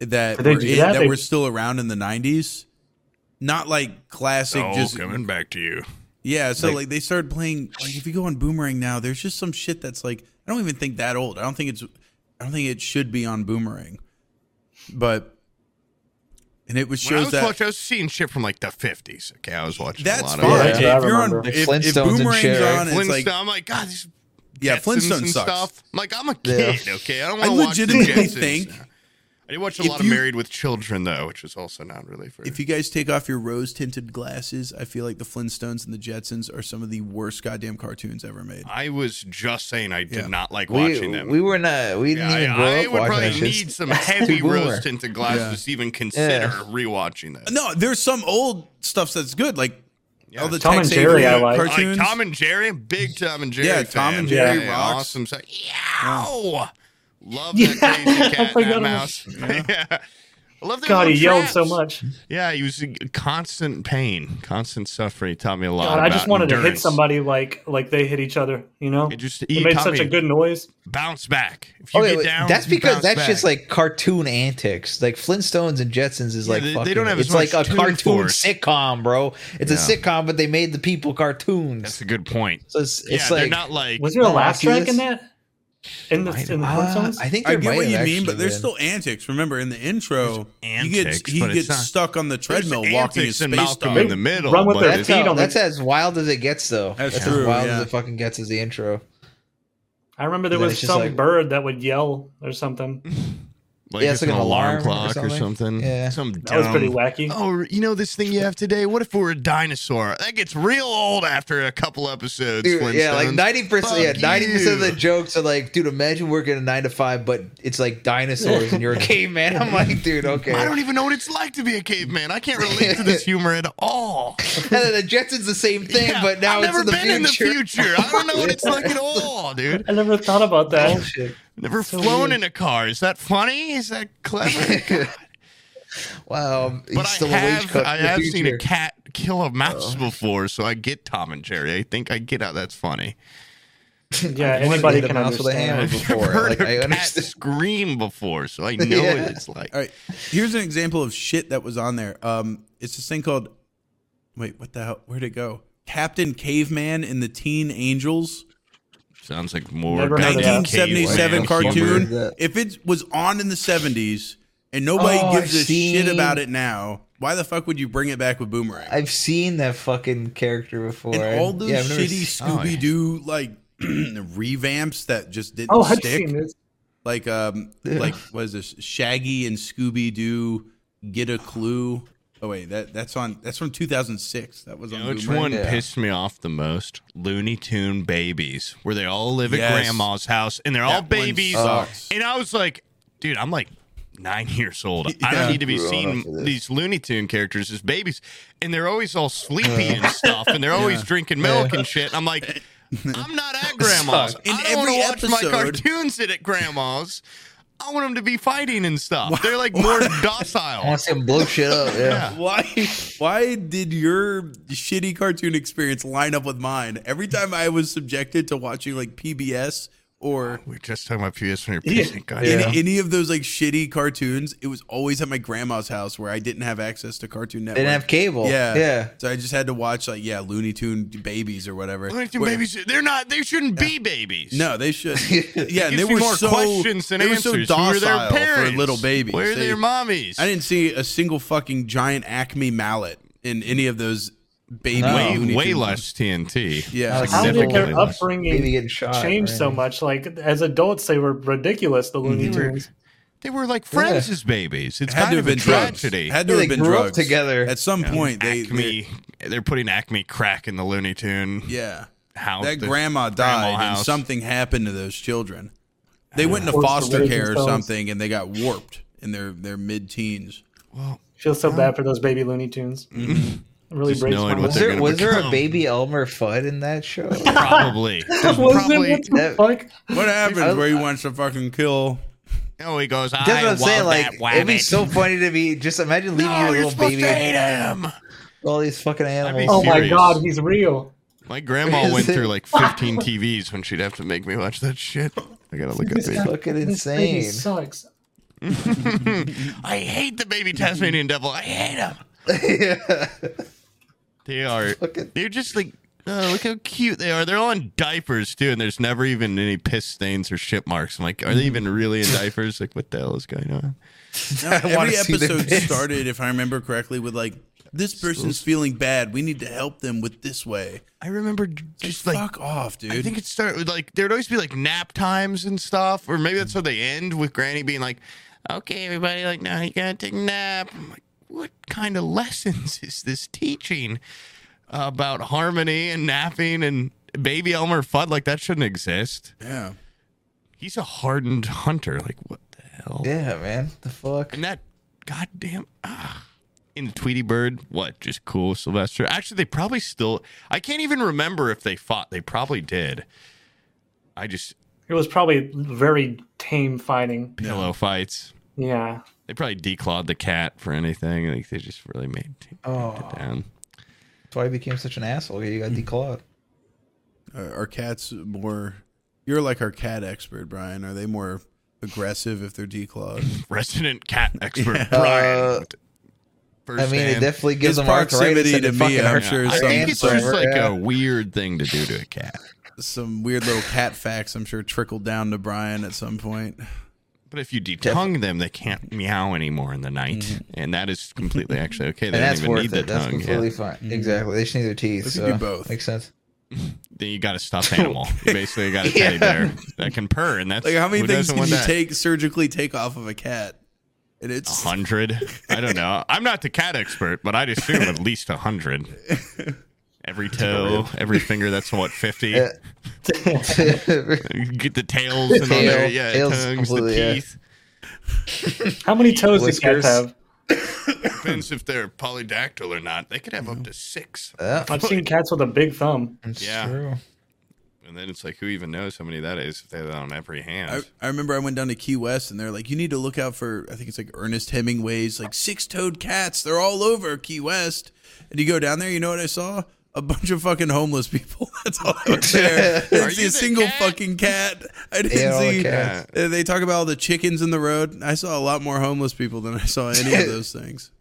Speaker 1: That
Speaker 2: Did they
Speaker 1: were,
Speaker 2: do
Speaker 1: in-
Speaker 2: that?
Speaker 1: that
Speaker 2: They-
Speaker 1: were still around in the '90s, not like classic.
Speaker 3: Oh,
Speaker 1: just
Speaker 3: coming back to you.
Speaker 1: yeah. So
Speaker 3: Like-
Speaker 1: like they started playing. Like if you go on Boomerang now, there's just some shit that's like I don't even think that old. I don't think it's. I don't think it should be on Boomerang, but and it was
Speaker 3: When I
Speaker 1: shows
Speaker 3: was
Speaker 1: that
Speaker 3: watching, I was seeing shit from like the fifties. Okay, I was watching.
Speaker 1: that's
Speaker 3: a lot
Speaker 1: fine.
Speaker 3: Of
Speaker 2: Yeah,
Speaker 1: if
Speaker 2: that's what I
Speaker 1: you're on
Speaker 2: remember.
Speaker 1: if, if
Speaker 4: Flintstones and
Speaker 1: Boomerang's
Speaker 4: shit, right?
Speaker 1: on, it's like
Speaker 3: Flintstone. I'm like, God, these
Speaker 1: yeah,
Speaker 3: Jetsons
Speaker 1: Flintstone
Speaker 3: and
Speaker 1: sucks.
Speaker 3: I'm like, I'm a
Speaker 4: Yeah.
Speaker 3: kid, okay? I don't
Speaker 1: I
Speaker 3: want to watch the
Speaker 1: legitimately
Speaker 3: Jetsons.
Speaker 1: think
Speaker 3: I did watch a
Speaker 1: if
Speaker 3: lot of
Speaker 1: you-
Speaker 3: Married with Children though, which is also not really for.
Speaker 1: If you guys take off your rose tinted glasses, I feel like the Flintstones and the Jetsons are some of the worst goddamn cartoons ever made.
Speaker 3: I was just saying, I did
Speaker 1: Yeah.
Speaker 3: not like
Speaker 4: We,
Speaker 3: watching them.
Speaker 4: we were not. We
Speaker 3: Yeah,
Speaker 4: didn't even grow
Speaker 3: I, I would
Speaker 4: up watching
Speaker 3: probably
Speaker 4: that shit.
Speaker 3: need some heavy
Speaker 4: boomer.
Speaker 3: rose tinted glasses to even consider
Speaker 4: Yeah.
Speaker 3: rewatching that.
Speaker 1: No, there's some old stuff that's good, like all the
Speaker 2: Tom and
Speaker 1: Tex
Speaker 2: Jerry
Speaker 1: Avery
Speaker 2: I like.
Speaker 1: cartoons.
Speaker 3: Like Tom and Jerry, I'm a big Tom and Jerry.
Speaker 1: Yeah, Tom
Speaker 3: fan.
Speaker 1: and Jerry
Speaker 3: Yeah, yeah,
Speaker 1: rocks.
Speaker 3: Awesome. So, Yow!
Speaker 4: (laughs)
Speaker 3: Love that crazy cat and
Speaker 2: forgot
Speaker 3: that
Speaker 2: about-
Speaker 3: mouse. (laughs) Yeah. I love that
Speaker 2: God, he
Speaker 3: little
Speaker 2: yelled so
Speaker 3: traps.
Speaker 2: much.
Speaker 3: Yeah, he was in constant pain, constant suffering. He taught me a lot.
Speaker 2: God, I just
Speaker 3: about
Speaker 2: wanted to hit
Speaker 3: endurance.
Speaker 2: somebody like like they hit each other. You know,
Speaker 3: It just- he
Speaker 2: it made
Speaker 3: taught
Speaker 2: such
Speaker 3: me-
Speaker 2: a good noise.
Speaker 3: Bounce back. If you
Speaker 4: Oh, yeah,
Speaker 3: get down,
Speaker 4: that's
Speaker 3: you
Speaker 4: because
Speaker 3: bounce
Speaker 4: that's just
Speaker 3: back.
Speaker 4: like cartoon antics. Like Flintstones and Jetsons is
Speaker 3: Yeah,
Speaker 4: like
Speaker 3: they- they
Speaker 4: fucking.
Speaker 3: don't have as
Speaker 4: it's like
Speaker 3: much
Speaker 4: a
Speaker 3: tune
Speaker 4: cartoon
Speaker 3: force.
Speaker 4: sitcom, bro. It's
Speaker 3: Yeah.
Speaker 4: a sitcom, but they made the people
Speaker 3: That's
Speaker 4: cartoons.
Speaker 3: a good point.
Speaker 4: So it's,
Speaker 3: Yeah,
Speaker 4: it's
Speaker 3: they're
Speaker 4: like
Speaker 3: not like.
Speaker 2: Was there a
Speaker 4: No,
Speaker 2: laugh
Speaker 4: I do
Speaker 2: track in
Speaker 4: this-
Speaker 2: that? In the in the
Speaker 4: Uh,
Speaker 2: Flintstones?
Speaker 4: I think
Speaker 1: I
Speaker 4: there
Speaker 1: get
Speaker 4: might
Speaker 1: what
Speaker 4: have
Speaker 1: you mean,
Speaker 4: actually
Speaker 1: but there's
Speaker 4: been.
Speaker 1: still antics. Remember, in the intro, he gets
Speaker 3: antics,
Speaker 1: he
Speaker 3: but it's
Speaker 1: gets
Speaker 3: not-
Speaker 1: stuck on the
Speaker 3: there's
Speaker 1: treadmill walking his
Speaker 3: antics in
Speaker 1: space
Speaker 3: Malcolm
Speaker 1: dog.
Speaker 3: in the middle.
Speaker 2: Run with
Speaker 3: but
Speaker 2: their
Speaker 3: it's-
Speaker 4: that's,
Speaker 2: feet
Speaker 4: how,
Speaker 2: on the-
Speaker 4: that's as wild as it gets, though.
Speaker 1: That's
Speaker 4: That's,
Speaker 1: true,
Speaker 4: as wild
Speaker 1: yeah.
Speaker 4: as it fucking gets as the intro.
Speaker 2: I remember there
Speaker 4: And then
Speaker 2: was
Speaker 4: it's just
Speaker 2: some
Speaker 4: like-
Speaker 2: bird that would yell or something.
Speaker 3: Like
Speaker 4: Yeah,
Speaker 3: it's
Speaker 4: it's like
Speaker 3: an
Speaker 4: an
Speaker 3: alarm,
Speaker 4: alarm or
Speaker 3: clock or something.
Speaker 4: something. Yeah.
Speaker 3: Some dumb.
Speaker 2: That was pretty wacky.
Speaker 3: Oh, you know this thing you have today? What if we were a dinosaur? That gets real old after a couple episodes.
Speaker 4: Dude, yeah, like
Speaker 3: Flintstones.
Speaker 4: ninety percent. Yeah,
Speaker 3: Fuck
Speaker 4: ninety percent of the
Speaker 3: you.
Speaker 4: jokes are like, dude, imagine working a nine to five, but it's like dinosaurs and you're a
Speaker 3: (laughs)
Speaker 4: caveman. I'm like, dude, okay.
Speaker 3: I don't even know what it's like to be a caveman. I can't relate to this humor at all.
Speaker 4: (laughs) And then the Jetsons the same thing,
Speaker 3: Yeah,
Speaker 4: but now
Speaker 3: I've
Speaker 4: it's
Speaker 3: never
Speaker 4: in the
Speaker 3: been
Speaker 4: future.
Speaker 3: in the future. I don't know what it's like at all, dude.
Speaker 2: I never thought about that.
Speaker 4: (laughs) Bullshit.
Speaker 3: Never
Speaker 2: So
Speaker 3: flown
Speaker 2: weird.
Speaker 3: in a car. Is that funny? Is that
Speaker 4: (laughs)
Speaker 3: clever?
Speaker 4: Wow, he's
Speaker 3: but
Speaker 4: still
Speaker 3: I
Speaker 4: a wage
Speaker 3: have,
Speaker 4: cut
Speaker 3: I
Speaker 4: in the
Speaker 3: have seen a
Speaker 4: future. Oh.
Speaker 3: cat kill a mouse before, so I get Tom and Jerry. I think I get how that's funny. (laughs)
Speaker 2: Yeah,
Speaker 4: wanted to
Speaker 2: anybody
Speaker 4: hit a
Speaker 2: can
Speaker 4: mouse with a
Speaker 2: understand.
Speaker 4: hammer.
Speaker 3: I've
Speaker 4: Before,
Speaker 3: heard
Speaker 4: like,
Speaker 3: a
Speaker 4: I
Speaker 3: cat
Speaker 4: understand.
Speaker 3: scream before, so
Speaker 4: (laughs)
Speaker 3: I know
Speaker 4: Yeah.
Speaker 3: what it's like.
Speaker 1: All right. Here's an example of shit that was on there. Um, it's this thing called wait, what the hell? Where'd it go? Captain Caveman and the Teen Angels.
Speaker 3: Sounds like more
Speaker 2: Never heard of
Speaker 3: Batman
Speaker 2: that.
Speaker 4: Caveman
Speaker 1: 1977
Speaker 3: humor.
Speaker 4: humor.
Speaker 1: cartoon. If it was on in the 70s and nobody
Speaker 4: Oh,
Speaker 1: gives
Speaker 4: I've
Speaker 1: a shit
Speaker 4: seen-
Speaker 1: about it now, why the fuck would you bring it back with Boomerang?
Speaker 4: I've seen that fucking character before.
Speaker 1: and all those
Speaker 4: Yeah, I've never
Speaker 1: shitty
Speaker 4: seen-
Speaker 3: oh, yeah.
Speaker 1: Scooby Doo like (clears throat) revamps that just didn't
Speaker 2: Oh, I've
Speaker 1: stick.
Speaker 2: seen this.
Speaker 1: Like um, like what is this? Shaggy and Scooby Doo get a clue. Oh wait, that that's on that's from 2006. That was
Speaker 3: You
Speaker 1: on
Speaker 3: know which
Speaker 1: Boomerang.
Speaker 3: one
Speaker 4: Yeah.
Speaker 3: pissed me off the most? Looney Tune Babies, where they all live at
Speaker 1: Yes.
Speaker 3: grandma's house and they're all
Speaker 1: That one
Speaker 3: babies.
Speaker 4: Oh,
Speaker 1: sucks.
Speaker 3: And I was like, dude, I'm like nine (laughs) years old. I
Speaker 1: Yeah.
Speaker 3: don't need to be
Speaker 4: Grown up for
Speaker 3: seeing
Speaker 4: this.
Speaker 3: these Looney Tune characters as babies. And they're always
Speaker 1: (laughs)
Speaker 3: all sleepy and stuff, and they're always drinking milk and shit. And I'm like, I'm not at grandma's.
Speaker 1: In
Speaker 3: I don't want to
Speaker 1: every
Speaker 3: watch my
Speaker 1: episode-
Speaker 3: cartoons at at grandma's. I want them to be fighting and stuff. They're like
Speaker 1: (laughs)
Speaker 3: more
Speaker 4: I
Speaker 3: docile.
Speaker 4: want to see him blow shit up. Yeah.
Speaker 3: Yeah.
Speaker 1: Why why did your shitty cartoon experience line up with mine? Every time I was subjected to watching like PBS or
Speaker 3: We're just talking about PS when you're
Speaker 2: Yeah.
Speaker 3: pissing. God
Speaker 4: Yeah.
Speaker 1: any, any of those like shitty cartoons, it was always at my grandma's house where I didn't have access to Cartoon Network.
Speaker 4: They didn't have cable.
Speaker 1: Yeah.
Speaker 4: Yeah.
Speaker 1: So I just had to watch like yeah, Looney Tune babies or whatever.
Speaker 3: Looney Tune
Speaker 1: Where-
Speaker 3: babies, they're not. They shouldn't be babies.
Speaker 1: No, they should.
Speaker 4: (laughs)
Speaker 1: Yeah, and they
Speaker 3: Gives me
Speaker 1: were
Speaker 3: more
Speaker 1: so
Speaker 3: questions than
Speaker 1: they were
Speaker 3: answers.
Speaker 1: so
Speaker 3: Who are their
Speaker 1: docile for
Speaker 3: parents?
Speaker 1: little babies.
Speaker 3: Where are
Speaker 1: They-
Speaker 3: their mommies?
Speaker 1: I didn't see a single fucking giant Acme mallet in any of those baby
Speaker 4: No.
Speaker 1: Looney
Speaker 3: way
Speaker 1: Tune
Speaker 3: way
Speaker 1: ones.
Speaker 3: less TNT.
Speaker 1: Yeah,
Speaker 4: Alex,
Speaker 2: How did their
Speaker 4: Except for
Speaker 3: Significantly less.
Speaker 4: Baby
Speaker 2: upbringing
Speaker 4: getting shot.
Speaker 2: change
Speaker 4: right? Mm-hmm.
Speaker 2: so much? Like as adults, they were ridiculous. The Looney
Speaker 3: They were-
Speaker 2: Tunes.
Speaker 3: They were like friends as babies. It's
Speaker 1: Had
Speaker 3: kind
Speaker 1: to
Speaker 3: of
Speaker 1: have
Speaker 3: a
Speaker 1: been drugs.
Speaker 3: tragedy.
Speaker 1: Had to
Speaker 4: Yeah,
Speaker 1: have
Speaker 4: they
Speaker 1: been
Speaker 4: grew up
Speaker 1: drugs
Speaker 4: together.
Speaker 1: At some point, they,
Speaker 3: Acme, they, are putting Acme crack in the Looney Tune
Speaker 1: they- yeah,
Speaker 3: house.
Speaker 1: that
Speaker 3: the
Speaker 1: grandma died and
Speaker 3: house.
Speaker 1: something happened to those children. They went into
Speaker 2: Forced
Speaker 1: foster
Speaker 2: to raise
Speaker 1: care or
Speaker 2: themselves.
Speaker 1: something, and they got warped in their their mid teens.
Speaker 3: Well,
Speaker 2: Feel so bad for those baby Looney Tunes. It
Speaker 4: Mm-hmm.
Speaker 2: really
Speaker 3: Just
Speaker 2: breaks my
Speaker 3: knowing what
Speaker 4: Was
Speaker 2: heart.
Speaker 3: they're
Speaker 4: there
Speaker 3: gonna
Speaker 4: was there
Speaker 3: become.
Speaker 4: a baby Elmer Fudd in that show?
Speaker 3: probably. There's
Speaker 2: Was there?
Speaker 3: probably.
Speaker 2: What the
Speaker 3: (laughs)
Speaker 4: that-
Speaker 2: fuck?
Speaker 1: What happens
Speaker 4: I-
Speaker 1: where he wants to fucking kill?
Speaker 3: No, Oh, he goes. I
Speaker 4: That's what I'm
Speaker 3: love
Speaker 4: saying. Like,
Speaker 3: that
Speaker 4: it'd be
Speaker 3: wabbit."
Speaker 4: so funny to be just imagine leaving
Speaker 3: No,
Speaker 4: your
Speaker 3: you're
Speaker 4: little
Speaker 3: supposed
Speaker 4: baby
Speaker 3: to
Speaker 4: with
Speaker 3: hate him.
Speaker 4: all these fucking animals.
Speaker 2: Oh my
Speaker 3: Serious.
Speaker 2: god, he's real.
Speaker 3: My grandma
Speaker 4: Is
Speaker 3: went
Speaker 4: it-
Speaker 3: through like 15 TVs when she'd have to make me watch that shit. I gotta look up
Speaker 4: It's
Speaker 3: baby.
Speaker 4: fucking
Speaker 2: This baby
Speaker 4: insane.
Speaker 2: sucks.
Speaker 3: I hate the baby Tasmanian devil. I hate him.
Speaker 4: (laughs) yeah.
Speaker 3: They are.
Speaker 4: Fucking-
Speaker 3: They're just like. Oh, look how cute they are. They're all in diapers too, and there's never even any piss stains or shit marks. I'm like, are they even really in diapers? Like, what the hell is going on?
Speaker 1: No,
Speaker 4: (laughs) I wanna
Speaker 1: every
Speaker 4: see their
Speaker 1: episode
Speaker 4: face.
Speaker 1: started, if I remember correctly, with like this person's feeling bad. We need to help them with this way.
Speaker 3: I remember just like
Speaker 1: Fuck off, dude.
Speaker 3: I think it started with like there'd always be like nap times and stuff, or maybe that's how they end with Granny being like, "Okay, everybody, like now you gotta take a nap." I'm like, what kind of (laughs) lessons is this teaching about harmony and napping and baby Elmer Fudd? Like that shouldn't exist.
Speaker 1: yeah.
Speaker 3: He's a hardened (laughs) hunter. Like what the hell?
Speaker 4: Yeah, man. The fuck.
Speaker 3: And that goddamn ah. In Tweety Bird, what? Just cool, Sylvester. Actually, they probably still. I can't even remember if they fought. They probably did. I just
Speaker 2: It was probably very tame fighting.
Speaker 3: pillow fights.
Speaker 2: Yeah.
Speaker 3: They probably declawed the cat for anything. Like they just really made it
Speaker 4: Oh,
Speaker 3: down.
Speaker 4: that's why he became such an asshole. You got declawed.
Speaker 1: Are, are uh, cats more? You're like our cat expert, Brian. Are they more aggressive if they're declawed? (laughs)
Speaker 3: Resident
Speaker 4: (laughs)
Speaker 3: cat expert
Speaker 1: Yeah.
Speaker 3: Brian.
Speaker 4: Uh, I mean, it definitely
Speaker 1: His
Speaker 4: gives him arthritis
Speaker 1: proximity
Speaker 4: and
Speaker 1: to
Speaker 4: it
Speaker 1: me,
Speaker 4: fucking
Speaker 1: I'm
Speaker 4: hurts.
Speaker 1: sure, is
Speaker 3: I think it's
Speaker 1: something.
Speaker 3: just like a
Speaker 4: Yeah.
Speaker 3: weird thing to do to a cat.
Speaker 1: Some weird little cat facts, I'm sure, trickled down to Brian at some point.
Speaker 3: But if you detongue them, they can't meow anymore in the night, and that is completely actually okay. They
Speaker 4: Mm-hmm. And
Speaker 3: don't
Speaker 4: that's
Speaker 3: even
Speaker 4: worth
Speaker 3: need
Speaker 4: it.
Speaker 3: the
Speaker 4: That's
Speaker 3: tongue. Mm-hmm.
Speaker 4: completely fine. Exactly. They just need their teeth.
Speaker 1: They
Speaker 4: so
Speaker 1: could do both.
Speaker 3: (laughs)
Speaker 4: Makes sense.
Speaker 3: Then you got a stuffed
Speaker 4: (laughs)
Speaker 3: animal. You basically got a
Speaker 4: Yeah.
Speaker 3: teddy bear that can purr, and that's
Speaker 1: Like how many
Speaker 3: who
Speaker 1: things
Speaker 3: doesn't
Speaker 1: can
Speaker 3: want
Speaker 1: you
Speaker 3: that?
Speaker 1: take surgically take off of a cat? And
Speaker 3: A
Speaker 1: it's
Speaker 3: hundred? I don't know. I'm not the cat expert, but I'd assume at least a
Speaker 4: (laughs)
Speaker 3: hundred. Every toe, every finger. That's what fifty.
Speaker 4: Yeah. (laughs)
Speaker 3: You Get the tails and all
Speaker 4: Tail-
Speaker 3: there. Yeah,
Speaker 4: tails
Speaker 3: tongues, the
Speaker 4: completely, yeah.
Speaker 3: teeth.
Speaker 2: How many toes do cats
Speaker 4: Whiskers.
Speaker 2: have?
Speaker 3: Depends if they're polydactyl or not. They could have up to six.
Speaker 4: Yeah,
Speaker 2: I've seen cats with a big thumb.
Speaker 4: it's
Speaker 3: Yeah.
Speaker 4: true.
Speaker 3: And then it's like, who even knows how many that is if they have that on every hand?
Speaker 1: I, I remember I went down to Key West and they're like, you need to look out for I think it's like Ernest Hemingway's like six toed cats. They're all over Key West. And you go down there, you know what I saw? A bunch of fucking homeless people. (laughs) That's all I was there. I didn't
Speaker 3: Are
Speaker 1: see
Speaker 3: you
Speaker 1: a
Speaker 3: the
Speaker 1: single
Speaker 3: cat?
Speaker 1: fucking cat. I didn't
Speaker 4: Yeah, all the
Speaker 1: see.
Speaker 4: cats.
Speaker 1: Uh, They talk about all the chickens in the road. I saw a lot more homeless people than I saw any
Speaker 3: (laughs)
Speaker 1: of those things.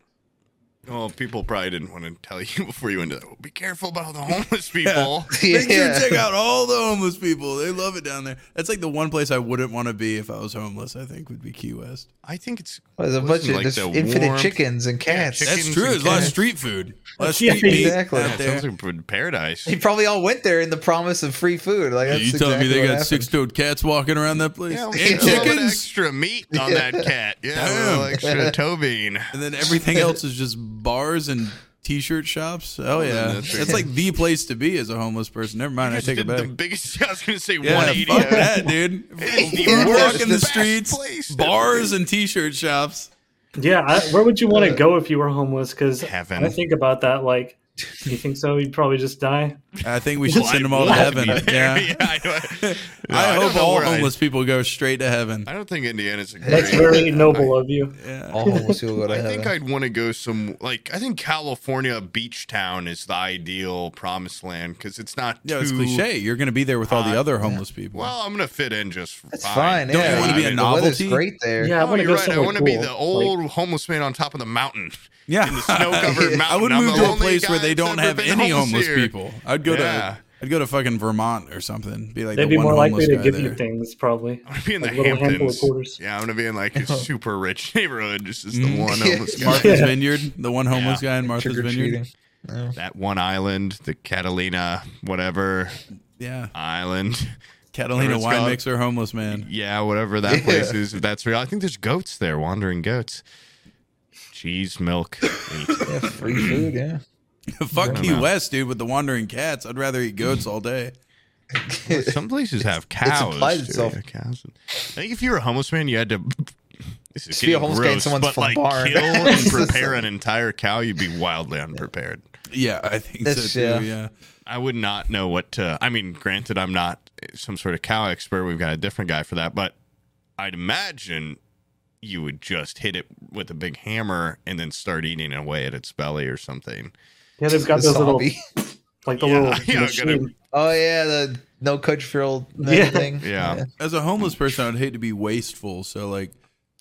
Speaker 3: Well, people probably didn't want to tell (laughs) you before you went to that. Well, be careful about
Speaker 1: (laughs)
Speaker 3: the homeless people.
Speaker 1: Make sure
Speaker 4: Yeah.
Speaker 1: you check out all the homeless people. They love it down there. That's like the one place I wouldn't want to be if I was homeless. I think would be Key West.
Speaker 3: I think it's
Speaker 4: Well, there's a
Speaker 3: wasn't
Speaker 4: bunch of
Speaker 3: like
Speaker 4: just
Speaker 3: the
Speaker 4: infinite
Speaker 3: warmth-
Speaker 4: chickens and cats.
Speaker 3: chicken-
Speaker 1: That's
Speaker 3: Chickens
Speaker 1: true.
Speaker 3: and
Speaker 1: There's a lot of
Speaker 3: cats.
Speaker 1: street food. A
Speaker 4: (laughs)
Speaker 1: lot of
Speaker 2: Yeah,
Speaker 1: street meat
Speaker 4: exactly.
Speaker 1: out
Speaker 3: Yeah, it
Speaker 1: there.
Speaker 3: sounds like paradise.
Speaker 4: They probably all went there in the promise of free food. Like that's
Speaker 1: you telling
Speaker 4: exactly
Speaker 1: me they
Speaker 4: what
Speaker 1: got
Speaker 4: happened.
Speaker 1: six toed cats walking around that place?
Speaker 3: Yeah,
Speaker 1: and
Speaker 3: we got a little bit
Speaker 1: chickens?
Speaker 3: extra meat on that cat. Yeah, a
Speaker 1: (laughs)
Speaker 3: little extra toe bean.
Speaker 1: And then everything else is just bars and t shirt shops. Oh, yeah.
Speaker 3: that's-
Speaker 1: That's, like the place to be as a homeless person. Never mind. I
Speaker 3: Just
Speaker 1: take it
Speaker 3: did
Speaker 1: back.
Speaker 3: The biggest. (laughs) I was gonna say
Speaker 1: Yeah,
Speaker 3: 180.
Speaker 1: fuck that, (laughs) dude.
Speaker 3: It's the
Speaker 1: We're
Speaker 3: worst,
Speaker 1: walking the
Speaker 3: best
Speaker 1: streets,
Speaker 3: place.
Speaker 1: bars and t shirt shops.
Speaker 2: Yeah, I, where would you want to go if you were homeless? Because
Speaker 3: Heaven.
Speaker 2: I think about that. Like, you think so? You'd probably just die.
Speaker 1: I think we should
Speaker 3: Well,
Speaker 1: send
Speaker 3: I'd
Speaker 1: them all to
Speaker 3: love
Speaker 1: heaven.
Speaker 3: be there. (laughs)
Speaker 1: Yeah.
Speaker 3: I,
Speaker 1: (laughs)
Speaker 3: know. No,
Speaker 1: I
Speaker 3: don't
Speaker 1: hope
Speaker 3: know
Speaker 1: all
Speaker 3: where I-
Speaker 1: homeless people go straight to heaven.
Speaker 3: I, don't think Indiana's a
Speaker 2: That's
Speaker 3: great.
Speaker 2: very noble of you.
Speaker 1: Yeah.
Speaker 4: All homeless people go to
Speaker 3: I
Speaker 4: heaven.
Speaker 3: think I'd want to go some like I think California beach town is the ideal promised land because it's not
Speaker 1: Yeah,
Speaker 3: too
Speaker 1: it's cliche. You're going to be there with all the other homeless people.
Speaker 3: Well, I'm gonna fit in just
Speaker 4: That's
Speaker 3: fine.
Speaker 4: fine.
Speaker 1: Don't
Speaker 4: yeah.
Speaker 1: you wanna be a
Speaker 4: I mean, The weather's
Speaker 1: novelty?
Speaker 4: great there.
Speaker 2: Yeah, I
Speaker 3: No,
Speaker 2: want to
Speaker 3: you're
Speaker 2: go
Speaker 3: right. I
Speaker 2: somewhere
Speaker 3: want to
Speaker 2: cool.
Speaker 3: be the
Speaker 2: Like,
Speaker 3: old homeless man on top of the mountain.
Speaker 1: (laughs) Yeah,
Speaker 3: in the
Speaker 1: (laughs)
Speaker 3: snow-covered
Speaker 1: I would
Speaker 3: mountain. I'm
Speaker 1: move
Speaker 3: the
Speaker 1: to a
Speaker 3: only
Speaker 1: place
Speaker 3: guy
Speaker 1: where they
Speaker 3: that's
Speaker 1: don't
Speaker 3: ever
Speaker 1: have
Speaker 3: been
Speaker 1: any
Speaker 3: homeless
Speaker 1: homeless
Speaker 3: here.
Speaker 1: people. I'd go
Speaker 3: Yeah.
Speaker 1: to I'd go to fucking Vermont or something. Be like
Speaker 2: they'd
Speaker 1: the
Speaker 2: be
Speaker 1: one
Speaker 2: more likely
Speaker 1: homeless
Speaker 2: to
Speaker 1: guy
Speaker 2: give
Speaker 1: there.
Speaker 2: you things, probably.
Speaker 3: I'm gonna be in
Speaker 2: A
Speaker 3: the
Speaker 2: little handful of
Speaker 3: Hamptons.
Speaker 2: quarters.
Speaker 3: Yeah, I'm gonna be in
Speaker 1: (laughs)
Speaker 3: like a super rich neighborhood. Just as
Speaker 1: Mm.
Speaker 3: the one
Speaker 4: Yeah.
Speaker 3: homeless
Speaker 1: (laughs)
Speaker 3: guy.
Speaker 1: Martha's Vineyard, the one homeless guy in Martha's
Speaker 4: Trick or
Speaker 1: Vineyard.
Speaker 4: treating. Yeah.
Speaker 3: That one island, the Catalina, whatever
Speaker 1: Yeah,
Speaker 3: island.
Speaker 1: Catalina
Speaker 3: it's
Speaker 1: wine
Speaker 3: called.
Speaker 1: mixer, homeless
Speaker 3: (laughs)
Speaker 1: man. (laughs)
Speaker 3: Yeah, whatever that place is, if that's real. I think there's goats there, wandering goats. Cheese, milk,
Speaker 4: (laughs)
Speaker 3: meat.
Speaker 4: Yeah, free
Speaker 1: (laughs)
Speaker 4: food. Yeah.
Speaker 1: Fuck Key
Speaker 3: know.
Speaker 1: West, dude, with the wandering cats. I'd rather eat goats all day.
Speaker 3: Some places have cows.
Speaker 4: applied
Speaker 3: too.
Speaker 4: itself.
Speaker 3: Yeah, cows. I think if you were a homeless man, you had to. (laughs) This is
Speaker 4: Just be a
Speaker 3: getting
Speaker 4: homeless guy in
Speaker 3: gross,
Speaker 4: someone's
Speaker 3: but like
Speaker 4: barn.
Speaker 3: kill
Speaker 4: (laughs)
Speaker 3: and prepare an entire cow, you'd be wildly unprepared.
Speaker 1: Yeah, I think
Speaker 4: That's-
Speaker 1: so too.
Speaker 4: yeah.
Speaker 1: Yeah.
Speaker 3: I would not know what to. I mean, granted, I'm not some sort of cow expert. We've got a different guy for that, but I'd imagine you would just hit it with a big hammer and then start eating away at its belly or something.
Speaker 2: Yeah, they've got those little,
Speaker 4: Wasabi.
Speaker 2: like the
Speaker 3: Yeah, (laughs)
Speaker 2: little
Speaker 3: yeah, I'm gonna-
Speaker 2: machine.
Speaker 4: Oh yeah, the no coach frill
Speaker 2: Yeah.
Speaker 4: thing.
Speaker 3: Yeah.
Speaker 1: As a homeless person, I'd hate to be wasteful. So like,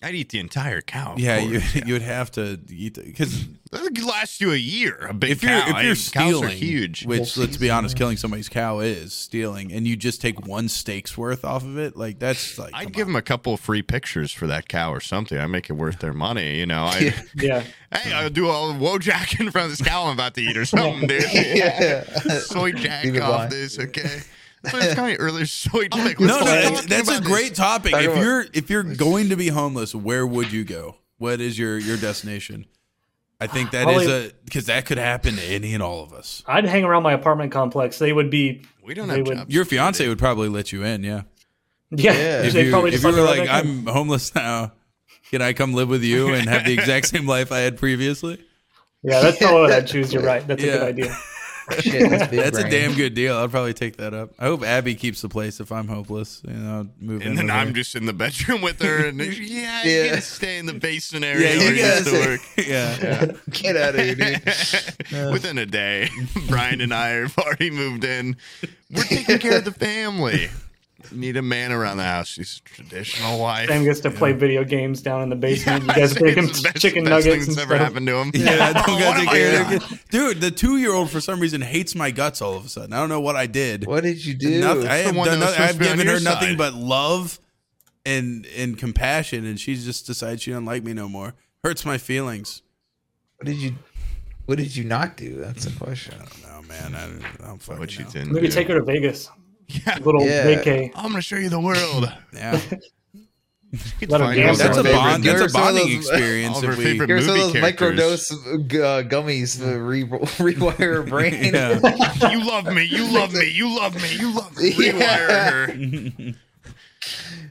Speaker 3: I'd eat the entire cow. of
Speaker 1: yeah,
Speaker 3: course.
Speaker 1: you (laughs) you would have to eat because
Speaker 3: That could last you a year. A big
Speaker 1: if you're
Speaker 3: cow.
Speaker 1: if
Speaker 3: I-
Speaker 1: you're
Speaker 3: cows are
Speaker 1: stealing,
Speaker 3: huge.
Speaker 1: which let's be honest, killing somebody's cow is stealing, and you just take one steak's worth off of it, like that's like
Speaker 3: I'd
Speaker 1: come
Speaker 3: give them a couple of free pictures for that cow or something. I make it worth their money,
Speaker 1: (laughs)
Speaker 3: you know. I,
Speaker 4: Yeah.
Speaker 2: Yeah,
Speaker 3: Hey, I'll do a Wojak in front of this cow I'm about
Speaker 1: (laughs)
Speaker 3: to eat or something, dude.
Speaker 4: (laughs) Yeah.
Speaker 3: (laughs) Soy jack
Speaker 4: Leave it
Speaker 3: off
Speaker 4: blind.
Speaker 1: (laughs)
Speaker 3: this, okay? That's what it's calling it earlier. Soy jack.
Speaker 1: No, no,
Speaker 3: Let's
Speaker 4: that's-
Speaker 1: that's,
Speaker 3: talk
Speaker 1: that's a
Speaker 3: about
Speaker 1: great topic.
Speaker 4: Talk
Speaker 1: If
Speaker 4: about-
Speaker 1: you're if you're going to be homeless, where would you go? What is your your destination? I think that is
Speaker 2: Probably-
Speaker 1: a because that could happen to any and all of us.
Speaker 2: I'd hang around my apartment complex. They would be.
Speaker 3: this. We don't
Speaker 2: They
Speaker 3: have
Speaker 2: would-
Speaker 3: jobs.
Speaker 1: Your fiance would probably let you in, yeah.
Speaker 2: Yeah, (laughs)
Speaker 4: Yeah.
Speaker 1: If
Speaker 2: they
Speaker 1: you
Speaker 2: probably
Speaker 1: if
Speaker 2: just
Speaker 1: you
Speaker 2: let
Speaker 1: were like
Speaker 2: me run back
Speaker 1: I'm
Speaker 2: in.
Speaker 1: homeless now, can I come live with you and have the exact
Speaker 2: (laughs)
Speaker 1: same life I had previously?
Speaker 2: Yeah, that's probably what I'd choose.
Speaker 3: (laughs)
Speaker 2: You're right. That's a good
Speaker 1: Yeah.
Speaker 2: idea.
Speaker 4: Shit, that's big
Speaker 1: That's a
Speaker 4: brain.
Speaker 1: damn good deal. I'll probably take that up. I hope Abby keeps the place if I'm hopeless. You know, I'll move in.
Speaker 3: And then
Speaker 1: with
Speaker 3: I'm
Speaker 1: her.
Speaker 3: just in the bedroom with
Speaker 1: (laughs)
Speaker 3: her, and yeah, you
Speaker 4: Yeah.
Speaker 3: gotta stay in the basement
Speaker 1: yeah,
Speaker 3: area where
Speaker 1: you
Speaker 3: you used to
Speaker 1: guys.
Speaker 3: work.
Speaker 1: (laughs)
Speaker 3: (laughs)
Speaker 1: Yeah.
Speaker 4: (laughs) Get out of here, dude.
Speaker 3: Within a day, (laughs) Brian and I have already moved in. We're taking care of the family. Need a man around the house. She's a traditional wife. (laughs)
Speaker 2: Sam gets to play video games down in the basement. you guys
Speaker 3: It's
Speaker 2: bring him
Speaker 3: the best-
Speaker 2: chicken
Speaker 3: best
Speaker 2: nuggets
Speaker 3: thing
Speaker 2: and
Speaker 3: that's ever
Speaker 2: stuff.
Speaker 3: happened to him. (laughs)
Speaker 1: Yeah, I don't
Speaker 3: What
Speaker 1: got
Speaker 3: am
Speaker 1: to
Speaker 3: I
Speaker 1: care.
Speaker 3: doing?
Speaker 1: Dude, the two-year-old for some reason hates my guts all of a sudden. I don't know what I did.
Speaker 4: What did you do?
Speaker 1: Nothing. I have
Speaker 3: one
Speaker 1: done
Speaker 3: that was
Speaker 1: nothing. I've
Speaker 3: supposed to be on
Speaker 1: given
Speaker 3: your
Speaker 1: her nothing
Speaker 3: side.
Speaker 1: but love and and compassion, and she just decides she doesn't like me no more. Hurts my feelings.
Speaker 4: What did you? What did you not do? That's the question.
Speaker 1: No, man, I don't, I don't fucking
Speaker 3: What you
Speaker 1: know.
Speaker 3: didn't.
Speaker 2: Maybe
Speaker 3: do.
Speaker 2: take her to Vegas.
Speaker 3: Yeah.
Speaker 2: Little
Speaker 4: Yeah.
Speaker 2: vacay.
Speaker 3: I'm gonna show you the world.
Speaker 1: Yeah,
Speaker 3: You
Speaker 2: Let her gamble.
Speaker 3: find all
Speaker 1: that's
Speaker 3: her
Speaker 1: a
Speaker 4: favorite-
Speaker 1: bond.
Speaker 4: Give her
Speaker 1: That's a
Speaker 4: some of
Speaker 1: bonding
Speaker 4: those-
Speaker 1: experience.
Speaker 3: all of
Speaker 1: if
Speaker 3: her
Speaker 1: we,
Speaker 3: favorite
Speaker 4: Here's some of
Speaker 3: movie
Speaker 4: those
Speaker 3: characters.
Speaker 4: microdose uh, gummies to re- rewire her brain.
Speaker 1: (laughs) (laughs) yeah.
Speaker 3: you love me. You love me. You love me. You love me.
Speaker 4: Yeah.
Speaker 3: Rewire her. (laughs)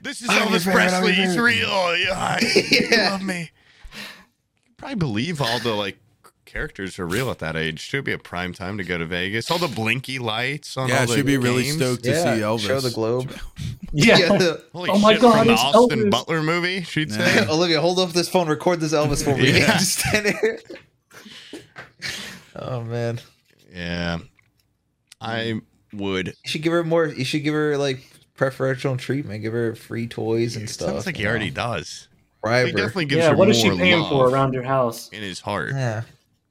Speaker 3: This is
Speaker 4: I'm your
Speaker 3: Elvis
Speaker 4: favorite, I'm
Speaker 3: Presley.
Speaker 4: your
Speaker 3: He's
Speaker 4: favorite.
Speaker 3: real. Oh,
Speaker 4: (laughs)
Speaker 3: Yeah. You
Speaker 4: Yeah.
Speaker 3: love me. You probably believe all the like characters are real at that age. Should be a prime time to go to Vegas. All the blinky lights on.
Speaker 1: Yeah,
Speaker 3: all the
Speaker 1: she'd be really
Speaker 3: games.
Speaker 1: stoked to
Speaker 4: Yeah,
Speaker 1: see Elvis.
Speaker 4: Show the globe. (laughs)
Speaker 2: Yeah.
Speaker 3: Holy
Speaker 2: Oh my
Speaker 3: shit,
Speaker 2: God,
Speaker 3: From the
Speaker 2: it's
Speaker 3: Austin
Speaker 2: Elvis.
Speaker 3: Butler movie, she'd
Speaker 1: Yeah.
Speaker 3: say.
Speaker 4: Olivia, hold up this phone. Record this Elvis for me.
Speaker 3: Yeah.
Speaker 4: (laughs) Just stand there. Oh man,
Speaker 3: Yeah. I would.
Speaker 4: you should give her more. You should give her like preferential treatment. Give her free toys and
Speaker 3: It
Speaker 4: stuff.
Speaker 3: sounds like he
Speaker 4: you know.
Speaker 3: already does. He
Speaker 4: bribe her.
Speaker 3: definitely gives
Speaker 2: Yeah,
Speaker 3: her
Speaker 2: what
Speaker 3: more
Speaker 2: is she paying
Speaker 3: love
Speaker 2: for around your house?
Speaker 3: in his heart.
Speaker 4: Yeah,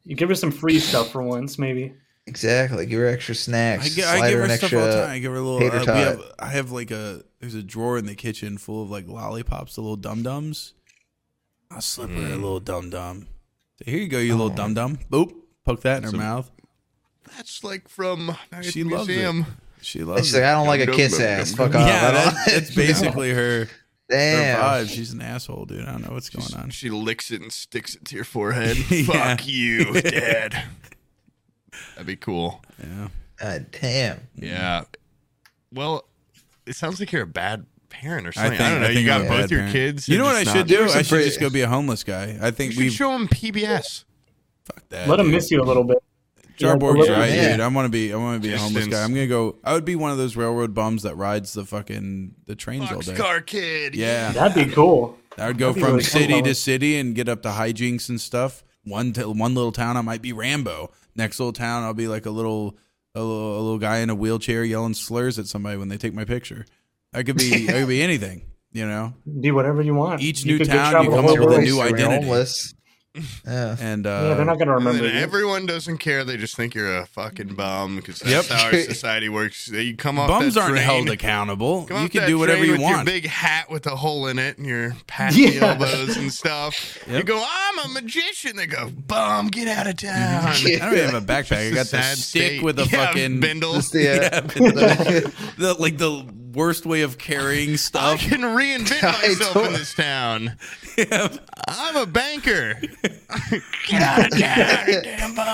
Speaker 2: You give her some free stuff for once, maybe.
Speaker 4: exactly. Give her extra snacks.
Speaker 1: I, gi-
Speaker 4: Slide
Speaker 1: I give her,
Speaker 4: an
Speaker 1: stuff
Speaker 4: extra.
Speaker 1: all the time. I give her a little.
Speaker 4: tater
Speaker 1: Uh, we
Speaker 4: tot.
Speaker 1: have, I have like a there's a drawer in the kitchen full of like lollipops, the little dum dums. I'll slip her a
Speaker 3: Mm.
Speaker 1: little dum dum. So here you go, you little dum dum. Boop, poke that in her
Speaker 3: Some-
Speaker 1: mouth.
Speaker 3: That's like from Night
Speaker 1: She
Speaker 3: at the
Speaker 1: loves it.
Speaker 3: Museum.
Speaker 1: She
Speaker 4: And
Speaker 1: loves
Speaker 4: she's
Speaker 1: it.
Speaker 4: like,
Speaker 3: (laughs)
Speaker 4: I don't like a
Speaker 3: Yum,
Speaker 4: kiss
Speaker 3: yum, yum,
Speaker 4: ass.
Speaker 3: yum,
Speaker 4: Fuck
Speaker 3: yum.
Speaker 4: off.
Speaker 1: yeah,
Speaker 4: I
Speaker 3: (laughs)
Speaker 4: don't-
Speaker 1: that, that's basically her, her
Speaker 4: Damn.
Speaker 1: vibe. She's an asshole, dude. I don't know what's going on.
Speaker 3: She licks it and sticks it to your forehead.
Speaker 1: (laughs) Yeah.
Speaker 3: Fuck
Speaker 1: (laughs)
Speaker 3: you, Dad. That'd be cool.
Speaker 1: Yeah.
Speaker 4: God damn.
Speaker 1: Mm.
Speaker 3: Yeah. Well, it sounds like you're a bad parent or something. I,
Speaker 1: think-
Speaker 3: don't know.
Speaker 1: I
Speaker 3: you
Speaker 1: think
Speaker 3: got
Speaker 1: I'm a
Speaker 3: both
Speaker 1: bad
Speaker 3: your
Speaker 1: parent.
Speaker 3: kids.
Speaker 1: You know
Speaker 3: and
Speaker 1: what I
Speaker 3: just
Speaker 1: should
Speaker 3: not-
Speaker 1: do? I
Speaker 4: some
Speaker 1: should
Speaker 4: pretty-
Speaker 1: just go be a homeless guy. I think
Speaker 3: You
Speaker 1: we
Speaker 3: should show them PBS.
Speaker 1: fuck that.
Speaker 2: Let him
Speaker 1: dude.
Speaker 2: miss you a little bit.
Speaker 1: Jarborg's
Speaker 2: Yeah.
Speaker 1: right,
Speaker 4: Yeah.
Speaker 1: dude. I want to be. I want to be a homeless
Speaker 3: Distance.
Speaker 1: guy. I'm gonna go. I would be one of those railroad bums that rides the fucking the trains all day.
Speaker 3: Boxcar Kid.
Speaker 1: Yeah,
Speaker 2: That'd be cool.
Speaker 1: I would go
Speaker 2: be
Speaker 1: from
Speaker 2: really fun,
Speaker 1: city
Speaker 2: though.
Speaker 1: to city and get up to hijinks and stuff. One t- one little town, I might be Rambo. Next little town, I'll be like a little a little, a little guy in a wheelchair yelling slurs at somebody when they take my picture. I could be. I could
Speaker 2: (laughs)
Speaker 1: be anything. You know.
Speaker 2: Do whatever you want.
Speaker 1: Each
Speaker 2: You
Speaker 1: new
Speaker 2: could go
Speaker 1: town,
Speaker 2: travel
Speaker 1: you
Speaker 2: the
Speaker 1: come
Speaker 2: whole
Speaker 1: up with a
Speaker 2: world.
Speaker 1: new
Speaker 4: You're
Speaker 1: identity. (laughs)
Speaker 4: homeless. Yeah.
Speaker 1: And uh,
Speaker 2: Yeah, they're not gonna
Speaker 3: And
Speaker 2: remember.
Speaker 3: then
Speaker 2: you.
Speaker 3: everyone doesn't care. They just think you're a fucking bum because
Speaker 1: Yep.
Speaker 3: that's
Speaker 1: (laughs)
Speaker 3: how our society works. You come off
Speaker 1: bums
Speaker 3: that
Speaker 1: aren't
Speaker 3: train,
Speaker 1: held accountable.
Speaker 3: Come
Speaker 1: You
Speaker 3: off
Speaker 1: can
Speaker 3: that
Speaker 1: do whatever
Speaker 3: train
Speaker 1: you
Speaker 3: with Your
Speaker 1: want.
Speaker 3: big hat with a hole in it and your
Speaker 1: (laughs)
Speaker 3: patty
Speaker 2: Yeah.
Speaker 3: elbows and stuff.
Speaker 1: Yep.
Speaker 3: You go, I'm a magician. They go, bum, get out
Speaker 1: (laughs)
Speaker 3: of town.
Speaker 1: I don't
Speaker 3: (laughs)
Speaker 1: even have a backpack. I
Speaker 3: It's a
Speaker 1: got the
Speaker 3: sad
Speaker 1: stick
Speaker 3: state.
Speaker 1: with a
Speaker 3: (laughs) Yeah,
Speaker 1: fucking
Speaker 3: bindle.
Speaker 4: Just the, uh, (laughs)
Speaker 1: Yeah,
Speaker 4: the-
Speaker 1: the like the worst way of carrying
Speaker 3: I (laughs)
Speaker 1: stuff. (laughs)
Speaker 3: can reinvent
Speaker 4: I
Speaker 3: myself
Speaker 4: don't-
Speaker 3: in this town.
Speaker 1: Yeah.
Speaker 3: I'm
Speaker 1: (laughs)
Speaker 3: a banker. get out of town, you damn bum.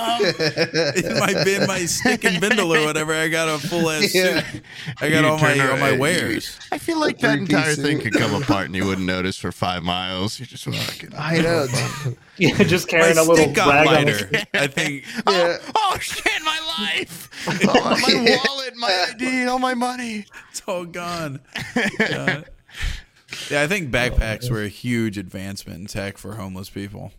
Speaker 1: my bin, my stick and bindle or whatever. I got a full ass
Speaker 4: Yeah.
Speaker 1: suit. I got
Speaker 3: You
Speaker 1: all my
Speaker 3: turn
Speaker 1: all my
Speaker 3: around.
Speaker 1: wares.
Speaker 3: I feel like that
Speaker 4: Three-piece
Speaker 3: entire thing
Speaker 4: suit.
Speaker 3: could come apart and you wouldn't notice for five miles.
Speaker 1: (laughs)
Speaker 3: You just fucking.
Speaker 4: I know. (laughs) dude.
Speaker 2: yeah, (laughs) just
Speaker 1: My
Speaker 2: carrying a little
Speaker 1: stick got
Speaker 2: rag on
Speaker 1: lighter.
Speaker 2: his-
Speaker 1: (laughs) I think.
Speaker 4: Yeah.
Speaker 3: Oh, oh shit, my
Speaker 4: (laughs)
Speaker 3: life. Oh, (laughs) my wallet, my ID, all my money.
Speaker 1: It's all gone. Yeah. yeah, I
Speaker 2: Oh,
Speaker 1: think backpacks were a huge advancement in tech for homeless people.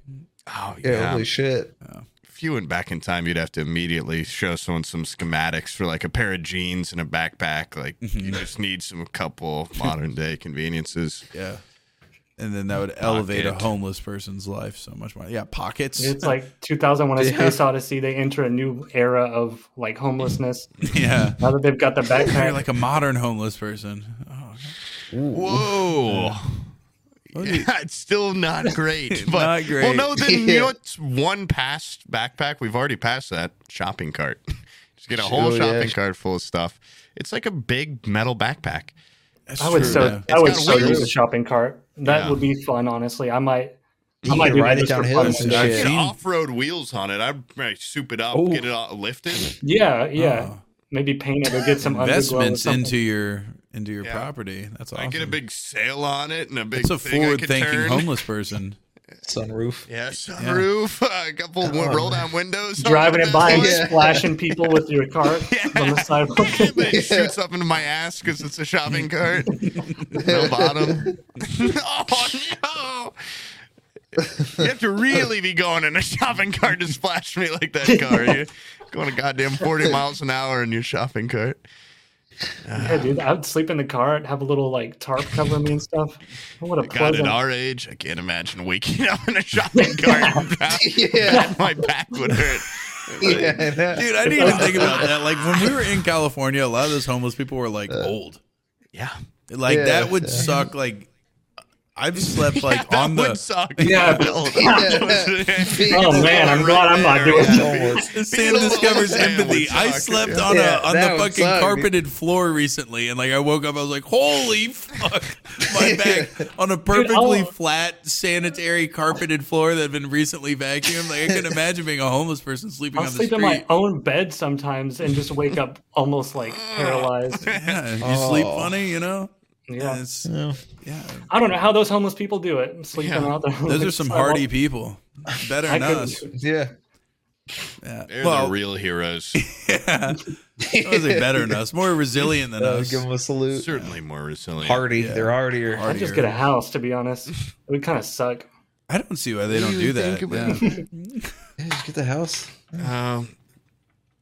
Speaker 3: Oh
Speaker 4: Yeah, Holy shit.
Speaker 3: if you went back in time, you'd have to immediately show someone some schematics for like a pair of jeans and a backpack. Like
Speaker 1: Mm-hmm.
Speaker 3: you just need some couple modern day conveniences.
Speaker 1: Yeah. And then that would elevate
Speaker 3: Pocket.
Speaker 1: a homeless person's life so much more. Yeah, pockets.
Speaker 2: It's like 2001: A Space Odyssey. They enter a new era of like homelessness.
Speaker 1: (laughs) yeah.
Speaker 2: Now that they've got
Speaker 1: (laughs)
Speaker 2: the
Speaker 1: You're
Speaker 2: backpack,
Speaker 1: like a modern homeless person. Oh,
Speaker 3: Whoa. Yeah, (laughs) it's
Speaker 1: (laughs)
Speaker 3: still not great. But,
Speaker 1: Not
Speaker 3: Well,
Speaker 1: great.
Speaker 3: no, then you
Speaker 4: Yeah.
Speaker 3: know it's one past backpack. We've already passed that shopping cart. (laughs) Just get a whole
Speaker 4: Oh, yeah.
Speaker 3: shopping cart full of stuff. It's like a big metal backpack.
Speaker 1: that's
Speaker 2: I would
Speaker 1: true,
Speaker 2: so
Speaker 1: yeah.
Speaker 2: I would
Speaker 3: got
Speaker 2: so
Speaker 3: wheels.
Speaker 2: use a shopping cart. That
Speaker 3: Yeah.
Speaker 2: would be fun, honestly. I might. I
Speaker 4: You
Speaker 2: might
Speaker 4: can
Speaker 2: do that
Speaker 4: ride it
Speaker 2: just for
Speaker 4: down
Speaker 2: fun
Speaker 4: hills
Speaker 2: one
Speaker 4: and
Speaker 2: day.
Speaker 1: I've
Speaker 4: shit.
Speaker 3: Get
Speaker 1: seen-
Speaker 3: off-road wheels on it. I'd like, soup it up,
Speaker 1: Oh.
Speaker 3: get it all lifted.
Speaker 2: Yeah, yeah.
Speaker 1: Oh.
Speaker 2: Maybe paint it or get some underglow or
Speaker 1: investments
Speaker 2: something.
Speaker 1: into your into your
Speaker 3: Yeah.
Speaker 1: property. That's awesome.
Speaker 3: I get a big sail on it and a big.
Speaker 1: It's a
Speaker 3: thing I could
Speaker 1: forward thinking
Speaker 3: turn.
Speaker 1: homeless person.
Speaker 4: Sunroof.
Speaker 3: Yeah, sunroof, (laughs) a couple
Speaker 4: Oh,
Speaker 3: roll down windows.
Speaker 2: driving
Speaker 3: it
Speaker 2: it by and
Speaker 4: Yeah.
Speaker 2: splashing people with your
Speaker 1: (laughs)
Speaker 2: cart on the sidewalk. (laughs)
Speaker 3: It shoots up into my ass because it's a
Speaker 1: (laughs)
Speaker 3: shopping cart. no bottom. (laughs) oh no! You have to really be going in a shopping cart to splash me like that
Speaker 1: (laughs)
Speaker 3: car. You're going a goddamn forty miles an hour in your shopping cart.
Speaker 2: yeah, dude, I would sleep in the cart, have a little like tarp cover me and stuff. Oh, What a
Speaker 3: God, at
Speaker 2: pleasant.
Speaker 3: our age, I can't imagine waking up in a shopping
Speaker 1: (laughs)
Speaker 3: cart.
Speaker 4: (laughs) Yeah.
Speaker 3: my back would hurt.
Speaker 4: Yeah, I know.
Speaker 1: (laughs) Dude, I didn't even think about that. Like when we were in California, a lot of those homeless people were like old.
Speaker 3: Yeah.
Speaker 1: Like
Speaker 4: Yeah,
Speaker 1: that would
Speaker 4: yeah.
Speaker 1: suck like I've (laughs) slept like
Speaker 3: that
Speaker 1: on
Speaker 3: would
Speaker 1: the
Speaker 3: suck.
Speaker 2: Yeah. Oh, man, I'm glad I'm not doing
Speaker 4: Yeah.
Speaker 2: that.
Speaker 1: Sam discovers empathy. I slept on
Speaker 4: Yeah,
Speaker 1: a on
Speaker 4: that
Speaker 1: the
Speaker 4: would
Speaker 1: fucking
Speaker 4: suck, dude.
Speaker 1: carpeted floor recently, and like I woke up, I was like, "Holy fuck!"
Speaker 4: (laughs)
Speaker 1: My back on a perfectly
Speaker 2: I'll-
Speaker 1: flat, sanitary, carpeted floor that had been recently vacuumed. Like I
Speaker 4: (laughs)
Speaker 1: can imagine being a homeless person sleeping
Speaker 2: I'll
Speaker 1: on the
Speaker 2: sleep in
Speaker 1: street.
Speaker 2: my own bed sometimes and just wake up almost like
Speaker 1: Mm. (laughs)
Speaker 2: paralyzed.
Speaker 1: yeah, you sleep
Speaker 4: Oh.
Speaker 1: funny, you know. And
Speaker 2: Yeah.
Speaker 1: it's-
Speaker 4: Yeah.
Speaker 1: yeah,
Speaker 2: I don't know how those homeless people do it. Sleeping
Speaker 3: Yeah.
Speaker 2: out there.
Speaker 1: those are some hardy people. Better
Speaker 2: I
Speaker 1: than
Speaker 2: couldn't
Speaker 1: us.
Speaker 2: do it.
Speaker 4: Yeah.
Speaker 1: Yeah.
Speaker 3: (laughs) They're
Speaker 1: Well,
Speaker 3: the real heroes.
Speaker 1: (laughs) yeah. I was like
Speaker 4: (laughs)
Speaker 1: better than us, more resilient
Speaker 3: (laughs)
Speaker 1: than
Speaker 3: Oh,
Speaker 4: Uh,
Speaker 1: us.
Speaker 4: give them a salute.
Speaker 3: Certainly more resilient.
Speaker 4: Hardy.
Speaker 1: Yeah.
Speaker 4: They're hardier.
Speaker 1: Hardy.
Speaker 2: I'd just get a house, to
Speaker 1: (laughs)
Speaker 2: be honest. It would kind of suck.
Speaker 1: I don't see why they don't do
Speaker 3: You
Speaker 1: that.
Speaker 3: think
Speaker 1: Yeah.
Speaker 3: about
Speaker 4: Yeah, just get the house.
Speaker 3: Um,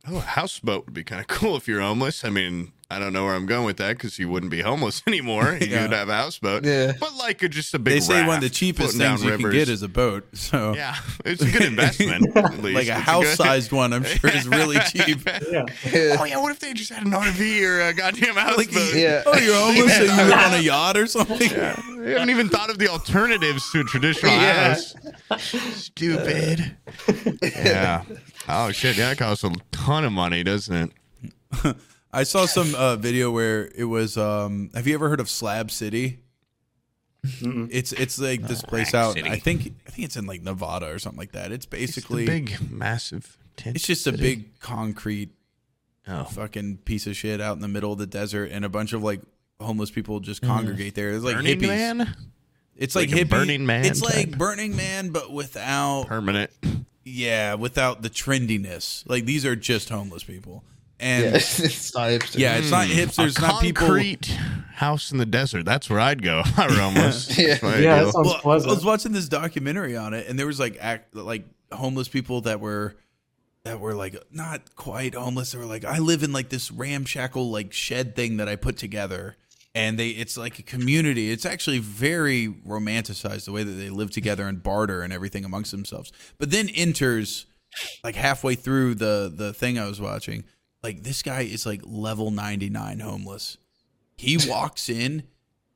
Speaker 3: oh, a houseboat would be kind of cool if you're homeless. I mean, I don't know where I'm going with that because you wouldn't be homeless (laughs) anymore.
Speaker 1: (laughs) Yeah.
Speaker 3: You'd have a houseboat.
Speaker 4: Yeah.
Speaker 3: But like a, just a big
Speaker 1: They say one of the
Speaker 3: raft
Speaker 1: cheapest
Speaker 3: floating down
Speaker 1: things you can
Speaker 3: rivers.
Speaker 1: get is a boat. (laughs) So
Speaker 3: yeah, it's a good
Speaker 1: (laughs)
Speaker 3: investment. at
Speaker 1: like
Speaker 3: least. It's
Speaker 1: a
Speaker 3: good-
Speaker 1: house-sized one, I'm sure is
Speaker 3: (laughs)
Speaker 1: really cheap.
Speaker 2: Yeah.
Speaker 4: (laughs)
Speaker 3: Oh yeah, what if they just had an RV or a
Speaker 1: (laughs)
Speaker 3: goddamn
Speaker 1: Like,
Speaker 3: houseboat?
Speaker 4: Yeah.
Speaker 1: oh, you're
Speaker 3: (laughs)
Speaker 1: homeless, so you live on a yacht or something.
Speaker 3: I haven't even thought of the alternatives to a traditional
Speaker 4: Yeah.
Speaker 3: house. Stupid. (laughs) yeah. Oh shit, that costs a ton of money, doesn't it?
Speaker 1: I saw some uh, video where it was. Um, have you ever heard of Slab City?
Speaker 2: Mm-mm.
Speaker 1: It's it's like this place
Speaker 3: Slag
Speaker 1: out.
Speaker 3: City.
Speaker 1: I think I think it's in like Nevada or something like that. It's
Speaker 3: It's
Speaker 1: basically
Speaker 3: the big, massive tent.
Speaker 1: it's just a
Speaker 3: city.
Speaker 1: big concrete
Speaker 3: Oh.
Speaker 1: fucking piece of shit out in the middle of the desert, and a bunch of like homeless people just congregate there. It's like
Speaker 3: Burning
Speaker 1: hippies.
Speaker 3: Man?
Speaker 1: It's like,
Speaker 3: Like a
Speaker 1: hippie.
Speaker 3: Burning Man
Speaker 1: It's
Speaker 3: type.
Speaker 1: like Burning Man, but without
Speaker 3: Permanent.
Speaker 1: yeah, without the trendiness. Like these are just homeless people,
Speaker 4: Yeah.
Speaker 1: and
Speaker 4: it's not hipster.
Speaker 1: yeah, it's not hipsters,
Speaker 3: Hmm. a
Speaker 1: not people.
Speaker 3: concrete house in the desert. That's where I'd go. (laughs) I were almost.
Speaker 4: Yeah.
Speaker 3: That's my
Speaker 2: Yeah,
Speaker 3: ideal.
Speaker 2: that sounds
Speaker 1: Well, I
Speaker 2: pleasant.
Speaker 1: was watching this documentary on it, and there was like act, like homeless people that were that were like not quite homeless. They were like, I live in like this ramshackle like shed thing that I put together, and they it's like a community. It's actually very romanticized the way that they live together and barter and everything amongst themselves. But then enters like halfway through the the thing I was watching, like this guy is like level ninety nine homeless. He walks in.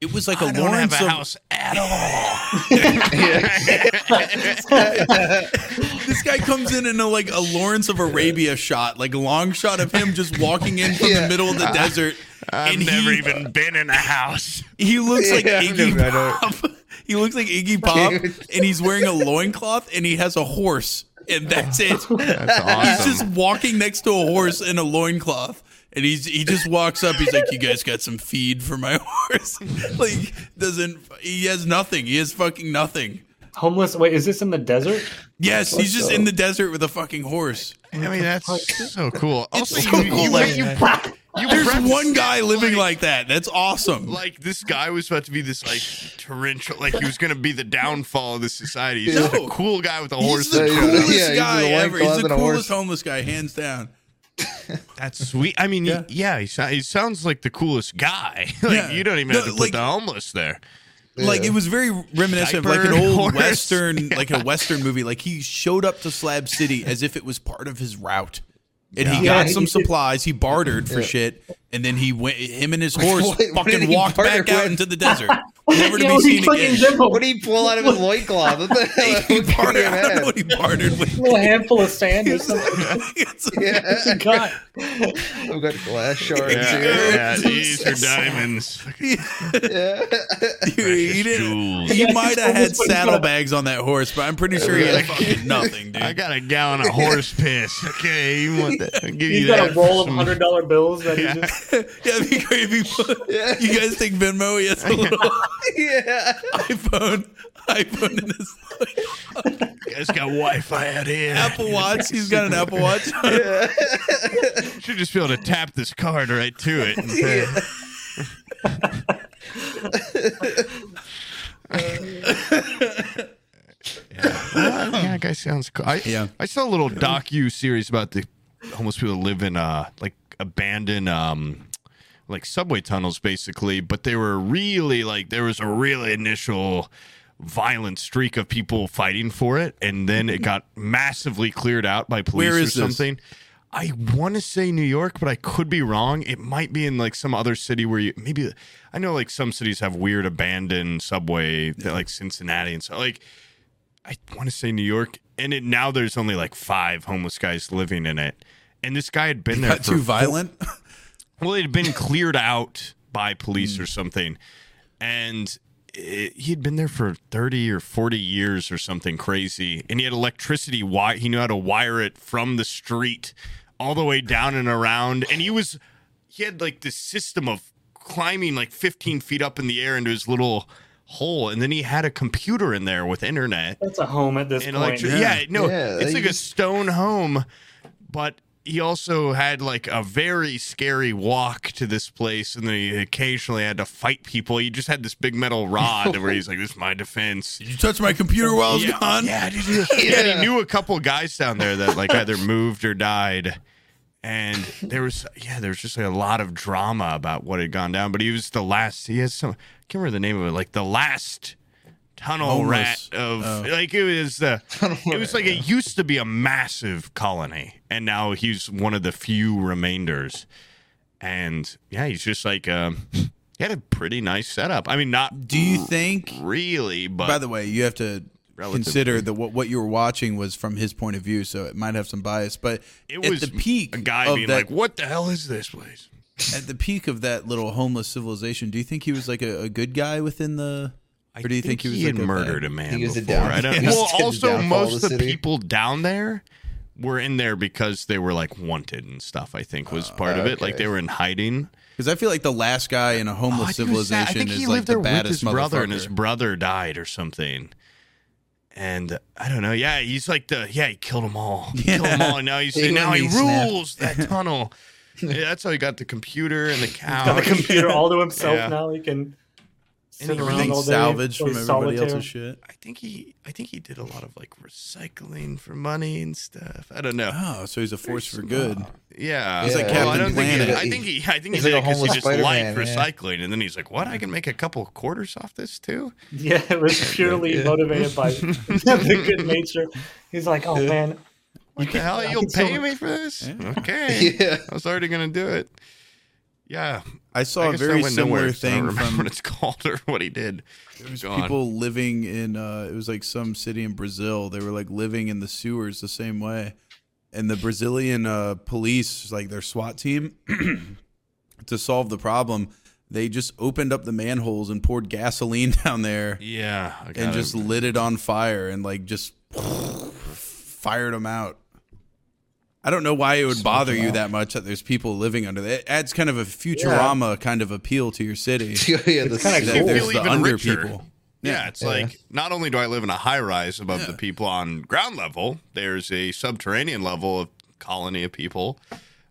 Speaker 1: It was like a
Speaker 3: I don't
Speaker 1: Lawrence
Speaker 3: have a
Speaker 1: of-
Speaker 3: house at all.
Speaker 1: This guy comes in in a, like a Lawrence of Arabia shot, like a long shot of him just walking in from the
Speaker 4: Yeah. Uh,
Speaker 1: middle of the desert.
Speaker 3: I've
Speaker 1: and
Speaker 3: never
Speaker 1: he,
Speaker 3: (laughs) even been in a house.
Speaker 1: He looks like
Speaker 4: Yeah, I've
Speaker 1: Iggy
Speaker 4: never- I don't-
Speaker 1: Pop. He looks like Iggy Pop,
Speaker 4: Dude.
Speaker 1: and he's wearing a loincloth, and he has a horse, and that's it.
Speaker 3: That's
Speaker 1: He's
Speaker 3: awesome.
Speaker 1: just walking next to a horse in a loincloth. And he's he just walks up. He's like, "You guys got some feed for my (laughs) horse?" like, doesn't he has nothing? He has fucking nothing.
Speaker 2: Homeless. Wait, is this in the desert?
Speaker 1: Yes, he's just in the desert with a fucking horse.
Speaker 3: I mean, that's so cool. Also,
Speaker 1: so
Speaker 3: you,
Speaker 1: cool,
Speaker 3: you,
Speaker 1: like-
Speaker 3: you, pre- you
Speaker 1: There's
Speaker 3: referenced
Speaker 1: one guy
Speaker 3: it
Speaker 1: living like that. That's awesome.
Speaker 3: like this guy was about to be this like torrential, like he was going to be the downfall of the society. He's
Speaker 1: No.
Speaker 3: just a cool guy with a
Speaker 1: He's
Speaker 3: horse.
Speaker 1: the
Speaker 3: that showed up.
Speaker 1: coolest
Speaker 4: Yeah, he's the
Speaker 1: guy
Speaker 4: one
Speaker 1: ever. He's
Speaker 4: claws
Speaker 1: the
Speaker 4: and a
Speaker 1: coolest
Speaker 4: horse.
Speaker 1: homeless guy, hands down.
Speaker 3: That's sweet. I mean,
Speaker 1: Yeah.
Speaker 3: yeah, yeah he, sou- he sounds like the coolest guy. (laughs) like
Speaker 1: Yeah.
Speaker 3: you don't even
Speaker 1: No,
Speaker 3: have to put
Speaker 1: like-
Speaker 3: the homeless there.
Speaker 1: Like it was very reminiscent of like an
Speaker 3: Diaper,
Speaker 1: old
Speaker 3: horse.
Speaker 4: (laughs)
Speaker 1: western, like a western movie. Like he showed up to Slab City as if it was part of his route, and he
Speaker 2: Yeah.
Speaker 1: got
Speaker 2: Yeah,
Speaker 4: (laughs)
Speaker 1: some
Speaker 2: he-
Speaker 1: supplies. He bartered for shit, and then he went. Him and his
Speaker 4: (laughs)
Speaker 1: horse
Speaker 4: What- what
Speaker 1: fucking
Speaker 4: did he
Speaker 1: walked
Speaker 4: barter
Speaker 1: back out
Speaker 4: with?
Speaker 1: into the
Speaker 4: (laughs)
Speaker 1: desert, never to
Speaker 2: Yeah,
Speaker 1: be
Speaker 2: what do you
Speaker 1: seen
Speaker 2: fucking
Speaker 1: again.
Speaker 2: do?
Speaker 4: What do you pull out of his loincloth? What the hell?
Speaker 1: (laughs) He bartered. I don't know
Speaker 4: What (laughs)
Speaker 1: what he bartered with. (laughs)
Speaker 2: little handful of sand or something.
Speaker 1: It's-
Speaker 2: (laughs)
Speaker 4: yeah.
Speaker 2: God.
Speaker 4: (laughs) I've got glass shards
Speaker 3: Yeah,
Speaker 4: here.
Speaker 1: (laughs)
Speaker 3: yeah, these are diamonds.
Speaker 1: Dude, he
Speaker 3: Precious
Speaker 1: didn't.
Speaker 3: jewels.
Speaker 1: He might have had
Speaker 2: This one's gonna-
Speaker 1: saddlebags on that horse, but I'm pretty sure he had
Speaker 3: (laughs)
Speaker 1: fucking nothing, dude.
Speaker 3: I got a gallon
Speaker 1: (laughs)
Speaker 3: of horse piss. Okay, you want that? I'll give
Speaker 2: He's
Speaker 3: you
Speaker 2: got
Speaker 3: that.
Speaker 2: a
Speaker 3: for
Speaker 2: roll
Speaker 3: (laughs)
Speaker 2: of
Speaker 3: some-
Speaker 2: hundred dollar bills that
Speaker 3: Yeah.
Speaker 2: he just.
Speaker 1: Yeah, it'd be great if you,
Speaker 3: (laughs)
Speaker 4: Yeah.
Speaker 1: you guys take Venmo. He has a little
Speaker 4: (laughs) Yeah.
Speaker 1: iPhone, iPhone in his like,
Speaker 3: It's got Wi-Fi out here.
Speaker 1: Apple Watch. He's got an Apple Watch.
Speaker 3: Should just be able to tap this card right to
Speaker 1: (laughs)
Speaker 3: it. and say, yeah. Well, yeah, that guy sounds cool. I,
Speaker 1: Yeah.
Speaker 3: I saw a little docu series about the homeless people that live in uh like abandoned um like subway tunnels basically, but they were really like there was a really initial violent streak of people fighting for it and then it got massively cleared out by police
Speaker 1: Where
Speaker 3: or
Speaker 1: is this?
Speaker 3: something. I want to say New York, but I could be wrong. It might be in like some other city where you maybe I know like some cities have weird abandoned subway that like Cincinnati and so like I want to say New York, and it now there's only like five homeless guys living in it, and this guy had been there
Speaker 1: Not
Speaker 3: for
Speaker 1: too violent.
Speaker 3: well, it had been cleared out by police or something, and it, he had been there for thirty or forty years or something crazy. And he had electricity. Why he knew how to wire it from the street all the way down and around. And he was he had like this system of climbing like fifteen feet up in the air into his little hole, and then he had a computer in there with internet
Speaker 2: That's a home at this
Speaker 3: an
Speaker 2: point.
Speaker 3: electric.
Speaker 1: Yeah.
Speaker 3: Yeah, no,
Speaker 4: Yeah,
Speaker 3: it's
Speaker 4: you
Speaker 3: like a
Speaker 4: just-
Speaker 3: stone home, but he also had like a very scary walk to this place, and then he occasionally had to fight people. He just had this big metal rod where he's like, "This is my
Speaker 1: (laughs)
Speaker 3: defense."
Speaker 1: you touch my computer while I was
Speaker 3: yeah,
Speaker 1: gone.
Speaker 3: yeah, did you- yeah, he knew a couple guys down there that like either moved or died. And there was yeah, there was just like a lot of drama about what had gone down. But he was the last he has some I can't remember the name of it, like the last tunnel
Speaker 1: Homeless.
Speaker 3: rat of like it was the it was like (laughs)
Speaker 4: (laughs)
Speaker 3: it used to be a massive colony and now he's one of the few remainders. And yeah, he's just like um (laughs) he had a pretty nice setup. I mean not
Speaker 1: Do you think?
Speaker 3: really, but
Speaker 1: By the way, you have to
Speaker 3: Relatively.
Speaker 1: consider that what, what you were watching was from his point of view, so it might have some bias. But
Speaker 3: it
Speaker 1: at
Speaker 3: was
Speaker 1: the peak,
Speaker 3: a guy
Speaker 1: of
Speaker 3: being
Speaker 1: that,
Speaker 3: like, "What the hell is this place?"
Speaker 1: at the peak of that little homeless civilization, do you think he was like a, a good guy within the? Or do you think, he was
Speaker 3: he had
Speaker 1: like a bad-
Speaker 3: murdered a man
Speaker 4: He was a
Speaker 3: before?
Speaker 4: down-
Speaker 1: (laughs)
Speaker 3: I don't,
Speaker 4: he was
Speaker 3: well,
Speaker 4: the
Speaker 3: also
Speaker 4: downfall of
Speaker 3: most
Speaker 4: the
Speaker 3: of the
Speaker 4: city.
Speaker 3: people down there were in there because they were like wanted and stuff. I think
Speaker 1: Oh,
Speaker 3: was part of it. Like
Speaker 4: okay.
Speaker 3: they were in hiding.
Speaker 1: Because I feel like the last guy in a
Speaker 3: Oh,
Speaker 1: homeless
Speaker 3: I think it was that- I
Speaker 1: civilization
Speaker 3: think he
Speaker 1: is
Speaker 3: lived
Speaker 1: like the
Speaker 3: there with
Speaker 1: baddest
Speaker 3: his brother, and his
Speaker 1: motherfucker.
Speaker 3: brother died or something. And uh, I don't know. Yeah, he's like the yeah. He killed them all. He Killed them all. And now he's
Speaker 4: He
Speaker 3: now he
Speaker 4: really snapped.
Speaker 3: rules that tunnel. Yeah, that's how he got the computer and the cow. (laughs)
Speaker 2: Got the computer all to himself
Speaker 3: Yeah.
Speaker 2: now. He can sit
Speaker 3: And he
Speaker 2: around all
Speaker 1: Everything's
Speaker 2: day.
Speaker 1: salvaged
Speaker 2: play
Speaker 1: from everybody
Speaker 2: solitaire.
Speaker 1: else's shit.
Speaker 3: I think he I think he did a lot of like recycling for money and stuff. I don't know. Uh,
Speaker 1: Oh, so he's a force for good.
Speaker 3: Yeah,
Speaker 4: He's like
Speaker 3: I
Speaker 4: Captain
Speaker 3: don't think he,
Speaker 4: Planet.
Speaker 3: I think he I think
Speaker 4: He's
Speaker 3: he did
Speaker 4: like a
Speaker 3: because he
Speaker 4: homeless
Speaker 3: just
Speaker 4: Spider-Man,
Speaker 3: liked
Speaker 4: yeah.
Speaker 3: recycling, and then he's like, "What? I can make a couple of quarters off this too."
Speaker 2: (laughs) Yeah, it was
Speaker 3: (laughs)
Speaker 2: purely motivated by (laughs) the good nature. He's like, oh man,
Speaker 3: What (laughs) the hell? You'll
Speaker 2: can still-
Speaker 3: pay me for this? Okay,
Speaker 4: (laughs) Yeah.
Speaker 3: I was already gonna do it. Yeah,
Speaker 1: I saw
Speaker 3: I
Speaker 1: a
Speaker 3: guess
Speaker 1: very
Speaker 3: went
Speaker 1: similar
Speaker 3: nowhere, so I don't
Speaker 1: thing
Speaker 3: remember
Speaker 1: from
Speaker 3: what it's (laughs) called or what he did. It was
Speaker 1: people living in uh it was like some city in Brazil. They were like living in the sewers the same way. And the Brazilian uh police, like their SWAT team, (clears throat) to solve the problem, they just opened up the manholes and poured gasoline (laughs) down there
Speaker 3: Yeah, I
Speaker 1: and
Speaker 3: gotta-
Speaker 1: just lit it on fire and like just fired them out. I don't know why it would bother you that much that there's people living under that. It adds kind of a Futurama kind of appeal to your city.
Speaker 4: (laughs) yeah,
Speaker 2: kinda
Speaker 4: the city.
Speaker 1: that
Speaker 2: cool.
Speaker 1: there's
Speaker 3: feel
Speaker 1: the
Speaker 3: even
Speaker 1: under
Speaker 3: richer.
Speaker 1: people.
Speaker 3: Yeah, it's like not only do I live in a high rise above the people on ground level, there's a subterranean level of colony of people.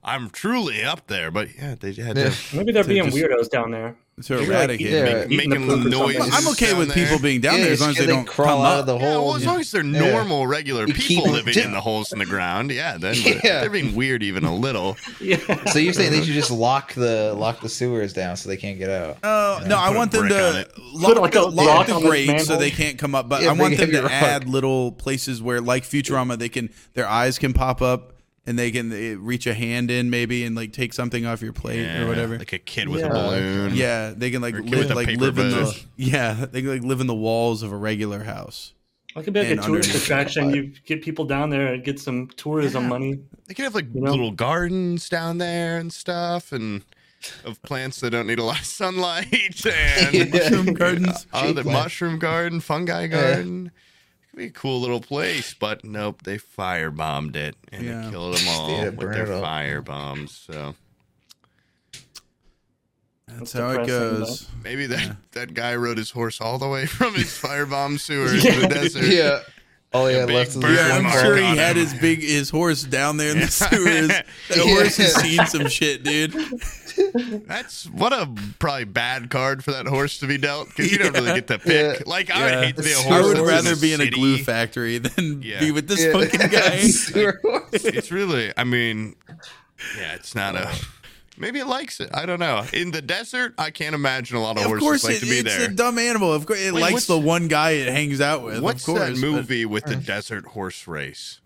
Speaker 3: I'm truly up there, but yeah, they had to
Speaker 2: (laughs) maybe they're being
Speaker 1: just-
Speaker 2: weirdos down there. (laughs)
Speaker 1: to
Speaker 2: like,
Speaker 1: eradicate.
Speaker 4: yeah.
Speaker 1: it.
Speaker 4: Eating
Speaker 3: making
Speaker 2: the poop or
Speaker 3: noises.
Speaker 2: something.
Speaker 1: I'm okay
Speaker 3: down
Speaker 1: with
Speaker 3: there.
Speaker 1: people being down there as long as they
Speaker 4: yeah,
Speaker 1: don't
Speaker 4: crawl
Speaker 1: come
Speaker 4: out
Speaker 1: up.
Speaker 4: of the
Speaker 3: Yeah,
Speaker 4: hole.
Speaker 3: well, as long as they're
Speaker 4: Yeah.
Speaker 3: normal, regular
Speaker 4: You keep
Speaker 3: people
Speaker 4: them
Speaker 3: living in the holes in the ground, yeah,
Speaker 4: (laughs)
Speaker 3: then but
Speaker 4: Yeah.
Speaker 3: they're being weird even a
Speaker 4: (laughs)
Speaker 3: little.
Speaker 2: Yeah.
Speaker 4: so you're saying they should just lock the lock the sewers down so they can't get out?
Speaker 1: Oh no, I
Speaker 3: put a
Speaker 1: want them
Speaker 3: brick on
Speaker 1: to
Speaker 3: it.
Speaker 1: lock,
Speaker 2: Put, like,
Speaker 1: the,
Speaker 2: a
Speaker 1: lock
Speaker 2: lock
Speaker 1: the
Speaker 2: on this
Speaker 1: grate so
Speaker 2: manhole.
Speaker 1: they can't come up. But
Speaker 4: Yeah,
Speaker 1: I want
Speaker 4: big
Speaker 1: them to
Speaker 4: heavy rock.
Speaker 1: add little places where, like Futurama, they can their eyes can pop up and they can uh, reach a hand in maybe and like take something off your plate or whatever.
Speaker 3: Like a kid with a
Speaker 2: Yeah.
Speaker 3: balloon.
Speaker 1: yeah, they can like
Speaker 3: Or a kid
Speaker 1: live
Speaker 3: with a
Speaker 1: like
Speaker 3: paper
Speaker 1: live in the
Speaker 3: bag.
Speaker 1: (laughs) yeah they can like live in the walls of a regular house.
Speaker 2: It could be like
Speaker 1: And
Speaker 2: a tourist
Speaker 1: underneath.
Speaker 2: attraction. You get people down there and get some tourism money.
Speaker 3: They could have like
Speaker 2: know?
Speaker 3: little gardens down there and stuff, and of plants that don't need a lot of sunlight (laughs) and
Speaker 4: Yeah.
Speaker 1: Mushroom gardens.
Speaker 3: uh, the
Speaker 4: Cheap land.
Speaker 3: mushroom garden, fungi garden. It could be a cool little place, but nope, they firebombed it and
Speaker 1: Yeah.
Speaker 3: it killed them all
Speaker 4: Yeah,
Speaker 3: with
Speaker 4: burn
Speaker 3: their
Speaker 4: it up.
Speaker 3: firebombs. So
Speaker 1: That's
Speaker 2: That's
Speaker 1: how it
Speaker 2: depressing,
Speaker 1: goes.
Speaker 3: maybe that that guy rode his horse all the way from
Speaker 4: (laughs)
Speaker 3: his firebomb sewer to the
Speaker 2: Yeah.
Speaker 3: desert.
Speaker 4: Yeah. All he had
Speaker 3: big
Speaker 4: left was
Speaker 3: burn
Speaker 4: this
Speaker 1: Yeah,
Speaker 4: one
Speaker 1: I'm
Speaker 3: mark
Speaker 4: part.
Speaker 1: (laughs) sure he
Speaker 3: on
Speaker 1: had
Speaker 3: him.
Speaker 1: his big his horse down there in
Speaker 3: (laughs)
Speaker 1: the sewers. That
Speaker 4: Yeah.
Speaker 1: horse has seen some shit, dude.
Speaker 3: That's what a probably bad card for that horse to be dealt because you don't really get to pick.
Speaker 4: Yeah.
Speaker 3: Like I would
Speaker 1: Yeah.
Speaker 3: hate to be a
Speaker 4: I
Speaker 3: horse.
Speaker 1: I would
Speaker 3: that's
Speaker 1: rather be in a
Speaker 3: city.
Speaker 1: glue factory than
Speaker 3: Yeah.
Speaker 1: be with this
Speaker 4: Yeah. (laughs)
Speaker 1: fucking guy.
Speaker 4: Sewer (laughs) horse.
Speaker 3: It's really, I mean, yeah, it's not a. Maybe it likes it. I don't know. In the desert, I can't imagine a lot of,
Speaker 1: of
Speaker 3: horses
Speaker 1: course,
Speaker 3: like
Speaker 1: it,
Speaker 3: to be
Speaker 1: it's
Speaker 3: there.
Speaker 1: a dumb animal. Of course, it
Speaker 3: Wait,
Speaker 1: likes
Speaker 3: what's-
Speaker 1: the one guy it hangs out with.
Speaker 3: What's
Speaker 1: of course, uh.
Speaker 3: that
Speaker 1: but-
Speaker 3: movie with the desert horse race?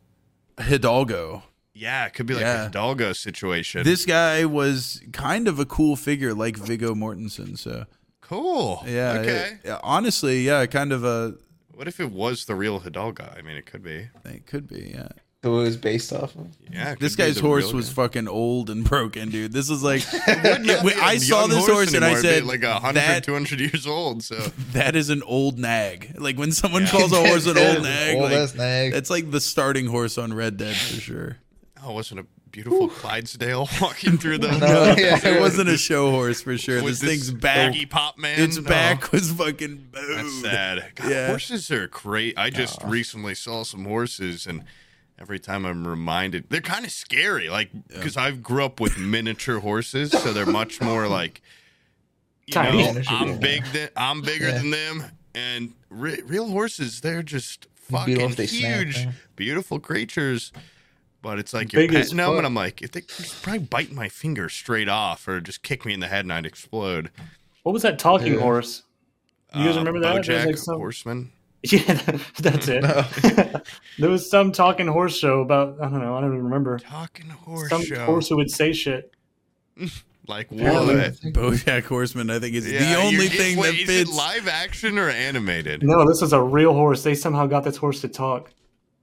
Speaker 1: Hidalgo.
Speaker 3: Yeah, it could be like
Speaker 1: Yeah.
Speaker 3: a Dalgo situation.
Speaker 1: This guy was kind of a cool figure, like Viggo Mortensen. So
Speaker 3: cool.
Speaker 1: yeah,
Speaker 3: Okay.
Speaker 1: it- yeah, honestly, yeah, kind of a.
Speaker 3: What if it was the real Hidalgo? I mean, it could be.
Speaker 1: It could be, yeah.
Speaker 4: Who it was based
Speaker 1: (laughs)
Speaker 4: off of?
Speaker 3: Yeah. it
Speaker 1: This
Speaker 3: could be
Speaker 1: guy's
Speaker 3: the
Speaker 1: horse
Speaker 3: real
Speaker 1: was
Speaker 3: guy.
Speaker 1: fucking old and (laughs) broken, dude. This is
Speaker 3: (laughs)
Speaker 1: like,
Speaker 3: Wouldn't
Speaker 1: Wait,
Speaker 3: be a
Speaker 1: I saw
Speaker 3: young
Speaker 1: this horse and I
Speaker 3: anymore. It'd
Speaker 1: said,
Speaker 3: be like 100,
Speaker 1: that-
Speaker 3: 200 years old. So
Speaker 1: that is an old nag. Like when someone
Speaker 3: Yeah.
Speaker 1: calls a horse an
Speaker 3: (laughs)
Speaker 4: That (laughs)
Speaker 1: old
Speaker 4: is
Speaker 1: nag,
Speaker 4: old
Speaker 1: like,
Speaker 4: ass nag.
Speaker 1: that's like the starting horse on Red Dead for
Speaker 3: (laughs)
Speaker 1: sure.
Speaker 3: (laughs) oh, wasn't a beautiful Clydesdale walking through
Speaker 1: (laughs)
Speaker 3: the.
Speaker 4: No, yeah.
Speaker 1: it wasn't a show horse for sure.
Speaker 3: Oh, with
Speaker 1: This, thing's back.
Speaker 3: baggy pop man. Oh.
Speaker 1: Its
Speaker 3: No.
Speaker 1: back was fucking bowed.
Speaker 3: That's sad. God,
Speaker 1: Yeah.
Speaker 3: Horses are great. I just recently saw some horses, and every time I'm reminded, they're kind of scary. Like because I grew up with miniature horses, so they're much more like, you
Speaker 2: Tiny.
Speaker 3: know,
Speaker 4: Miniature, yeah.
Speaker 3: I'm big. Than, I'm bigger
Speaker 4: Yeah.
Speaker 3: than them, and re- real horses, they're just
Speaker 4: Beat
Speaker 3: fucking
Speaker 4: off they snap,
Speaker 3: huge,
Speaker 4: yeah.
Speaker 3: beautiful creatures. But it's like you're
Speaker 2: Big as
Speaker 3: petting them,
Speaker 2: fuck.
Speaker 3: and I'm like, if they could probably bite my finger straight off, or just kick me in the head, and I'd explode.
Speaker 2: What was that talking
Speaker 4: Yeah.
Speaker 2: horse? You guys
Speaker 3: Uh,
Speaker 2: remember that? There was,
Speaker 3: Bojack
Speaker 2: like, some-
Speaker 3: Horseman.
Speaker 2: (laughs) Yeah, that- that's it. (laughs) there was some talking horse show about I don't know, I don't even remember.
Speaker 3: Talking horse
Speaker 2: some
Speaker 3: show.
Speaker 2: horse who would say shit.
Speaker 3: Like
Speaker 2: Apparently.
Speaker 3: what?
Speaker 1: Bojack Horseman, I think, is
Speaker 3: Yeah,
Speaker 1: the only
Speaker 3: you-
Speaker 1: thing
Speaker 3: wait,
Speaker 1: that
Speaker 3: is it
Speaker 1: fits.
Speaker 3: live action or animated?
Speaker 2: No, this is a real horse. They somehow got this horse to talk.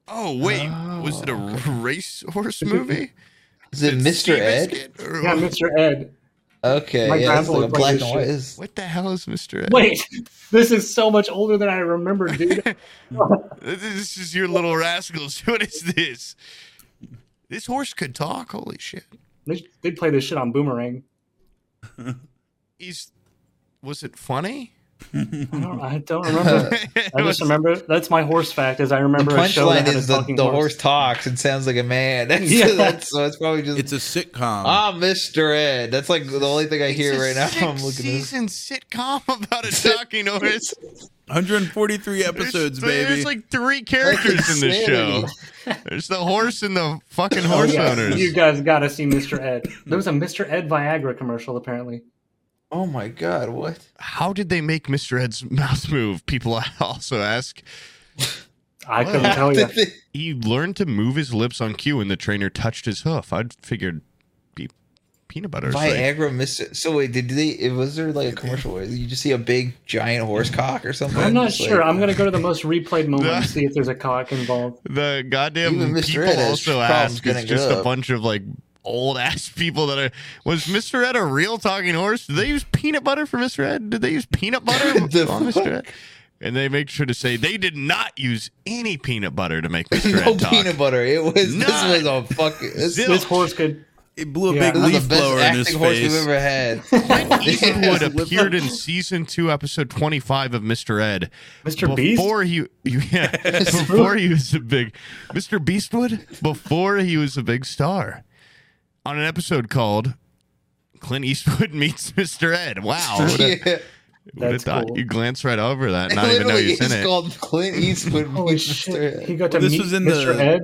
Speaker 3: Oh wait, was it a racehorse movie?
Speaker 4: Is it Mr.
Speaker 3: Steve
Speaker 4: Ed?
Speaker 3: Biscuit or-
Speaker 2: Yeah, Mr. Ed.
Speaker 4: Okay,
Speaker 2: My
Speaker 4: yeah, that's
Speaker 2: grandpa
Speaker 4: like a
Speaker 2: looked like
Speaker 4: black
Speaker 2: this
Speaker 4: and white.
Speaker 2: shit.
Speaker 4: Is
Speaker 3: What the hell is Mr. Ed?
Speaker 2: Wait, (laughs) this is so much older than I remember, dude.
Speaker 3: (laughs) This is your little rascals. (laughs) What is this? This horse could talk. Holy shit.
Speaker 2: they, they play this shit on Boomerang.
Speaker 3: He's was it funny?
Speaker 2: I don't, I
Speaker 4: (laughs)
Speaker 2: don't
Speaker 3: (laughs)
Speaker 2: remember. I just remember that's my horse fact. Is I remember a show that
Speaker 4: punchline
Speaker 2: had a
Speaker 4: is the,
Speaker 2: talking
Speaker 4: the
Speaker 2: horse.
Speaker 4: horse talks and sounds like a man. (laughs) That's,
Speaker 2: Yeah.
Speaker 4: that's, so it's probably just
Speaker 1: It's a sitcom.
Speaker 4: ah, Mr. Ed. That's like the only thing I hear right now. (laughs) I'm looking at this.
Speaker 3: season sitcom about a talking horse.
Speaker 1: 143 episodes,
Speaker 3: there's,
Speaker 1: baby.
Speaker 3: There's like three characters in this show.
Speaker 4: Insanity.
Speaker 2: (laughs)
Speaker 3: There's the horse and the fucking horse
Speaker 2: Oh, Yeah,
Speaker 3: owners.
Speaker 2: you guys gotta see Mr. Ed. There was a Mr. Ed Viagra commercial apparently.
Speaker 4: Oh my god, what?
Speaker 3: How did they make Mr. Ed's mouth move? People (laughs) also ask.
Speaker 2: I couldn't
Speaker 4: (laughs)
Speaker 2: tell you.
Speaker 3: He learned to move his lips on cue when the trainer touched his hoof. I figured pe- peanut butter. is like-
Speaker 4: Viagra Mr. So wait, did they? It, was there like a commercial where you just see a big giant horse cock or something?
Speaker 2: I'm not
Speaker 4: Just like-
Speaker 2: sure. I'm gonna go to the most replayed moment and see if there's a cock involved.
Speaker 3: The
Speaker 4: Even
Speaker 3: goddamn
Speaker 4: Mr.
Speaker 3: people
Speaker 4: Ed has
Speaker 3: also
Speaker 4: problems
Speaker 3: ask. It's
Speaker 4: getting
Speaker 3: just a
Speaker 4: up.
Speaker 3: bunch of like old ass people that are. Was Mr. Ed a real talking horse? Did they use peanut butter for Mr. Ed? Did they use
Speaker 4: (laughs)
Speaker 3: peanut butter
Speaker 4: The
Speaker 3: on
Speaker 4: fuck?
Speaker 3: Mr. Ed? And they make sure to say they did not use any peanut butter to
Speaker 4: (laughs)
Speaker 3: make Mr.
Speaker 4: (laughs) no
Speaker 3: Ed talk.
Speaker 4: peanut butter. It was
Speaker 3: None.
Speaker 4: this was a fucking this,
Speaker 3: Zilch.
Speaker 2: This horse could.
Speaker 1: it blew a
Speaker 2: Yeah.
Speaker 1: big
Speaker 4: this is
Speaker 1: leaf
Speaker 4: the best
Speaker 1: blower in his
Speaker 4: acting horse we've
Speaker 1: face.
Speaker 4: ever had. (laughs)
Speaker 3: Eastwood appeared in season two, episode twenty-five of Mr. Ed.
Speaker 2: Mr. Beast?
Speaker 3: Before he, (laughs) yeah, before he was a big Mr. Beastwood. Before he was a big star, on an episode called "Clint Eastwood (laughs) Meets Mr. Ed."
Speaker 4: (laughs)
Speaker 3: Wow, would have,
Speaker 4: yeah.
Speaker 2: That's
Speaker 3: thought
Speaker 2: cool.
Speaker 3: you glance right over that, and
Speaker 4: It
Speaker 3: not even know
Speaker 4: literally
Speaker 3: he's in
Speaker 4: is
Speaker 3: it.
Speaker 4: called Clint
Speaker 2: (laughs)
Speaker 4: Eastwood.
Speaker 2: Holy
Speaker 4: meets Mr.
Speaker 2: shit!
Speaker 4: Ed.
Speaker 2: He got to
Speaker 1: Well, this
Speaker 2: meet
Speaker 1: was in
Speaker 2: Mr.
Speaker 1: the-
Speaker 2: Ed.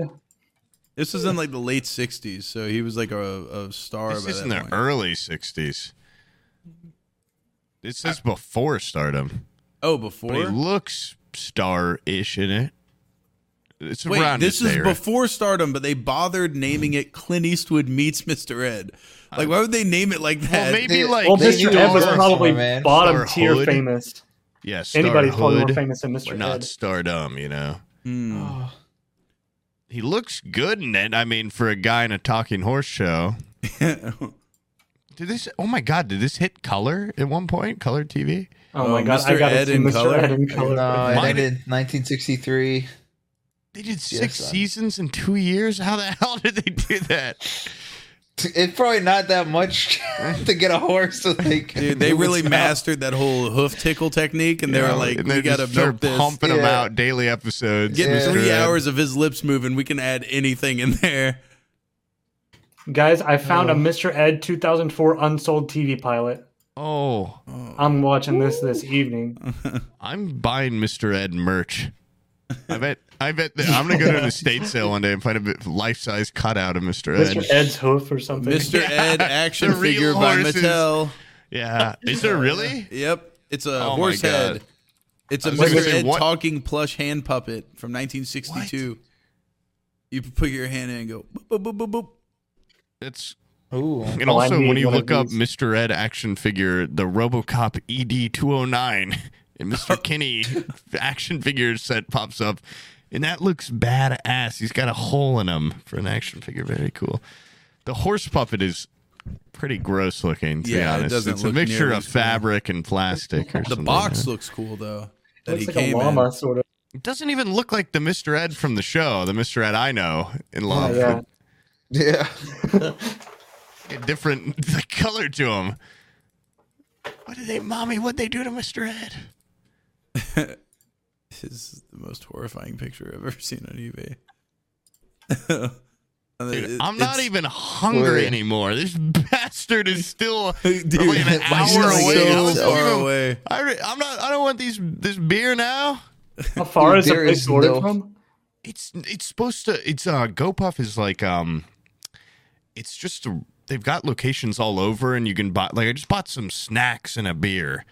Speaker 1: This was in like the late 60s, so he was like a, a star
Speaker 3: This
Speaker 1: by
Speaker 3: is
Speaker 1: that
Speaker 3: in the
Speaker 1: point.
Speaker 3: early '60s. It says before stardom,
Speaker 1: oh,
Speaker 3: but he
Speaker 1: before?
Speaker 3: looks star-ish in it. It's
Speaker 1: Wait,
Speaker 3: around
Speaker 1: this
Speaker 3: his
Speaker 1: is
Speaker 3: era.
Speaker 1: before stardom, but they bothered naming it Clint Eastwood Meets Mr. Ed. Like, why would they name it like
Speaker 3: Well,
Speaker 1: that?
Speaker 3: maybe like
Speaker 2: Well,
Speaker 4: They
Speaker 2: Mr.
Speaker 4: knew
Speaker 2: Ed was
Speaker 4: Star-
Speaker 2: probably
Speaker 4: man.
Speaker 2: bottom
Speaker 3: Star
Speaker 2: tier
Speaker 3: Hood.
Speaker 2: famous.
Speaker 3: yeah, Star
Speaker 2: Anybody's probably more
Speaker 3: Hood,
Speaker 2: famous than Mr.
Speaker 3: but not
Speaker 2: Ed.
Speaker 3: Stardom. You know,
Speaker 1: Hmm.
Speaker 4: (laughs) Oh,
Speaker 3: he looks good in it. I mean, for a guy in a talking horse show, did this? Oh my God, did this hit color at one point? Color TV.
Speaker 2: Oh my
Speaker 1: Oh,
Speaker 2: god! I
Speaker 1: Mr.
Speaker 2: gotta
Speaker 1: Ed
Speaker 2: see
Speaker 1: in
Speaker 2: Mr.
Speaker 1: color?
Speaker 2: Ed in color.
Speaker 4: no, it
Speaker 3: Mine-
Speaker 4: ended 1963.
Speaker 3: They did six
Speaker 4: Yes, I-
Speaker 3: seasons in two years. How the (laughs) hell did they do that?
Speaker 4: It's probably not that much (laughs) to get a horse to like.
Speaker 1: Dude, (laughs) they
Speaker 3: (laughs)
Speaker 1: really
Speaker 4: masked.
Speaker 1: mastered that whole hoof tickle technique, and they
Speaker 3: You
Speaker 1: were
Speaker 3: know,
Speaker 1: like,
Speaker 3: and
Speaker 1: "We
Speaker 3: they
Speaker 1: got to
Speaker 3: just- they're
Speaker 1: milk this."
Speaker 3: pumping them
Speaker 4: Yeah.
Speaker 3: out daily episodes.
Speaker 1: Get
Speaker 4: Yeah.
Speaker 1: three
Speaker 3: Mr. Ed.
Speaker 1: hours of his lips moving. We can add anything in there.
Speaker 3: (laughs)
Speaker 2: Guys, I found a Mr. Ed 2004 unsold TV pilot.
Speaker 3: Oh,
Speaker 2: I'm watching this this evening.
Speaker 3: I'm buying Mr. Ed merch. I bet. I bet that I'm gonna go
Speaker 4: (laughs)
Speaker 3: to an estate sale one day and find a life size cutout of Mr. Ed.
Speaker 2: Mr. Ed's hoof or something.
Speaker 1: Mr. Ed action
Speaker 3: The real
Speaker 1: figure by
Speaker 3: horses.
Speaker 1: Mattel.
Speaker 3: Yeah, is there really?
Speaker 1: Yep, it's a
Speaker 3: Oh my
Speaker 1: horse
Speaker 3: God.
Speaker 1: head. It's a
Speaker 3: I was gonna
Speaker 1: Mr.
Speaker 3: say,
Speaker 1: Ed
Speaker 3: what-
Speaker 1: talking plush hand puppet from 1962. You put your hand in and go boop boop boop boop. boop.
Speaker 3: That's
Speaker 4: Ooh.
Speaker 3: and
Speaker 2: Oh, I
Speaker 3: also
Speaker 2: need
Speaker 3: when you
Speaker 2: one of
Speaker 3: look up
Speaker 2: these.
Speaker 3: Mr. Ed action figure, the RoboCop ED two hundred nine, (laughs)
Speaker 1: (laughs)
Speaker 3: and Mr. Kinney action figure set pops up, and that looks badass. He's got a hole in him for an action figure. Very cool. The horse puppet is pretty gross looking. To be
Speaker 1: Yeah, it
Speaker 3: honest,
Speaker 1: doesn't
Speaker 3: it's a
Speaker 1: look
Speaker 3: mixture
Speaker 1: nearly
Speaker 3: of
Speaker 1: as cool.
Speaker 3: fabric and plastic. Or
Speaker 1: The
Speaker 3: something
Speaker 1: box
Speaker 3: like
Speaker 1: looks cool though. That
Speaker 2: Looks
Speaker 1: he
Speaker 2: like
Speaker 1: came
Speaker 2: a llama,
Speaker 1: in.
Speaker 2: sort of.
Speaker 3: that. It doesn't even look like the Mr. Ed from the show, the Mr. Ed I know and love.
Speaker 2: yeah.
Speaker 4: Yeah.
Speaker 3: a different (laughs) color to him. What did they, mommy? What'd they do to Mr. Ed?
Speaker 1: This is the most horrifying picture I've ever seen on eBay. (laughs) And
Speaker 3: Dude,
Speaker 1: it-
Speaker 3: I'm not
Speaker 1: it's-
Speaker 3: even hungry
Speaker 4: Wait.
Speaker 3: anymore. This (laughs) bastard is still.
Speaker 1: (laughs) Dude,
Speaker 3: probably an
Speaker 1: my
Speaker 3: hour
Speaker 1: stomach's
Speaker 3: away. I was
Speaker 1: So far
Speaker 3: even-
Speaker 1: away.
Speaker 3: I, re- I'm not. I don't want these. This beer now.
Speaker 2: How far
Speaker 4: Dude,
Speaker 2: is the
Speaker 4: there
Speaker 2: place
Speaker 4: is
Speaker 2: ordered
Speaker 4: no-
Speaker 2: from?
Speaker 3: It's. It's supposed to. It's. Uh. GoPuff is like. Um. It's just. A, they've got locations all over, and you can buy. Like I just bought some snacks and a beer.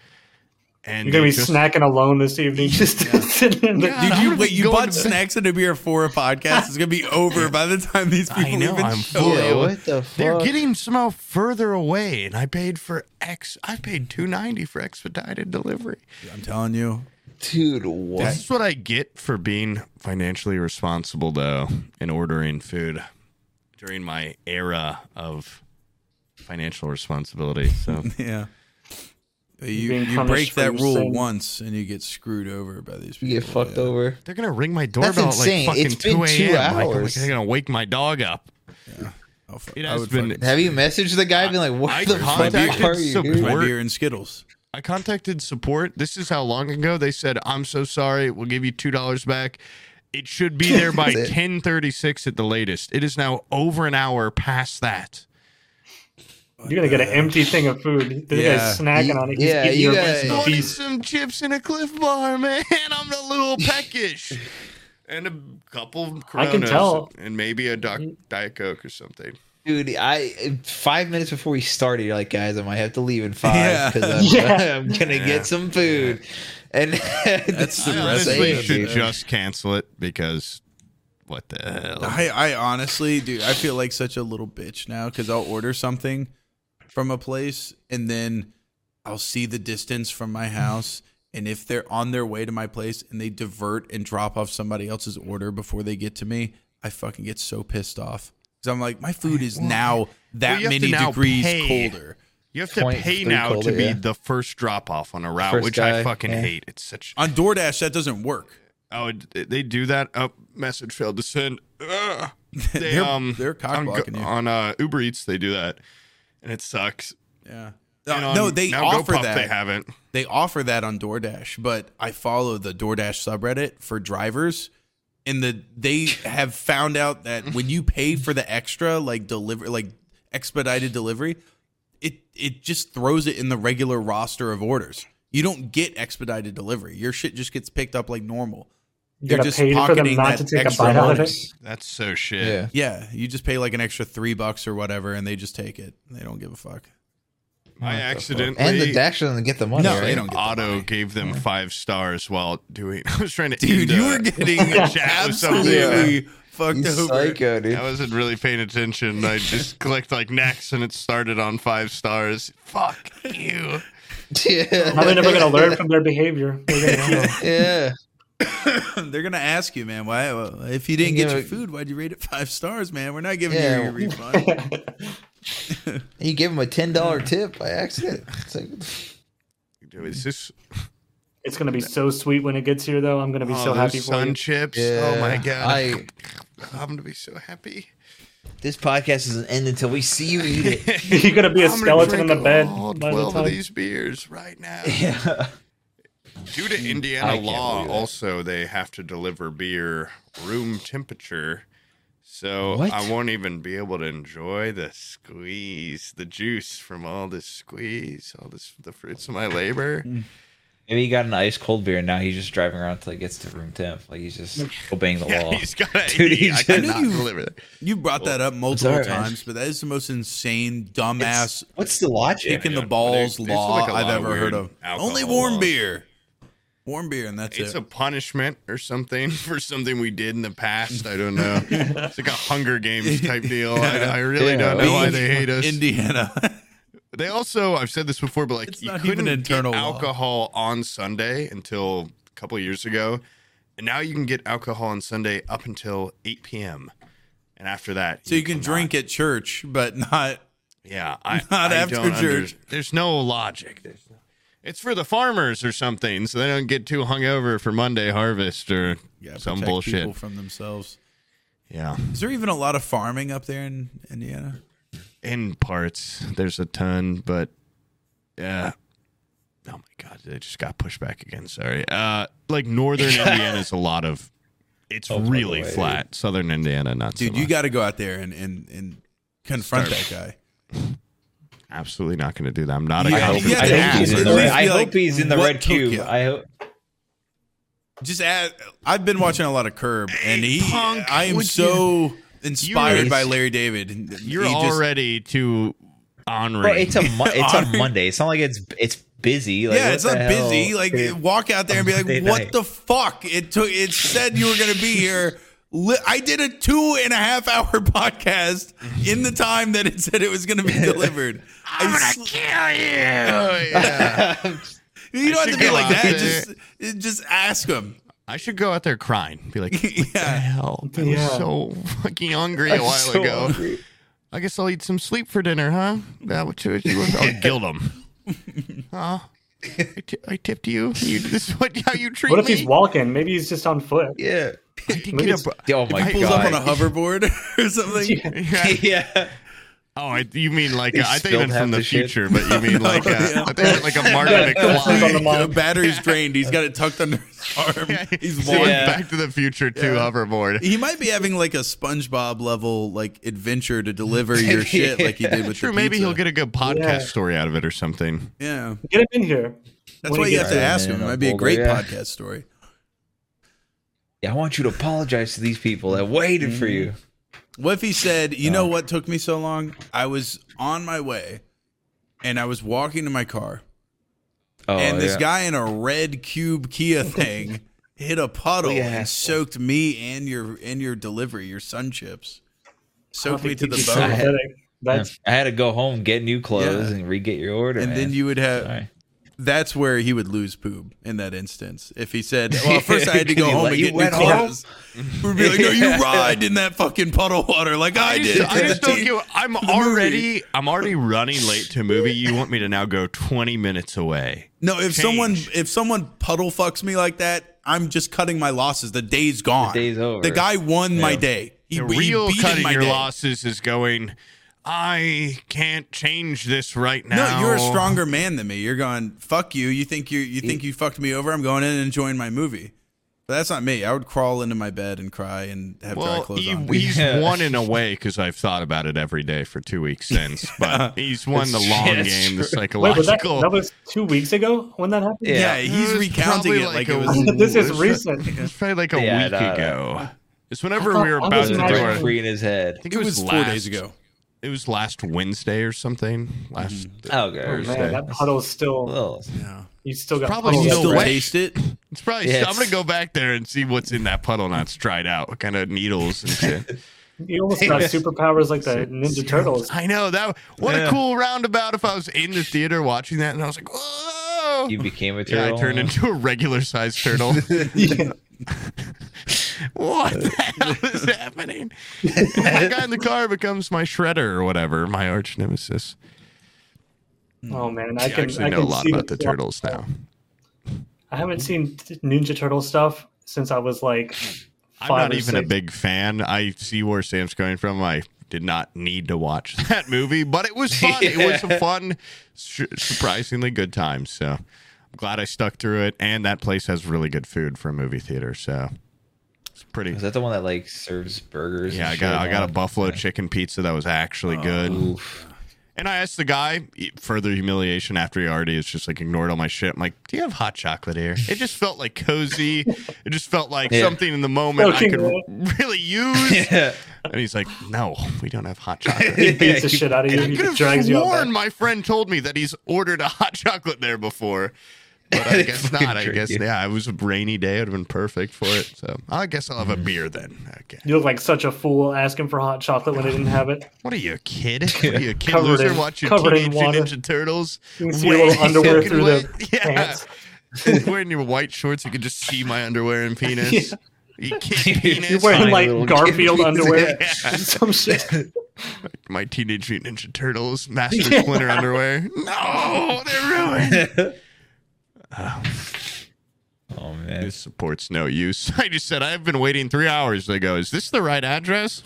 Speaker 3: And
Speaker 2: You're gonna be
Speaker 3: they're just-
Speaker 2: snacking alone this evening, just (laughs) sitting in there.
Speaker 3: God,
Speaker 1: Dude,
Speaker 3: I'm
Speaker 1: you
Speaker 3: gonna
Speaker 1: wait.
Speaker 3: be
Speaker 1: You
Speaker 3: going
Speaker 1: bought
Speaker 3: to bed.
Speaker 1: snacks and a beer for a podcast. It's gonna be
Speaker 3: (laughs)
Speaker 1: over by the time these people
Speaker 3: I know.
Speaker 1: even
Speaker 3: I'm
Speaker 1: show
Speaker 3: full.
Speaker 1: up.
Speaker 4: Yeah, what the fuck?
Speaker 3: They're getting somehow further away, and I paid for X. I paid two ninety for expedited delivery.
Speaker 1: I'm telling you,
Speaker 4: Dude,
Speaker 3: This
Speaker 4: what?
Speaker 3: is what I get for being financially responsible, though, and ordering food during my era of financial responsibility.
Speaker 4: (laughs)
Speaker 3: So
Speaker 1: yeah. You,
Speaker 2: being
Speaker 1: you
Speaker 2: punished
Speaker 1: break
Speaker 2: for
Speaker 1: that
Speaker 2: your
Speaker 1: rule
Speaker 2: sin.
Speaker 1: once and you get screwed over by these people.
Speaker 4: You get fucked
Speaker 1: yeah.
Speaker 4: over.
Speaker 3: they're gonna ring my doorbell at like
Speaker 4: insane.
Speaker 3: fucking
Speaker 4: It's been
Speaker 3: two
Speaker 4: two
Speaker 3: a.m. Like,
Speaker 4: hours.
Speaker 3: they're gonna wake my dog up.
Speaker 1: I'll fu-
Speaker 3: It
Speaker 1: I
Speaker 3: has
Speaker 1: would
Speaker 3: been-
Speaker 1: fucking-
Speaker 4: Have you messaged the guy? Been like, what
Speaker 3: I
Speaker 4: the fuck
Speaker 3: contacted
Speaker 4: are you?
Speaker 3: support.
Speaker 4: dude?
Speaker 1: my
Speaker 3: Work.
Speaker 1: beer and Skittles.
Speaker 3: I contacted support. This is how long ago they said, "I'm so sorry. We'll give you two dollars back." It should be there by
Speaker 4: (laughs) That's it.
Speaker 3: ten thirty six at the latest. It is now over an hour past that.
Speaker 2: You're gonna get an empty thing of food. This guy's
Speaker 1: Yeah.
Speaker 2: snacking
Speaker 4: You-
Speaker 2: on it.
Speaker 4: yeah,
Speaker 2: eating your
Speaker 4: you gotta-
Speaker 2: wings in
Speaker 3: I wanted
Speaker 2: peace.
Speaker 3: some chips and a Cliff Bar, (laughs) man. I'm a little peckish, and a couple.
Speaker 2: I can
Speaker 3: Coronas
Speaker 2: tell.
Speaker 3: and maybe a doc, diet coke or something.
Speaker 4: Dude, I five minutes before we started, you're like, guys, I might have to leave in five
Speaker 1: Yeah.
Speaker 2: (laughs)
Speaker 4: because
Speaker 2: Yeah.
Speaker 4: (laughs) I'm, gonna
Speaker 3: Yeah.
Speaker 4: get some food. And (laughs)
Speaker 1: That's the
Speaker 3: I
Speaker 1: Dude,
Speaker 3: honestly
Speaker 1: that's-
Speaker 3: should
Speaker 1: Yeah.
Speaker 3: just cancel it because what the hell?
Speaker 1: I, I honestly, dude, I feel like such a little bitch now because I'll order something from a place and then I'll see the distance from my
Speaker 3: (laughs)
Speaker 1: house. And if they're on their way to my place and they divert and drop off somebody else's order before they get to me, I fucking get so pissed off. Because I'm like, my food is now
Speaker 3: Well,
Speaker 1: that
Speaker 3: you have to
Speaker 1: many
Speaker 3: now
Speaker 1: degrees
Speaker 3: pay.
Speaker 1: colder.
Speaker 3: You have to
Speaker 4: Point
Speaker 3: pay
Speaker 4: three
Speaker 3: now to
Speaker 4: cola,
Speaker 3: be
Speaker 4: yeah.
Speaker 3: the first drop off on a route,
Speaker 4: First
Speaker 3: which I
Speaker 4: guy,
Speaker 3: fucking
Speaker 4: yeah.
Speaker 3: hate. It's such.
Speaker 1: On DoorDash, that doesn't work.
Speaker 3: Oh, it- they do that. Oh, message failed to send. Ugh.
Speaker 1: (laughs)
Speaker 3: They,
Speaker 1: They're- they're cock
Speaker 3: on, Go-
Speaker 1: blocking you.
Speaker 3: on uh, Uber Eats. They do that, and it sucks.
Speaker 1: Yeah.
Speaker 3: And
Speaker 1: No,
Speaker 3: on
Speaker 1: Uh, no, they
Speaker 3: now
Speaker 1: offer
Speaker 3: GoPuff,
Speaker 1: that.
Speaker 3: They haven't.
Speaker 1: they offer that on DoorDash, but I follow the DoorDash subreddit for drivers and the they have found out that when you pay for the extra like deliver like expedited delivery, it it just throws it in the regular roster of orders. You don't get expedited delivery. Your shit just gets picked up like normal.
Speaker 2: You
Speaker 1: They're
Speaker 2: gotta
Speaker 1: just
Speaker 2: pay for them
Speaker 1: pocketing that
Speaker 2: not to take a
Speaker 1: extra
Speaker 2: bite out of it.
Speaker 1: bonus.
Speaker 3: That's so shit.
Speaker 4: yeah.
Speaker 1: Yeah, you just pay like an extra 3 bucks or whatever and they just take it. They don't give a fuck.
Speaker 3: I accidentally
Speaker 4: And the dash doesn't get the money.
Speaker 1: No,
Speaker 4: right?
Speaker 1: they don't get the
Speaker 3: auto
Speaker 1: money.
Speaker 3: gave them five stars while doing. (laughs) I was trying to.
Speaker 1: Dude,
Speaker 3: end
Speaker 1: you
Speaker 3: a-
Speaker 1: were getting
Speaker 3: (laughs) a chat with somebody, and
Speaker 1: absolutely fucked
Speaker 4: You
Speaker 1: over.
Speaker 4: psycho, dude.
Speaker 3: I wasn't really paying attention. I just clicked like next, and it started on five stars. Fuck you.
Speaker 4: (laughs) yeah.
Speaker 2: How are they never
Speaker 4: (laughs)
Speaker 2: gonna learn from their behavior? They're gonna know.
Speaker 4: Yeah.
Speaker 1: (laughs) They're gonna ask you, man. Why, if you didn't
Speaker 4: You
Speaker 1: get
Speaker 4: know-
Speaker 1: your food, why'd you rate it five stars, man? We're not giving
Speaker 4: Yeah.
Speaker 1: you your refund.
Speaker 3: (laughs)
Speaker 4: You give him a ten dollar tip by accident. It's like,
Speaker 3: Is this
Speaker 2: It's gonna be so sweet when it gets here, though. I'm gonna be
Speaker 3: oh,
Speaker 2: so
Speaker 3: those
Speaker 2: happy for (laughs)
Speaker 3: sun
Speaker 2: you.
Speaker 3: chips?
Speaker 4: yeah.
Speaker 3: Oh my god!
Speaker 4: I
Speaker 3: I'm gonna be so happy.
Speaker 4: this podcast doesn't end until we see you eat it.
Speaker 1: (laughs)
Speaker 2: You're gonna be a
Speaker 3: I'm gonna
Speaker 2: skeleton in the
Speaker 3: drink
Speaker 2: bed.
Speaker 3: all
Speaker 2: by the
Speaker 3: Twelve of
Speaker 2: time-
Speaker 3: these beers right now.
Speaker 4: yeah.
Speaker 3: Due to
Speaker 4: I
Speaker 3: Indiana
Speaker 4: can't
Speaker 3: law,
Speaker 4: believe that.
Speaker 3: also they have to deliver beer room temperature. So
Speaker 4: What?
Speaker 3: I won't even be able to enjoy the squeeze, the juice from all this squeeze, all this the fruits of my labor. (laughs)
Speaker 4: Maybe he got an ice cold beer and now he's just driving around until it gets to room temp. Like he's just obeying the
Speaker 3: Yeah,
Speaker 4: law.
Speaker 3: he's got to
Speaker 4: Dude, he
Speaker 3: I
Speaker 4: just-
Speaker 3: cannot
Speaker 1: I knew you-
Speaker 3: deliver that.
Speaker 1: You brought that up multiple
Speaker 4: alright, man.
Speaker 1: times, but that is the most insane, dumbass,
Speaker 4: What's the logic?
Speaker 1: kicking
Speaker 3: yeah.
Speaker 1: the balls
Speaker 3: There's- there's
Speaker 1: law
Speaker 3: like a lot
Speaker 1: I've
Speaker 3: of
Speaker 1: ever heard
Speaker 3: weird
Speaker 1: of.
Speaker 3: alcohol
Speaker 1: Only warm
Speaker 3: laws.
Speaker 1: beer. Warm beer, and that's
Speaker 3: It's
Speaker 1: it.
Speaker 3: a punishment or something (laughs) for something we did in the past. I don't know. it's like a Hunger Games type deal. I, I really
Speaker 4: Yeah.
Speaker 3: don't know why they hate us.
Speaker 1: Indiana. (laughs)
Speaker 3: They also, I've said this before, but like
Speaker 1: It's
Speaker 3: you
Speaker 1: not even
Speaker 3: couldn't
Speaker 1: internal
Speaker 3: get
Speaker 1: law.
Speaker 3: alcohol on Sunday until a couple of years ago, and now you can get alcohol on Sunday up until 8 p.m. And after that,
Speaker 1: so you can
Speaker 3: cannot.
Speaker 1: drink at church, but not. (laughs)
Speaker 3: Yeah, I,
Speaker 1: Not
Speaker 3: I
Speaker 1: after
Speaker 3: don't under-
Speaker 1: church.
Speaker 3: there's no logic. There's no- it's for the farmers or something, so they don't get too hungover for Monday harvest or
Speaker 1: Yeah,
Speaker 3: some
Speaker 1: protect
Speaker 3: bullshit.
Speaker 1: people from themselves.
Speaker 3: yeah,
Speaker 1: Is there even a lot of farming up there in Indiana?
Speaker 3: in parts, there's a ton, but yeah. Oh my god, they just got pushed back again. Sorry. Uh, like northern Indiana's a lot of. It's
Speaker 4: Oh, by the
Speaker 3: really
Speaker 4: way.
Speaker 3: flat. Southern Indiana, not so
Speaker 1: Dude, you
Speaker 3: much.
Speaker 1: got to go out there and and and confront that guy.
Speaker 3: Absolutely not going to do that. I'm not
Speaker 1: You
Speaker 3: a
Speaker 1: got-
Speaker 3: helper.
Speaker 1: you got
Speaker 4: I
Speaker 1: to
Speaker 4: hope he's
Speaker 1: ask.
Speaker 4: in
Speaker 1: At
Speaker 4: the red,
Speaker 1: least
Speaker 4: I
Speaker 1: be
Speaker 4: hope
Speaker 1: like,
Speaker 4: he's in the
Speaker 1: "What
Speaker 4: red
Speaker 1: took
Speaker 4: cube.
Speaker 1: ya?"
Speaker 4: I hope.
Speaker 1: Just add. I've been watching a lot of Curb, and he.
Speaker 3: punk,
Speaker 1: I am
Speaker 3: would
Speaker 1: so
Speaker 3: You're-
Speaker 1: inspired by Larry David.
Speaker 3: You're
Speaker 1: He just-
Speaker 3: already too ornery.
Speaker 4: Bro, it's a mo- it's
Speaker 1: (laughs) Honor-
Speaker 4: a Monday. It's not like it's it's busy. Like,
Speaker 1: yeah,
Speaker 4: what
Speaker 1: it's
Speaker 4: the
Speaker 1: not
Speaker 4: hell?
Speaker 1: busy. Like
Speaker 4: Dude,
Speaker 1: walk out there and be
Speaker 4: Monday
Speaker 1: like, "What
Speaker 4: night.
Speaker 1: the fuck?" It took. It said you were going to be here. Li- I did a two and a half hour (laughs) podcast in the time that it said it was going to be
Speaker 3: (laughs)
Speaker 1: delivered. I sl- (laughs) you don't have
Speaker 3: should
Speaker 1: to be
Speaker 3: go
Speaker 1: like
Speaker 3: out
Speaker 1: that.
Speaker 3: there.
Speaker 1: Just, it- just ask him. (laughs)
Speaker 3: I should go out there crying. Be like, what the
Speaker 1: Yeah.
Speaker 3: hell? I
Speaker 2: Yeah.
Speaker 3: was so (laughs) fucking hungry a
Speaker 4: I'm
Speaker 3: while
Speaker 4: so
Speaker 3: ago.
Speaker 4: hungry.
Speaker 3: I guess I'll eat some sleep for dinner, huh? That what you, you I'll (laughs) guild him. huh? I, t- I tipped you. you. This is what how you treat
Speaker 2: What if
Speaker 3: me.
Speaker 2: he's walking? Maybe he's just on foot.
Speaker 4: Yeah.
Speaker 3: I didn't
Speaker 2: maybe
Speaker 3: get a
Speaker 2: it's-
Speaker 3: br-
Speaker 4: Oh
Speaker 3: If
Speaker 4: my
Speaker 3: he
Speaker 1: Pulls up
Speaker 4: god.
Speaker 1: on a hoverboard (laughs) or
Speaker 4: (laughs)
Speaker 1: something.
Speaker 3: Yeah.
Speaker 4: yeah.
Speaker 3: Oh, I, you mean like
Speaker 4: They
Speaker 3: uh, I think
Speaker 4: spilled
Speaker 3: even from
Speaker 4: half
Speaker 3: the
Speaker 4: the shit.
Speaker 3: future, but you mean like uh,
Speaker 1: yeah.
Speaker 3: I think like a Martin
Speaker 2: Sleep on
Speaker 3: McFly.
Speaker 2: the
Speaker 3: (laughs)
Speaker 1: The
Speaker 2: mug.
Speaker 1: battery's drained. He's got it tucked under his arm. He's
Speaker 3: doing
Speaker 1: walking.
Speaker 4: Yeah.
Speaker 3: Back to the Future two hoverboard.
Speaker 1: He might be having like a SpongeBob level like adventure to deliver your shit like he did with
Speaker 3: True,
Speaker 1: the
Speaker 3: maybe
Speaker 1: pizza.
Speaker 3: he'll get a good podcast
Speaker 2: Yeah.
Speaker 3: story out of it or something.
Speaker 1: yeah.
Speaker 2: Get him in here.
Speaker 1: That's
Speaker 2: When
Speaker 1: why
Speaker 2: he
Speaker 1: you have
Speaker 2: gets
Speaker 1: to
Speaker 4: there.
Speaker 1: ask him. It
Speaker 4: Yeah,
Speaker 1: might be a
Speaker 4: Boulder,
Speaker 1: great
Speaker 4: yeah.
Speaker 1: podcast story.
Speaker 4: Yeah, I want you to apologize to these people that waited for you.
Speaker 1: Mm-hmm. What if he said, "You know what took me so long? I was on my way, and I was walking to my car,
Speaker 4: Oh,
Speaker 1: and this
Speaker 4: yeah.
Speaker 1: guy in a red cube Kia thing hit a puddle
Speaker 4: Yeah.
Speaker 1: and soaked me and your and your delivery, your sun chips, soaked me to the
Speaker 4: so.
Speaker 1: bone."
Speaker 2: That's
Speaker 4: I had to go home, get new clothes,
Speaker 1: Yeah.
Speaker 4: and re get your order.
Speaker 1: And then
Speaker 4: man.
Speaker 1: you would have.
Speaker 4: Sorry.
Speaker 1: That's where he would lose poop in that instance. If he said, "Well, first I had to go
Speaker 4: (laughs) You
Speaker 1: home
Speaker 4: let-
Speaker 1: and
Speaker 4: you
Speaker 1: get new
Speaker 4: went home?
Speaker 1: clothes," we'd be like, "No, you
Speaker 4: (laughs) Yeah.
Speaker 1: ride in that fucking puddle of water like I,
Speaker 3: I
Speaker 1: did."
Speaker 3: just, I
Speaker 1: to
Speaker 3: just (laughs)
Speaker 1: the
Speaker 3: don't
Speaker 1: team."
Speaker 3: give. I'm
Speaker 1: movie.
Speaker 3: already, I'm already running late to a movie. You want me to now go 20 minutes away?
Speaker 1: No, if someone
Speaker 3: change.
Speaker 1: if someone puddle fucks me like that, I'm just cutting my losses. The day's gone.
Speaker 4: The day's over.
Speaker 1: The guy won my day. He,
Speaker 3: The
Speaker 1: he
Speaker 3: real
Speaker 1: beat in
Speaker 3: cutting
Speaker 1: my
Speaker 3: your
Speaker 1: day.
Speaker 3: losses is going. I can't change this right
Speaker 1: No,
Speaker 3: now.
Speaker 1: you're a stronger man than me. You're going fuck you. You think you you think you fucked me over? I'm going in and enjoying my movie. But that's not me. I would crawl into my bed and cry and have dry
Speaker 3: Well,
Speaker 1: clothes
Speaker 3: he,
Speaker 1: on.
Speaker 3: he's
Speaker 4: Yeah.
Speaker 3: won in a way because I've thought about it every day for two weeks (laughs) since. But he's won the
Speaker 4: That's-
Speaker 3: long
Speaker 4: that's
Speaker 3: game, the
Speaker 4: true.
Speaker 2: wait, was that,
Speaker 3: psychological.
Speaker 2: that was two weeks ago when that happened?
Speaker 1: yeah,
Speaker 4: Yeah.
Speaker 1: he's
Speaker 3: was
Speaker 1: recounting
Speaker 3: probably
Speaker 1: it like, (laughs)
Speaker 3: a
Speaker 1: it was.
Speaker 2: (laughs)
Speaker 3: week-
Speaker 2: This is
Speaker 3: it was-
Speaker 2: recent.
Speaker 3: It was probably like a
Speaker 4: Yeah,
Speaker 3: week
Speaker 4: no, no.
Speaker 3: ago. It's whenever
Speaker 2: I thought-
Speaker 3: we were
Speaker 2: I
Speaker 3: about
Speaker 2: was
Speaker 3: to do
Speaker 2: imagining-
Speaker 3: our.
Speaker 4: Rent
Speaker 3: I
Speaker 4: free in
Speaker 1: (laughs)
Speaker 4: his head.
Speaker 3: think
Speaker 1: It was four
Speaker 3: last,
Speaker 1: days ago.
Speaker 3: It was last Wednesday or something. Last
Speaker 4: Oh,
Speaker 2: Oh,
Speaker 4: God.
Speaker 2: man,
Speaker 3: Thursday.
Speaker 2: that puddle's still.
Speaker 4: Well,
Speaker 1: Yeah.
Speaker 2: You still got
Speaker 3: Probably
Speaker 1: You
Speaker 2: puddles.
Speaker 3: no
Speaker 1: still
Speaker 3: way.
Speaker 1: taste it?
Speaker 3: It's probably.
Speaker 4: Yeah,
Speaker 3: I'm
Speaker 4: it's-
Speaker 3: gonna go back there and see what's in that puddle. Not tried out. What kind of needles and shit.
Speaker 2: You almost got superpowers like the Ninja Turtles.
Speaker 3: I know that. What a
Speaker 4: Yeah.
Speaker 3: cool roundabout. If I was in the theater watching that, and I was like, whoa.
Speaker 4: you
Speaker 3: (laughs)
Speaker 4: became a
Speaker 3: yeah,
Speaker 4: turtle.
Speaker 3: I turned into a regular sized turtle. what the hell is happening? And that guy in the car becomes my shredder or whatever, my arch nemesis.
Speaker 2: Oh man, I
Speaker 3: I,
Speaker 2: can
Speaker 3: Mm-hmm. actually
Speaker 2: I
Speaker 3: know
Speaker 2: can
Speaker 3: a lot
Speaker 2: see
Speaker 3: about the
Speaker 2: myself.
Speaker 3: turtles now.
Speaker 2: I haven't seen t- Ninja Turtle stuff since I was like
Speaker 3: I'm
Speaker 2: five
Speaker 3: not
Speaker 2: or
Speaker 3: even a
Speaker 2: six.
Speaker 3: big fan. I see where Sam's coming from. I did not need to watch (laughs) that movie, but it was fun. It
Speaker 2: (laughs)
Speaker 3: was a fun, su- surprisingly good time. So I'm glad I stuck through it. And that place has really good food for a movie theater. So it's pretty.
Speaker 4: Is that the one that like serves burgers?
Speaker 3: Yeah, I
Speaker 4: and
Speaker 3: got I
Speaker 4: shit
Speaker 3: got a
Speaker 4: now?
Speaker 3: buffalo chicken pizza that was actually good.
Speaker 4: Oof.
Speaker 3: And I asked the guy e, further humiliation after he already has just like ignored all my shit. I'm like, "Do you have hot chocolate here?" It just felt like cozy. it just felt like
Speaker 4: Yeah.
Speaker 3: something in the moment I
Speaker 2: Fucking
Speaker 3: could
Speaker 2: right.
Speaker 3: really
Speaker 4: (laughs)
Speaker 3: use.
Speaker 4: Yeah.
Speaker 3: And he's like, "No, we don't have hot chocolate."
Speaker 2: He beats
Speaker 4: Yeah,
Speaker 2: the
Speaker 4: you-
Speaker 2: shit out of you.
Speaker 3: I
Speaker 2: He
Speaker 3: could have
Speaker 2: drags you out.
Speaker 3: sworn
Speaker 2: back.
Speaker 3: my friend told me that he's ordered a hot chocolate there before. But I
Speaker 4: They
Speaker 3: guess
Speaker 4: fucking
Speaker 3: not. I
Speaker 4: trick
Speaker 3: guess
Speaker 4: you.
Speaker 3: yeah. It was a rainy day. It would have been perfect for it. So I guess I'll have a beer then. Okay.
Speaker 2: You look like such a fool asking for hot chocolate when I didn't have it.
Speaker 3: What are you, a kid? What are you, a kid
Speaker 2: Covered
Speaker 3: loser?
Speaker 2: in-
Speaker 3: Watching
Speaker 2: covered in
Speaker 3: Teenage
Speaker 2: water.
Speaker 3: Ninja Turtles?
Speaker 2: You can see your little
Speaker 3: (laughs) Way (laughs)
Speaker 2: underwear
Speaker 3: fucking
Speaker 2: through the
Speaker 3: wet. Yeah.
Speaker 2: pants.
Speaker 3: Wearing your white shorts, you could just see my underwear
Speaker 2: (laughs)
Speaker 3: and penis.
Speaker 2: Yeah. (laughs)
Speaker 3: You kid penis.
Speaker 2: You're wearing
Speaker 4: Tiny
Speaker 2: like
Speaker 4: little
Speaker 2: Garfield
Speaker 3: (laughs)
Speaker 4: kid.
Speaker 2: underwear.
Speaker 3: Yeah.
Speaker 2: (laughs) Some shit.
Speaker 3: my Teenage Mutant Ninja Turtles Master
Speaker 2: Yeah. (laughs)
Speaker 3: Splinter underwear. No, they're ruined.
Speaker 4: Oh man.
Speaker 3: this support's no use. (laughs) I just said I've been waiting three hours. They go, is this the right address?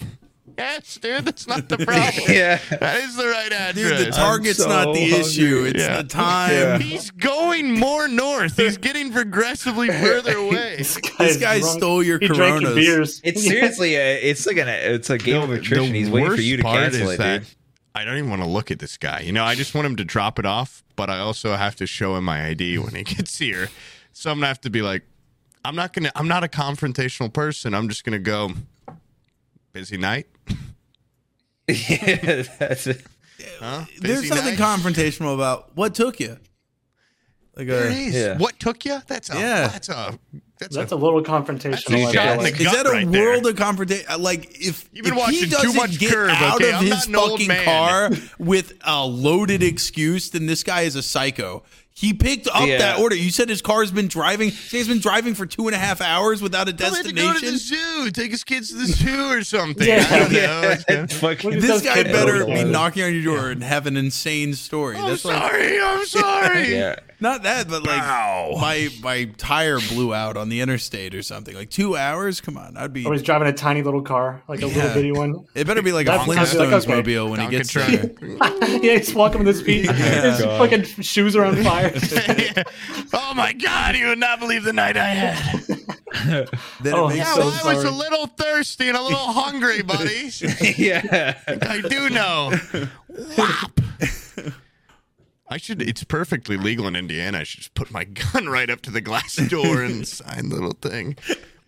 Speaker 3: Yes, dude. That's not
Speaker 2: (laughs)
Speaker 3: the problem.
Speaker 4: Yeah.
Speaker 3: That is the right address.
Speaker 1: Dude, the target's
Speaker 4: so
Speaker 1: not the
Speaker 4: hungry.
Speaker 1: issue. It's
Speaker 3: Yeah.
Speaker 1: the time.
Speaker 3: He's going more north. He's
Speaker 2: (laughs)
Speaker 3: getting progressively further away.
Speaker 1: (laughs) This guy
Speaker 2: drunk.
Speaker 1: stole your
Speaker 2: He drank your
Speaker 1: Coronas.
Speaker 2: beers.
Speaker 4: It's
Speaker 2: Yeah.
Speaker 4: seriously a, it's like an it's a game of attrition.
Speaker 3: The
Speaker 4: He's waiting for
Speaker 3: worst
Speaker 4: you to
Speaker 3: part
Speaker 4: cancel
Speaker 3: is
Speaker 4: it,
Speaker 3: that
Speaker 4: dude. (laughs)
Speaker 3: I don't even want to look at this guy. You know, I just want him to drop it off, but I also have to show him my ID when he (laughs) gets here. So I'm gonna have to be like, I'm not gonna, I'm not a confrontational person. I'm just gonna go. Busy night,
Speaker 4: yeah,
Speaker 3: (laughs)
Speaker 4: that's it.
Speaker 3: huh?
Speaker 1: There's
Speaker 3: Busy
Speaker 1: something
Speaker 3: night?
Speaker 1: confrontational about what took you. Like uh,
Speaker 3: There
Speaker 1: a,
Speaker 3: it is.
Speaker 4: Yeah.
Speaker 3: What took you? That's a.
Speaker 1: Yeah.
Speaker 3: That's a.
Speaker 2: (laughs)
Speaker 3: That's,
Speaker 2: That's a
Speaker 3: a.
Speaker 2: little
Speaker 3: That's a
Speaker 2: confrontational. I
Speaker 3: shot in
Speaker 2: feel
Speaker 3: the
Speaker 2: like.
Speaker 1: Is
Speaker 3: gut
Speaker 1: that a
Speaker 3: right there.
Speaker 1: world of confrontation? Like if
Speaker 3: You've been
Speaker 1: if
Speaker 3: watching
Speaker 1: he
Speaker 3: too
Speaker 1: doesn't
Speaker 3: much
Speaker 1: get
Speaker 3: Curb,
Speaker 1: out
Speaker 3: okay?
Speaker 1: of
Speaker 3: I'm
Speaker 1: his
Speaker 3: not an old
Speaker 1: fucking
Speaker 3: man.
Speaker 1: car with a loaded excuse, then this guy is a psycho. He picked up
Speaker 4: Yeah.
Speaker 1: that order. You said his car's been driving. say He's been driving for two and a half hours without a
Speaker 3: Tell him to go to the
Speaker 1: destination.
Speaker 3: zoo. Take his kids to the zoo or something.
Speaker 2: Yeah.
Speaker 3: I don't know.
Speaker 4: (laughs) Yeah,
Speaker 3: It's good.
Speaker 4: fucking-
Speaker 2: Those
Speaker 1: This guy
Speaker 2: kids
Speaker 1: better
Speaker 2: are
Speaker 1: be
Speaker 2: wild.
Speaker 1: knocking on your door and have an insane story.
Speaker 3: I'm
Speaker 1: That's like
Speaker 3: sorry. I'm sorry.
Speaker 4: (laughs) Yeah. (laughs)
Speaker 1: not that, but like
Speaker 3: Wow.
Speaker 1: my my tire blew out on the interstate or something. Like two hours? Come on, I'd be.
Speaker 2: Or Oh, he's driving a tiny little car, like a
Speaker 1: Yeah.
Speaker 2: little bitty one. (laughs)
Speaker 1: It better be like a
Speaker 2: That's- I'd
Speaker 1: Flintstones
Speaker 2: be like, okay.
Speaker 1: mobile when he
Speaker 3: Donkey
Speaker 1: gets
Speaker 3: truck.
Speaker 1: there.
Speaker 2: yeah, he's walking with his
Speaker 3: (laughs)
Speaker 2: feet. his
Speaker 4: God.
Speaker 2: fucking shoes are on fire. (laughs)
Speaker 3: (laughs) Oh my god, you would not believe the night I (laughs) had.
Speaker 1: Then
Speaker 2: Oh,
Speaker 1: it makes
Speaker 2: yeah,
Speaker 3: Yeah,
Speaker 2: So
Speaker 3: well, I was
Speaker 2: sorry.
Speaker 3: a little thirsty and a little hungry, (laughs) buddy.
Speaker 4: yeah.
Speaker 3: I do know. Whop. I should. It's perfectly legal in Indiana. I should just put my gun right up to the (laughs) glass door and sign the little thing.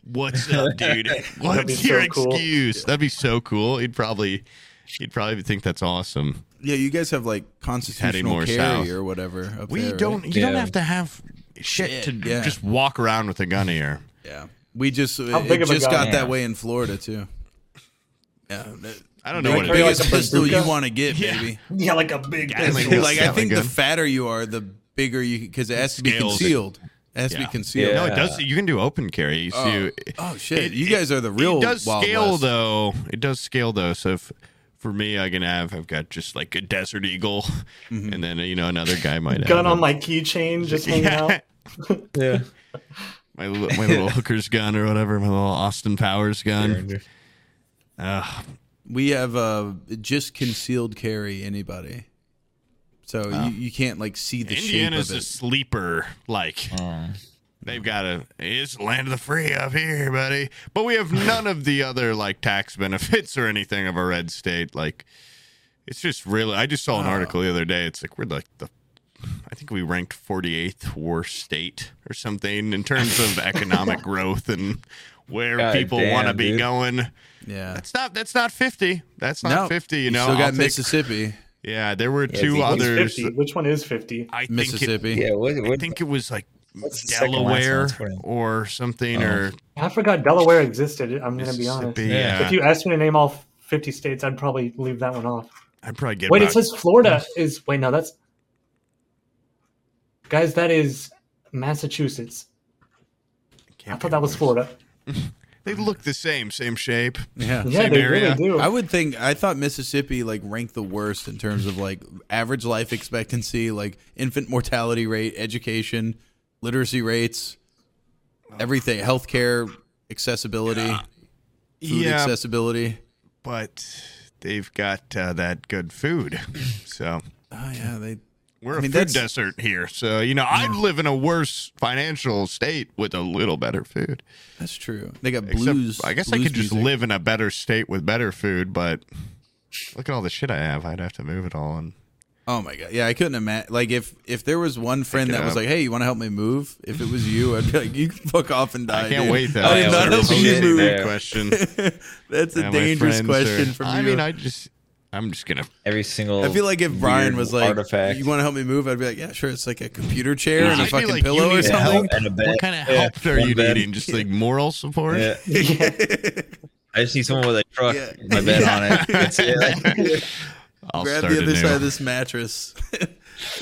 Speaker 3: What's
Speaker 2: (laughs)
Speaker 3: up, dude?
Speaker 2: be
Speaker 3: What's
Speaker 2: so
Speaker 3: your
Speaker 2: cool.
Speaker 3: excuse? That'd be so cool. He'd probably, he'd probably think that's awesome.
Speaker 1: Yeah, you guys have like constitutional
Speaker 3: more
Speaker 1: carry
Speaker 3: south.
Speaker 1: or whatever. up
Speaker 3: We
Speaker 1: there, right?
Speaker 3: don't. You don't
Speaker 4: Yeah.
Speaker 3: have to have shit to
Speaker 1: Yeah.
Speaker 3: just walk around with a gun here.
Speaker 1: Yeah, we just
Speaker 2: big
Speaker 1: it
Speaker 2: of a
Speaker 1: just
Speaker 2: guy?
Speaker 1: got
Speaker 4: Yeah.
Speaker 1: that way in Florida too. Yeah, the
Speaker 3: I don't know what it
Speaker 2: carry like
Speaker 3: is.
Speaker 1: biggest
Speaker 2: a
Speaker 1: pistol you
Speaker 2: bazooka?
Speaker 1: want to get,
Speaker 3: Yeah.
Speaker 1: baby.
Speaker 2: yeah, like a big.
Speaker 3: Gatling
Speaker 2: pistol.
Speaker 1: like
Speaker 3: Yeah,
Speaker 1: I think
Speaker 3: (laughs) like
Speaker 1: the
Speaker 3: a-
Speaker 1: fatter you are, the bigger you because it has to be
Speaker 3: Scales.
Speaker 1: concealed. It has to
Speaker 3: Yeah.
Speaker 1: be concealed.
Speaker 3: No, it does. You can do open carry. You see,
Speaker 1: Oh, oh, shit!
Speaker 3: it-
Speaker 1: you
Speaker 3: it-
Speaker 1: guys are the real
Speaker 3: it does
Speaker 1: Wild
Speaker 3: scale
Speaker 1: West.
Speaker 3: though. It does scale though. So if, for me, I can have. I've got just like a desert eagle,
Speaker 1: Mm-hmm.
Speaker 3: and then you know another guy might have
Speaker 2: gun
Speaker 3: a-
Speaker 2: on my keychain, just
Speaker 3: (laughs)
Speaker 2: hanging out.
Speaker 4: Yeah.
Speaker 3: my little,
Speaker 1: (laughs)
Speaker 3: my little hooker's gun or whatever. My little Austin Powers gun. Ugh.
Speaker 1: We have uh, just concealed carry anybody, so you, you can't like see the
Speaker 3: Indiana's a
Speaker 1: shape of it. Mm.
Speaker 3: sleeper. Like
Speaker 4: Um,
Speaker 3: they've got a it's land of the free up here, buddy. But we
Speaker 1: (laughs)
Speaker 3: have none of the other like tax benefits or anything of a red state. Like it's just really. I just
Speaker 1: Oh.
Speaker 3: saw an article the other day. It's like we're like the. I think we ranked 48th worst state or something in terms of
Speaker 1: (laughs)
Speaker 3: economic growth and where
Speaker 4: God
Speaker 3: people
Speaker 4: damn,
Speaker 3: want to be
Speaker 4: dude.
Speaker 3: going.
Speaker 1: Yeah,
Speaker 3: That's not that's not 50. That's not 50. You know,
Speaker 1: still got
Speaker 3: (laughs) I'll take-
Speaker 1: Mississippi,
Speaker 3: yeah, there were
Speaker 4: Yeah,
Speaker 3: two
Speaker 4: the-
Speaker 2: Who's
Speaker 3: others.
Speaker 2: 50? Which one is 50?
Speaker 3: I think it-
Speaker 1: Mississippi.
Speaker 4: yeah. What,
Speaker 3: I
Speaker 4: what,
Speaker 3: think it was like
Speaker 4: What's the second last
Speaker 3: Delaware
Speaker 4: one's for him?
Speaker 3: or something
Speaker 4: Oh.
Speaker 3: or
Speaker 2: I forgot Delaware existed. I'm going to be honest.
Speaker 3: Mississippi.
Speaker 4: Yeah.
Speaker 3: Yeah.
Speaker 2: If you asked me to name all 50 states, I'd probably leave that one off.
Speaker 3: I'd probably get
Speaker 2: Wait, it
Speaker 3: about-
Speaker 2: says Florida is. Wait, no, that's. Guys, that is Massachusetts. I
Speaker 3: can't
Speaker 2: thought
Speaker 3: be
Speaker 2: that was
Speaker 3: worse.
Speaker 2: Florida.
Speaker 3: They look the same, same shape.
Speaker 1: Yeah,
Speaker 2: Yeah,
Speaker 3: Same
Speaker 2: they
Speaker 3: area.
Speaker 2: really do.
Speaker 1: I would think I thought Mississippi like ranked the worst in terms of like average life expectancy, like infant mortality rate, education, literacy rates, everything, healthcare accessibility, food
Speaker 3: Yeah.
Speaker 1: accessibility.
Speaker 3: But they've got uh, that good food. So
Speaker 1: Oh yeah, they
Speaker 3: we're
Speaker 1: I mean,
Speaker 3: a food
Speaker 1: that's-
Speaker 3: desert here. So, you know, I'd live in a worse financial state with a little better food.
Speaker 1: that's true. They got
Speaker 3: Except
Speaker 1: blues.
Speaker 3: I guess I
Speaker 1: blues
Speaker 3: could just
Speaker 1: music.
Speaker 3: live in a better state with better food, but look at all the shit I have. I'd have to move it all and
Speaker 1: Oh my god, yeah, I couldn't imagine. Like if if there was one friend
Speaker 3: Pick it
Speaker 1: that was
Speaker 3: up.
Speaker 1: like, "Hey, you want to help me move?" If it was you, I'd be like, "You can fuck off and die."
Speaker 3: I can't
Speaker 1: dude.
Speaker 3: wait though.
Speaker 1: I did
Speaker 4: Yeah,
Speaker 1: not
Speaker 4: we're
Speaker 1: help you
Speaker 4: posing
Speaker 1: move.
Speaker 4: that
Speaker 3: question.
Speaker 1: (laughs) That's a
Speaker 3: Yeah, my
Speaker 1: dangerous
Speaker 3: friends
Speaker 1: question
Speaker 3: are-
Speaker 1: from
Speaker 3: I
Speaker 1: you.
Speaker 3: mean, I just I'm just gonna.
Speaker 4: Every single.
Speaker 1: I feel like if Brian
Speaker 4: weird
Speaker 1: was like,
Speaker 4: artifact.
Speaker 1: "You want to help me move?" I'd be like, "Yeah, sure." It's like a computer chair
Speaker 3: Yeah,
Speaker 1: and a
Speaker 3: I'd be
Speaker 1: fucking
Speaker 3: like,
Speaker 1: pillow
Speaker 3: you
Speaker 1: or
Speaker 3: need
Speaker 1: (laughs)
Speaker 4: Yeah,
Speaker 1: something.
Speaker 4: and a bed.
Speaker 3: What kind of
Speaker 4: Yeah,
Speaker 3: help are you
Speaker 4: one bed.
Speaker 3: needing? Just like moral support.
Speaker 4: Yeah. I just need someone with a truck
Speaker 1: Yeah.
Speaker 4: with my bed on
Speaker 3: (laughs)
Speaker 4: it. That's it.
Speaker 3: (laughs) I'll
Speaker 1: Grab
Speaker 3: start
Speaker 1: the (laughs) other
Speaker 3: anew.
Speaker 1: side of
Speaker 3: (laughs)
Speaker 1: this mattress.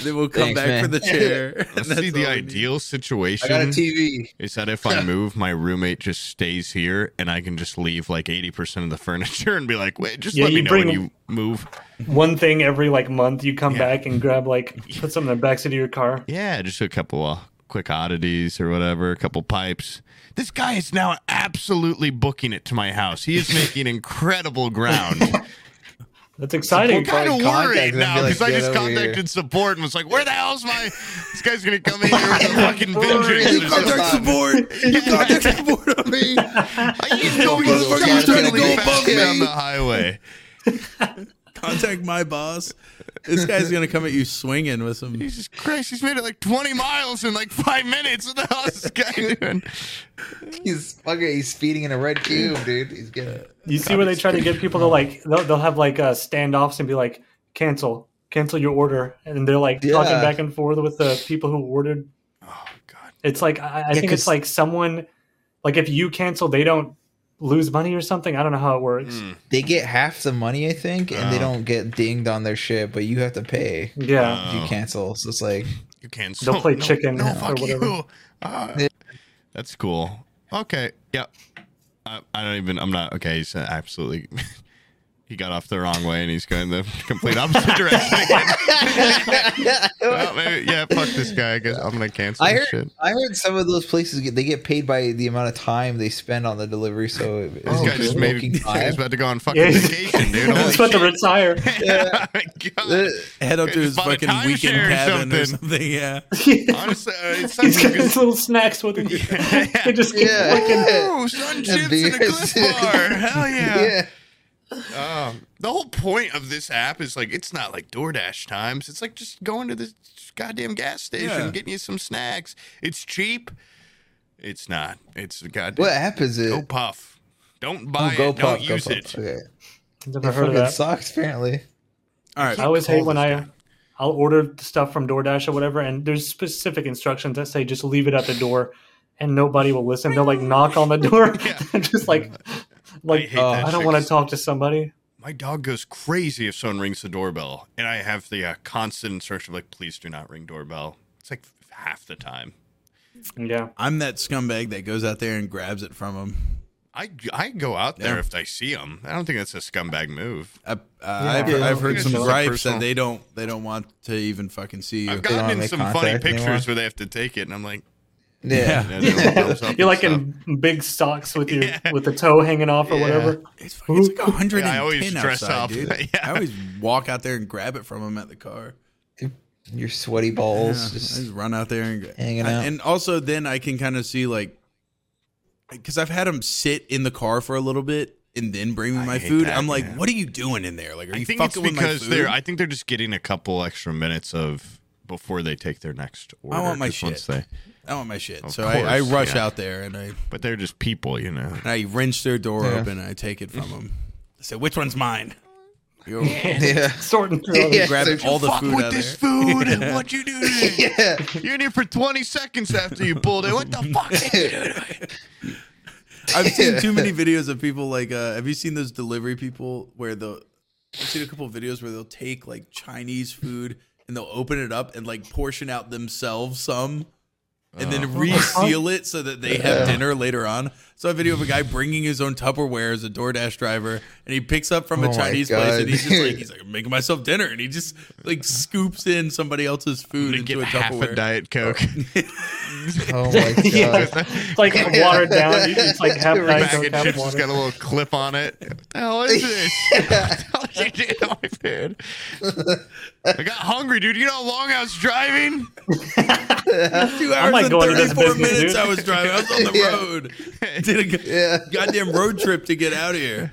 Speaker 1: then we'll come
Speaker 4: Thanks,
Speaker 1: back for
Speaker 4: man.
Speaker 1: the chair.
Speaker 3: (laughs) Let's
Speaker 1: That's
Speaker 3: see the
Speaker 1: all we need.
Speaker 3: ideal
Speaker 4: I got a
Speaker 3: situation
Speaker 4: TV.
Speaker 3: is that if I move, my roommate just stays here, and I can just leave like eighty percent of the (laughs) furniture and be like, "Wait, just
Speaker 2: Yeah,
Speaker 3: let
Speaker 2: you
Speaker 3: me know when
Speaker 2: bring-
Speaker 3: you move."
Speaker 2: One thing every like month, you come
Speaker 3: Yeah.
Speaker 2: back and grab like put something in the backseat of your car.
Speaker 3: Yeah, just a couple of quick oddities or whatever, a couple pipes. This guy is now absolutely booking it to my house. He is making incredible ground.
Speaker 2: That's exciting.
Speaker 4: Support
Speaker 3: kind of
Speaker 4: contact
Speaker 3: worried
Speaker 4: them,
Speaker 3: now
Speaker 4: be like,
Speaker 3: because I
Speaker 4: "Get
Speaker 3: just
Speaker 4: over here."
Speaker 3: contacted support and was like, "Where the hell's my? This guy's gonna come in here with a fucking vengeance."
Speaker 1: You
Speaker 3: or something."
Speaker 1: contact support.
Speaker 3: (laughs)
Speaker 1: You contact support on me.
Speaker 3: He's going
Speaker 1: Motherfucker,
Speaker 3: so
Speaker 1: he's trying to go
Speaker 3: really fast
Speaker 1: above me.
Speaker 3: down the highway.
Speaker 1: Contact my boss. This guy's gonna come at you swinging with some.
Speaker 3: Jesus Christ, he's made it like 20 miles in like five minutes. What the hell is this guy doing?
Speaker 4: He's fucking. He's speeding in a red cube, dude. He's getting.
Speaker 3: Uh,
Speaker 2: You see where they try to get people to like they'll, they'll have like uh, standoffs and be like cancel, cancel your order, and they're like talking
Speaker 4: Yeah.
Speaker 2: back and forth with the people who ordered.
Speaker 3: Oh God,
Speaker 2: It's like I, I
Speaker 4: Yeah,
Speaker 2: think
Speaker 4: 'cause-
Speaker 2: it's like someone like if you cancel, they don't lose money or something. I don't know how it works.
Speaker 3: Mm.
Speaker 4: They get half the money, I think, and they
Speaker 3: Oh.
Speaker 4: don't get dinged on their shit, but you have to pay
Speaker 2: Yeah. (laughs)
Speaker 3: Uh,
Speaker 4: if you
Speaker 3: Oh.
Speaker 4: cancel. So
Speaker 3: (laughs)
Speaker 4: it's like,
Speaker 3: you can't.
Speaker 2: They'll play chicken
Speaker 3: No,
Speaker 2: or
Speaker 3: fuck
Speaker 2: whatever.
Speaker 3: you. Ah.
Speaker 4: Yeah.
Speaker 3: that's cool. Okay, yeah. I, I don't even. I'm not okay. He's uh, absolutely. (laughs) He got off the wrong way and he's going the complete opposite (laughs) direction. again. well, maybe, yeah, fuck this guy. I guess I'm gonna cancel
Speaker 4: I
Speaker 3: this
Speaker 4: heard-
Speaker 3: shit.
Speaker 4: I heard some of those places get, they get paid by the amount of time they spend on the delivery. So it- it's
Speaker 3: This guy just
Speaker 4: good
Speaker 3: made. (laughs)
Speaker 4: looking
Speaker 3: He's
Speaker 4: time.
Speaker 3: about to go on fucking
Speaker 2: Yeah, he's-
Speaker 3: vacation, dude.
Speaker 2: (laughs) I'm
Speaker 3: Holy
Speaker 2: just about to
Speaker 3: shit.
Speaker 2: (laughs)
Speaker 3: (laughs)
Speaker 2: retire.
Speaker 4: (laughs)
Speaker 3: Yeah. God.
Speaker 1: Head up to
Speaker 3: Just
Speaker 1: his
Speaker 3: bought a
Speaker 1: fucking
Speaker 3: timeshare
Speaker 1: weekend
Speaker 3: or
Speaker 1: cabin or
Speaker 3: something.
Speaker 1: something. Yeah.
Speaker 3: Honestly, uh,
Speaker 4: (laughs)
Speaker 3: it sounds
Speaker 2: He's got
Speaker 3: like
Speaker 2: his
Speaker 3: it's
Speaker 2: little snacks with him. they just keep
Speaker 4: Yeah.
Speaker 2: looking.
Speaker 3: Ooh,
Speaker 4: (laughs)
Speaker 3: sun chips and a cliff
Speaker 4: beers.
Speaker 3: bar.
Speaker 4: (laughs)
Speaker 3: Hell yeah.
Speaker 4: Yeah.
Speaker 3: Um, the whole point of this app is like it's not like DoorDash times. It's like just going to this goddamn gas station,
Speaker 1: Yeah.
Speaker 3: getting you some snacks. It's cheap. It's not. It's a goddamn
Speaker 4: What app is it?
Speaker 3: Go Puff. Don't buy
Speaker 4: oh, go
Speaker 3: it. Don't
Speaker 4: Puff,
Speaker 3: use
Speaker 4: go
Speaker 3: it.
Speaker 4: Puff. Okay.
Speaker 2: Never heard
Speaker 4: It
Speaker 2: of
Speaker 4: fucking
Speaker 2: that.
Speaker 4: sucks, apparently.
Speaker 1: All right.
Speaker 2: I always hate when I I'll order stuff from DoorDash or whatever, and there's specific instructions that say just leave it at the door, and nobody will listen. They'll like knock on the door,
Speaker 3: (laughs) Yeah.
Speaker 2: and (laughs) just like like uh,
Speaker 3: hate
Speaker 2: I,
Speaker 3: that
Speaker 2: don't
Speaker 3: shit
Speaker 2: want to
Speaker 3: 'cause-
Speaker 2: talk to somebody.
Speaker 3: My dog goes crazy if someone rings the doorbell, and I have the uh, constant instruction of like, please do not ring doorbell. It's like half the time.
Speaker 2: Yeah,
Speaker 1: I'm that scumbag that goes out there and grabs it from him.
Speaker 3: I, I go out there
Speaker 1: Yeah.
Speaker 3: if I see them. I don't think that's a scumbag move.
Speaker 1: I, I've,
Speaker 4: Yeah.
Speaker 1: I've heard
Speaker 3: It's
Speaker 1: some
Speaker 3: not
Speaker 1: gripes
Speaker 3: personal.
Speaker 1: that they don't they don't want to even fucking see you.
Speaker 3: I've gotten
Speaker 4: wanna
Speaker 3: in
Speaker 4: make
Speaker 3: some funny
Speaker 4: contact
Speaker 3: pictures
Speaker 4: anymore?
Speaker 3: where they have to take it, and I'm like,
Speaker 1: Yeah. (laughs)
Speaker 3: yeah,
Speaker 4: Yeah.
Speaker 3: they're all thumbs
Speaker 2: (laughs)
Speaker 3: up
Speaker 2: you're
Speaker 3: and
Speaker 2: like
Speaker 3: stuff.
Speaker 2: in big socks with your
Speaker 3: Yeah.
Speaker 2: with the toe hanging off or
Speaker 4: Yeah.
Speaker 2: whatever.
Speaker 1: It's, fucking, it's like 110
Speaker 3: Yeah, I always dress
Speaker 1: outside,
Speaker 3: up.
Speaker 1: dude.
Speaker 3: Yeah.
Speaker 1: I always walk out there and grab it from him at the car.
Speaker 4: Your sweaty balls.
Speaker 1: Yeah, I
Speaker 4: Just,
Speaker 1: just run out there and
Speaker 4: hanging
Speaker 1: I-
Speaker 4: out.
Speaker 1: and also then I can kind of see like because I've had them sit in the car for a little bit and then bring me
Speaker 3: I
Speaker 1: my
Speaker 3: hate
Speaker 1: food.
Speaker 3: that,
Speaker 1: I'm like,
Speaker 3: man.
Speaker 1: what are you doing in there? Like, are
Speaker 3: I
Speaker 1: you
Speaker 3: think it's
Speaker 1: fucking with my
Speaker 3: because
Speaker 1: food?
Speaker 3: they're. I think they're just getting a couple extra minutes of before they take their next order.
Speaker 1: want my
Speaker 3: 'cause once
Speaker 1: shit.
Speaker 3: they-
Speaker 1: I want my shit.
Speaker 3: Of
Speaker 1: So I, I
Speaker 3: course,
Speaker 1: rush
Speaker 3: yeah.
Speaker 1: out there and I
Speaker 3: but they're just people, you know.
Speaker 1: and I wrench their door
Speaker 4: Yeah.
Speaker 1: open and I take it from them. I say, which one's
Speaker 3: (laughs)
Speaker 1: mine? You
Speaker 2: (laughs)
Speaker 4: yeah.
Speaker 2: Sorting through all these-
Speaker 4: Yeah.
Speaker 1: grab
Speaker 4: so if
Speaker 1: all the
Speaker 3: Fuck
Speaker 1: food
Speaker 3: with
Speaker 1: out of
Speaker 3: this
Speaker 1: there.
Speaker 3: food.
Speaker 1: (laughs)
Speaker 3: What'd you do? to it?
Speaker 4: (laughs) Yeah.
Speaker 3: You're in here for 20 seconds after you pulled it. What (laughs) the fuck? did you do to it?
Speaker 1: I've seen too many videos of people like. Uh, have you seen those delivery people where the? I've seen a couple of videos where they'll take like Chinese food and they'll open it up and like portion out themselves some, and then reseal it so that they have dinner later on. So a video of a guy bringing his own Tupperware as a DoorDash driver, and he picks up from
Speaker 4: Oh
Speaker 1: a
Speaker 4: my
Speaker 1: Chinese place,
Speaker 4: God.
Speaker 1: and he's just like, he's like "I'm making myself dinner, and he just like scoops in somebody else's food
Speaker 3: To
Speaker 1: into
Speaker 3: get
Speaker 1: a
Speaker 3: half
Speaker 1: Tupperware.
Speaker 3: a
Speaker 1: (laughs)
Speaker 3: Diet Coke.
Speaker 4: Oh my god.
Speaker 2: Yeah.
Speaker 3: (laughs)
Speaker 2: It's like watered down. It's like half
Speaker 4: Your
Speaker 2: Diet
Speaker 3: bag
Speaker 2: Coke,
Speaker 3: of
Speaker 2: half
Speaker 3: chips has
Speaker 2: water.
Speaker 3: got a little clip on it. What the hell (laughs) is this? what the hell did you do to my food? I got hungry, dude. You know how long I was driving?
Speaker 1: Two
Speaker 2: I'm
Speaker 1: hours
Speaker 2: like
Speaker 1: and
Speaker 2: going into this
Speaker 1: 34
Speaker 2: business,
Speaker 1: minutes
Speaker 2: dude.
Speaker 1: I was driving. I was on the
Speaker 4: Yeah.
Speaker 1: road. Did a go-
Speaker 4: Yeah.
Speaker 1: goddamn road trip to get out of here.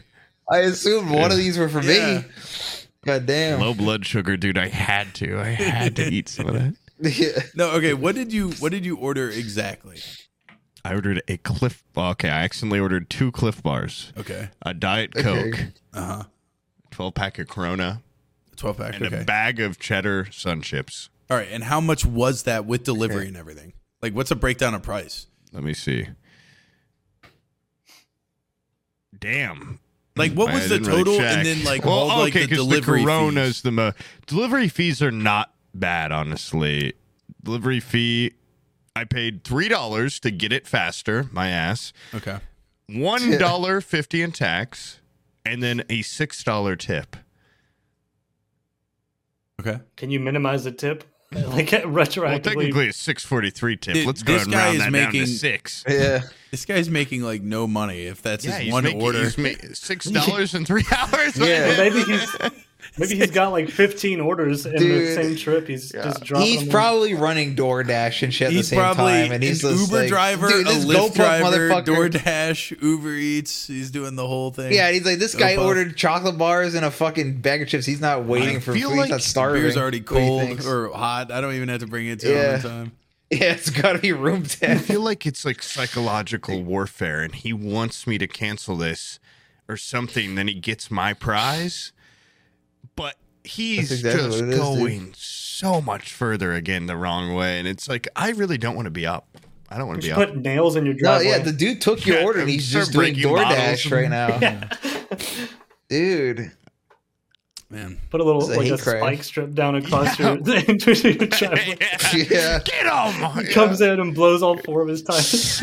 Speaker 4: I assumed one of these were for
Speaker 1: Yeah.
Speaker 4: me. God damn.
Speaker 3: Low blood sugar, dude. I had to. I had to eat some of that.
Speaker 4: (laughs) Yeah.
Speaker 1: No, okay. What did you What did you order exactly?
Speaker 3: (laughs) I ordered a Cliff. Okay, I accidentally ordered two Cliff bars,
Speaker 1: Okay.
Speaker 3: a Diet Coke,
Speaker 4: Okay.
Speaker 1: Uh huh.
Speaker 3: 12 pack of Corona,
Speaker 1: 12 pack.
Speaker 3: and
Speaker 1: Okay.
Speaker 3: a bag of cheddar sun chips.
Speaker 1: All right. And how much was that with delivery and everything? Like, what's a breakdown of price?
Speaker 3: Let me see. Damn.
Speaker 1: Like, what
Speaker 3: Mm, I
Speaker 1: was the
Speaker 3: didn't really
Speaker 1: total?
Speaker 3: check.
Speaker 1: and then, like,
Speaker 3: well,
Speaker 1: all of, like
Speaker 3: okay,
Speaker 1: the
Speaker 3: 'cause
Speaker 1: delivery.
Speaker 3: the Corona's
Speaker 1: fees.
Speaker 3: the mo- delivery fees are not bad, honestly. Delivery fee, I paid three dollars to get it faster. My ass,
Speaker 1: Okay.
Speaker 3: one dollar fifty in tax, and then a six dollar tip.
Speaker 1: Okay.
Speaker 2: Can you minimize the tip? (laughs) Like
Speaker 3: Well,
Speaker 2: retroactively.
Speaker 3: technically, it's six forty three tip.
Speaker 1: Th-
Speaker 3: Let's go
Speaker 1: this
Speaker 3: ahead and
Speaker 1: guy
Speaker 3: round
Speaker 1: is
Speaker 3: that down to
Speaker 1: making-
Speaker 3: six.
Speaker 4: Yeah.
Speaker 1: This guy's making like no money if that's
Speaker 3: Yeah,
Speaker 1: his
Speaker 3: he's
Speaker 1: one
Speaker 3: making
Speaker 1: order.
Speaker 3: he's ma- six dollars in three (laughs) hours.
Speaker 4: Yeah.
Speaker 2: Well, maybe he's
Speaker 4: (laughs)
Speaker 2: maybe he's got like 15 orders in the
Speaker 4: Dude.
Speaker 2: same trip. He's just dropping.
Speaker 4: He's
Speaker 2: them.
Speaker 4: probably running DoorDash and shit at
Speaker 1: He's
Speaker 4: the same
Speaker 1: probably
Speaker 4: time, and he's
Speaker 1: an
Speaker 4: just
Speaker 1: Uber
Speaker 4: like,
Speaker 1: driver,
Speaker 4: dude,
Speaker 1: a
Speaker 4: this
Speaker 1: Lyft
Speaker 4: GoPro
Speaker 1: driver,
Speaker 4: motherfucker.
Speaker 1: DoorDash, Uber Eats. He's doing the whole thing.
Speaker 4: Yeah, and he's like, this guy
Speaker 1: GoPro.
Speaker 4: ordered chocolate bars and a fucking bag of chips. He's not waiting for
Speaker 3: feel
Speaker 4: food.
Speaker 3: like
Speaker 4: he's not
Speaker 1: The
Speaker 4: starving.
Speaker 1: beer's already
Speaker 4: What do you
Speaker 1: cold
Speaker 4: think?
Speaker 1: or hot. I don't even have to bring it to
Speaker 4: Yeah.
Speaker 1: him in time.
Speaker 4: (laughs) yeah, it's got to
Speaker 1: (laughs)
Speaker 4: be room (laughs)
Speaker 3: I
Speaker 4: temp.
Speaker 3: feel like it's like psychological warfare, and he wants me to cancel this or something. Then he gets my prize, but he's
Speaker 4: That's exactly
Speaker 3: just
Speaker 4: what it is, dude.
Speaker 3: going so much further again the wrong way, and it's like I really don't want to be up. I don't want to be
Speaker 2: Just
Speaker 3: up.
Speaker 2: put nails in your
Speaker 4: No,
Speaker 2: driveway.
Speaker 4: yeah, the dude took your
Speaker 3: Yeah,
Speaker 4: order and
Speaker 1: um,
Speaker 4: he's
Speaker 3: start
Speaker 4: just doing
Speaker 3: breaking bottles.
Speaker 4: DoorDash right now,
Speaker 1: (laughs)
Speaker 4: dude.
Speaker 1: Man.
Speaker 2: Put a little
Speaker 4: It's a
Speaker 2: like
Speaker 4: hate
Speaker 2: a
Speaker 4: crime.
Speaker 2: spike strip down across your (laughs) into
Speaker 4: (laughs)
Speaker 2: your driveway.
Speaker 4: Yeah.
Speaker 3: Get off! my-
Speaker 2: Comes in and blows all four of his tires.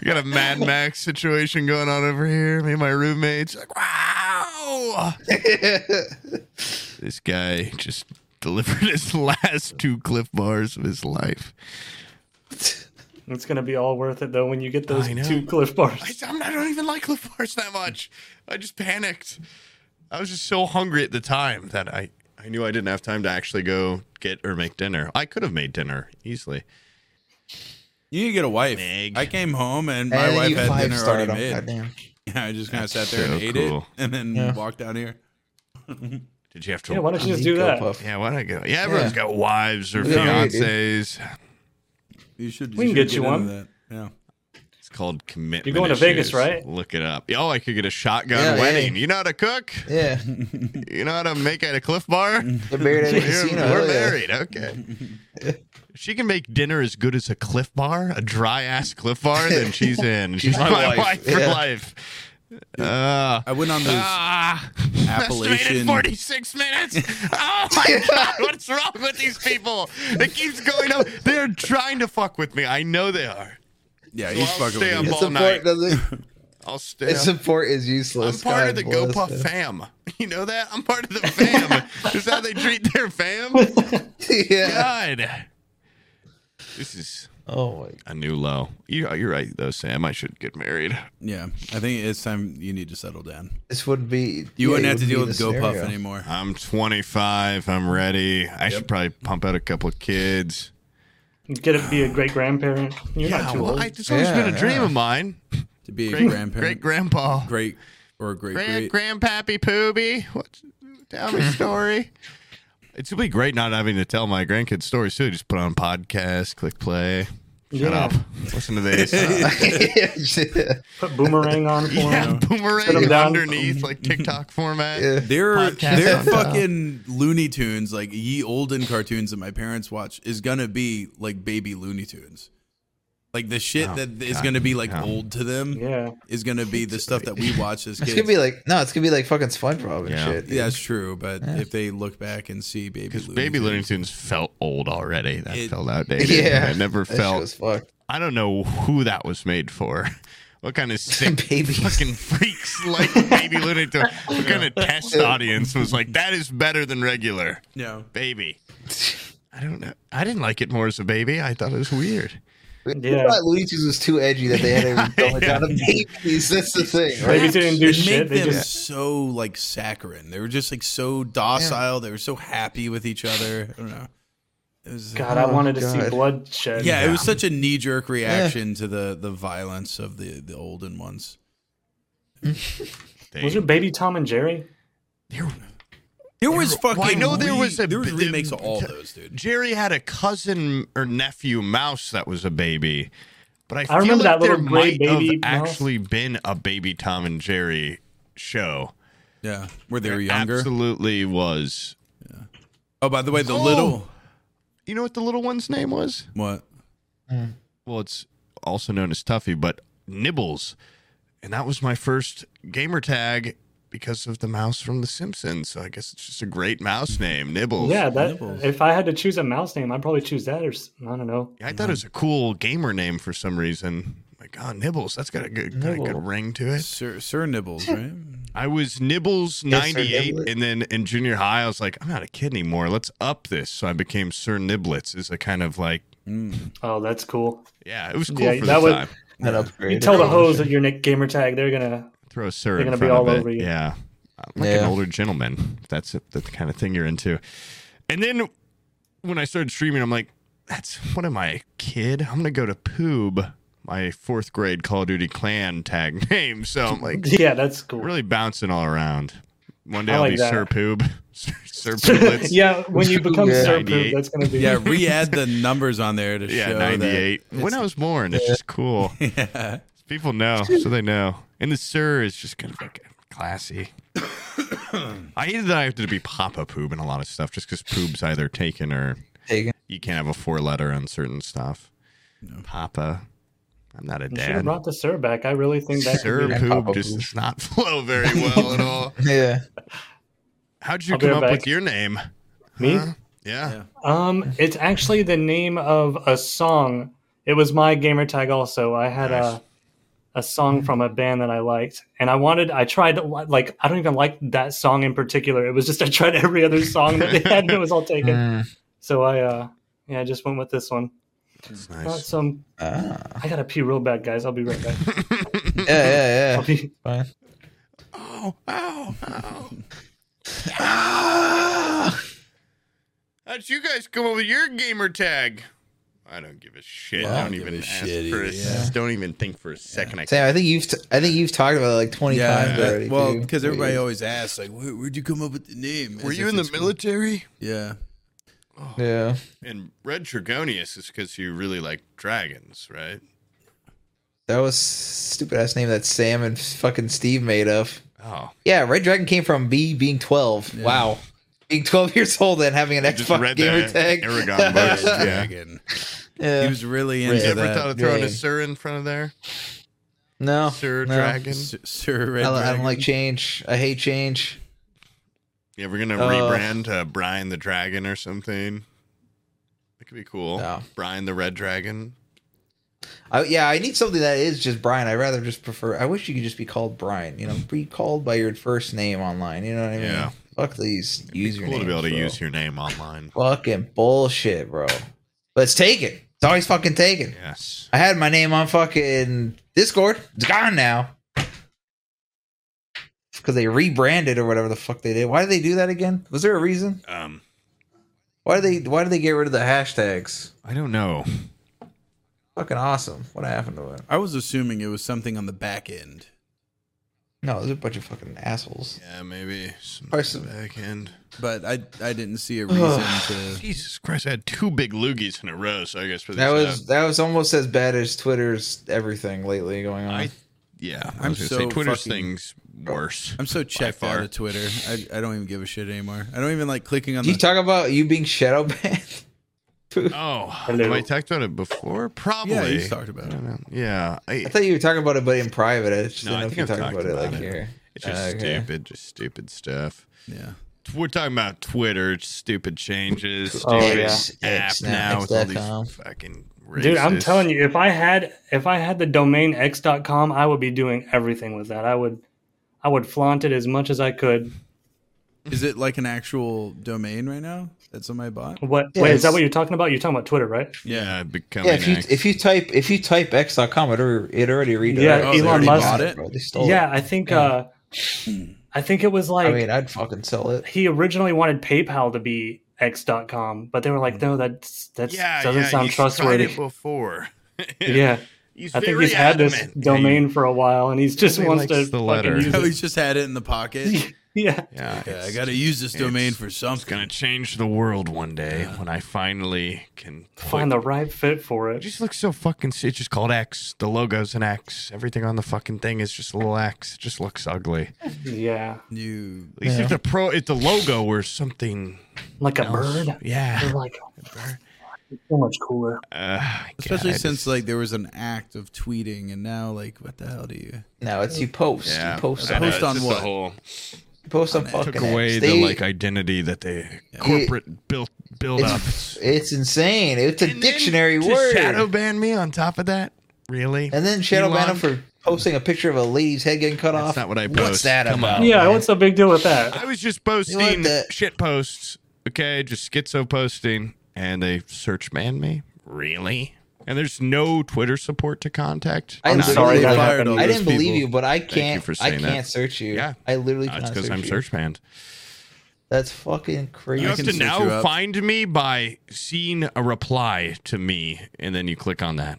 Speaker 3: You got a Mad Max situation going on over here. Me and my roommates like,
Speaker 4: (laughs)
Speaker 3: wow. this guy just delivered (laughs) his last two Cliff Bars of his life.
Speaker 2: it's gonna be all worth it though when you get those
Speaker 3: I know.
Speaker 2: two Cliff Bars.
Speaker 3: I, I'm not- I don't even like Cliff Bars that much. I just panicked. I was just so hungry at the time that I, I knew I didn't have time to actually go get or make dinner. I could have made dinner easily.
Speaker 1: You need to get a wife.
Speaker 3: Meg.
Speaker 1: I came home and my
Speaker 4: And E
Speaker 1: wife
Speaker 4: you
Speaker 1: had dinner
Speaker 4: five-starred
Speaker 1: already
Speaker 4: him.
Speaker 1: made.
Speaker 4: Goddamn.
Speaker 1: Yeah, (laughs) I just kind of sat
Speaker 3: That's
Speaker 1: there and
Speaker 3: so
Speaker 1: ate
Speaker 3: cool.
Speaker 1: it, and then
Speaker 4: Yeah.
Speaker 1: walked down here.
Speaker 3: Did you have to?
Speaker 2: Yeah, why don't you just
Speaker 4: Meat
Speaker 2: do that?
Speaker 4: GoPuff.
Speaker 3: Yeah, why not go? Yeah, everyone's
Speaker 4: Yeah.
Speaker 3: got wives or
Speaker 4: Yeah, dude.
Speaker 3: fiances.
Speaker 1: You should.
Speaker 2: We
Speaker 1: should
Speaker 2: can get you
Speaker 1: into
Speaker 2: one.
Speaker 1: That. Yeah.
Speaker 3: It's called commitment.
Speaker 2: going to Vegas,
Speaker 3: issues.
Speaker 2: right?
Speaker 3: Look it up. Oh, I could get a shotgun
Speaker 4: Yeah,
Speaker 3: wedding.
Speaker 4: hey.
Speaker 3: You know how to cook?
Speaker 1: (laughs)
Speaker 4: Yeah,
Speaker 3: You know how to make at a cliff bar?
Speaker 4: they're buried at a
Speaker 3: We're,
Speaker 4: casino.
Speaker 3: we're
Speaker 4: hell yeah.
Speaker 3: married. Okay. If she can make dinner as good as a cliff bar, a dry ass cliff bar, then
Speaker 4: (laughs)
Speaker 3: she's in. She's, my, wife, for
Speaker 4: Yeah.
Speaker 3: life. Uh,
Speaker 1: I went on those.
Speaker 3: ah,
Speaker 1: Appalachian-
Speaker 3: estimated 46
Speaker 4: (laughs)
Speaker 3: minutes. Oh my God, what's wrong with these people? It keeps going up. They're trying to fuck with me. I know they are.
Speaker 1: yeah,
Speaker 3: So
Speaker 1: he's
Speaker 3: I'll
Speaker 1: fucking. with
Speaker 3: stay on
Speaker 1: you.
Speaker 3: ball.
Speaker 4: Its
Speaker 3: all night.
Speaker 4: support doesn't.
Speaker 1: (laughs)
Speaker 3: I'll stay.
Speaker 4: Its support is
Speaker 3: I'm
Speaker 4: useless.
Speaker 3: part
Speaker 4: God
Speaker 3: of the
Speaker 4: bless
Speaker 3: GoPuff
Speaker 4: him.
Speaker 3: fam. You know that? I'm part of the fam. this is how they treat their fam.
Speaker 4: (laughs) yeah.
Speaker 3: God. This is
Speaker 4: Oh my.
Speaker 3: a new low. You, you're right, though, Sam. I should get married.
Speaker 1: Yeah, I think it's time you need to settle down.
Speaker 4: This would be.
Speaker 1: You
Speaker 4: yeah,
Speaker 1: wouldn't
Speaker 4: it
Speaker 1: have to
Speaker 4: would
Speaker 1: deal
Speaker 4: be
Speaker 1: with
Speaker 4: the
Speaker 1: GoPuff
Speaker 4: scenario. (laughs)
Speaker 1: anymore. (laughs)
Speaker 3: I'm 25. I'm ready. I should probably pump out a couple of kids.
Speaker 2: Get it be a great grandparent. You're
Speaker 3: Yeah,
Speaker 2: not too
Speaker 3: well,
Speaker 2: old.
Speaker 3: I, it's always
Speaker 4: Yeah,
Speaker 3: been a dream
Speaker 4: yeah.
Speaker 3: of mine.
Speaker 1: To be a
Speaker 3: Great
Speaker 1: grandparent,
Speaker 3: Great grandpa.
Speaker 1: great or a great great.
Speaker 3: Grand grandpappy Pooby. What's tell me a story? It's gonna be great not having to tell my grandkids stories too. Just put on podcast, click play. Shut
Speaker 2: Yeah.
Speaker 3: up. Listen to this. (laughs)
Speaker 4: yeah.
Speaker 2: Put boomerang on for
Speaker 3: yeah,
Speaker 2: him. Sit 'em
Speaker 3: boomerang
Speaker 2: down.
Speaker 3: underneath like TikTok format.
Speaker 4: Yeah.
Speaker 1: Their
Speaker 3: Podcast
Speaker 1: their
Speaker 3: on top.
Speaker 1: fucking Looney Tunes, like ye olden cartoons that my parents watch, is gonna be like baby Looney Tunes. Like the shit
Speaker 3: Oh,
Speaker 1: that is
Speaker 3: God,
Speaker 1: gonna be like
Speaker 3: no.
Speaker 1: old to them
Speaker 2: Yeah.
Speaker 1: is gonna be the stuff that we watch as
Speaker 4: It's
Speaker 1: kids.
Speaker 4: gonna be like no, it's gonna be like fucking SpongeBob and
Speaker 3: Yeah.
Speaker 4: shit. dude.
Speaker 1: yeah, it's true, but if they look back and see baby
Speaker 3: Because
Speaker 1: Looney
Speaker 3: Baby
Speaker 1: Tunes,
Speaker 3: Looney Tunes felt old already. That
Speaker 1: It-
Speaker 3: felt outdated.
Speaker 4: Yeah.
Speaker 3: It never
Speaker 4: That shit
Speaker 3: felt.
Speaker 4: was fucked.
Speaker 3: I don't know who that was made for. (laughs) What
Speaker 4: (laughs)
Speaker 3: kind of sick
Speaker 4: Babies.
Speaker 3: fucking freaks like Baby Looney Tunes? What kind of test audience was like, that is better than regular?
Speaker 1: no,
Speaker 3: baby. I don't know. I didn't like it more as a baby. I thought it was weird.
Speaker 2: Yeah.
Speaker 4: I thought Looney Tunes was too edgy that
Speaker 1: (laughs)
Speaker 4: they had to dumb it down to babies. That's the thing, right?
Speaker 2: Babies didn't do
Speaker 1: it
Speaker 2: shit.
Speaker 1: made
Speaker 2: They
Speaker 1: them
Speaker 2: just
Speaker 1: so like saccharine. They were just like so docile. They were so happy with each other. I don't know. It was
Speaker 2: God, I wanted to see
Speaker 4: Oh, God.
Speaker 2: bloodshed.
Speaker 1: yeah, it was such a knee jerk reaction to the the violence of the the olden ones.
Speaker 3: They,
Speaker 2: Was it Baby Tom and Jerry?
Speaker 3: there-
Speaker 1: There was
Speaker 3: There-
Speaker 1: fucking.
Speaker 3: well, I know there
Speaker 1: re-
Speaker 3: was a-
Speaker 1: there was
Speaker 3: the-
Speaker 1: remakes of all those, dude.
Speaker 3: Jerry had a cousin or nephew mouse that was a baby. But I, feel
Speaker 2: remember
Speaker 3: like
Speaker 2: that little
Speaker 3: there
Speaker 2: gray
Speaker 3: might have
Speaker 2: baby mouse.
Speaker 3: actually been a baby Tom and Jerry show.
Speaker 1: Yeah, where they
Speaker 3: There
Speaker 1: were younger.
Speaker 3: Absolutely was.
Speaker 1: Oh, by the way, the
Speaker 3: Oh!
Speaker 1: little
Speaker 3: You know what the little one's name was?
Speaker 1: what?
Speaker 3: Well, it's also known as Tuffy, but Nibbles. And that was my first gamer tag because of the mouse from The Simpsons. So I guess it's just a great mouse name, Nibbles.
Speaker 2: Yeah, that
Speaker 1: Nibbles.
Speaker 2: if I had to choose a mouse name, I'd probably choose that or s- I don't know.
Speaker 3: Yeah, I thought it was a cool gamer name for some reason. Like, oh, Nibbles. That's got a good, got a
Speaker 4: Nibble.
Speaker 3: good ring to it.
Speaker 1: Sir, Sir
Speaker 3: (laughs)
Speaker 1: Nibbles, right?
Speaker 3: I was Nibbles
Speaker 4: Yes, Sir
Speaker 3: 98.
Speaker 4: Niblet.
Speaker 3: and then in junior high, I was like, I'm not a kid anymore. Let's up this. So I became Sir Niblets as a kind of like,
Speaker 1: Mm.
Speaker 2: Oh, that's cool.
Speaker 3: yeah, it was cool
Speaker 2: Yeah,
Speaker 3: for
Speaker 2: that
Speaker 3: the
Speaker 2: was-
Speaker 3: time.
Speaker 4: That upgrade. Oh,
Speaker 2: You tell the hoes that your nick gamer tag, they're gonna
Speaker 3: throw a sir
Speaker 2: They're
Speaker 3: in
Speaker 2: gonna
Speaker 3: front
Speaker 2: be all
Speaker 3: of it.
Speaker 2: over you.
Speaker 3: Yeah, I'm like an
Speaker 4: Yeah.
Speaker 3: older gentleman. if That's it, that's the kind of thing you're into. And then when I started streaming, I'm like, that's what am I, a kid? I'm gonna go to Poob, my fourth grade Call of Duty clan tag (laughs) name. So I'm
Speaker 2: (laughs)
Speaker 3: like,
Speaker 2: Yeah, that's cool.
Speaker 3: really bouncing all around. One day
Speaker 2: I
Speaker 3: I'll
Speaker 2: like
Speaker 3: be
Speaker 2: that.
Speaker 3: Sir Poob, (laughs) Sir Pooblets. yeah.
Speaker 2: yeah, when you become
Speaker 4: Yeah.
Speaker 2: Sir
Speaker 3: 98.
Speaker 2: Poop, that's gonna be (laughs)
Speaker 1: Yeah, re-add the numbers on there to show that-
Speaker 3: 98.
Speaker 1: (laughs)
Speaker 3: When I was born, it's just cool.
Speaker 1: Yeah.
Speaker 3: People know, so they know. And the sir is just kind of like classy. I hated that I had to be Papa Poob in a lot of stuff just because Poob's either taken or
Speaker 4: Taken.
Speaker 3: you can't have a four letter on certain stuff. Papa. I'm not a
Speaker 2: You should have
Speaker 3: dad.
Speaker 2: brought the Sir back. I really think that
Speaker 3: Sir
Speaker 2: could be-
Speaker 4: Yeah,
Speaker 3: Poob
Speaker 4: Papa
Speaker 3: just
Speaker 4: Poob.
Speaker 3: does not (laughs) flow very well at all.
Speaker 4: Yeah.
Speaker 3: How'd you
Speaker 2: I'll be
Speaker 3: come
Speaker 2: right
Speaker 3: up
Speaker 2: back.
Speaker 3: with your name?
Speaker 2: me.
Speaker 3: Huh? Yeah.
Speaker 1: Yeah.
Speaker 2: Um, it's actually the name of a song. It was my gamer tag also. I had
Speaker 3: Nice.
Speaker 2: a a song from a band that I liked, and I wanted. I tried like I don't even like that song in particular. It was just I tried every other song that they had, and it was all taken.
Speaker 3: (laughs) Hmm.
Speaker 4: Mm.
Speaker 2: So I uh yeah, I just went with this one.
Speaker 3: That's
Speaker 2: Not
Speaker 3: nice.
Speaker 2: some.
Speaker 4: Ah.
Speaker 2: I gotta pee real bad, guys. I'll be right
Speaker 3: (laughs)
Speaker 2: back.
Speaker 4: Yeah, yeah,
Speaker 2: I'll
Speaker 4: yeah.
Speaker 2: be.
Speaker 4: Fine.
Speaker 3: Oh, ow, ow.
Speaker 4: Ah!
Speaker 3: How'd you guys come up with your gamer tag? I don't give a shit.
Speaker 1: Well,
Speaker 3: I
Speaker 1: I
Speaker 3: don't
Speaker 1: don't give
Speaker 3: even
Speaker 1: a
Speaker 3: ask
Speaker 1: shit
Speaker 3: for a,
Speaker 1: either, yeah.
Speaker 3: Don't even think for a second. I
Speaker 4: Sam, I think you've t- I think you've talked about it like twenty
Speaker 1: Yeah,
Speaker 4: times already.
Speaker 1: that- well,
Speaker 4: dude.
Speaker 1: because everybody always asks, like, Where, "Where'd you come up with the name?"
Speaker 3: Were
Speaker 1: As
Speaker 3: you
Speaker 1: if
Speaker 3: in the
Speaker 1: it's-
Speaker 3: military?
Speaker 1: (laughs) Yeah,
Speaker 4: Yeah.
Speaker 3: And Red Dragonius is because you really like dragons, right?
Speaker 4: That was stupid ass name that Sam and fucking Steve made up.
Speaker 3: Oh,
Speaker 4: Yeah, Red Dragon came from me being 12. Wow. Being 12 years old and having an
Speaker 3: I just
Speaker 4: Xbox
Speaker 3: read
Speaker 4: gamer
Speaker 3: that
Speaker 4: tag.
Speaker 3: Aragon
Speaker 4: (laughs)
Speaker 3: books. yeah.
Speaker 1: dragon. He
Speaker 4: yeah.
Speaker 1: was really
Speaker 4: Red.
Speaker 1: into
Speaker 3: Ever
Speaker 1: that.
Speaker 3: thought of throwing
Speaker 4: Yeah.
Speaker 3: a sir in front of there?
Speaker 4: No.
Speaker 3: Sir
Speaker 4: no.
Speaker 3: dragon.
Speaker 1: S- Sir Red
Speaker 4: I, don't- I
Speaker 1: Dragon.
Speaker 4: don't like change. I hate change.
Speaker 3: Yeah, we're gonna
Speaker 4: Uh,
Speaker 3: rebrand to Brian the Dragon or something. That could be cool.
Speaker 4: No.
Speaker 3: Brian the Red Dragon.
Speaker 4: I, yeah, I need something that is just Brian. I'd rather just prefer. I wish you could just be called Brian. You know, be called by your first name online. You know what I mean?
Speaker 3: Yeah.
Speaker 4: Fuck these
Speaker 3: It's
Speaker 4: usernames.
Speaker 3: cool to be able to
Speaker 4: bro.
Speaker 3: use your name online.
Speaker 4: Fucking bullshit, bro. But it's taken. It's always fucking taken.
Speaker 3: Yes.
Speaker 4: I had my name on fucking Discord. It's gone now. Because they rebranded or whatever the fuck they did. Why did they do that again? Was there a reason?
Speaker 3: Um,
Speaker 4: Why did they Why did they get rid of the hashtags?
Speaker 3: I don't know.
Speaker 4: Fucking awesome. What happened to it?
Speaker 1: I was assuming it was something on the back end.
Speaker 4: No, there's a bunch of fucking assholes.
Speaker 3: Yeah, maybe some
Speaker 4: Probably some-
Speaker 3: back end.
Speaker 1: but I I didn't see
Speaker 3: (sighs)
Speaker 1: a reason to.
Speaker 3: Jesus Christ, I had two big loogies in a row, so I guess for this
Speaker 4: That was that was almost as bad as Twitter's everything lately going on.
Speaker 3: I yeah. I
Speaker 1: I'm
Speaker 3: was gonna
Speaker 1: so
Speaker 3: say Twitter's
Speaker 1: fucking-
Speaker 3: things
Speaker 1: (laughs)
Speaker 3: worse.
Speaker 1: I'm so checked
Speaker 3: far.
Speaker 1: out of Twitter. I, I don't even give a shit anymore. I don't even like clicking on
Speaker 4: Do you
Speaker 1: the.
Speaker 4: talk about you being shadow banned? (laughs)
Speaker 3: Oh,
Speaker 2: Hello.
Speaker 3: have I talked about it before? Probably.
Speaker 1: yeah, you talked about
Speaker 3: I
Speaker 1: it.
Speaker 3: don't know. Yeah, I,
Speaker 4: I thought you were talking about it, but in private. I just
Speaker 3: No,
Speaker 4: didn't
Speaker 3: I
Speaker 4: know if
Speaker 3: think
Speaker 4: you
Speaker 3: I've
Speaker 4: talked
Speaker 3: talked
Speaker 4: about, it
Speaker 3: about
Speaker 4: like
Speaker 3: it.
Speaker 4: here. Uh,
Speaker 3: it's just
Speaker 4: Okay.
Speaker 3: stupid, just stupid stuff.
Speaker 1: Yeah,
Speaker 3: We're talking about Twitter, stupid changes, stupid
Speaker 2: Oh, yeah.
Speaker 3: app
Speaker 4: X
Speaker 3: now
Speaker 4: now,
Speaker 3: with all
Speaker 4: X.com.
Speaker 3: these fucking racist.
Speaker 2: Dude, I'm telling you, if I had if I had the domain x.com, I would be doing everything with that. I would I would flaunt it as much as I could.
Speaker 1: is it like an actual domain right now that somebody bought?
Speaker 2: What
Speaker 4: Yeah,
Speaker 2: wait, is that
Speaker 4: it's-
Speaker 2: what you're talking about? You're talking about Twitter, right?
Speaker 1: Yeah,
Speaker 3: Yeah, becoming
Speaker 4: Yeah, if you
Speaker 3: X.
Speaker 4: if you type if you type x.com, it already, it already redirects.
Speaker 2: Yeah,
Speaker 1: Oh, they Elon already Musk- bought it?
Speaker 4: Bro, they stole
Speaker 2: yeah,
Speaker 4: it.
Speaker 2: I think
Speaker 4: Oh, Yeah.
Speaker 2: uh I think it was like
Speaker 4: I mean, I'd fucking sell it.
Speaker 2: he originally wanted PayPal to be x.com, but they were like, no, that's that's
Speaker 3: yeah,
Speaker 2: doesn't
Speaker 3: yeah,
Speaker 2: sound
Speaker 3: you've tried
Speaker 2: trustworthy.
Speaker 3: it before.
Speaker 2: Yeah.
Speaker 3: He's
Speaker 2: I think
Speaker 3: very
Speaker 2: he's had this
Speaker 3: adamant.
Speaker 2: domain for a while and he's just
Speaker 3: Nobody
Speaker 2: wants to
Speaker 3: likes the
Speaker 1: (laughs)
Speaker 2: fucking
Speaker 3: letter.
Speaker 2: use
Speaker 1: Oh, He's
Speaker 2: it.
Speaker 1: just had it in the pocket.
Speaker 2: (laughs) yeah.
Speaker 3: Yeah,
Speaker 1: Yeah, I
Speaker 3: it's-
Speaker 1: gotta use this domain
Speaker 3: it's-
Speaker 1: for
Speaker 3: It's gonna
Speaker 1: something.
Speaker 3: change the world one day when I finally can
Speaker 2: Find the right fit for
Speaker 3: It
Speaker 2: it.
Speaker 3: just looks so fucking. It's just called X. The logo's an X. Everything on the fucking thing is just a little X. It just looks ugly. At
Speaker 2: Yeah.
Speaker 1: You
Speaker 3: least
Speaker 4: Yeah.
Speaker 3: if the pro, if the logo were something
Speaker 2: Like a
Speaker 3: else.
Speaker 2: bird.
Speaker 3: Yeah.
Speaker 2: They're like so much cooler.
Speaker 3: Uh, I
Speaker 1: Especially
Speaker 3: God, I
Speaker 1: since
Speaker 3: just-
Speaker 1: like there was an act of tweeting, and now like what the hell do you?
Speaker 4: Now it's you post.
Speaker 3: yeah,
Speaker 4: You post
Speaker 3: I
Speaker 4: on,
Speaker 3: know,
Speaker 1: Post
Speaker 3: it's
Speaker 1: on
Speaker 3: just
Speaker 1: what?
Speaker 3: the whole-
Speaker 4: you post on fucking
Speaker 3: took away
Speaker 4: X.
Speaker 3: the
Speaker 4: They-
Speaker 3: like identity that they corporate built built up.
Speaker 4: it's, it's insane. It's a
Speaker 3: And then
Speaker 4: dictionary
Speaker 3: to
Speaker 4: word.
Speaker 3: Shadow ban me on top of that. Really?
Speaker 4: and then shadow ban
Speaker 3: Elon?
Speaker 4: him for posting a picture of a lady's head getting cut
Speaker 3: That's
Speaker 4: off.
Speaker 3: not what I
Speaker 4: What's
Speaker 3: post.
Speaker 4: that
Speaker 3: Come
Speaker 4: about?
Speaker 3: on.
Speaker 2: yeah,
Speaker 4: man.
Speaker 2: what's the big deal with that?
Speaker 3: I was just posting
Speaker 4: You like that?
Speaker 3: shit posts, okay? Just schizo posting, and they search man me. Really? And there's no Twitter support to contact. Uh,
Speaker 4: I'm
Speaker 3: No,
Speaker 2: sorry
Speaker 1: They
Speaker 2: that
Speaker 1: fired
Speaker 2: happened.
Speaker 1: all
Speaker 4: I
Speaker 1: those
Speaker 4: didn't believe
Speaker 1: people.
Speaker 4: you, but I can't.
Speaker 3: you for
Speaker 4: I
Speaker 3: saying
Speaker 4: can't
Speaker 3: that.
Speaker 4: search you.
Speaker 3: Yeah.
Speaker 4: I literally
Speaker 3: That's
Speaker 4: cannot
Speaker 3: because
Speaker 4: search
Speaker 3: I'm
Speaker 4: you.
Speaker 3: search banned.
Speaker 4: That's fucking crazy.
Speaker 3: You have
Speaker 1: can
Speaker 3: to
Speaker 1: search you
Speaker 3: now
Speaker 1: up.
Speaker 3: find me by seeing a reply to me, and then you click on that.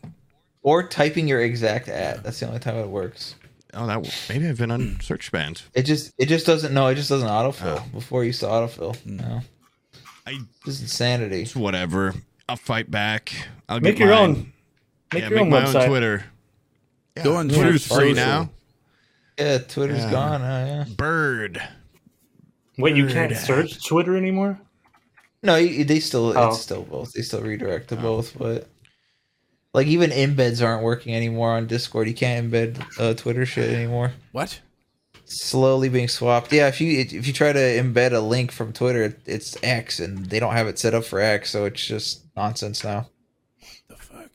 Speaker 4: Or typing your exact ad. That's the only time it works.
Speaker 3: Oh, that maybe I've been on search banned.
Speaker 4: It just it just doesn't no, it just doesn't autofill. Before it used to autofill. No.
Speaker 3: Oh. Hmm. I
Speaker 4: This is insanity.
Speaker 3: it's whatever. I'll fight back. I'll
Speaker 2: Make
Speaker 3: get
Speaker 2: your
Speaker 3: mine.
Speaker 2: own. Make your
Speaker 3: yeah, make
Speaker 2: own
Speaker 3: my
Speaker 2: website.
Speaker 3: own Twitter.
Speaker 1: Go on
Speaker 3: Twitter's
Speaker 1: Truth
Speaker 3: free
Speaker 1: Social.
Speaker 3: now.
Speaker 4: Yeah, Twitter's
Speaker 3: Yeah.
Speaker 4: gone. Oh, yeah.
Speaker 3: Bird.
Speaker 2: Wait, you can't
Speaker 3: Bird.
Speaker 2: search Twitter anymore?
Speaker 4: No, you- they still
Speaker 2: Oh.
Speaker 4: it's still both. They still redirect
Speaker 3: Oh.
Speaker 4: to both, but like even embeds aren't working anymore on Discord. You can't embed uh, Twitter shit anymore.
Speaker 1: What?
Speaker 4: Slowly being swapped. Yeah, if you if you try to embed a link from Twitter, it's X, and they don't have it set up for X, so it's just nonsense now.
Speaker 1: The fuck?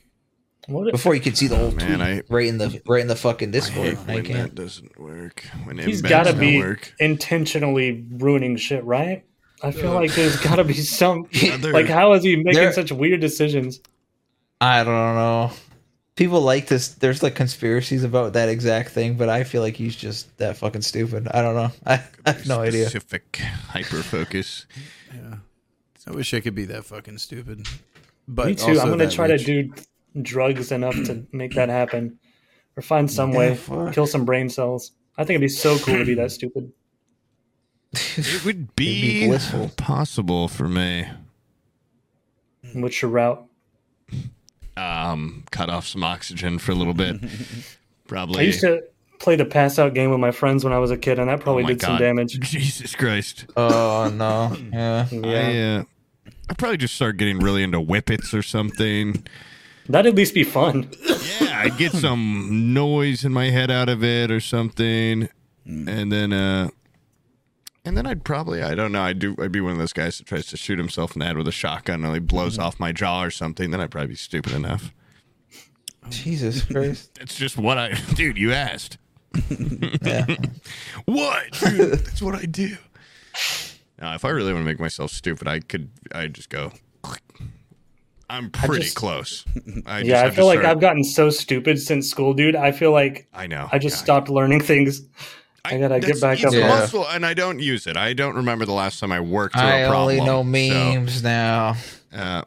Speaker 2: What if
Speaker 4: Before you can see the whole
Speaker 3: Oh, man,
Speaker 4: tweet
Speaker 3: I-
Speaker 4: right in the right in the fucking Discord. I,
Speaker 3: when that
Speaker 4: can't.
Speaker 3: doesn't work. When
Speaker 2: he's
Speaker 3: embeds
Speaker 2: got to
Speaker 3: don't
Speaker 2: be (laughs)
Speaker 3: work.
Speaker 2: intentionally ruining shit, right? I feel like there's got to be some.
Speaker 3: Other-
Speaker 2: Like, how is he making
Speaker 4: There-
Speaker 2: such weird decisions?
Speaker 4: I don't know. People like this. There's like conspiracies about that exact thing, but I feel like he's just that fucking stupid. I don't know. (laughs) I, I have no idea.
Speaker 3: Specific hyper focus.
Speaker 1: I wish I could be that fucking stupid. But
Speaker 2: Me too.
Speaker 1: also
Speaker 2: I'm gonna
Speaker 1: that
Speaker 2: try
Speaker 1: rich.
Speaker 2: to do drugs enough to make that happen, or find some
Speaker 4: Yeah,
Speaker 2: way
Speaker 4: fuck.
Speaker 2: kill some brain cells. I think it'd be so cool to be that stupid.
Speaker 3: it would
Speaker 4: be
Speaker 3: be,
Speaker 4: blissful.
Speaker 3: possible for me.
Speaker 2: What's your route?
Speaker 3: Um, cut off some oxygen for a
Speaker 2: (laughs)
Speaker 3: little bit. Probably.
Speaker 2: I used to play the pass out game with my friends when I was a kid, and that
Speaker 3: Oh
Speaker 2: probably
Speaker 3: my
Speaker 2: did some
Speaker 3: God.
Speaker 2: damage.
Speaker 3: (laughs)
Speaker 2: Oh,
Speaker 3: Jesus Christ.
Speaker 4: (laughs) Oh no! Yeah,
Speaker 2: Yeah,
Speaker 3: I, uh, I'd probably just start getting really into whippets or something.
Speaker 2: that'd at least be fun.
Speaker 3: Yeah, I'd get some noise in my head out of it or something, and then uh, and then I'd probably I don't know I'd do I'd be one of those guys that tries to shoot himself in the head with a shotgun and he blows
Speaker 2: Mm-hmm.
Speaker 3: off my jaw or something. Then I'd probably be stupid enough.
Speaker 4: Jesus Christ!
Speaker 3: That's just what I (laughs) dude.
Speaker 2: (laughs)
Speaker 3: You asked
Speaker 4: Yeah,
Speaker 3: (laughs) what? Dude, that's what I do. Now, if I really want to make myself stupid, I could I just go. click. I'm pretty
Speaker 2: just- (laughs)
Speaker 3: close. I
Speaker 2: yeah, I
Speaker 3: have to
Speaker 2: feel like
Speaker 3: start- Oh
Speaker 2: I've gotten so stupid since school, dude. I feel like
Speaker 3: I know.
Speaker 2: I just
Speaker 3: Yeah,
Speaker 2: stopped learning things. I gotta get
Speaker 3: that's-
Speaker 2: back
Speaker 3: it's
Speaker 2: up
Speaker 4: on
Speaker 3: a
Speaker 4: it.
Speaker 3: muscle, and I don't use it. I don't remember the last time I worked through
Speaker 4: I
Speaker 3: a problem.
Speaker 4: only know
Speaker 3: so,
Speaker 4: memes now.
Speaker 3: uh,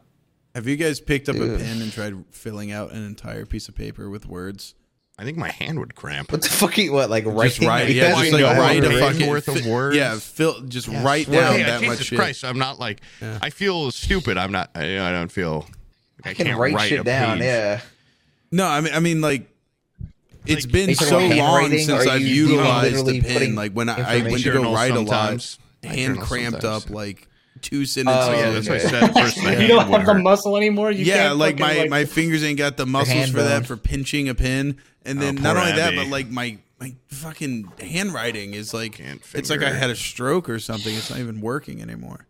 Speaker 1: Have you guys picked up a
Speaker 4: Dude.
Speaker 1: pen and tried filling out an entire piece of paper with words?
Speaker 3: I think my hand would cramp.
Speaker 4: What the fuck? You what? Like writing?
Speaker 1: write,
Speaker 4: like
Speaker 1: yeah,
Speaker 4: that?
Speaker 1: just
Speaker 3: I
Speaker 1: like
Speaker 3: know,
Speaker 1: write a
Speaker 3: right?
Speaker 1: fucking
Speaker 3: Worth of
Speaker 1: fi-
Speaker 3: words.
Speaker 1: Yeah, fill, just write
Speaker 3: Well,
Speaker 1: down
Speaker 3: yeah,
Speaker 1: that
Speaker 3: Jesus
Speaker 1: much shit.
Speaker 3: Christ, I'm not like I feel stupid. I'm not. I, I don't feel. I,
Speaker 4: I can
Speaker 3: can't
Speaker 4: write,
Speaker 3: write
Speaker 4: shit
Speaker 3: a
Speaker 4: down.
Speaker 3: page.
Speaker 4: Yeah.
Speaker 1: No, I mean, I mean, like, it's
Speaker 3: Like,
Speaker 1: been
Speaker 4: Like
Speaker 1: so
Speaker 4: handwriting,
Speaker 1: long
Speaker 4: or
Speaker 1: since
Speaker 4: are
Speaker 1: I've
Speaker 4: you
Speaker 1: utilized
Speaker 4: literally
Speaker 1: the pen.
Speaker 4: putting
Speaker 1: Like when I, I went to
Speaker 4: information-
Speaker 1: go
Speaker 3: Journal
Speaker 1: write a lot,
Speaker 3: sometimes. I
Speaker 1: hand
Speaker 3: journal
Speaker 1: cramped
Speaker 3: sometimes.
Speaker 1: up like two sentences.
Speaker 4: Oh,
Speaker 3: Yeah,
Speaker 1: in.
Speaker 3: that's
Speaker 4: okay.
Speaker 3: what I said. at First, my
Speaker 2: you
Speaker 3: hand
Speaker 2: don't
Speaker 3: would
Speaker 2: have the
Speaker 3: hurt.
Speaker 2: muscle anymore. You
Speaker 1: yeah,
Speaker 2: can't
Speaker 1: like my,
Speaker 2: fucking,
Speaker 1: my fingers ain't got the muscles
Speaker 4: hand
Speaker 1: for that
Speaker 4: bone.
Speaker 1: for pinching a pen, and then
Speaker 3: Oh,
Speaker 1: not
Speaker 3: poor
Speaker 1: only that,
Speaker 3: Abby.
Speaker 1: but like my my fucking handwriting is like
Speaker 3: Can't
Speaker 1: it's like I
Speaker 3: finger.
Speaker 1: had a stroke or something. It's not even working anymore.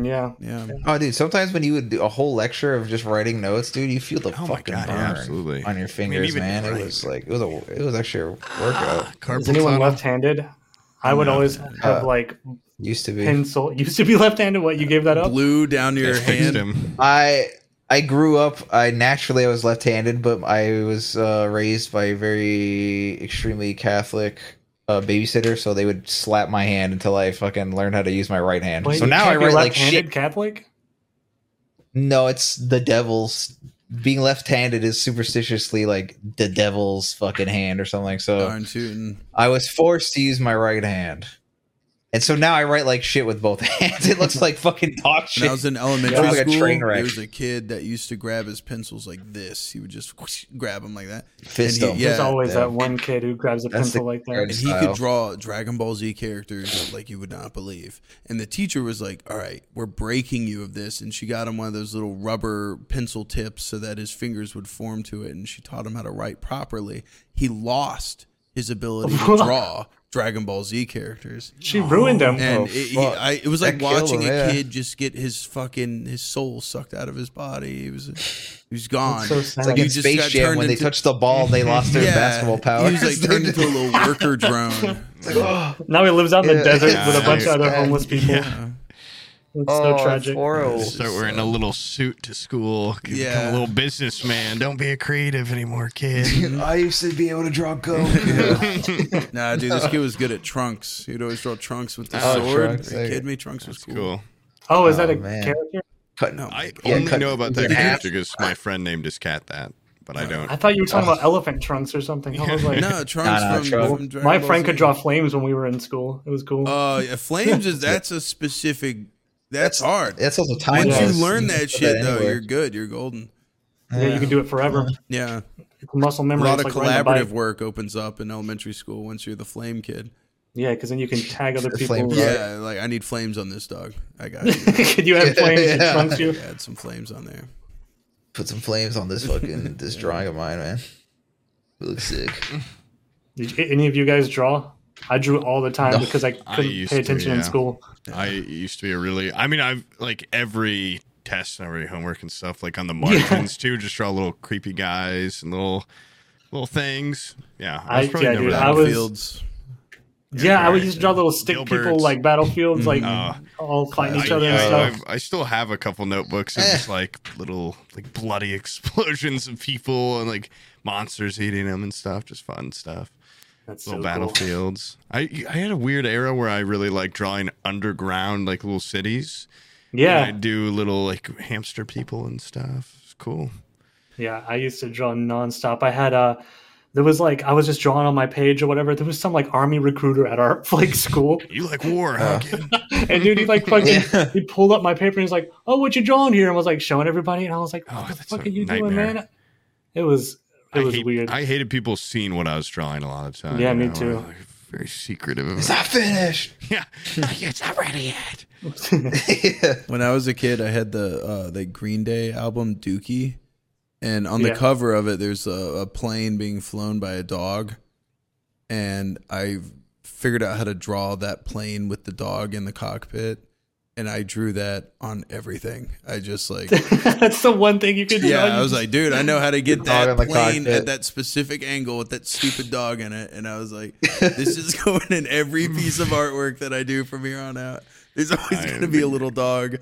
Speaker 2: yeah.
Speaker 1: Yeah,
Speaker 4: Oh, dude. Sometimes when you would do a whole lecture of just writing notes, dude, you feel the
Speaker 3: Oh my
Speaker 4: fucking
Speaker 3: God,
Speaker 4: burn
Speaker 3: yeah, absolutely.
Speaker 4: on your fingers,
Speaker 3: even
Speaker 4: man.
Speaker 3: writing.
Speaker 4: It was like it was a it was actually a workout.
Speaker 2: Is
Speaker 3: Carpal
Speaker 2: anyone
Speaker 3: tunnel.
Speaker 2: left-handed? I would always have like
Speaker 4: Used to be.
Speaker 2: pencil. (laughs) Used to be left-handed. What you gave that up?
Speaker 1: blew down to your
Speaker 3: I fixed
Speaker 1: hand.
Speaker 3: him.
Speaker 4: I I grew up. I naturally I was left-handed, but I was uh, raised by a very extremely Catholic uh, babysitter, so they would slap my hand until I fucking learned how to use my right hand.
Speaker 2: Wait,
Speaker 4: so
Speaker 2: you
Speaker 4: now I
Speaker 2: can't be
Speaker 4: write like
Speaker 2: left-handed
Speaker 4: shit.
Speaker 2: Catholic.
Speaker 4: No, it's the devil's. Being left-handed is superstitiously like the devil's fucking hand or something. So
Speaker 1: Darn tootin'.
Speaker 4: I was forced to use my right hand. And so now I write like shit with both (laughs) hands. It looks like fucking dog
Speaker 1: When I
Speaker 4: shit.
Speaker 1: was in elementary
Speaker 4: Like a
Speaker 1: school,
Speaker 4: train wreck.
Speaker 1: there was a kid that used to grab his pencils like this. He would just (laughs) whoosh, grab them like that.
Speaker 4: Fist
Speaker 1: and
Speaker 4: him.
Speaker 1: he, yeah,
Speaker 2: There's always
Speaker 4: yeah.
Speaker 2: that one kid who grabs a
Speaker 4: That's the
Speaker 2: pencil like
Speaker 1: and
Speaker 4: greatest-
Speaker 2: that.
Speaker 1: he
Speaker 4: style.
Speaker 1: could draw Dragon Ball Z characters like you would not believe. And the teacher was like, "All right, we're breaking you of this." And she got him one of those little rubber pencil tips so that his fingers would form to it. And she taught him how to write properly. He lost his ability
Speaker 4: (laughs)
Speaker 1: to draw Dragon Ball Z characters.
Speaker 2: She ruined him.
Speaker 1: and
Speaker 4: Oh,
Speaker 1: it, he-
Speaker 4: fuck.
Speaker 1: I, it was
Speaker 4: That
Speaker 1: like
Speaker 4: killed
Speaker 1: watching
Speaker 4: him,
Speaker 1: a
Speaker 4: yeah.
Speaker 1: kid just get his fucking his soul sucked out of his body. He was he was gone.
Speaker 2: so sad.
Speaker 4: It's like
Speaker 1: You
Speaker 4: in
Speaker 1: just
Speaker 4: Space
Speaker 1: got
Speaker 4: Jam
Speaker 1: turned
Speaker 4: when they
Speaker 1: into-
Speaker 4: touched the ball and
Speaker 1: (laughs)
Speaker 4: they lost their basketball powers.
Speaker 1: He was like turned
Speaker 4: (laughs)
Speaker 1: into a little worker drone.
Speaker 4: It's like, oh,
Speaker 2: now he lives out in the
Speaker 4: Yeah.
Speaker 2: desert with a
Speaker 3: Yeah,
Speaker 2: bunch of
Speaker 3: it's
Speaker 2: other
Speaker 4: bad.
Speaker 2: homeless people.
Speaker 1: Yeah.
Speaker 2: It's
Speaker 4: oh,
Speaker 2: so tragic.
Speaker 4: It's horrible.
Speaker 1: It's
Speaker 3: Start
Speaker 1: just,
Speaker 3: wearing
Speaker 1: uh,
Speaker 3: a little suit to school. Become
Speaker 1: Yeah.
Speaker 3: a little businessman. Don't be a creative anymore, kid.
Speaker 4: (laughs) I used to be able to
Speaker 1: (laughs)
Speaker 4: draw gold.
Speaker 1: Nah, dude, this kid was good at trunks. He'd always draw trunks with the
Speaker 4: Oh,
Speaker 1: sword.
Speaker 4: Trunks,
Speaker 1: Are you
Speaker 4: yeah.
Speaker 1: kidding me? Trunks was
Speaker 3: That's
Speaker 1: cool.
Speaker 3: cool.
Speaker 2: Oh, is that
Speaker 4: Oh,
Speaker 2: a
Speaker 4: man.
Speaker 2: character?
Speaker 4: (laughs) Cut,
Speaker 1: No,
Speaker 3: I
Speaker 4: Yeah,
Speaker 3: only
Speaker 4: cut
Speaker 3: know about
Speaker 4: your
Speaker 3: that
Speaker 4: ass.
Speaker 3: character because my friend named his cat that, but I don't.
Speaker 2: I thought you were talking about elephant trunks or something. I was like,
Speaker 1: no, trunks
Speaker 4: Nah, nah,
Speaker 1: from,
Speaker 4: Trunks.
Speaker 1: from Dragon
Speaker 2: my
Speaker 1: Ball
Speaker 2: friend
Speaker 1: Z.
Speaker 2: could draw flames when we were in school. It was cool.
Speaker 1: Uh, yeah, flames is that's a specific. That's hard.
Speaker 4: That's also time.
Speaker 1: Once you
Speaker 2: Yes.
Speaker 1: learn that shit, though,
Speaker 4: anywhere.
Speaker 1: you're good. You're golden.
Speaker 2: yeah, you can do it forever.
Speaker 1: Yeah.
Speaker 2: It's muscle
Speaker 1: a
Speaker 2: memory.
Speaker 1: lot
Speaker 2: It's
Speaker 1: of
Speaker 2: like riding a bike.
Speaker 1: collaborative work opens up in elementary school once you're the flame kid.
Speaker 2: Yeah, because then you can tag other
Speaker 4: The
Speaker 2: people.
Speaker 4: flame
Speaker 1: Yeah,
Speaker 2: Yeah.
Speaker 1: like I need flames on this dog. I got (laughs) you.
Speaker 2: (laughs) Could you have flames and
Speaker 4: Yeah.
Speaker 2: trunks you?
Speaker 1: add some flames on there.
Speaker 4: Put some flames on
Speaker 1: (laughs)
Speaker 4: this fucking this drawing of mine, man. It looks sick.
Speaker 1: Mm.
Speaker 2: Did you- any of you guys draw? I drew all the time
Speaker 4: No.
Speaker 2: because I
Speaker 3: I
Speaker 2: couldn't
Speaker 3: used
Speaker 2: pay
Speaker 3: to,
Speaker 2: attention
Speaker 3: yeah.
Speaker 2: in school.
Speaker 3: I used to be a really. I mean, I've like every test and every homework and stuff, like on the margins too. Just draw little creepy guys and little little things. Yeah,
Speaker 2: I- yeah, dude, I was-
Speaker 1: Fields.
Speaker 2: Yeah, I would
Speaker 3: right.
Speaker 2: just draw little stick people
Speaker 3: Gilberts.
Speaker 2: like battlefields, like
Speaker 3: Uh,
Speaker 2: all fighting each
Speaker 3: I,
Speaker 2: other Eh. and
Speaker 3: yeah,
Speaker 2: stuff.
Speaker 3: I've- I still have a couple notebooks of just like little like bloody (laughs) explosions of people and like monsters eating them and stuff. Just fun stuff.
Speaker 2: That's so
Speaker 3: little
Speaker 2: cool.
Speaker 3: battlefields. I I had a weird era where I really like drawing underground like little cities. I
Speaker 2: Yeah,
Speaker 3: do little like hamster people and stuff. It's cool.
Speaker 2: yeah. I used to draw nonstop. I had uh There was like I was just drawing on my page or whatever. There was some like army recruiter at our (laughs) like school,
Speaker 3: You like war, huh? kid?
Speaker 2: and dude, he like
Speaker 3: (laughs)
Speaker 2: fucking
Speaker 4: Yeah.
Speaker 2: he pulled up my paper and he's like, "Oh, what you drawing here?" And was like showing everybody, and I was like,
Speaker 3: Oh,
Speaker 2: "What the
Speaker 3: that's
Speaker 2: fuck
Speaker 3: a
Speaker 2: are you
Speaker 3: nightmare.
Speaker 2: doing, man?" It was (laughs) it
Speaker 3: I
Speaker 2: was
Speaker 3: hate-
Speaker 2: weird.
Speaker 3: I (laughs) hated people seeing what I was drawing a lot of times.
Speaker 2: Yeah,
Speaker 3: you
Speaker 2: me
Speaker 3: know,
Speaker 2: too.
Speaker 3: like, very secretive.
Speaker 4: It's
Speaker 3: Of
Speaker 4: not finished. (laughs)
Speaker 3: (laughs) yeah, no, it's not ready yet.
Speaker 4: yeah.
Speaker 1: When I was a kid, I had the uh, the Green Day album Dookie, and on the
Speaker 2: Yeah.
Speaker 1: cover of it, there's a, a plane being flown by a dog, and I figured out how to draw that plane with the dog in the cockpit, and I drew that on everything. I just like.
Speaker 2: (laughs) That's the one thing you could do.
Speaker 1: Yeah, I was like, dude, I know how to get
Speaker 4: Dog
Speaker 1: that
Speaker 4: in the
Speaker 1: plane
Speaker 4: cockpit.
Speaker 1: at that specific angle with that stupid dog in it. And I was like, this is (laughs) going in every piece of artwork that I do from here on out. There's always
Speaker 3: I
Speaker 1: going to be a
Speaker 3: agree.
Speaker 1: little dog.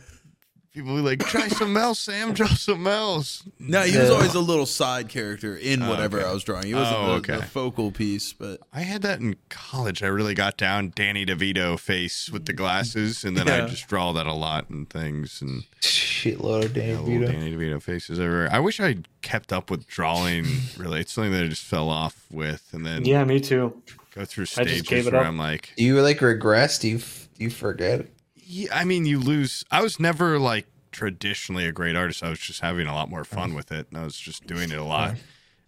Speaker 3: People be like, try some else, Sam. Draw some else.
Speaker 1: No, he was
Speaker 4: Yeah.
Speaker 1: always a little side character in
Speaker 3: Oh,
Speaker 1: whatever
Speaker 3: okay.
Speaker 1: I was drawing. He wasn't
Speaker 3: Oh,
Speaker 1: the, the
Speaker 3: okay.
Speaker 1: focal piece, but
Speaker 3: I had that in college. I really got down Danny DeVito face with the glasses, and then
Speaker 1: Yeah.
Speaker 3: I just draw that a lot and things and
Speaker 4: Shitload of
Speaker 3: yeah,
Speaker 1: Oh,
Speaker 3: little
Speaker 4: damn Vito.
Speaker 3: Danny DeVito faces everywhere. I wish I kept up with drawing. Really, it's something that I just fell off with, and
Speaker 2: (laughs)
Speaker 3: then
Speaker 2: yeah, me too.
Speaker 3: go through
Speaker 2: I just gave
Speaker 3: stages
Speaker 2: it
Speaker 3: where
Speaker 2: up.
Speaker 3: I'm like,
Speaker 4: Do you like regress? Do you f- do you forget?
Speaker 3: yeah, I mean, you lose. I was never like traditionally a great artist. I was just having a lot more fun with it, and I was just doing it a lot.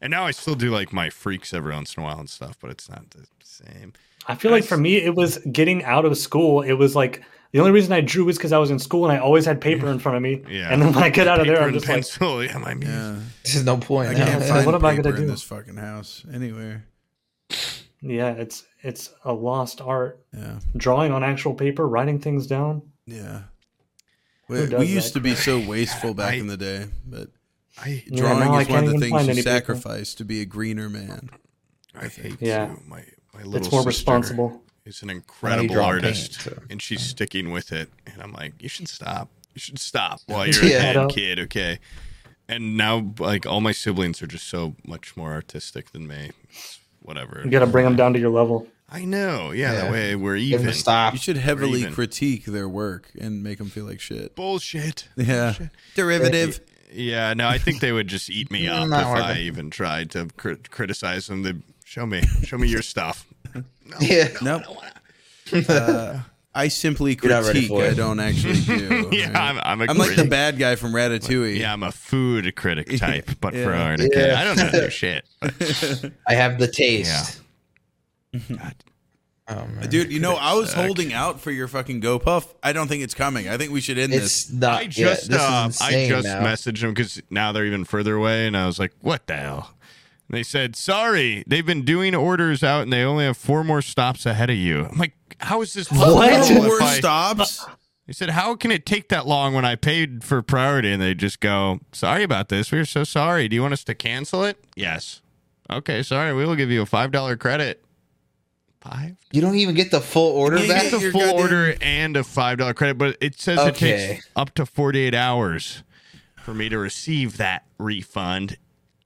Speaker 3: And now I still do like my freaks every once in a while and stuff, but it's not the same.
Speaker 2: I feel like for me, it was getting out of school. It was like the only reason I drew was because I was in school and I always had paper
Speaker 3: (laughs)
Speaker 2: in front of me.
Speaker 3: Yeah.
Speaker 2: And then when I get out of there,
Speaker 3: Paper
Speaker 2: I'm
Speaker 3: and
Speaker 2: just
Speaker 3: pencil. (laughs) yeah, my muse.
Speaker 1: yeah.
Speaker 4: There's no point.
Speaker 1: I
Speaker 4: now. (laughs)
Speaker 1: can't
Speaker 2: so
Speaker 1: find
Speaker 2: what am I gonna
Speaker 1: paper in
Speaker 2: do?
Speaker 1: this fucking house anywhere.
Speaker 2: like, yeah, it's it's a lost art.
Speaker 1: Yeah.
Speaker 2: Drawing on actual paper, writing things down.
Speaker 1: Yeah. We,
Speaker 2: does
Speaker 1: we used
Speaker 2: that
Speaker 1: to be
Speaker 2: (laughs)
Speaker 1: so wasteful back
Speaker 3: I-
Speaker 1: in the day, but
Speaker 3: I
Speaker 2: Yeah,
Speaker 1: drawing
Speaker 2: now I
Speaker 1: is one of
Speaker 2: can't
Speaker 1: the
Speaker 2: even
Speaker 1: things
Speaker 2: find
Speaker 1: you
Speaker 2: any paper.
Speaker 1: sacrifice to be a greener man.
Speaker 3: I hate
Speaker 2: Yeah.
Speaker 3: you. My my little
Speaker 2: It's more
Speaker 3: sister
Speaker 2: responsible.
Speaker 3: is an incredible
Speaker 4: draw
Speaker 3: artist,
Speaker 4: paint, so-
Speaker 3: and she's sticking with it. And I'm like, you should stop. You
Speaker 2: (laughs)
Speaker 3: should stop while you're
Speaker 4: Yeah.
Speaker 3: ahead,
Speaker 2: Kiddo.
Speaker 3: kid. Okay. And now, like, all my siblings are just so much more artistic than me. It's whatever.
Speaker 2: You got to bring them down to your level.
Speaker 3: I know. Yeah,
Speaker 4: Yeah.
Speaker 3: that way we're
Speaker 4: Give him
Speaker 3: even.
Speaker 4: a stop.
Speaker 1: You should heavily
Speaker 3: even.
Speaker 1: critique their work and make them feel like shit.
Speaker 3: Bullshit.
Speaker 1: Yeah. Derivative.
Speaker 3: Yeah. No, I think they would just eat me up if
Speaker 4: Not worth
Speaker 3: I
Speaker 4: it.
Speaker 3: even tried to cri- criticize (laughs) them. They show me, show me your stuff.
Speaker 4: Yeah.
Speaker 1: Nope. I simply
Speaker 4: You're not ready
Speaker 1: critique.
Speaker 4: for
Speaker 1: I
Speaker 4: it.
Speaker 1: don't
Speaker 3: (laughs)
Speaker 1: actually do.
Speaker 3: yeah,
Speaker 1: right?
Speaker 3: I'm, I'm a
Speaker 1: I'm like the
Speaker 3: critic.
Speaker 1: bad guy from Ratatouille.
Speaker 3: Yeah, I'm a food critic type, but for
Speaker 1: Yeah.
Speaker 3: art, okay.
Speaker 4: Yeah.
Speaker 3: I don't know do shit.
Speaker 4: (laughs) I have the taste. Mm-hmm.
Speaker 3: God.
Speaker 4: Oh, man.
Speaker 1: Dude, you know, I was
Speaker 3: Suck.
Speaker 1: holding out for your fucking GoPuff. I don't think it's coming. I think we should end this.
Speaker 4: it's not.
Speaker 3: I just
Speaker 4: yet. This
Speaker 3: uh,
Speaker 4: is
Speaker 3: I
Speaker 4: insane
Speaker 3: just
Speaker 4: now.
Speaker 3: messaged them because now they're even further away, and I was like, "What the hell?" And they said, "Sorry, they've been doing orders out, and they only have four more stops ahead of you." I'm like, "How is this
Speaker 2: What?
Speaker 3: possible
Speaker 1: Four
Speaker 3: if I-
Speaker 4: (laughs)
Speaker 1: stops.
Speaker 3: They said, "How can it take that long when I paid for priority?" And they just go, "Sorry about this. We're so sorry. Do you want us to cancel it?" Yes. Okay, sorry. We will give you a five dollar credit. Five.
Speaker 4: You don't even get the full order
Speaker 1: Yeah,
Speaker 4: back.
Speaker 3: That's a
Speaker 1: your
Speaker 3: full
Speaker 1: goddamn-
Speaker 3: order and a five dollar credit, but it says it
Speaker 4: Okay.
Speaker 3: takes up to forty eight hours for me to receive that refund.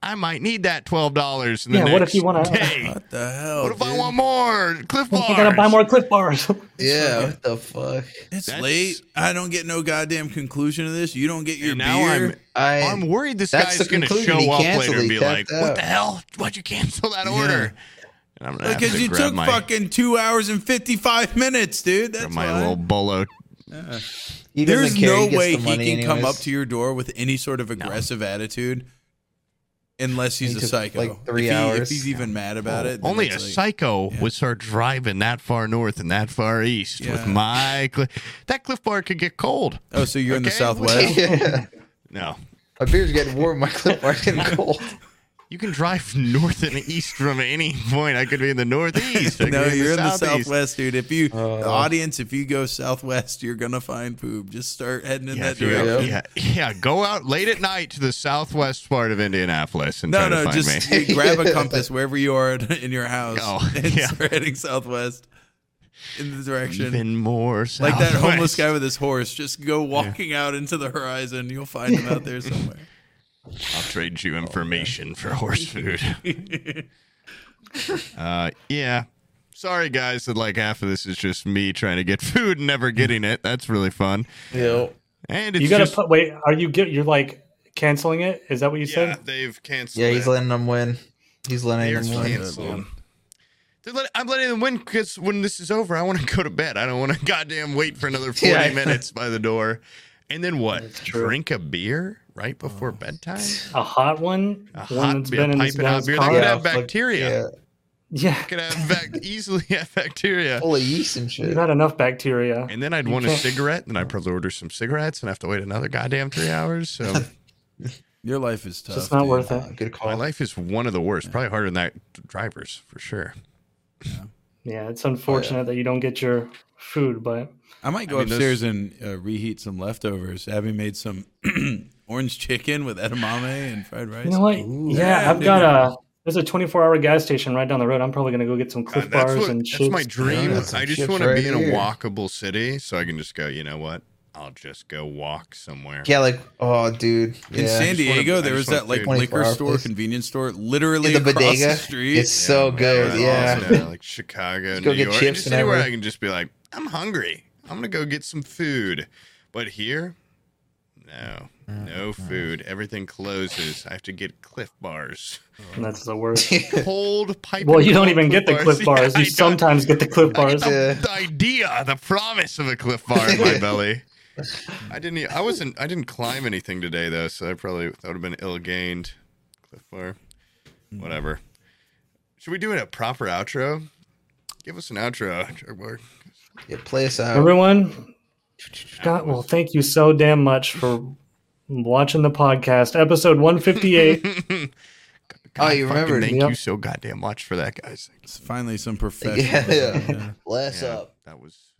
Speaker 3: I might need that twelve dollars in the
Speaker 2: Yeah,
Speaker 3: next
Speaker 2: what if you wanna- (laughs)
Speaker 3: day.
Speaker 1: What the hell?
Speaker 3: What if I
Speaker 1: dude?
Speaker 3: want more Cliff
Speaker 2: You gotta
Speaker 3: Bars?
Speaker 2: buy more Cliff bars. (laughs)
Speaker 4: Yeah, what the fuck?
Speaker 1: It's
Speaker 3: That's-
Speaker 1: late. I don't get no goddamn conclusion to this. You don't get your
Speaker 3: And now
Speaker 1: beer.
Speaker 3: I'm
Speaker 4: I
Speaker 3: I'm worried this guy's
Speaker 4: That's the
Speaker 3: going to
Speaker 4: conclusion. He
Speaker 3: show up
Speaker 4: canceled.
Speaker 3: later and
Speaker 4: He
Speaker 3: be like,
Speaker 4: tapped
Speaker 3: "What
Speaker 4: out."
Speaker 3: the hell? Why'd you cancel that order?" And I'm gonna have
Speaker 1: because
Speaker 3: to
Speaker 1: you
Speaker 3: grab
Speaker 1: took
Speaker 3: my,
Speaker 1: fucking two hours and fifty five minutes, dude.
Speaker 3: grab
Speaker 1: That's
Speaker 3: my
Speaker 1: why.
Speaker 3: little bolo.
Speaker 4: He doesn't
Speaker 1: There's
Speaker 4: care,
Speaker 1: no
Speaker 4: gets
Speaker 1: way
Speaker 4: the
Speaker 1: he can
Speaker 4: money
Speaker 1: come
Speaker 4: anyways.
Speaker 1: up to your door with any sort of aggressive attitude, unless he's
Speaker 4: He
Speaker 1: a
Speaker 4: took,
Speaker 1: psycho.
Speaker 4: like, three
Speaker 1: if he- If
Speaker 4: hours.
Speaker 1: he's even mad about it, then
Speaker 3: Oh, Only a
Speaker 1: it's like-
Speaker 3: psycho would start driving that far north and that far east with
Speaker 1: Yeah.
Speaker 3: my cli that Cliff Bar could get cold.
Speaker 1: Oh, so you're in the
Speaker 3: Okay.
Speaker 1: Southwest?
Speaker 4: (laughs) Yeah.
Speaker 3: No,
Speaker 4: My beer's getting warm. My clip bar's getting cold.
Speaker 3: you can drive (laughs) north and east from any point. I could be in the northeast. I
Speaker 1: (laughs)
Speaker 3: could
Speaker 1: no,
Speaker 3: be
Speaker 1: you're in the
Speaker 3: southeast.
Speaker 1: Southwest, dude. If you the
Speaker 4: Uh.
Speaker 1: audience, if you go Southwest, you're gonna find poop. Just start heading in
Speaker 3: Yeah,
Speaker 1: that
Speaker 3: if you go-
Speaker 1: direction.
Speaker 4: go-
Speaker 3: yeah, yeah, go out late at night to the southwest part of Indianapolis and
Speaker 1: No,
Speaker 3: try to
Speaker 1: no,
Speaker 3: find me.
Speaker 1: just you grab
Speaker 3: (laughs)
Speaker 1: a compass wherever you are (laughs) in- in your house
Speaker 3: Oh,
Speaker 1: (laughs) and
Speaker 3: yeah.
Speaker 1: start heading southwest in the direction.
Speaker 3: even more
Speaker 1: like that homeless
Speaker 3: southwest.
Speaker 1: guy with his horse, just go walking out into the horizon. You'll find him out there
Speaker 3: (laughs)
Speaker 1: somewhere.
Speaker 3: I'll trade you information for horse food.
Speaker 1: (laughs)
Speaker 3: uh, yeah. Sorry, guys, that like half of this is just me trying to get food and never getting it. That's really fun.
Speaker 4: Yeah.
Speaker 3: And it's
Speaker 2: you gotta
Speaker 3: just,
Speaker 2: put. Wait, are you get? You're like canceling it? Is that what you
Speaker 3: yeah,
Speaker 2: said?
Speaker 3: they've canceled.
Speaker 4: Yeah, he's
Speaker 3: it.
Speaker 4: letting them win. He's letting
Speaker 3: They're
Speaker 4: them win.
Speaker 3: canceled. They're let- I'm letting them win because when this is over, I want to (laughs) go to bed. I don't want to goddamn wait for another 40
Speaker 4: Yeah.
Speaker 3: minutes by the door. And then what?
Speaker 2: true.
Speaker 3: Drink a beer right
Speaker 4: Oh.
Speaker 3: before bedtime?
Speaker 2: A hot one.
Speaker 3: A
Speaker 2: one
Speaker 3: hot
Speaker 2: that's
Speaker 3: beer,
Speaker 2: been in
Speaker 3: pipe
Speaker 2: this
Speaker 3: and hot
Speaker 2: guy's
Speaker 3: beer. They
Speaker 2: car.
Speaker 3: could
Speaker 4: Yeah,
Speaker 3: have
Speaker 4: fuck,
Speaker 3: bacteria.
Speaker 4: Yeah,
Speaker 2: (laughs) Yeah,
Speaker 3: could have bac- easily have bacteria.
Speaker 4: full of yeast and shit.
Speaker 2: (laughs) you've had enough bacteria.
Speaker 3: And then I'd
Speaker 2: You
Speaker 3: want a
Speaker 2: can't-
Speaker 3: cigarette, and I'd probably order some cigarettes and have to wait another goddamn three hours.
Speaker 4: (laughs)
Speaker 3: So
Speaker 1: Your life is tough.
Speaker 2: It's just not
Speaker 1: dude.
Speaker 2: worth it.
Speaker 4: Uh, good
Speaker 3: my
Speaker 4: call.
Speaker 3: life is one of the worst, probably harder than that driver's for sure.
Speaker 2: Yeah, it's unfortunate
Speaker 3: Oh,
Speaker 2: that you don't get your food, but
Speaker 1: I might go
Speaker 3: I mean,
Speaker 1: upstairs and uh, reheat some leftovers. Abby made some (clears throat) orange chicken with edamame and fried rice.
Speaker 2: you know what? yeah,
Speaker 1: Yeah,
Speaker 2: I've got a. There's a 24 hour gas station right down the road. I'm probably gonna go get some Cliff
Speaker 3: Uh, that's,
Speaker 2: bars
Speaker 3: what,
Speaker 2: and
Speaker 3: that's
Speaker 2: shit.
Speaker 3: my dream.
Speaker 4: Yeah, some
Speaker 3: I just
Speaker 4: chips
Speaker 3: want to be
Speaker 4: right
Speaker 3: in a
Speaker 4: here.
Speaker 3: walkable city, so I can just go. You know what? I'll just go walk somewhere.
Speaker 4: Yeah, like oh, dude. Yeah.
Speaker 1: In San
Speaker 3: just wanna-
Speaker 1: Diego,
Speaker 3: I
Speaker 1: there was that
Speaker 3: just want
Speaker 1: like
Speaker 3: food.
Speaker 1: liquor
Speaker 4: 24 hour
Speaker 1: store,
Speaker 4: place.
Speaker 1: convenience store, literally
Speaker 4: Yeah, the
Speaker 1: across
Speaker 4: bodega.
Speaker 1: the street.
Speaker 4: It's so good.
Speaker 3: that's
Speaker 4: Yeah.
Speaker 3: awesome.
Speaker 4: (laughs)
Speaker 3: like Chicago,
Speaker 4: go
Speaker 3: New
Speaker 4: get
Speaker 3: York,
Speaker 4: chips
Speaker 3: just
Speaker 4: and
Speaker 3: anywhere I
Speaker 4: everything.
Speaker 3: can just be like, I'm hungry. I'm gonna go get some food. But here, no,
Speaker 4: Mm,
Speaker 3: no food. Everything closes. I have to get Cliff Bars,
Speaker 2: and that's the
Speaker 3: (laughs)
Speaker 2: worst.
Speaker 3: cold pipe.
Speaker 2: well,
Speaker 3: and
Speaker 2: you don't
Speaker 3: cold
Speaker 2: even get the Cliff
Speaker 3: (laughs) Yeah,
Speaker 2: bars.
Speaker 3: I
Speaker 2: you
Speaker 3: don't.
Speaker 2: sometimes get the Cliff bars.
Speaker 4: Yeah.
Speaker 3: the idea, the promise of a Cliff Bar in
Speaker 2: (laughs)
Speaker 3: my belly. I didn't. e- I wasn't. I didn't climb anything today though, so I probably that would have been ill gained. Cliff Bar,
Speaker 2: Hmm.
Speaker 3: whatever. Should we do a proper outro? Give us an outro, Jerkboard.
Speaker 4: (laughs) Yeah, play us out.
Speaker 2: Everyone, God, well, thank you so damn much for watching the podcast, episode 158.
Speaker 4: Oh, you
Speaker 3: fucking
Speaker 4: remembered.
Speaker 3: Thank
Speaker 2: Yep.
Speaker 3: you so goddamn much for that, guys.
Speaker 1: It's finally some
Speaker 4: (laughs) Yeah,
Speaker 1: professional.
Speaker 4: yeah. Bless
Speaker 3: Yeah,
Speaker 4: up.
Speaker 3: That was